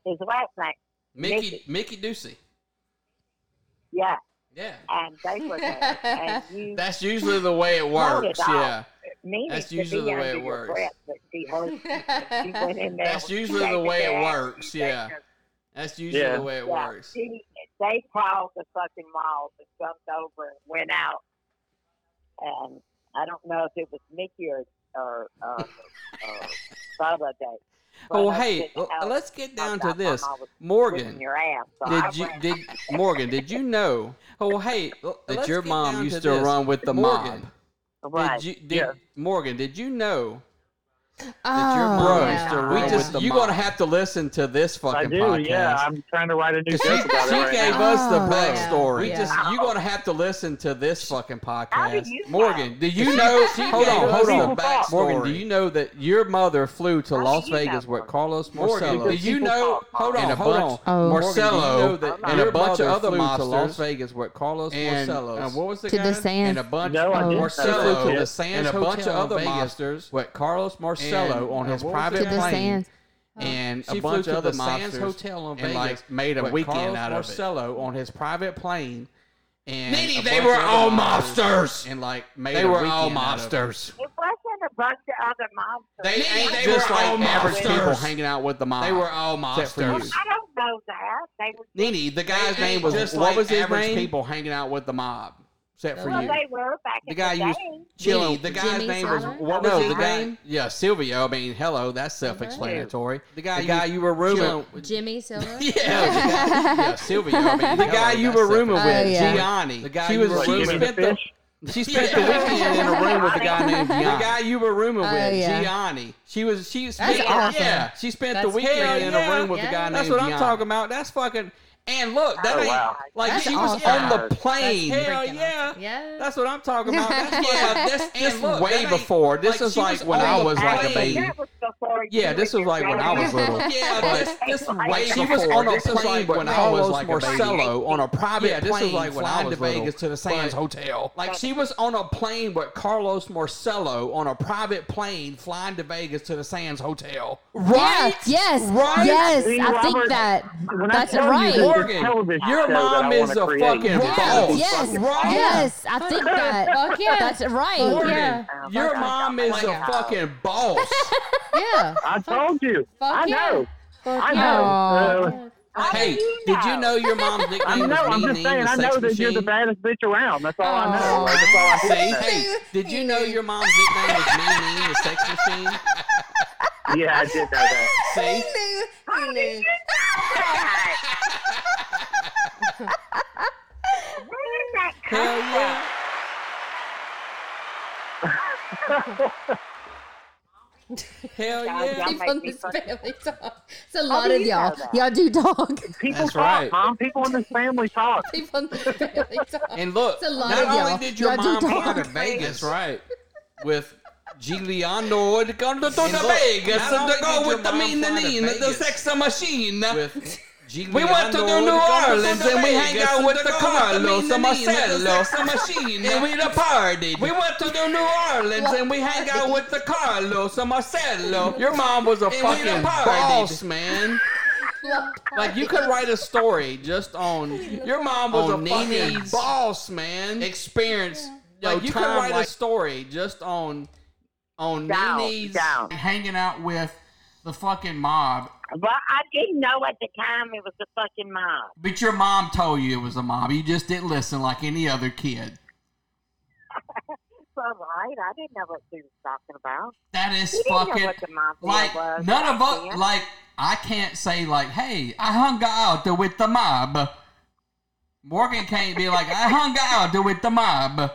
S7: His last name.
S1: Mickey Mickey Ducey.
S7: Yeah.
S1: Yeah.
S7: And they were there. and you
S1: That's usually the way it works.
S7: voted off.
S1: Yeah.
S7: Meaning
S14: That's
S7: to
S14: usually
S7: be
S14: the way
S7: under
S14: it
S7: your
S14: works.
S7: breath, but she heard- she went in there
S14: That's
S7: with
S14: usually the
S7: David
S14: way it
S7: Dash.
S14: works. Yeah.
S1: That's usually
S14: Yeah.
S1: the way it
S7: Yeah,
S1: works.
S7: She, they crawled the fucking walls and jumped over and went out. And I don't know if it was Mickey or or, uh, or Bubba that.
S1: Oh,
S7: Bubba
S1: hey,
S7: didn't
S1: l-
S7: help.
S1: let's get down to
S7: thought my
S1: this.
S7: mom was
S1: Morgan,
S7: whipping your ass, so I
S1: did you
S7: ran.
S1: did Morgan? Did you know? Oh, hey, l-
S14: That
S1: let's
S14: your
S1: get
S14: mom
S1: down
S14: used to
S1: this.
S14: run with the
S1: Morgan,
S14: mob.
S1: Did
S14: Right.
S1: you, did,
S14: Yeah.
S1: Morgan, did you know that your
S14: Oh,
S1: mom
S14: yeah.
S1: used to
S14: We
S1: run
S14: just-
S1: with the
S14: you
S1: mob?
S14: gonna
S1: have to listen to this
S17: I
S1: fucking
S17: do, yeah. I'm trying to write a
S1: She,
S17: new book about it
S1: she
S17: right
S1: gave
S17: now.
S1: us the
S14: Oh, yeah.
S1: backstory.
S14: Yeah.
S1: We just you gonna have to listen to this fucking podcast.
S14: you
S1: Morgan, do you
S14: She-
S1: know?
S14: she
S1: hold
S14: gave
S1: on,
S14: us
S1: hold
S14: the
S1: on.
S14: backstory.
S1: Morgan, do you know that your mother flew to Las Vegas with Carlos
S14: Morgan,
S1: Marcello?
S14: do you know- hold
S1: and
S14: on,
S1: a
S14: hold
S1: bunch-
S14: on. Oh.
S1: Marcello
S14: Morgan, do you know that
S1: and a
S14: your
S1: bunch of
S14: mother
S1: other
S14: flew to
S1: monsters
S14: Las
S1: Vegas with Carlos
S14: and,
S1: Marcello.
S14: uh, what was the
S1: guy?
S14: To the guy's-
S1: And
S14: Sands.
S1: a bunch.
S14: No, I didn't know
S1: Marcello
S14: that.
S1: to
S14: Yeah.
S1: the Sands
S14: And a bunch
S1: Hotel in
S14: of other
S1: Vegas
S14: monsters.
S1: with Carlos Marcello
S14: And,
S1: on
S14: uh,
S1: his
S14: what was
S1: private
S14: the guy's- To the
S1: plane.
S14: Sands.
S1: And
S14: She
S1: a bunch
S14: flew
S1: of
S14: to
S1: other
S14: the Sands
S1: monsters
S14: Hotel in
S1: and like
S14: Vegas
S1: made a
S14: with
S1: weekend
S14: Carlos
S1: out of
S14: Marcello
S1: it. on his private plane. And
S14: Nitty,
S1: a
S14: they
S1: bunch
S14: were
S1: of other
S14: all
S1: monsters
S14: mobsters.
S1: and like made
S14: They
S1: a
S14: were
S1: weekend
S14: all
S1: out of it.
S14: mobsters.
S7: It wasn't a bunch of other monsters.
S1: They ain't
S14: they
S1: just
S14: were
S1: like
S14: all
S1: average people
S14: mobsters.
S1: hanging out with the mob.
S14: They were all
S1: except for
S14: mobsters.
S1: you.
S7: I don't know that. They were.
S1: Nene, the guy's
S14: They
S1: name
S14: ain't
S1: was
S14: just
S1: what
S14: like
S1: was his
S14: average
S1: name?
S14: people
S1: People hanging out with the mob, except for
S7: well,
S1: you.
S7: they were back
S1: the
S7: in
S1: guy
S7: the
S1: you
S7: day.
S1: Chili. The guy's name was what was
S14: No,
S1: his
S14: the guy-
S1: name? Yeah, Silvio. I mean, hello, that's self-explanatory. The guy, the guy you, were rooming.
S4: Jimmy Silver.
S1: yeah, Silvio. I mean, the guy you were rooming
S4: Oh,
S1: with,
S4: yeah.
S1: Gianni.
S14: The guy
S1: she
S14: you
S1: was.
S14: were
S1: She
S14: rooming
S1: spent the. She spent the weekend in a room with the guy named Gianni. The guy you were rooming
S14: Oh,
S1: with,
S14: yeah.
S1: Gianni. She was. She
S14: That's
S1: spent.
S14: awesome.
S1: Yeah, she spent
S14: That's
S1: the weekend
S14: hell
S1: in
S14: yeah.
S1: a room with the
S14: Yeah.
S1: guy
S14: That's
S1: named
S14: what I'm
S1: Gianni.
S14: talking
S1: about. That's fucking. And look, that
S14: Oh,
S1: ain't
S14: wow.
S1: like
S14: That's
S1: she was
S14: awesome.
S1: on the plane.
S14: That's
S1: Hell
S14: freaking
S1: yeah,
S4: yeah.
S1: That's what I'm talking about. That's like, this, this
S14: And look,
S1: way
S14: that ain't-
S1: before. This
S14: like,
S1: is
S14: she
S1: like
S14: was
S1: when
S14: on
S1: I
S14: the
S1: was like a
S14: plane.
S1: baby.
S14: That
S7: was before
S1: Yeah, this was like when I was little.
S14: Yeah,
S1: But
S14: this- this was
S1: like,
S14: way
S1: she was
S14: before.
S1: on a
S14: This was
S1: plane
S14: like
S1: when
S14: when
S1: I
S14: I
S1: was
S14: was
S1: like
S14: like a baby.
S1: Marcello on a private
S14: Yeah, this was
S1: plane
S14: like when I
S1: flying
S14: was
S1: to Vegas
S14: little.
S1: to the Sands
S14: But-
S1: Hotel. Like she was on a plane with Carlos Marcello on a private plane flying to Vegas to the Sands Hotel.
S15: Yes, yes,
S1: Right?
S15: yes.
S1: See,
S15: I think
S1: Robert,
S15: that
S1: when I
S15: that's
S1: tell you
S15: right.
S1: that
S14: Morgan, your mom is a fucking boss.
S18: Yes, yes, I think that.
S4: Fuck yeah.
S18: That's right.
S4: Oh,
S14: Morgan,
S18: Yeah.
S17: Oh,
S14: your mom is a fucking boss.
S4: yeah.
S17: I told you.
S4: Fuck
S17: I
S4: yeah.
S17: know.
S4: Fuck
S17: I
S4: yeah.
S17: know. Uh,
S14: Hey, did you know your mom's nickname
S17: I know.
S14: was
S17: I'm
S14: Mean
S17: just
S14: Eve,
S17: saying.
S14: the
S17: I know
S14: sex
S17: that you're the
S14: machine?
S17: baddest bitch around. That's all I know.
S14: Oh.
S17: Like, that's all I
S14: See,
S17: think.
S14: hey, did you know your mom's nickname was Mean Mean, the sex machine?
S17: Yeah, I did know that.
S14: See,
S4: He knew.
S14: hell yeah. Hell yeah.
S4: People in this family talk. It's a
S18: How
S4: lot
S18: do
S4: of
S18: you
S4: y'all.
S18: know that?
S4: Y'all do dog.
S17: People
S14: That's
S17: talk,
S14: right.
S17: mom. People in this family talk.
S4: People in this family talk.
S14: And look,
S4: It's a lot
S14: not
S4: of
S14: only
S4: y'all.
S14: did your
S4: Y'all do
S14: mom
S4: talk.
S14: go to Vegas, right? With Giuliano to go to, to
S19: And
S14: the
S19: look, not
S14: Vegas and
S19: only
S14: to go
S19: did your
S14: with the
S19: mom
S14: mean
S19: fly to
S14: and the
S19: Vegas
S14: sex machine. uh,
S19: We went to the New Orleans and we hang out with the Carlos and Marcelo.
S14: And we the party. We went to the New Orleans and we hang out with the Carlos and Marcelo. Your mom was a
S19: And we done
S14: fucking
S19: partied.
S14: boss, man. Like you could write a story just on
S19: Your mom was
S14: on
S19: a fucking
S14: Nene's boss, man. Experience.
S1: Yeah.
S14: Like
S1: Yo,
S14: you could
S1: time,
S14: write
S1: like-
S14: a story just on on
S7: Down,
S14: Nene's
S7: down.
S1: hanging out with the fucking mob.
S7: Well, I didn't know at the time it was a fucking mob.
S1: But your mom told you it was a mob. You just didn't listen like any other kid.
S7: So right, I didn't know what she was talking about.
S1: That is
S7: He didn't know
S1: fucking
S7: what the mafia
S1: like
S7: was.
S1: none of
S7: back
S1: us
S7: then.
S1: like I can't say like, hey, I hung out with the mob. Morgan can't be like, I hung out with the mob.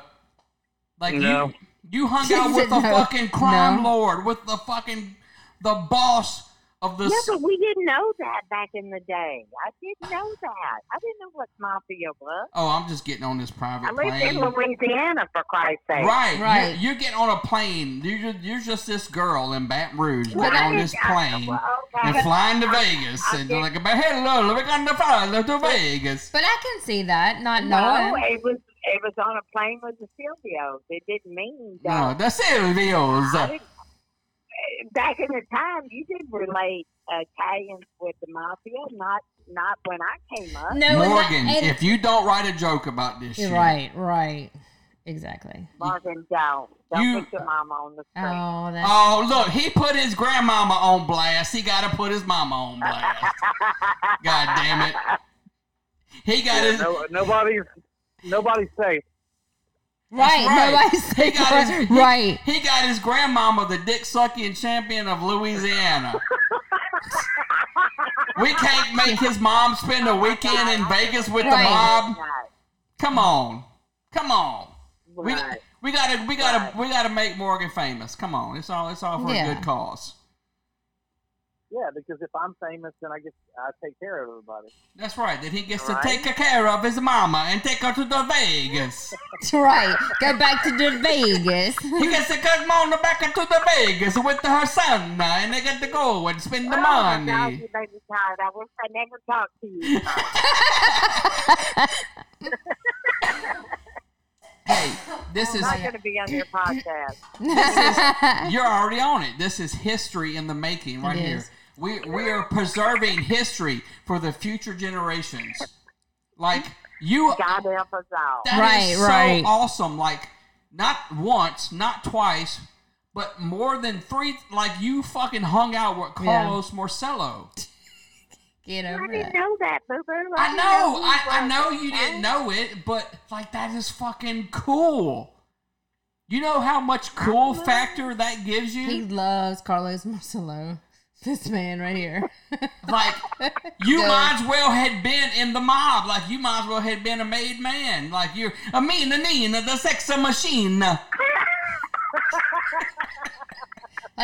S1: Like
S17: No.
S1: you you hung out with the
S4: No.
S1: fucking crime
S4: No.
S1: lord, with the fucking the boss of the
S7: Yeah,
S1: s-
S7: but we didn't know that back in the day. I didn't know that. I didn't know what mafia was.
S1: Oh, I'm just getting on this private
S7: I lived
S1: plane.
S7: in Louisiana for Christ's sake.
S1: Right,
S4: Right.
S1: right. You, you get on a plane. You're just, you're just this girl in Baton Rouge
S7: Well,
S1: getting
S7: I
S1: on
S7: didn't- Oh,
S1: this
S7: I-
S1: plane
S7: well, okay.
S1: and
S7: But
S1: flying to
S7: I-
S1: Vegas.
S7: I
S1: and they're like,
S7: didn't-
S1: "But hello, we're going to fly to Vegas."
S4: But I can see that, not
S7: No,
S4: knowing.
S7: it was it was on a plane with the Silvios. It didn't mean that.
S1: No, the Silvios.
S7: I didn't- back in the time, you didn't relate Italians with the mafia. Not not when I came up.
S4: No, and that-
S1: Morgan,
S4: and-
S1: if you don't write a joke about this shit,
S4: Right, right. Exactly.
S7: Marvin, don't don't
S1: You-
S7: put your mama on the street.
S4: Oh, that's.
S1: Oh, look, he put his grandmama on blast. He got to put his mama on blast. God damn it. He got his
S17: No, nobody's nobody's safe.
S4: Right, nobody
S1: he
S4: said
S1: got his, he-
S4: Right.
S1: He, got his grandmama the dick sucking champion of Louisiana. we can't make his mom spend a weekend in Vegas with
S4: Right.
S1: the mob.
S7: Right.
S1: Come on, come on. We,
S7: Right.
S1: we gotta we gotta we gotta make Morgan famous. Come on, it's all it's all for
S4: Yeah.
S1: a good cause.
S17: Yeah, because if I'm famous, then I get I take care of everybody.
S1: That's right. That he gets
S17: Right.
S1: to take care of his mama and take her to the Vegas.
S4: That's right. Go back to the Vegas.
S1: He gets to come on the back to the Vegas with her son, uh, and they get to go and spend the
S7: Oh,
S1: money.
S7: now you made me tired. I wish I never talked to you.
S1: Hey, this
S7: I'm
S1: is
S7: not going to be on your podcast.
S1: you're already on it. This is history in the making, right
S4: It
S1: here.
S4: is.
S1: We we are preserving history for the future generations. Like you,
S7: God help us all.
S1: that is
S4: Right,
S1: so
S4: right.
S1: awesome. Like not once, not twice, but more than three. Like you fucking hung out with
S4: Yeah.
S1: Carlos Marcello.
S4: Get
S7: I
S4: over it.
S7: didn't know that, boo boo.
S1: I know, I, I know you didn't know it, but like that is fucking cool. You know how much cool factor that gives you?
S4: He loves Carlos Marcelo. This man right here.
S1: Like you
S4: Go.
S1: might as well had been in the mob. Like you might as well had been a made man. Like you're a mean a mean the sex machine.
S4: Like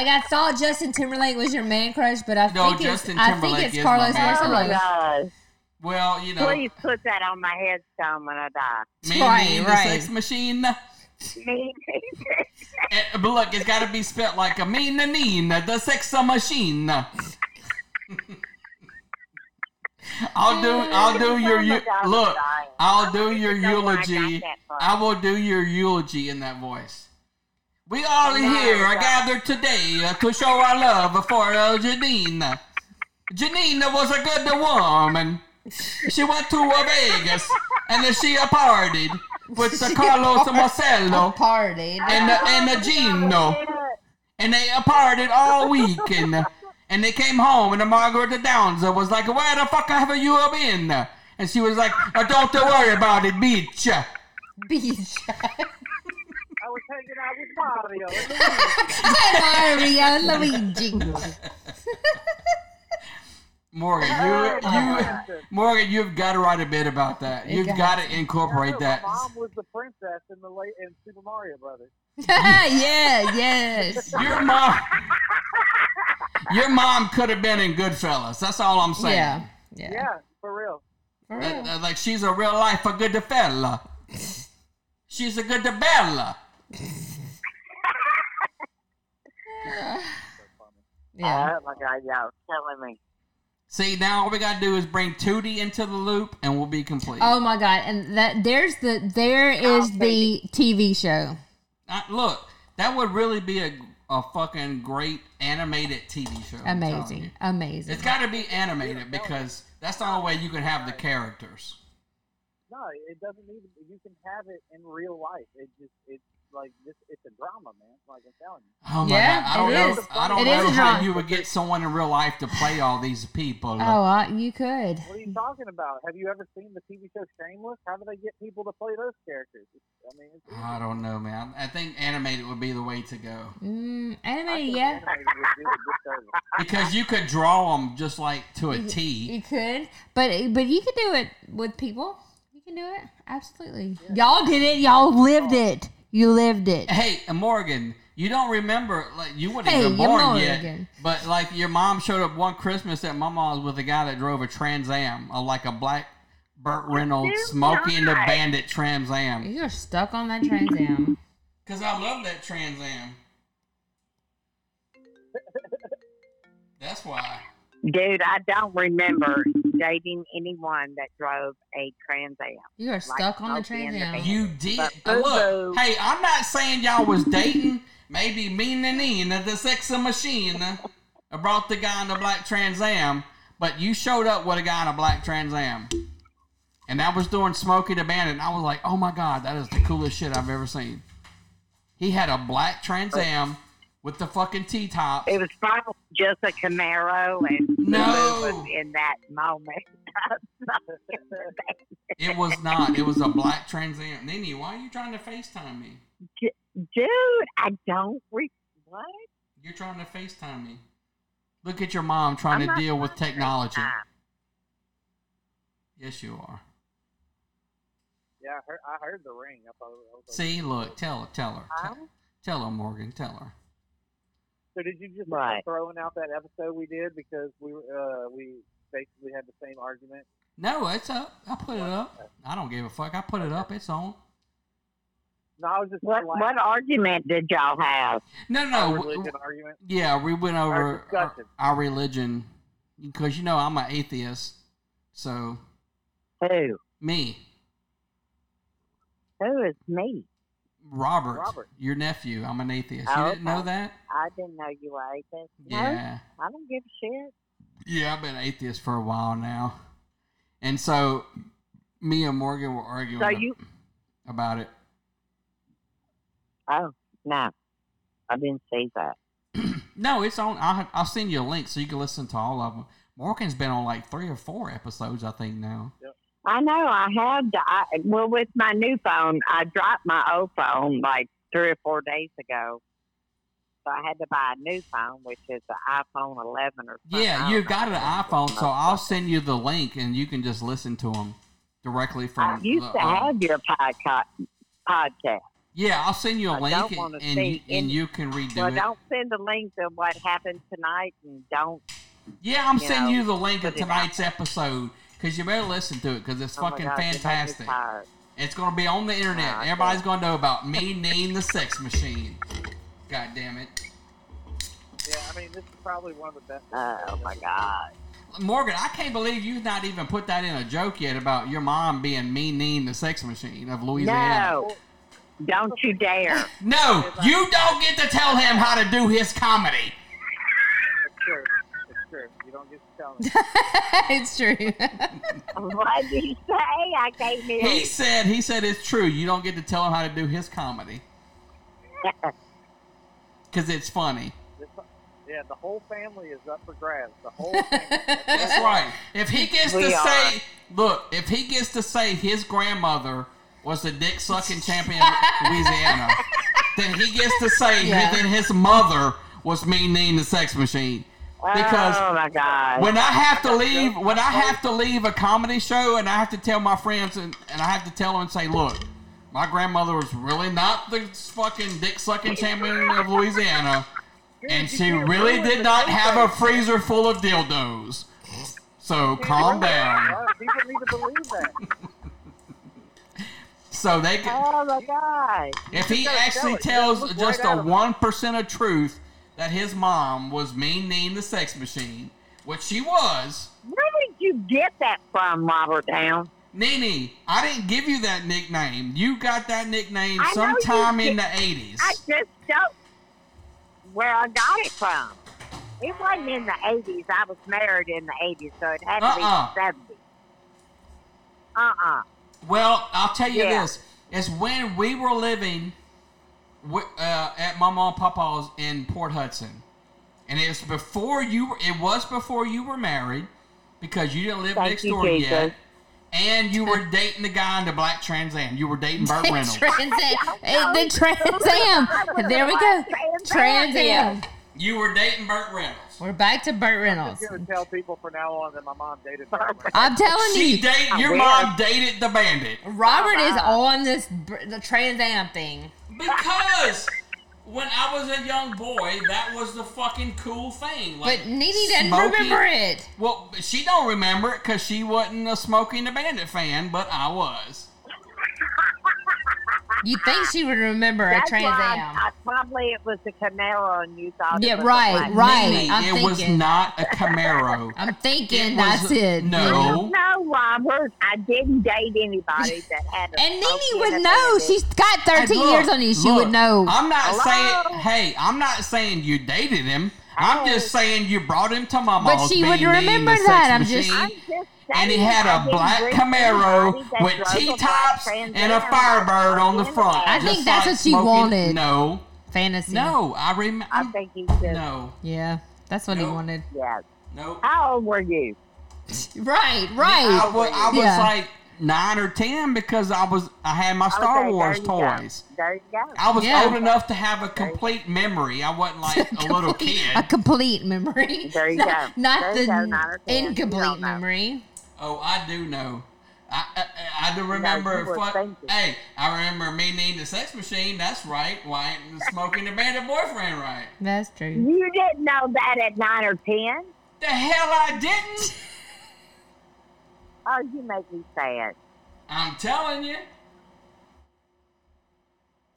S4: I saw Justin Timberlake was your man crush, but I
S1: No,
S4: think it's
S1: Justin
S4: I think
S1: Timberlake
S4: it's
S1: is my
S4: Carlos
S1: man
S7: Oh, my
S4: Marcelo.
S7: God.
S1: Well, you know,
S7: Please put that on my headstone when I die.
S1: mean
S4: Right,
S1: mean
S4: right.
S1: the sex machine.
S7: Me.
S1: Eh, but look, it's got to be spelt like a mean a mean the sex machine. I'll do. I'll do your. eu- Look, I'll do your eulogy. I will do your eulogy in that voice. We all in here are gathered today uh, to show our love for uh, Janine. Janine was a good woman. She went to uh, Vegas and then she uh, partied with the Carlos and Marcelo
S4: Partied.
S1: and the, and the Gino, and they uh, partied all week and uh, and they came home and the Margaret Downser was like, "Where the fuck have you been?" And she was like, "Uh, "Don't uh, worry about it, bitch."
S4: Beach.
S7: I was hanging out with Mario.
S4: Mario Luigi.
S1: Morgan, you, you, Morgan, you've got to write a bit about that.
S7: It
S1: You've
S7: got
S1: got
S7: to.
S1: to incorporate that.
S7: My mom was the princess in the late in Super Mario Brothers.
S4: yeah, yes.
S1: Your mom. Your mom could have been in Goodfellas. That's all I'm saying.
S4: Yeah.
S7: Yeah, for real.
S1: Uh, uh, like she's a real life a good fella. she's a good bella.
S4: Yeah.
S7: Oh my God, y'all killing me.
S1: See, now all we gotta do is bring Tootie into the loop, and we'll be complete.
S4: Oh my god! And that there's the there is the TV show.
S1: Uh, look, that would really be a a fucking great animated TV show. I'm telling you.
S4: Amazing, amazing.
S1: It's got to be animated because that's the only way you can have the characters.
S7: No, it doesn't need. to be- You can have it in real life. It just it's like this. It's a drama, man. Like I'm telling you.
S1: Oh my
S4: Yeah,
S1: god! I don't
S4: it
S1: know.
S4: is.
S1: I don't
S4: It
S1: know
S4: is a
S1: how
S4: drama.
S1: you would get someone in real life to play all these people.
S4: Oh, uh, you could.
S7: What are you talking about? Have you ever seen the TV show Shameless? How do they get people to play those characters? It's, I mean, it's,
S1: I don't know, man. I think animated would be the way to go
S4: Mm, anime, yeah.
S1: because you could draw them just like to a T.
S4: You could, but but you could do it with people. You can do it absolutely. Y'all did it. Y'all lived it. You lived it.
S1: Hey, and Morgan, you don't remember like you weren't
S4: Hey,
S1: even
S4: you're
S1: born yet.
S4: Morgan.
S1: But like your mom showed up one Christmas at my mom's with a guy that drove a Trans Am, a, like a black Burt Reynolds Smokey and the
S4: nice.
S1: Bandit Trans Am.
S4: You're stuck on that Trans Am.
S1: Cause I love that Trans Am. That's why.
S7: Dude, I don't remember dating anyone that drove a Trans Am.
S4: You are stuck on the Trans Am.
S1: You did. Look, hey, I'm not saying y'all was dating. Maybe me and Nina, the sex machine, uh, brought the guy in the black Trans Am, but you showed up with a guy in a black Trans Am. And I was doing Smokey the Bandit, and I was like, oh my God, that is the coolest shit I've ever seen. He had a black Trans Am with the fucking T top.
S7: It was probably just a Camaro, and
S1: No.
S7: Lulu was in that moment.
S1: It was not. It was a black Trans Am. Nini, why are you trying to FaceTime me?
S7: Dude, I don't re- what?
S1: You're trying to FaceTime me. Look at your mom trying
S7: I'm not
S1: to deal with
S7: trying to
S1: technology.
S7: FaceTime.
S1: Yes, you are.
S7: Yeah, I heard, I heard the ring. I thought, I was like,
S1: See, look, tell her, tell her,
S7: huh?
S1: tell her, Morgan, tell her.
S7: So did you just
S1: Right.
S7: start throwing out that episode we did because we were, uh, we basically had the same argument?
S1: No, it's up. I put it up. I don't give a fuck. I put it up. It's on.
S7: No, I was just
S1: What-
S7: like-
S1: what
S7: argument did y'all have?
S1: No, no,
S7: A
S1: w-
S7: religion
S1: w-
S7: argument.
S1: Yeah, we went
S7: Our
S1: over our,
S7: discussion.
S1: our religion because you know I'm an atheist. So
S7: who?
S1: Me,
S7: Who is me?
S1: Robert,
S7: Robert.
S1: your nephew. I'm an atheist.
S7: Oh,
S1: you didn't know
S7: okay.
S1: that?
S7: I didn't know you were atheist. No,
S1: Yeah.
S7: I don't give a shit.
S1: Yeah, I've been an atheist for a while now, and so me and Morgan were arguing
S7: So
S1: ab-
S7: you-
S1: about it.
S7: Oh no, I didn't see that.
S1: No, it's on. I'll, I'll send you a link so you can listen to all of them. Morgan's been on like three or four episodes, I think now.
S7: I know I have. the- I, well, with my new phone, I dropped my old phone like three or four days ago, so I had to buy a new phone, which is the iPhone 11 or something.
S1: Yeah, you've got an iPhone, so I'll send you the link and you can just listen to them directly
S7: I
S1: from.
S7: used
S1: the-
S7: to have your podcast. Podcast.
S1: yeah, I'll send you a
S7: I
S1: link
S7: don't
S1: and,
S7: wanna
S1: and,
S7: see
S1: you, and
S7: any-
S1: you can redo
S7: Well,
S1: it.
S7: don't send the link to what happened tonight, and don't.
S1: yeah, I'm
S7: you
S1: sending
S7: know,
S1: you the link of
S7: put it out.
S1: tonight's episode because you better listen to it because it's
S7: Oh my
S1: fucking
S7: God, it makes me
S1: fantastic.
S7: tired.
S1: It's gonna be on the internet.
S7: Ah,
S1: Everybody's gonna know about me, Name the Sex Machine. God damn it.
S7: Yeah, I mean, this is probably one of the best.
S1: Oh
S7: my god.
S1: Morgan, I can't believe you've not even put that in a joke yet about your mom being mean, mean the sex machine of Louisiana.
S7: No, don't you dare.
S1: No, you don't get to tell him how to do his comedy.
S7: It's true. It's true. You don't just tell me.
S4: it's true.
S7: what did he say? I can't hear.
S1: He
S7: you.
S1: said he said it's true. You don't get to tell him how to do his comedy because it's funny.
S20: This- yeah, the whole family is up for grabs. The whole family.
S1: That's right. If he gets
S20: We
S1: to
S20: are.
S1: say, look, if he gets to say his grandmother was the dick sucking champion of Louisiana, then he gets to say
S21: Yeah.
S1: that his mother was Mean Nene the Sex Machine. Because
S7: oh my god.
S1: when I have to leave, when I have to leave a comedy show, and I have to tell my friends, and, and I have to tell them and say, look, my grandmother was really not the fucking dick sucking champion of Louisiana, and she really did not have a freezer full of dildos. So calm down.
S7: Oh,
S20: People need to believe that.
S1: So they, c-
S7: Oh my god.
S1: if he actually tells just a one percent of truth that his mom was Mean Nene the Sex Machine, which she was.
S7: Where did you get that from, Robert Down?
S1: Nene, I didn't give you that nickname. You got that nickname
S7: I know you
S1: sometime in
S7: did.
S1: the eighties.
S7: I just don't where I got it from. It wasn't in the eighties. I was married in the eighties, so it had to be
S1: Uh-uh.
S7: the seventies. Uh uh
S1: Well, I'll tell you
S7: Yeah.
S1: this: it's when we were living wi- uh, at my mom and papa's in Port Hudson, and it was before you. Were, it was before you were married because you didn't live
S21: Thank
S1: next
S21: you,
S1: door
S21: Jesus.
S1: yet, and you were dating the guy in the black Trans Am. You were dating Burt Reynolds.
S4: Trans Am. Eh, The Trans Am. There we go. Trans Am.
S1: You were dating Burt Reynolds.
S4: We're back to Burt
S20: I'm
S4: Reynolds.
S20: just gonna tell people from now on that my mom dated. Burt Reynolds.
S4: I'm telling
S1: She
S4: you.
S1: date- your mom dated the bandit.
S4: Robert is on this br- the Trans Am thing.
S1: Because when I was a young boy, that was the fucking cool thing. Like,
S4: But Nene doesn't
S1: smoking-
S4: remember it.
S1: Well, she don't remember it because she wasn't a Smoking the Bandit fan, but I was.
S4: You think she would remember a
S7: That's
S4: Trans
S7: why
S4: Am?
S7: I, probably it was the Camaro and you thought
S4: Yeah,
S7: it was
S4: right,
S7: a black-
S4: right.
S1: Nene,
S4: I'm
S1: it
S4: thinking.
S1: was not a Camaro.
S4: I'm thinking
S1: It was-
S4: that's it.
S1: No.
S7: No, Robert, I didn't date anybody that had a
S4: And Nene
S7: smoking
S4: would know.
S7: bandit.
S4: She's got 13
S1: Hey, look,
S4: years on you. She
S1: look,
S4: would know.
S1: I'm not
S4: Hello?
S1: saying. Hey, I'm not saying you dated him. I'm just saying you brought him to my mom's.
S4: But she would
S1: being mean
S4: remember
S1: to sex
S4: that. I'm just.
S1: machine.
S7: just
S1: and he had
S4: I
S1: a
S4: didn't
S1: black
S4: drink
S1: Camaro
S4: anybody that
S1: with
S4: drove a
S1: t
S4: black
S1: tops
S4: Trans
S1: and a
S4: Am.
S1: Firebird on the front.
S4: I
S1: just
S4: think that's
S1: like
S4: what she
S1: smoking-
S4: wanted.
S1: No,
S4: Fantasy.
S1: no, I remember.
S7: I think he just
S1: No,
S4: Yeah, that's what he
S1: Nope.
S4: wanted.
S7: Yes.
S1: no.
S7: How old were you?
S4: Right, right.
S1: I wa- I was,
S4: Yeah.
S1: like nine or ten because I was I had my Star
S7: Okay,
S1: Wars
S7: there you go.
S1: toys.
S7: There you go.
S1: I was
S4: Yeah.
S1: old enough to have a complete memory. I wasn't like a little kid.
S4: A complete memory.
S7: There you go.
S4: Not, not
S7: There
S4: the
S7: you go, nine or ten. You
S4: incomplete
S7: don't know.
S4: memory.
S1: Oh, I do know. I I, I- I do remember.
S7: you were
S1: fuck-
S7: thinking.
S1: hey, I remember me needing the sex machine. That's right. Why ain't smoking the bandit boyfriend right?
S4: That's true.
S7: You didn't know that at nine or ten?
S1: The hell I didn't.
S7: Oh, you make me sad.
S1: I'm telling you.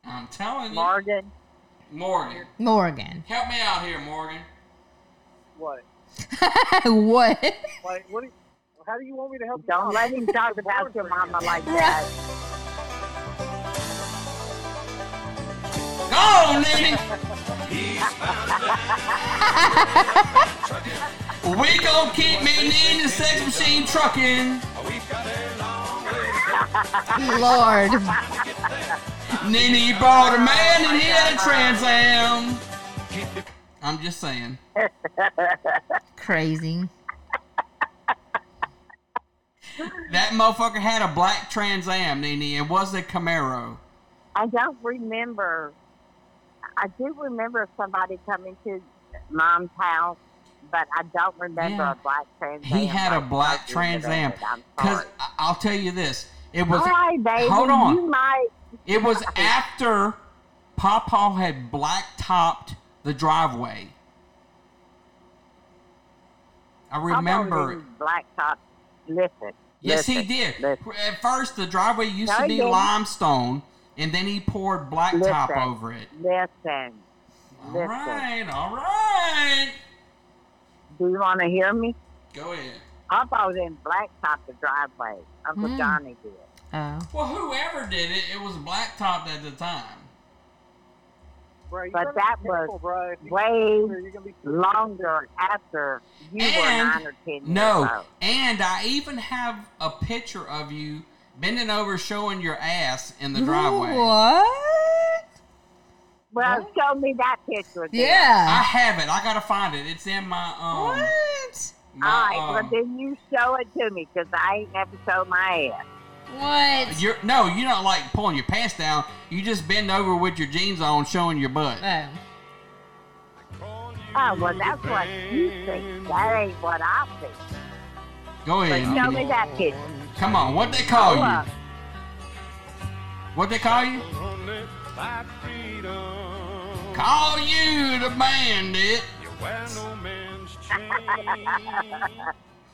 S1: I'm telling you.
S7: Morgan,
S1: Morgan,
S4: Morgan.
S1: help me out here, Morgan.
S20: What?
S4: what?
S20: Like what? Do you, how do you want me to help? you
S7: don't
S20: out?
S7: let him talk about your mama like that.
S1: Go, on, Nene. we gonna keep me needing the sex machine trucking.
S4: Lord.
S1: Nene bought a man and he had a Trans Am. I'm just saying.
S4: Crazy.
S1: That motherfucker had a black Trans Am, Nene. It was a Camaro.
S7: I don't remember. I do remember somebody coming to mom's house, but I don't remember
S1: Yeah.
S7: a black trans.
S1: He
S7: Am.
S1: had a
S7: I
S1: black
S7: don't
S1: Trans
S7: remember
S1: Am.
S7: it. I'm
S1: Cause
S7: sorry.
S1: I- I'll tell you this, it was.
S7: All right, baby.
S1: Hold on.
S7: You might.
S1: It was after Papa had blacktopped the driveway. I remember. it.
S7: Black top. Listen.
S1: Yes, he
S7: listen,
S1: did.
S7: listen.
S1: At first, the driveway used
S7: No,
S1: to
S7: he
S1: be
S7: didn't.
S1: limestone, and then he poured blacktop
S7: Listen.
S1: over it.
S7: Listen.
S1: All
S7: Listen.
S1: right, all right.
S7: Do you want to hear me?
S1: Go ahead.
S7: I bought in blacktop the driveway. Uncle
S4: Mm.
S7: Johnny did.
S4: Oh.
S1: Well, whoever did it, it was blacktopped at the time.
S14: bro. You
S7: but
S14: better be
S7: that
S14: careful,
S7: was
S14: bro. If you
S7: way
S14: you're gonna be-
S7: longer after you were nine or ten years
S1: No,
S7: old.
S1: and I even have a picture of you bending over, showing your ass in the driveway.
S4: What?
S7: Well, show me that picture. then.
S1: I have it. I gotta find it. It's in my um.
S4: What?
S7: All right,
S1: My,
S7: well
S1: um,
S7: then you show it to me because I ain't never showed my ass.
S4: What?
S1: You're no, you're not like pulling your pants down. You just bend over with your jeans on, showing your butt.
S7: Oh well, that's what you think. That ain't what I think.
S1: Go
S7: But
S1: ahead.
S7: show me that picture.
S1: Come on. What they call
S7: Show
S1: you?
S7: us.
S1: What they call you? Call you the bandit.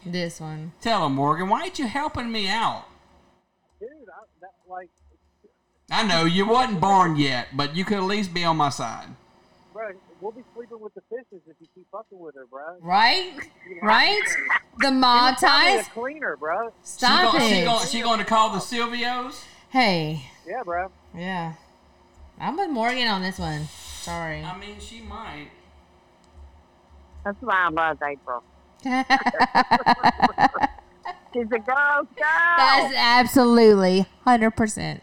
S4: This one.
S1: Tell him, Morgan. Why ain't you helping me out?
S14: Dude, I, that, like,
S1: I know you wasn't born yet, but you could at least be on my side.
S14: bro, we'll be sleeping with the fishes if you keep fucking with her, bro.
S4: Right?
S14: You know?
S4: Right? The mob
S14: She was probably
S4: ties?
S14: a cleaner, bro.
S4: Stop
S1: she gon-
S4: it.
S1: She going she gonna call the Silvios?
S4: Hey.
S14: Yeah, bro.
S4: Yeah. I'm with Morgan on this one. Sorry.
S1: I mean, she might.
S7: That's why I love April. She's a girl's girl.
S4: That's absolutely 100%.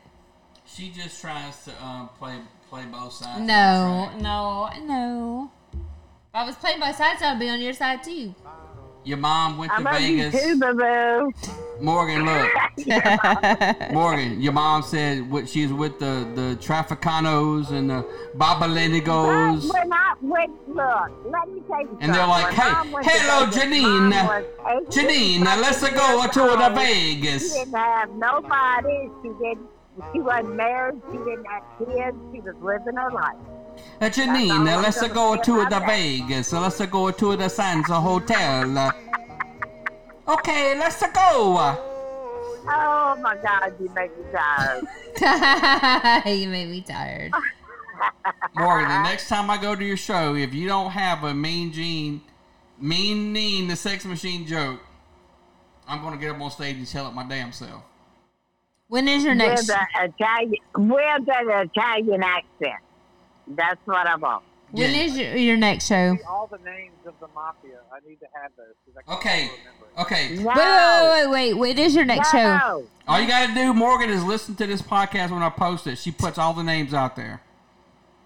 S1: She just tries to um, play play both sides. of the
S4: No,
S1: track.
S4: no, no. If I was playing both sides, I'd be on your side too.
S1: Your mom went
S4: I
S1: to
S4: love you
S1: Vegas.
S4: too,
S7: boo
S1: Morgan, look. Morgan, your mom said what she's with the the Trafficanos and the
S7: But
S1: Babalendigos.
S7: when I went, look, let me tell you
S1: And they're
S7: something.
S1: like, "Hey,
S7: When Mom went to
S1: hello,
S7: Vegas,
S1: Janine.
S7: Mom was 18
S1: Janine, now let's
S7: fucking
S1: go
S7: years
S1: to the
S7: old.
S1: Vegas.
S7: She didn't have nobody. She didn't. She wasn't married. She didn't have kids. She was living her life.
S1: Uh, Janine, now let's go to the Vegas. Let's go to the Sands Hotel. Okay, let's go.
S7: Oh my God, you make me tired.
S4: you made me tired.
S1: Morgan, the next time I go to your show, if you don't have a mean Gene, mean Neen, the sex machine joke, I'm gonna get up on stage and tell it my damn self.
S4: When is your
S7: With
S4: next?
S7: a Italian, with an Italian accent. That's what I want.
S4: When is your, your next show?
S14: Give me all the names of the mafia. I need to have those. 'cause I can't
S1: Okay, okay.
S4: Wait, wait, wait, wait, wait. When is your next show?
S7: No.
S1: All you gotta do, Morgan, is listen to this podcast when I post it. She puts all the names out there.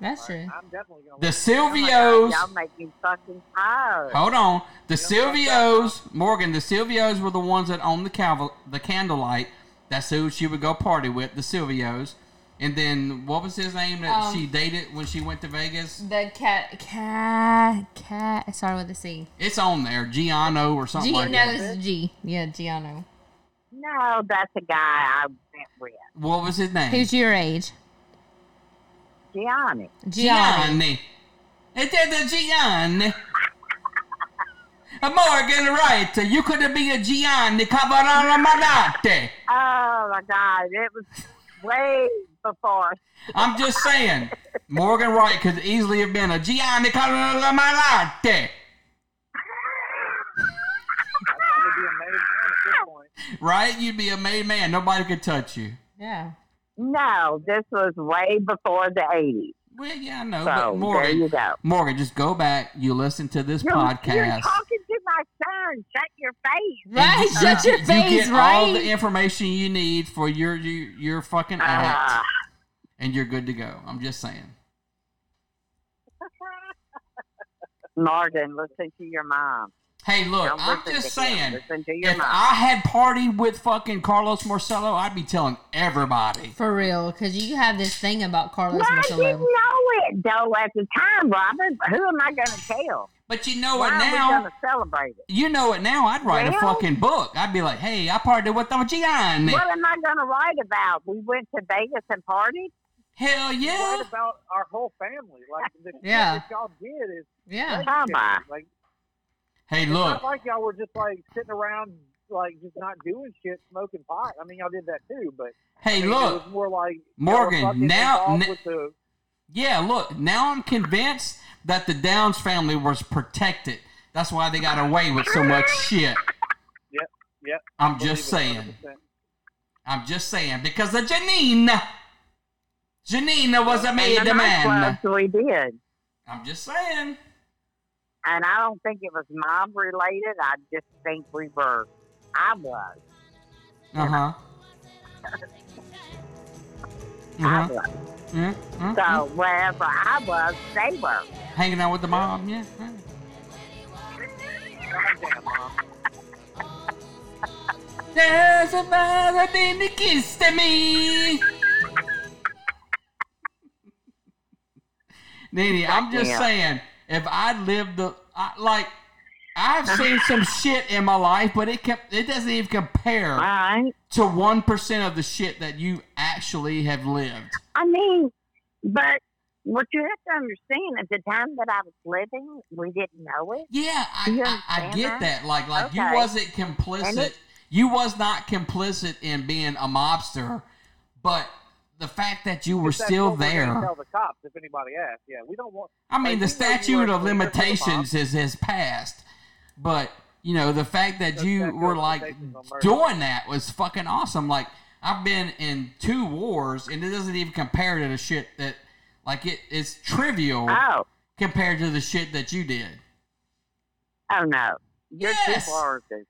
S4: That's true.
S14: I'm definitely gonna.
S1: The
S7: Oh
S1: Silvios.
S7: my God, y'all make me fucking tired.
S1: Hold on. The Silvios, Morgan, the Silvios were the ones that owned the caval- the candlelight. That's who she would go party with, the Silvios. And then what was his name that
S4: Um,
S1: she dated when she went to Vegas?
S4: The cat, cat, cat. I started with a C.
S1: It's on there, Giano or something
S4: G,
S1: like
S4: no,
S1: that.
S4: it's G. Yeah, Giano.
S7: No, that's a guy I went with.
S1: What was his name?
S4: Who's your age?
S7: Gianni.
S1: Gianni. It's a Gianni. Uh, Morgan, right? You could be a Gianni Cavalaramadate.
S7: Oh my God, it was way before.
S1: I'm just saying, Morgan Wright could easily have been a Gianni Cavalaramadate. Right? You'd be a made man. Nobody could touch you.
S4: Yeah.
S7: No, this was way before the eighties.
S1: Well, yeah, I know.
S7: So
S1: but
S7: there
S1: Morgan,
S7: you go.
S1: Morgan, just go back. You listen to this
S7: You're, you're
S1: podcast.
S7: talking to my son. Shut your face.
S4: Right?
S1: You-
S4: Shut
S1: you-
S4: your
S1: you
S4: face,
S1: get all the
S4: right?
S1: information you need for your your, your fucking act,
S7: Ah.
S1: and you're good to go. I'm just saying.
S7: Morgan, listen to your mom.
S1: Hey, look,
S7: Don't
S1: I'm
S7: listen
S1: just
S7: to him.
S1: saying.
S7: Listen to your
S1: If
S7: mom.
S1: I had party with fucking Carlos Marcelo, I'd be telling everybody.
S4: For real, because you have this thing about Carlos
S7: well, I
S4: Marcelo.
S7: didn't know it though at the time, Robin. Who am I going to tell?
S1: But you know
S7: Why
S1: it
S7: are we
S1: now.
S7: going to celebrate it?
S1: You know it now. I'd write a
S7: Well-
S1: fucking book. I'd be like, hey, I partied with the Gianni.
S7: What am I going to write about? We went to Vegas and partied.
S1: Hell yeah.
S14: What about our whole family? Like the shit
S4: Yeah.
S14: that y'all did is
S4: Yeah.
S7: Come on.
S14: like
S1: Hey,
S14: it's
S1: look.
S14: not like y'all were just like sitting around like just not doing shit, smoking pot. I mean, y'all did that too, but
S1: Hey,
S14: I mean,
S1: look.
S14: it was more like y'all were
S1: Morgan,
S14: fucking
S1: now-
S14: involved
S1: n-
S14: with the
S1: Yeah, look, now I'm convinced that the Downs family was protected. That's why they got away with so much shit.
S14: Yep, yep.
S1: I'm just
S14: believe it
S1: saying. I'm just saying. Because of Janine. Janina was a made
S7: And the
S1: man.
S7: nightclubs we did.
S1: I'm just saying.
S7: And I don't think it was mom related. I just think we were, I was.
S1: Uh huh. Uh-huh.
S7: I was.
S1: Mm,
S7: So wherever I was, they were.
S1: Hanging out with the mom, yeah. There's a mother in the kiss to me. Nene, I'm just
S22: Yeah.
S1: saying, if I lived the I, like, I've seen some shit in my life, but it kept it doesn't even compare to one percent of the shit that you actually have lived.
S7: I mean, but what you have to understand at the time that I was living, we didn't know it.
S1: Yeah, I, I get that. Like, like you
S7: Okay.
S1: wasn't
S7: And
S1: complicit.
S7: it-
S1: You was not complicit in being a mobster, but the fact that you were
S5: That's
S1: still
S5: what we're gonna
S1: there.
S5: Tell the cops if anybody asks. Yeah, we don't want.
S1: I mean, the
S5: Like, we know you
S1: statute
S5: were-
S1: of limitations is has passed, but you know the fact that you were like doing that was fucking awesome. Like I've been in two wars, and it doesn't even compare to the shit that like it is trivial compared to the shit that you did.
S7: Oh no, you're
S1: Yes.
S7: too far. is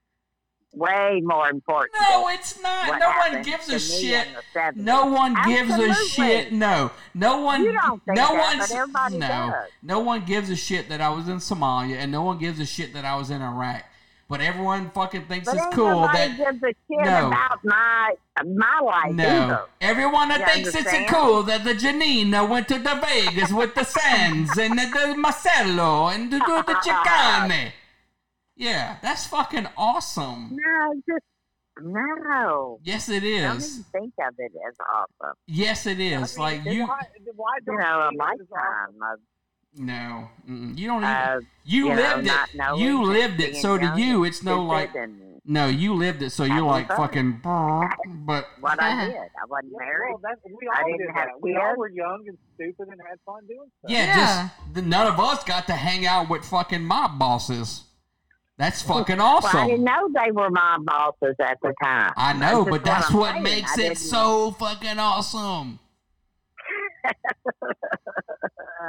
S7: Way more important.
S1: No,
S7: than
S1: it's not.
S7: what
S1: no one
S7: happened
S1: gives
S7: to
S1: a
S7: me
S1: shit.
S7: in the 70s.
S1: No one gives a
S7: Absolutely.
S1: shit. No, no one.
S7: You don't think
S1: no
S7: that,
S1: one.
S7: but everybody
S1: no,
S7: does.
S1: no one gives a shit that I was in Somalia, and no one gives a shit that I was in Iraq. But everyone fucking thinks
S7: But
S1: it's
S7: ain't
S1: cool
S7: nobody
S1: that
S7: gives a shit
S1: No.
S7: about my my life
S1: no,
S7: either.
S1: everyone
S7: You
S1: that thinks
S7: understand?
S1: it's cool that the Janina went to the Vegas with the Sands and the, the Marcelo and the, the, the Chicane. Yeah, that's fucking awesome.
S7: No, just no.
S1: Yes, it
S7: Don't
S1: is.
S7: even think of it as awesome.
S1: Yes, it is. like
S7: then
S1: you,
S7: why-
S5: Why
S7: You
S5: don't
S7: know, a
S5: think it was
S7: lifetime of
S1: no, mm-mm. you don't even.
S7: Uh,
S1: you,
S7: you know,
S1: lived
S7: not
S1: it.
S7: knowing
S1: You
S7: and
S1: lived it.
S7: being
S1: So did
S7: young
S1: you.
S7: and
S1: It's no
S7: stupid
S1: like.
S7: and
S1: No, you lived it. So you're
S7: having
S1: like
S7: fun.
S1: fucking. But
S7: What I did, I wasn't married.
S5: Well, that's, we all
S7: I
S5: did
S7: didn't have
S5: that. We all
S7: kids.
S5: were young and stupid and had fun doing stuff.
S1: yeah, just the, none of us got to hang out with fucking mob bosses. That's fucking
S7: Well, I didn't
S1: awesome.
S7: know they were my bosses at the time.
S1: I know,
S7: just
S1: but that's
S7: I'm
S1: what
S7: saying.
S1: makes
S7: I
S1: it
S7: didn't-
S1: so fucking awesome.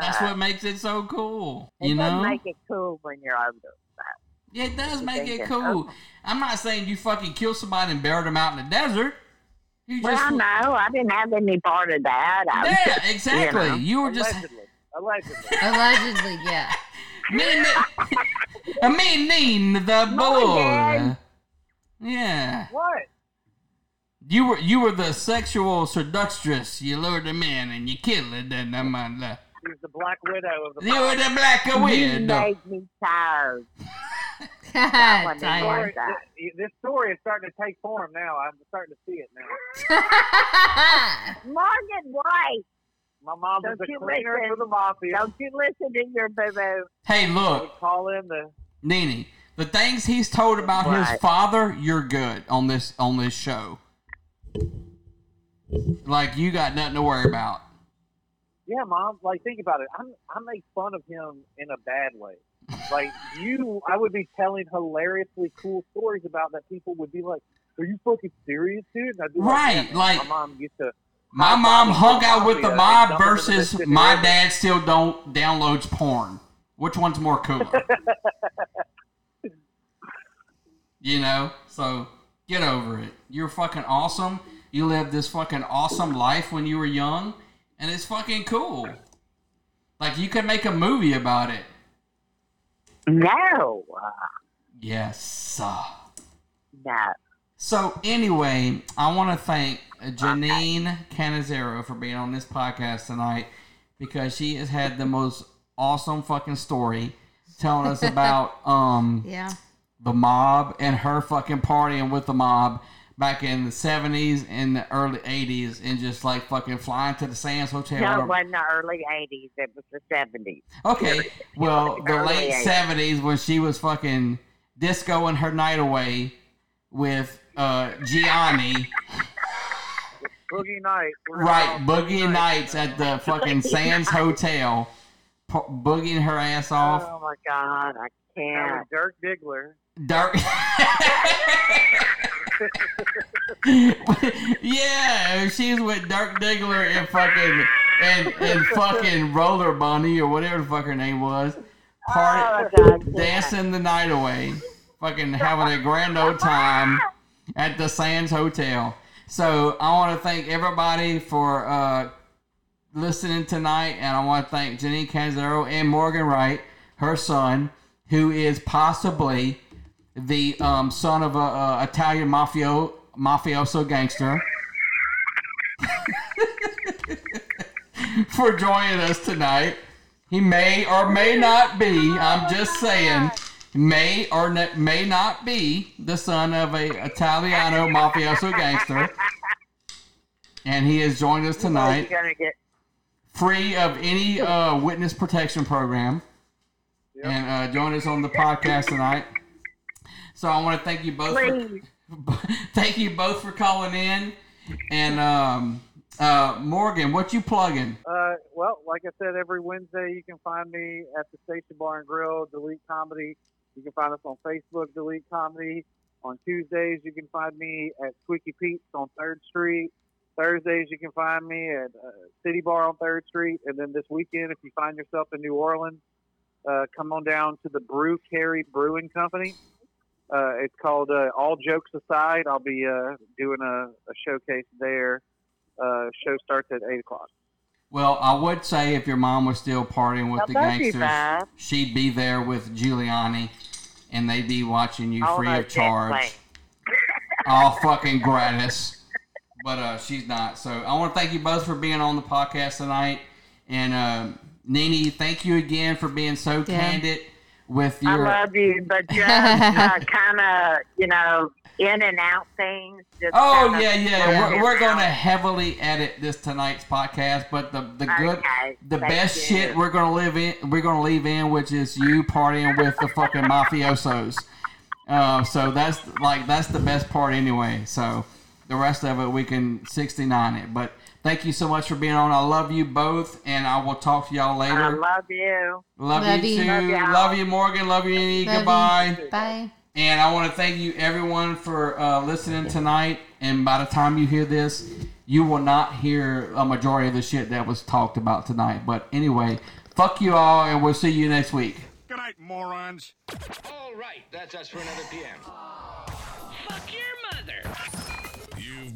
S1: That's what makes it so cool.
S7: It
S1: you
S7: does
S1: know,
S7: make it cool when you're older.
S1: it does
S7: you
S1: make it
S7: thinking,
S1: cool. I'm not saying you fucking kill somebody and bury them out in the desert. You
S7: Well,
S1: just
S7: no, I didn't have any part of that. I was
S1: Yeah,
S7: just, you
S1: exactly.
S7: know.
S1: You were just-
S5: Allegedly.
S4: Allegedly, yeah.
S1: mean, mean, mean the bull.
S5: Dad.
S1: Yeah,
S5: What?
S1: you were you were the sexual seductress. You lured them in and you killed it. And I'm on the
S5: He was the Black Widow of the.
S1: you were the black widow.
S7: made me tired.
S5: That
S7: one is
S5: story,
S7: like that.
S5: this- this story is starting to take form now. I'm starting to see it now.
S7: Morgan White.
S5: My mom was
S7: Don't
S5: a
S7: you
S5: cleaner
S7: listen.
S5: for the mafia.
S7: Don't you listen to your boo boo.
S1: Hey, look,
S5: Call in the.
S1: Nene, the things he's told about his
S5: Right.
S1: father, you're good on this on this show. Like you got nothing to worry about.
S5: Yeah, mom. Like, think about it. I'm, I make fun of him in a bad way. Like you, I would be telling hilariously cool stories about that. People would be like, "Are you fucking serious, dude?" And I'd be
S1: Right,
S5: "Yeah, man."
S1: like-
S5: my mom used to.
S1: My mom hung out with the
S5: Yeah,
S1: mob
S5: dumped them in the
S1: versus
S5: Mississippi
S1: my
S5: River.
S1: dad still don't downloads porn. Which one's more cooler? you know, so get over it. You're fucking awesome. You lived this fucking awesome life when you were young, and it's fucking cool. Like you could make a movie about it.
S7: No. uh,
S1: Yes.
S7: No.
S1: So anyway, I want to thank Janine Canizero for being on this podcast tonight because she has had the most awesome fucking story telling us about um
S4: Yeah.
S1: the mob and her fucking partying with the mob back in the 70s and the early 80s and just like fucking flying to the Sands Hotel.
S7: No, it wasn't the early 80s. It was the 70s.
S1: Okay. Well, the
S7: Early
S1: late
S7: 80s.
S1: seventies when she was fucking discoing her night away with uh Gianni,
S5: Boogie Night. We're
S1: right?
S5: all-
S1: Boogieing nights at the fucking Sands Hotel, p- boogieing her ass off.
S7: Oh my God, I
S5: That was
S7: can't.
S5: Dirk Diggler.
S1: Dirt. yeah, she was with Dirk Diggler and fucking and and fucking Roller Bunny or whatever the fuck her name was, party dancing the night away, fucking having a grand old time at the Sands Hotel. So I want to thank everybody for uh, listening tonight, and I want to thank Janine Canzero and Morgan Wright, her son, who is possibly the um, son of a, a Italian mafio mafioso gangster. for joining us tonight. He may or may not be. I'm just saying, may or ne- may not be the son of a Italiano mafioso gangster, and he has joined us
S4: You're
S1: tonight,
S4: gonna get
S1: free of any uh, witness protection program, and uh, joined us on the podcast tonight. So I want to thank you both. For,
S4: please.
S1: thank you both for calling in, and um, uh, Morgan, what you plugging?
S7: Uh, well, like I said, every Wednesday you can find me at the Station Bar and Grill, Delete Comedy. You can find us on Facebook, Delete Comedy. On Tuesdays, you can find me at Squeaky Pete's on 3rd Street. Thursdays, you can find me at uh, City Bar on 3rd Street. And then this weekend, if you find yourself in New Orleans, uh, come on down to the Brew Carry Brewing Company. Uh, it's called uh, All Jokes Aside. I'll be uh, doing a, a showcase there. Uh, show starts at 8 o'clock.
S1: Well, I would say if your mom was still partying with
S7: Now,
S1: the
S7: that'd be
S1: gangsters,
S7: bad.
S1: she'd be there with Giuliani, and they'd be watching you
S7: Oh,
S1: free
S7: no,
S1: of charge,
S7: definitely.
S1: all fucking gratis. But uh, she's not. So I want to thank you both for being on the podcast tonight, and uh, Nene, thank you again for being so candid with your.
S4: I love you, but just uh, kind of, you know, in and out things. Just
S1: Oh
S4: kinda-
S1: yeah, yeah. We're, we're going to heavily edit this tonight's podcast, but the the good,
S4: Okay,
S1: the
S4: thank
S1: best
S4: you.
S1: shit we're going to live in, we're going to leave in, which is you partying with the fucking mafiosos. Uh, so that's like that's the best part anyway. So the rest of it we can sixty nine it. But thank you so much for being on. I love you both, and I will talk to y'all later.
S4: I love you.
S1: Love, you too. Love, you, Morgan. Love you, Annie.
S4: Love you.
S1: Goodbye.
S23: Bye.
S1: And I want to thank you, everyone, for uh, listening tonight. And by the time you hear this, you will not hear a majority of the shit that was talked about tonight. But anyway, fuck you all, and we'll see you next week.
S6: Good night, morons.
S24: All right, that's us for another PM.
S6: Fuck your mother. You've